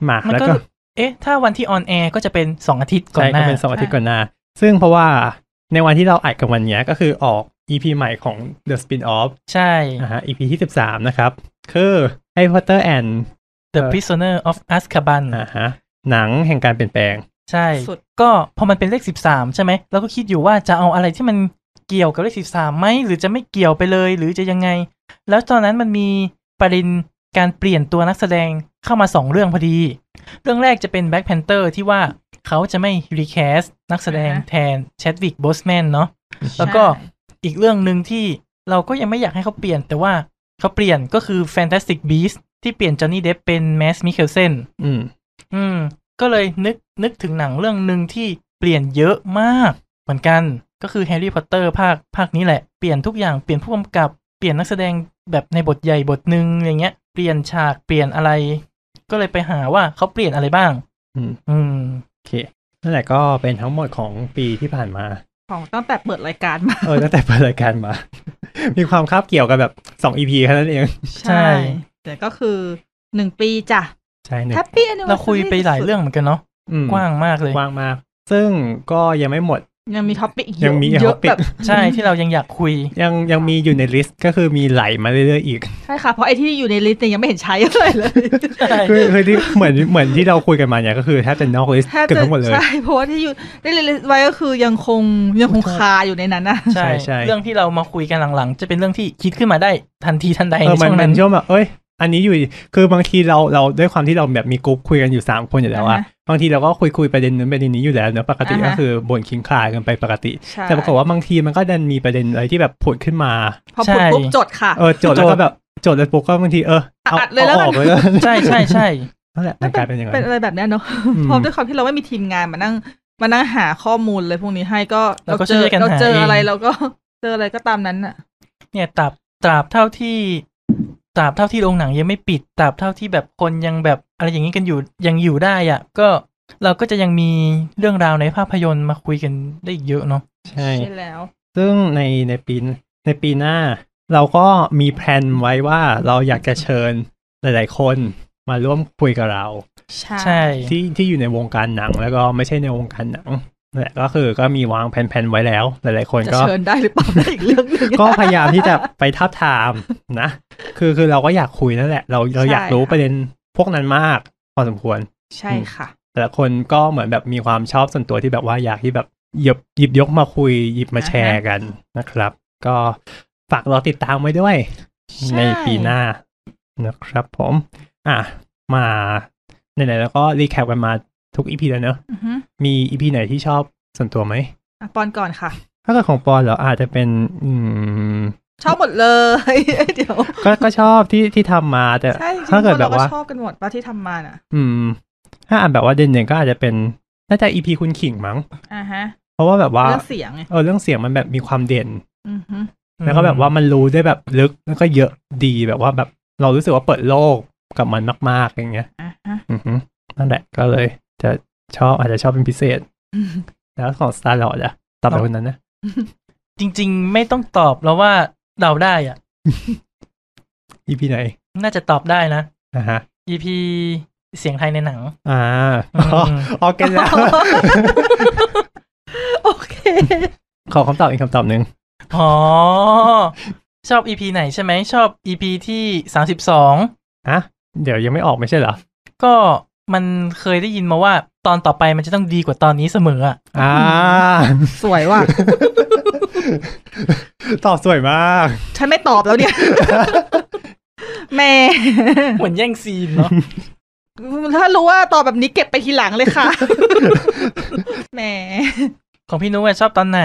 S2: มา
S3: มัน
S2: แล้ว
S3: ก็
S2: ก็
S3: เอ๊ะ ถ้าวันที่ออนแอร์ก็จะเป็น 2 อาทิตย์ก่อ
S2: ใช่ก็
S3: นหน้า
S2: เป็นสองอาทิตย์ก่อนหน้า ซึ่งเพราะว่าในวันที่เราอัดกับวันเนี้ยก็คือออก EP ใหม่ของ The Spin-off
S3: ใช่
S2: นะฮะ EP ที่13 นะครับ คือ Harry Potter and
S3: The Prisoner of Azkaban
S2: อ่าฮะหนังแห่งการเปลี่ยนแปลง
S3: ใช่
S4: สุด
S3: ก็พอมันเป็นเลข 13 ใช่ไหมเราก็คิดอยู่ว่าจะเอาอะไรที่มันเกี่ยวกับเลข 13ไหมหรือจะไม่เกี่ยวไปเลยหรือจะยังไง แล้วตอนนั้นมันมีประเด็นการเปลี่ยนตัวนักแสดงเข้ามา 2 เรื่องพอดี เรื่องแรกจะเป็น Black Panther ที่ว่าเขาจะไม่รีแคสนักแสดงแทน Chadwick Boseman เนาะ แล้วก็
S4: ใช่
S3: อีกเรื่องหนึ่งที่เราก็ยังไม่อยากให้เขาเปลี่ยน แต่ว่าเขาเปลี่ยนก็คือ Fantastic Beasts ที่เปลี่ยนจอห์นนี่เดฟเป็นแมสมิเคลเซน
S2: อืม
S3: อืม ก็เลยนึกนึกถึงหนังเรื่องหนึ่งที่เปลี่ยนเยอะมากเหมือนกันก็คือแฮร์รี่พอตเตอร์ภาคภาคนี้แหละ เปลี่ยนทุกอย่างเปลี่ยนผู้กำกับเปลี่ยนนักแสดงแบบในบทใหญ่บทหนึ่งอย่างเงี้ย เปลี่ยนฉากเปลี่ยนอะไร ก็เลยไปหาว่าเขาเปลี่ยนอะไรบ้าง
S2: อืม
S3: อืม
S2: โอเค นั่นแหละก็เป็นทั้งหมดของปีที่ผ่านมา
S4: ของตั้งแต่เปิดรายการมา
S2: เออตั้งแต่เปิดรายการมา มีความคาบเกี่ยวกันแบบสองอีพีแค่นั้นเอง
S3: ใช่
S4: แต่ก็คือหนึ่งปีจ้ะ
S2: ใช่หนึ่ง
S4: แฮปปี้อันนี้
S3: เราคุยไปหลายเรื่องเหมือนกันเนาะ
S2: อืม
S3: กว้างมากเลย
S2: กว้างมาก ซึ่งก็ยังไม่หมด
S4: ยังมีท็อปปิกอีก
S2: ยังมีอีก
S4: เยอะ
S2: topic
S4: แบบ
S3: ใช่ที่เรายังอยากคุย
S2: ยังยังมีอยู่ในลิสต์ก็คือมีไหลมาเรื่อยๆอีก
S4: ใช่ค่ะ เพราะไอที่อยู่ในลิสต์เนี่ยยังไม่เห็นใช้อะไรเลย
S2: คือคือที่เหมือนเหมือนที่เราคุยกันมาเนี่ยก็คือแทบจะนอกลิสต์
S4: แทบ
S2: เกือบ
S4: จะ
S2: ทั้งหมดเลย
S4: ใช่เพราะว่าที่อยู่ได้ลิสต์ไว้ก็คือยังคงยังคงคาอยู่ในนั้นนะ
S3: ใช่
S2: ใช่ใช่
S3: เรื่องที่เรามาคุยกันหลังๆ จะเป็นเรื่องที่คิดขึ้นมาได้ทันทีทันใด
S2: เออ
S3: ใน
S2: มันมั
S3: ช่วงนั้น น
S2: ช่วงแบบเอ้ย อันนี้อยู่ คือบางทีเราเราด้วยความที่เราแบบมีกลุ่มคุยกันอยู่ 3 คนอยู่แล้วอะบางทีเราก็คุยคุยประเด็นนั้นประเด็นนี้อยู่แล้วเนอะปกติก็คือบ่นคิงคลายกันไปปกติ
S4: ใช่
S2: แต่ปรากฏว่าบางทีมันก็ดันมีประเด็นอะไรที่แบบผุดขึ้นมา
S4: พอผุด
S3: ใช่
S4: ปุ๊บจดค่ะ
S2: เออโจทย์แล้วก็แบบโจทย์แล้วปุ๊บก็บางทีเออเอา
S4: อัดเลยแล้
S2: เอา
S4: ว
S2: อ
S4: กัน
S2: อกเลย แล้ว
S3: ใช่ใช่ใช่
S2: นั่นแหละมันกลายเป็นอย่าง
S4: เป็น
S2: นั้น
S4: อะไรแบบเนี้ยเนาะ
S2: อืม
S4: เพราะด้วยความที่เราไม่มีทีมงานมานั่งมานั่งหาข้อมูลเลยพวกนี้ให้ก็เจอเราเจออะไรเราก็ เจออะไรก็ตามนั้นอ่ะ
S3: เนี่ยตราบตราบเท่าที่ตราบเท่าที่โรงหนังยังไม่ปิดตราบเท่าที่แบบคนยังแบบอะไรอย่างนี้กันอยู่ยังอยู่ได้อ่ะก็เราก็จะยังมีเรื่องราวในภาพยนตร์มาคุยกันได้อีกเยอะเนาะ
S2: ใช่
S4: ใช่แล้ว
S2: ซึ่งในในปีนในปีหน้า เราก็มีแพลนไว้ว่าเราอยากจะเชิญหลาย ๆ คนมาร่วมคุยกับเรา
S4: ใช่
S3: ใช่
S2: ที่ที่อยู่ในวงการหนังแล้วก็ไม่ใช่ในวงการหนังนั่นแหละก็คือก็มีวางแผนๆไว้แล้ว หลายๆคน
S4: จะ
S2: ก็
S4: เชิญได้หรือเปล่าได้อีกเรื่องหนึง
S2: ก็พยายามที่จะไปทับทามนะ คือคือเราก็อยากคุยนั่นแหละ เราเราอยาก
S4: ใช่
S2: รู้
S4: ค่ะ
S2: ประเด็นพวกนั้นมากพอสมควร
S4: ใช่ค่ะ
S2: แต่ละคนก็เหมือนแบบมีความชอบส่วนตัวที่แบบว่าอยากที่แบบหยิบหยิบยกมาคุยหยิบมาแชร์กันนะครับ ก็ฝากรอติดตามไว้ด้วย
S4: ใช่
S2: ในปีหน้านะครับผม อ่ะ มาไหนๆแล้วก็รีแคปกันมาทุกอีพีแล้วเนอะ
S4: อือฮึ
S2: มีอีพีไหนที่ชอบส่วนตัวไหม
S4: อ่ะปอนก่อนค่ะ
S2: ถ้าเกิดของปอนเหรออาจจะเป็น อืม
S4: ชอบหมดเลย เดี๋ยว
S2: ก็ก็ชอบที่ที่ทำมาแต่
S4: ใช่จริงๆ
S2: ถ้าเกิด
S4: คน
S2: แบ
S4: เรา
S2: บว่า
S4: ชอบกันหมดป่ะที่ทำมาน่ะ
S2: อืม ถ้าอ่านแบบว่าเด่นๆก็อาจจะเป็นน่าจะอีพีคุณขิงมั้ง
S4: อ่าฮะ
S2: เพราะว่าแบบว่า
S4: เรื่องเสียงไง
S2: เออเรื่องเสียงมันแบบมีความเด่น
S4: อือฮึ
S2: แล้วก็แบบว่ามันรู้ได้แบบลึกแล้วก็เยอะดีแบบว่าแบบเรารู้สึกว่าเปิดโลกกับมันมาก ๆ อย่างเงี้ย
S4: อ่าฮะ
S2: อือฮึนั่นแหละก็เลย จะชอบอาจจะชอบเป็นพิเศษ แล้วของสตาร์ลอดอะตอบแบบคนนั้นนะ
S3: จริง ๆ ไม่ต้องตอบเราว่าเราได้อ่ะ
S2: อีพีไหน
S3: น่าจะตอบได้นะ
S2: นะฮะ
S3: EP เสียงไทยในหนัง
S2: อ่าอ๋ อ
S3: อืม
S2: โอเคแล้ว
S4: โอเค
S2: ขอคำตอบอีกคำตอบหนึ่ง
S3: อ๋อ ชอบ EP ไหนใช่ไหม ชอบ EP ที่สามสิบสอง
S2: ฮะเดี๋ยวยังไม่ออกไม่ใช่เหรอ
S3: ก็มันเคยได้ยินมาว่าตอนต่อไปมันจะต้องดีกว่าตอนนี้เสมออะ
S2: อ่า
S4: สวยว่ะ
S2: ตอบสวยมาก
S4: ฉันไม่ตอบแล้วเนี่ย แหม่
S3: เหมือนแย่งซีนเนาะ
S4: ถ้ารู้ว่าตอบแบบนี้เก็บไปทีหลังเลยค่ะ แหม
S3: ของพี่นุ้ยชอบตอนไหน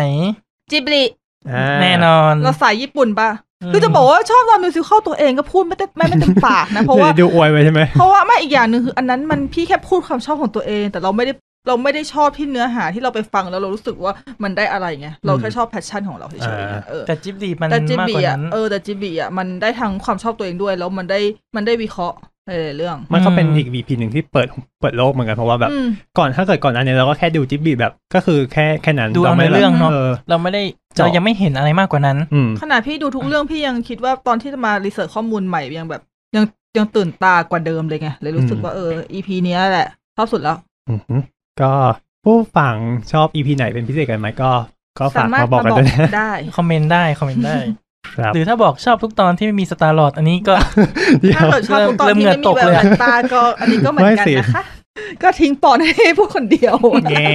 S4: จิบลิ
S2: อ่า
S3: แน่นอน
S4: เราสายญี่ปุ่นป่ะ
S3: ม
S4: คือจะบอกว่าชอบตอนมิวสิคอลตัวเองก็พูดไม่เต็มไม่ไม่เต็มปากนะ เพราะว่า
S2: ดูอวยไปใช่ไหม
S4: เพราะว่าไม่อีกอย่างหนึ่งคืออันนั้นมันพี่แค่พูดความชอบของตัวเอง แต่เราไม่ได้เราไม่ได้ชอบที่เนื้อหาที่เราไปฟังแล้วเรารู้สึกว่ามันได้อะไรไงเราแค่ชอบแพชชั่นของเราเฉยๆไง
S2: อ่า
S4: เออ
S3: แต่จิบดีมัน
S4: แต่จิบ
S3: มาก
S4: บี
S3: กว่า
S4: อ่ะ
S3: นั้น
S4: เออแต่จิบบีอ่ะมันได้ทั้งความชอบตัวเองด้วย แล้วมันได้มันได้วิเคราะห์ในหลายๆเรื่อง
S2: มันก็เป็น
S3: อืม
S2: อีกวีพีหนึ่งที่เปิดเปิดโลกเหมือนกันเพราะว่าแบบ
S4: อืม
S2: ก่อนถ้าเกิดก่อนอันเนี้ยเราก็แค่ดูจิบบีแบบก็คือแค่แค่นั้น
S3: ดูเอา
S2: ไม่ได้
S3: ในเรื่องเนอะ
S2: ออ
S3: เราไม่ได้
S2: เจาะ
S3: เรายังไม่เห็นอะไรมากกว่านั้น
S2: อืม
S4: ขนาดพี่ดูทุกเรื่องพี่ยังคิดว่าตอนที่มารีเสิร์ชข้อมูลใหม่ยังแบบ ยังยังตื่นตากว่าเดิมเลยไงเลยรู้สึก
S2: อืม
S4: ว่าเออ EP เนี้ยแหละชอบสุดแล้ว
S2: อือหือก็ผู้ฟังชอบอีพีไหนเป็นพิเศษกันไหมก็ ก็
S4: สา
S2: ฝา
S4: กมารถ
S2: มาบอก
S4: มาบ
S2: กัน
S4: อก
S2: ด้วย นะ
S4: ได้
S3: คอมเมนต์ได้คอมเมนต์ได้
S2: ครับ
S3: หรือถ้าบอกชอบทุกตอนที่ไม่มีสตาร์ลอดอันนี้ก็
S2: เดี๋ยว
S4: ถ้าเกิดชอบตอน
S3: เริ่ม
S4: ที่
S3: เริ่ม
S4: ไม่
S3: เห
S4: มี
S3: งื่อ
S4: แวว
S3: ตกเลยอะ
S4: แววตาก็อันนี้ก็เหมือนกัน
S2: ไม่สิ
S4: นะคะ ก็ทิ้งปอนให้พวกคนเดียว
S2: เย้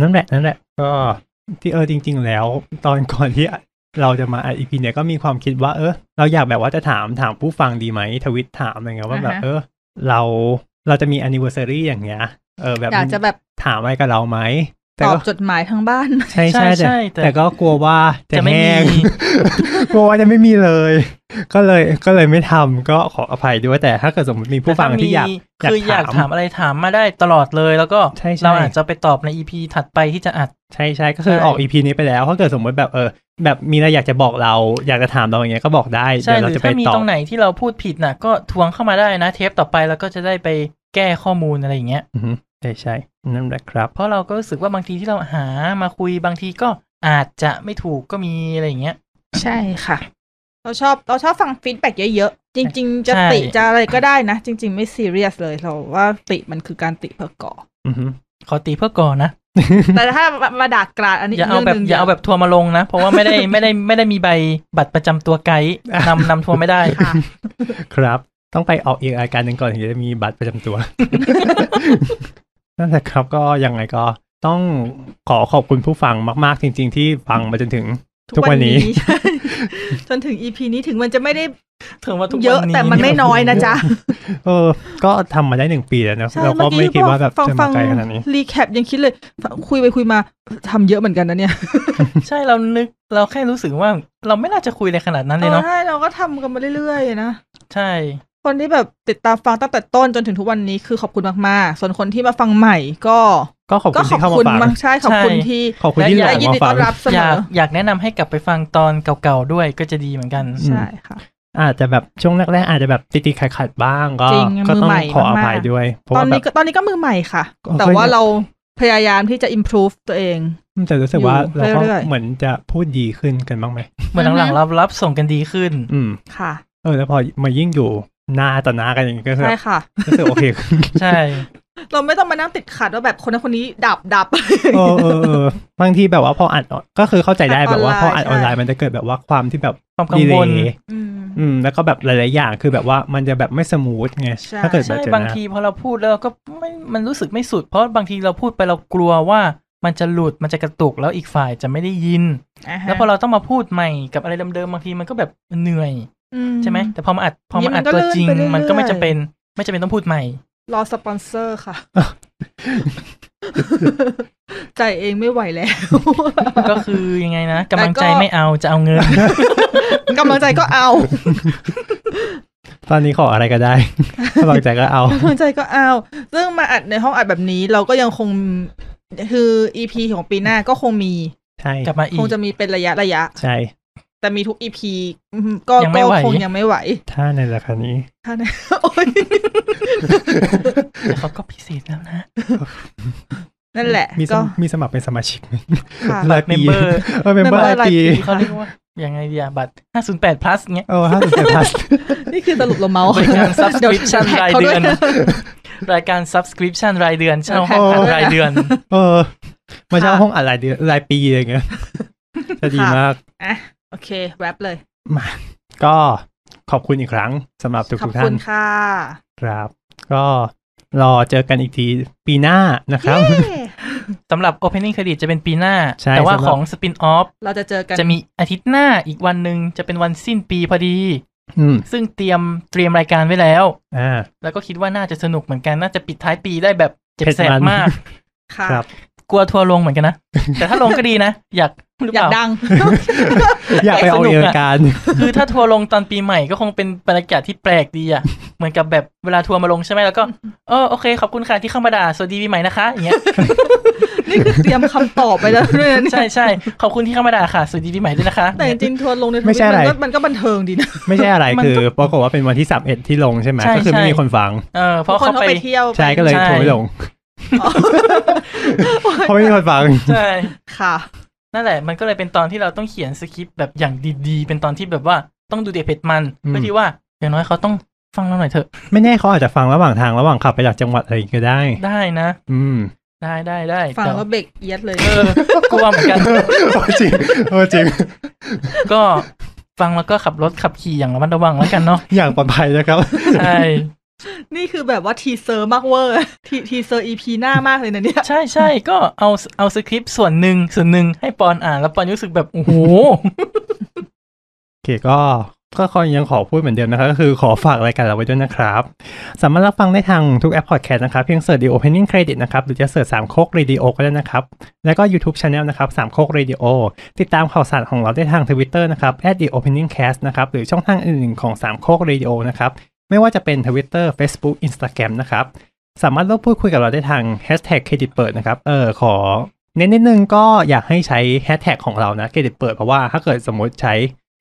S2: นั่นแหละนั่นแหละ ก็ที่เออจริง ๆ แล้ว ตอนก่อนที่เราจะมาอัดอีพีเนี่ยก็มีความคิดว่าเออเราอยากแบบว่าจะถามถามผู้ฟังดีไหมทวิตถามอะไรเงี้ยว่าแบบเออ เราเราจะมี anniversary อย่างเงี้ยเออแบบ
S4: อยากจะแบบ
S2: ถามอะไรกับเราไหมแต่
S4: ตอบ
S2: ก็
S4: จดหมายทางบ้าน
S2: ใช่ใช่
S3: ใช่
S2: แต่
S3: แต่
S2: แต่ก็กลัวว่าจะ
S3: จะไม่
S2: แห้
S3: มี
S2: ง กลัวว่าจะไม่มีเลย ก็เลยก็เลยไม่ทำก็ขออภัยด้วยแต่ถ้าเกิดสมมติมีผู้ฟังที่อยาก
S3: แต่ถ้มี
S2: อ
S3: คืออาย
S2: ยาก ก
S3: ถา
S2: ถาม ม
S3: อะไรถามมาได้ตลอดเลย แล้วก็
S2: ใช่ใช่
S3: เราอาจจะไปตอบในอีพีถัดไปที่จะอัด
S2: ใช่ใช่ก็คือ
S3: ใช่
S2: ออกอีพีนี้ไปแล้วถ้าเกิดสมมติแบบเออแบบมีอะไรอยากจะบอกเรา อยากจะถามเราอย่างเงี้ยก็บอกได้
S3: ใช่
S2: เดี๋ยว
S3: ห
S2: เรา
S3: รือ
S2: จะไป
S3: ถ้ามี
S2: ตอบ
S3: ตรงไหนที่เราพูดผิดน่ะ ก็ทวงเข้ามาได้นะ เทปต่อไปแล้วก็จะได้ไปแก้ข้อมูลอะไรอย่างเงี้ย
S2: อือฮึใช่ใช่นั่นแหละครับ
S3: เพราะเราก็รู้สึกว่าบางทีที่เราหามาคุยบางทีก็อาจจะไม่ถูกก็มีอะไรอย่างเงี้ย
S4: ใช่ค่ะ เราชอบเราชอบฟังฟีดแบ็กเยอะๆ จริง ๆ จะ
S3: ใช่
S4: ติจะอะไรก็ได้นะ จริง ๆ ไม่ซีเรียสเลยเราว่าติมันคือการติเพื่อก่อ
S2: อือฮึ
S3: ขอตีเพื่อก่อนนะ
S4: แต่ถ้ามาด่ากราดอันนี้
S3: อย่าเอา
S4: ก
S3: แบบ
S4: รื่งหนึ่ง
S3: อย่าเอาแบบทัวร์มาลงนะ เพราะว่าไม่ ได้ ไม่ได้ไม่ได้มีใบบัตรประจำตัวไกด์นำนำทัวร์ไม่ได้
S4: ค่ะ
S2: ครับ ต้องไปออกอีกรายการหนึ่งก่อนถึงจะมีบัตรประจำตัว นั่นแหละครับก็ยังไงก็ต้องขอขอบคุณผู้ฟังมาก ๆ จริง ๆ ที่ฟังมาจนถึง ทุกวันนี้
S4: ใช่ จนถึง EP นี้ถึงมันจะไม่ได้
S3: เธอว่าทุกวัน
S4: เยอะ
S3: นี้
S4: แต่มันไม่น้อยนะจ๊ะ
S2: เออ ก็ทำมาได้หนึ่งปีแล้วนะ
S4: ใช่
S2: เราก็ไม่คิดว่าแบบ
S4: ฟัง
S2: จะ
S4: ฟั
S2: มาง ไกลขนาดนี้
S4: รีแคปยังคิดเลยฟังคุยไปคุยมาทำเยอะเหมือนกันนะเนี่ย
S3: ใช่เรานึกเราแค่รู้สึกว่าเราไม่น่าจะคุยอะไรขนาดนั้นเลยเนาะ
S4: ใช่เราก็ทำกันมาเรื่อยๆนะ
S3: ใช่
S4: คนที่แบบติดตามฟังตั้งแต่ต้นจนถึงทุกวันนี้คือขอบคุณมากๆ ส่วนคนที่มาฟังใหม่ก็
S2: ก็ขอบ
S4: ก็ข
S2: คุณ
S4: อบ
S2: ที่เข้ามา
S4: คุณ
S2: ฟัง
S4: มากใช่ขอบคุณ
S3: ใช่
S4: ที่
S2: ขอบคุณที่หล
S4: และ
S2: ง
S4: ยิน
S2: มา
S4: ดี
S2: ฟั
S4: ต้
S2: ง
S4: อนรับเส
S3: อ
S4: ม
S3: ยาก
S4: อ
S3: อยากแนะนำให้กลับไปฟังตอนเก่าๆด้วยก็จะดีเหมือนกัน
S4: ใช่ค่ะ
S2: อาจจะแบบช่วงแรก ๆ อาจจะแบบติดๆขัดๆบ้างก็
S4: จริง
S2: ก็ต้
S4: มือง
S2: อ
S4: ใหม่
S2: ขออภัย
S4: มากๆ
S2: ด้วย เพราะ
S4: ตอน
S2: ว่าแบ
S4: นี้
S2: บ
S4: ก็ตอนนี้ก็มือใหม่ค่ะ
S2: ก็ค่อย
S4: แต่ว่าเราพยายามที่จะ improve ตัวเอง
S2: แต่รู้สึกว่า
S4: อยู่
S2: เราก็
S4: เรื่อยๆ
S2: เหมือนจะพูดดีขึ้นกันบ้างไหม
S3: เหมือนหลังๆรับรับส่งกันดีขึ้น
S2: อืม
S4: ค่ะ
S2: เออแล้วพอมายิ่งอยู่หน้าต่อหน้ากันอย่างนี้ก็คือ
S4: ใช่ค่ะ
S2: รู้สึกโอเคขึ้น
S3: ใช่
S4: เราไม่ต้องมานั่งติดขัดว่าแบบคนนั้นคนนี้ดับดับ
S2: เออเออเออบางทีแบบว่าพออัดออนก็คือเข้าใจได้
S4: อัดอ
S2: แบ
S4: อน
S2: บ
S4: ไลน์
S2: ว่าพออัด
S4: ใช่
S2: ออนไลน์มันจะเกิดแบบว่าความที่แบบ
S3: ความกังวล
S2: ดีเลย์
S4: อืม
S2: อืมแล้วก็แบบหลายๆอย่างคือแบบว่ามันจะแบบไม่สมูทไง
S4: ใช่
S2: ถ้าเกิดแบ
S3: ใช่
S2: บเจอบ
S3: าง
S2: หน้า
S3: ทีพอเราพูดแล้วเราก็ไม่มันรู้สึกไม่สุด เพราะบางทีเราพูดไปเรากลัวว่ามันจะหลุดมันจะกระตุกแล้วอีกฝ่ายจะไม่ได้ยิน แล้วพอเราต้องมาพูดใหม่กับอะไรเดิมๆบางทีมันก็แบบเหนื่อยใช่ไหมแต่พอมาอัดพอมาอัดตัวจริง
S4: เนี่ยมั
S3: มัน น
S4: ก็
S3: ก็
S4: เลื่อนไปเรื่อยๆ
S3: ไม่จะเป็นไม่จะเป็นต้องพูดใหม่
S4: รอสปอนเซอร์ ค่ะ ใจายเองไม่ไหวแล้ว
S3: ก็คือยังไงนะกำลังใจไม่เอาจะเอาเงิน
S4: กำลังใจก็เอา
S2: ตอนนี้ขออะไรก็ได้ ถ้าบางใจก็เอา
S4: กำลังใจก็เอา ซึ่งมาอัดในห้องอัดแบบนี้เราก็ยังคงคือ EP ของปีหน้าก็คงมี
S2: ใช่
S3: กลับมาอี
S4: ค
S3: ก
S4: งจะมีเป็นระยะระยะ
S2: ใช่
S4: แต่มีทุก EP อืมก็
S3: ยังไม่
S4: ก็
S3: ไหว
S4: คงยังไม่ไหว
S2: ถ้าในราคานี้
S4: ท่าน โอ๊ย
S3: แต่เขาก็พิเศษแล้วนะ
S4: นั่นแหละ
S2: มีส
S4: ก็
S2: มมีสมัครเป็นสมาชิกไหม
S4: ค่ะ
S2: ราย
S3: เมม
S2: ปี
S3: เบอร์
S2: เออเมมเบอ
S4: member
S2: ร์ราย
S4: รายปี
S2: ปี
S3: เขาเรียกว่ายังไงดีอะบัตร508 plus เงี้ย
S2: เออห้าสิบ พัน
S4: นี่คือสรุปเราเมาส์
S3: บริการ subscription
S4: ดี๋ว
S3: ราย
S4: ขา
S3: เดื
S4: ว
S3: อน รายการ subscription รายเดือนเช่า
S4: แท็
S3: ห้
S4: ก
S3: อง
S4: เขาด้วยนะ
S3: อัดรายเดือน
S2: เออ มาเช่า
S4: ค่ะ
S2: ห้องอัดรายเดือนรายปีอะไรอย่างเงี้ย จะดีมาก
S4: อ่ะโอเค แรปเลย
S2: มาก็ขอบคุณอีกครั้งสำหรับทุก
S4: ขอ
S2: ทุ
S4: บ
S2: กท่า
S4: คุณ
S2: น
S4: ค่ะ
S2: ครับ ก็รอเจอกันอีกทีปีหน้านะครับ
S4: เย้
S3: สำหรับ opening credit จะเป็นปีหน้า
S2: ใช่
S3: แต่
S2: สำห
S3: ว่า
S2: รับ
S3: ของ spin off
S4: เราจะเจอกัน
S3: จะมีอาทิตย์หน้าอีกวันหนึ่งจะเป็นวันสิ้นปีพอดี
S2: อืม
S3: ซึ่งเตรียมเตรียมรายการไว้แล้ว
S2: อ่า
S3: แล้วก็คิดว่าน่าจะสนุกเหมือนกัน น่าจะปิดท้ายปีได้แบบเจ็บแส
S2: เผ็ด
S3: บ
S2: มัน
S3: มาก
S4: ค่ะ
S2: ครับ
S3: กลัวทัวร์ลงเหมือนกันนะ แต่ถ้าลงก็ดีนะ อยากหรือ
S4: อ
S3: เป
S4: ยาก
S3: ล่า
S4: ดัง
S2: อยากไป
S3: ส
S2: ออก
S3: นุกอะ
S2: เอกการ
S3: คือถ้าทัวร์ลงตอนปีใหม่ก็คงเป็นบรรยากาศที่แปลกดีอ่ะ เหมือนกับแบบเวลาทัวร์มาลงใช่ไหมแล้วก็เออโอเคขอบคุณค่ะที่เข้ามาด่าสวัสดีปีใหม่นะคะอย่างเงี้ย
S4: นี่คือเตรียมคำตอบไปแล้วด้วยนะเนี่ย
S3: ใช่ใช่ขอบคุณที่เข้ามาด่าค่ะสวัสดีปีใหม่ด้วยนะคะ
S4: แต่จริงๆทัวร์ลงในท
S2: ไม่
S4: วิต
S2: ใช่อะไร
S4: มันก็มันก็บันเทิงดีนะ
S2: ไม่ใช่อะไร
S3: มันก็
S2: คือปรากฏว่าเป็นวันที่สามเอ็ดที่ลงใช่ไหม
S3: ใช่
S2: ก็คือไม่
S3: ใช่
S2: มีคนฟัง
S3: เออเพ
S4: ทุ
S3: ราะ
S4: กคน
S3: เขา
S4: เขา
S3: ไป
S4: ไปเที่ยว
S2: ใช่ก็เลย
S3: ใช่
S2: โทรไม่ ลง
S4: อ๋อ
S2: เพราะไม่มีคนฟัง
S3: ใช่
S4: ค่ะ
S3: นั่นแหละมันก็เลยเป็นตอนที่เราต้องเขียนสคริปต์แบบอย่างดีๆ เป็นตอนที่แบบว่าต้องดูเด็ดเผ็ดมัน
S2: อืม
S3: เพื่อที่ว่าอย่างน้อยเขาต้องฟังเราหน่อยเถอะ
S2: ไม่แน่เขาอาจจะฟังระหว่างทางระหว่างขับไปจากจังหวัดอะไรอย่างงี้ก็ได้
S3: ได้นะ
S2: อืม
S3: ได้ได้ได้
S4: ฟัง
S3: แต่
S4: แล้วเบรกเอียดเลย
S3: เออกลัวเหมือนกัน
S2: โอ้จริงโอ้จริง
S3: ก็ฟังแล้วก็ขับรถขับขี่อย่างระมัดระวังแล้วกัน เนาะ
S2: อย่างปลอดภัยนะครับ
S3: ใช่
S4: นี่คือแบบว่าทีเซอร์มากเวอร์ทีทีเซอร์อีพีหน้ามากเลยนะเนี่ย
S3: ใช่ใช่ก็เอาเอาสคริปต์ส่วนหนึ่งส่วนหนึ่งให้ปอนอ่านแล้วปอนรู้สึกแบบโอ้โห
S2: โอเคก็ก็คอยยังขอพูดเหมือนเดิมนะคะก็คือขอฝากรายการเราไว้ด้วยนะครับ สามารถรับฟังได้ทางทุกแอปพอดแคสต์นะครับเพียงเสิร์ช The Opening Credit นะครับหรือจะเสิร์ชสามโคกเรดิโอก็ได้นะครับ แล้วก็ YouTube Channel นะครับสามโคกเรดิโอติดตามข่าวสารของเราได้ทาง Twitter นะครับ at The Opening Cast นะครับหรือช่องทางอื่นๆของสามโคกเรดิโอนะครับไม่ว่าจะเป็น Twitter Facebook Instagram นะครับสามารถร่วมพูดคุยกับเราได้ทาง Hashtag เครดิตเปิดนะครับเออขอเน้นนิดนึงก็อยากให้ใช้ Hashtag ของเรานะเครดิตเปิดเพราะว่าถ้าเกิดสมมติใช้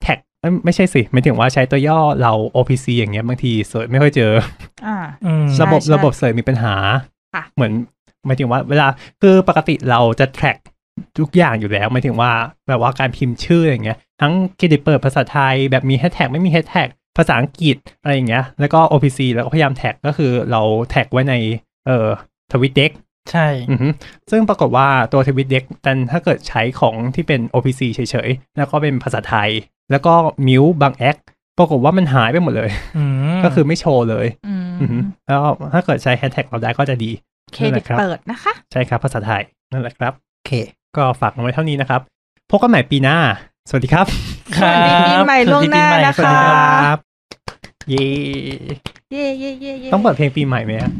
S2: แท็กเอ้ยไม่ใช่สิไม่ถึงว่าใช้ตัวย่อเรา OPC อย่างเงี้ยบางทีเสิร์ชไม่ค่อยเจอ
S4: อ่า
S3: อืม
S2: ระบบ
S4: ใช่
S2: ระบบเสิร์ชมีปัญหา
S4: ค่ะ
S2: เหมือนหมายถึงว่าเวลาคือปกติเราจะแท็ก ทุกอย่างอยู่แล้วหมายถึงว่าแบบว่าการพิมพ์ชื่ออย่างเงี้ย ทั้งเครดิตเปิดภาษาไทยแบบมีแฮชแท็กไม่มีแฮชแท็กภาษาอังกฤษอะไรอย่างเงี้ย แล้วก็ OPC แล้วก็พยายามแท็กก็คือเราแท็กไว้ในเอ่อทวิตเด็ก
S3: ใช่
S2: อือฮึซึ่งปรากฏว่าตัวทวิตเด็กดันถ้าเกิดใช้ของที่เป็น OPC เฉยๆ แล้วก็เป็นภาษาไทย แล้วก็มิวบางแอคปรากฏว่ามันหายไปหมดเลย
S3: อืม
S2: ก็คือไม่โชว์เลย
S4: อืม
S2: อือฮึแล้วถ้าเกิดใช้แฮชแท็กเราได้ก็จะดี
S4: เครดิตเปิดนะคะ
S2: ใช่ครับ ภาษาไทย นั่นแหละครับโอเค ก็ฝากเอาไว้เท่านี้นะครับ พบกันใหม่ปีหน้า สวัสดีครับ
S3: ครับ
S4: สวัสดีปีใหม่ล่วงหน้านะ
S3: สวัสดีปีใหม่
S4: คะ
S2: เย้
S4: เย่เย่เย่เย่
S2: ต้องเปิดเพลงปีใหม่ไหมอะ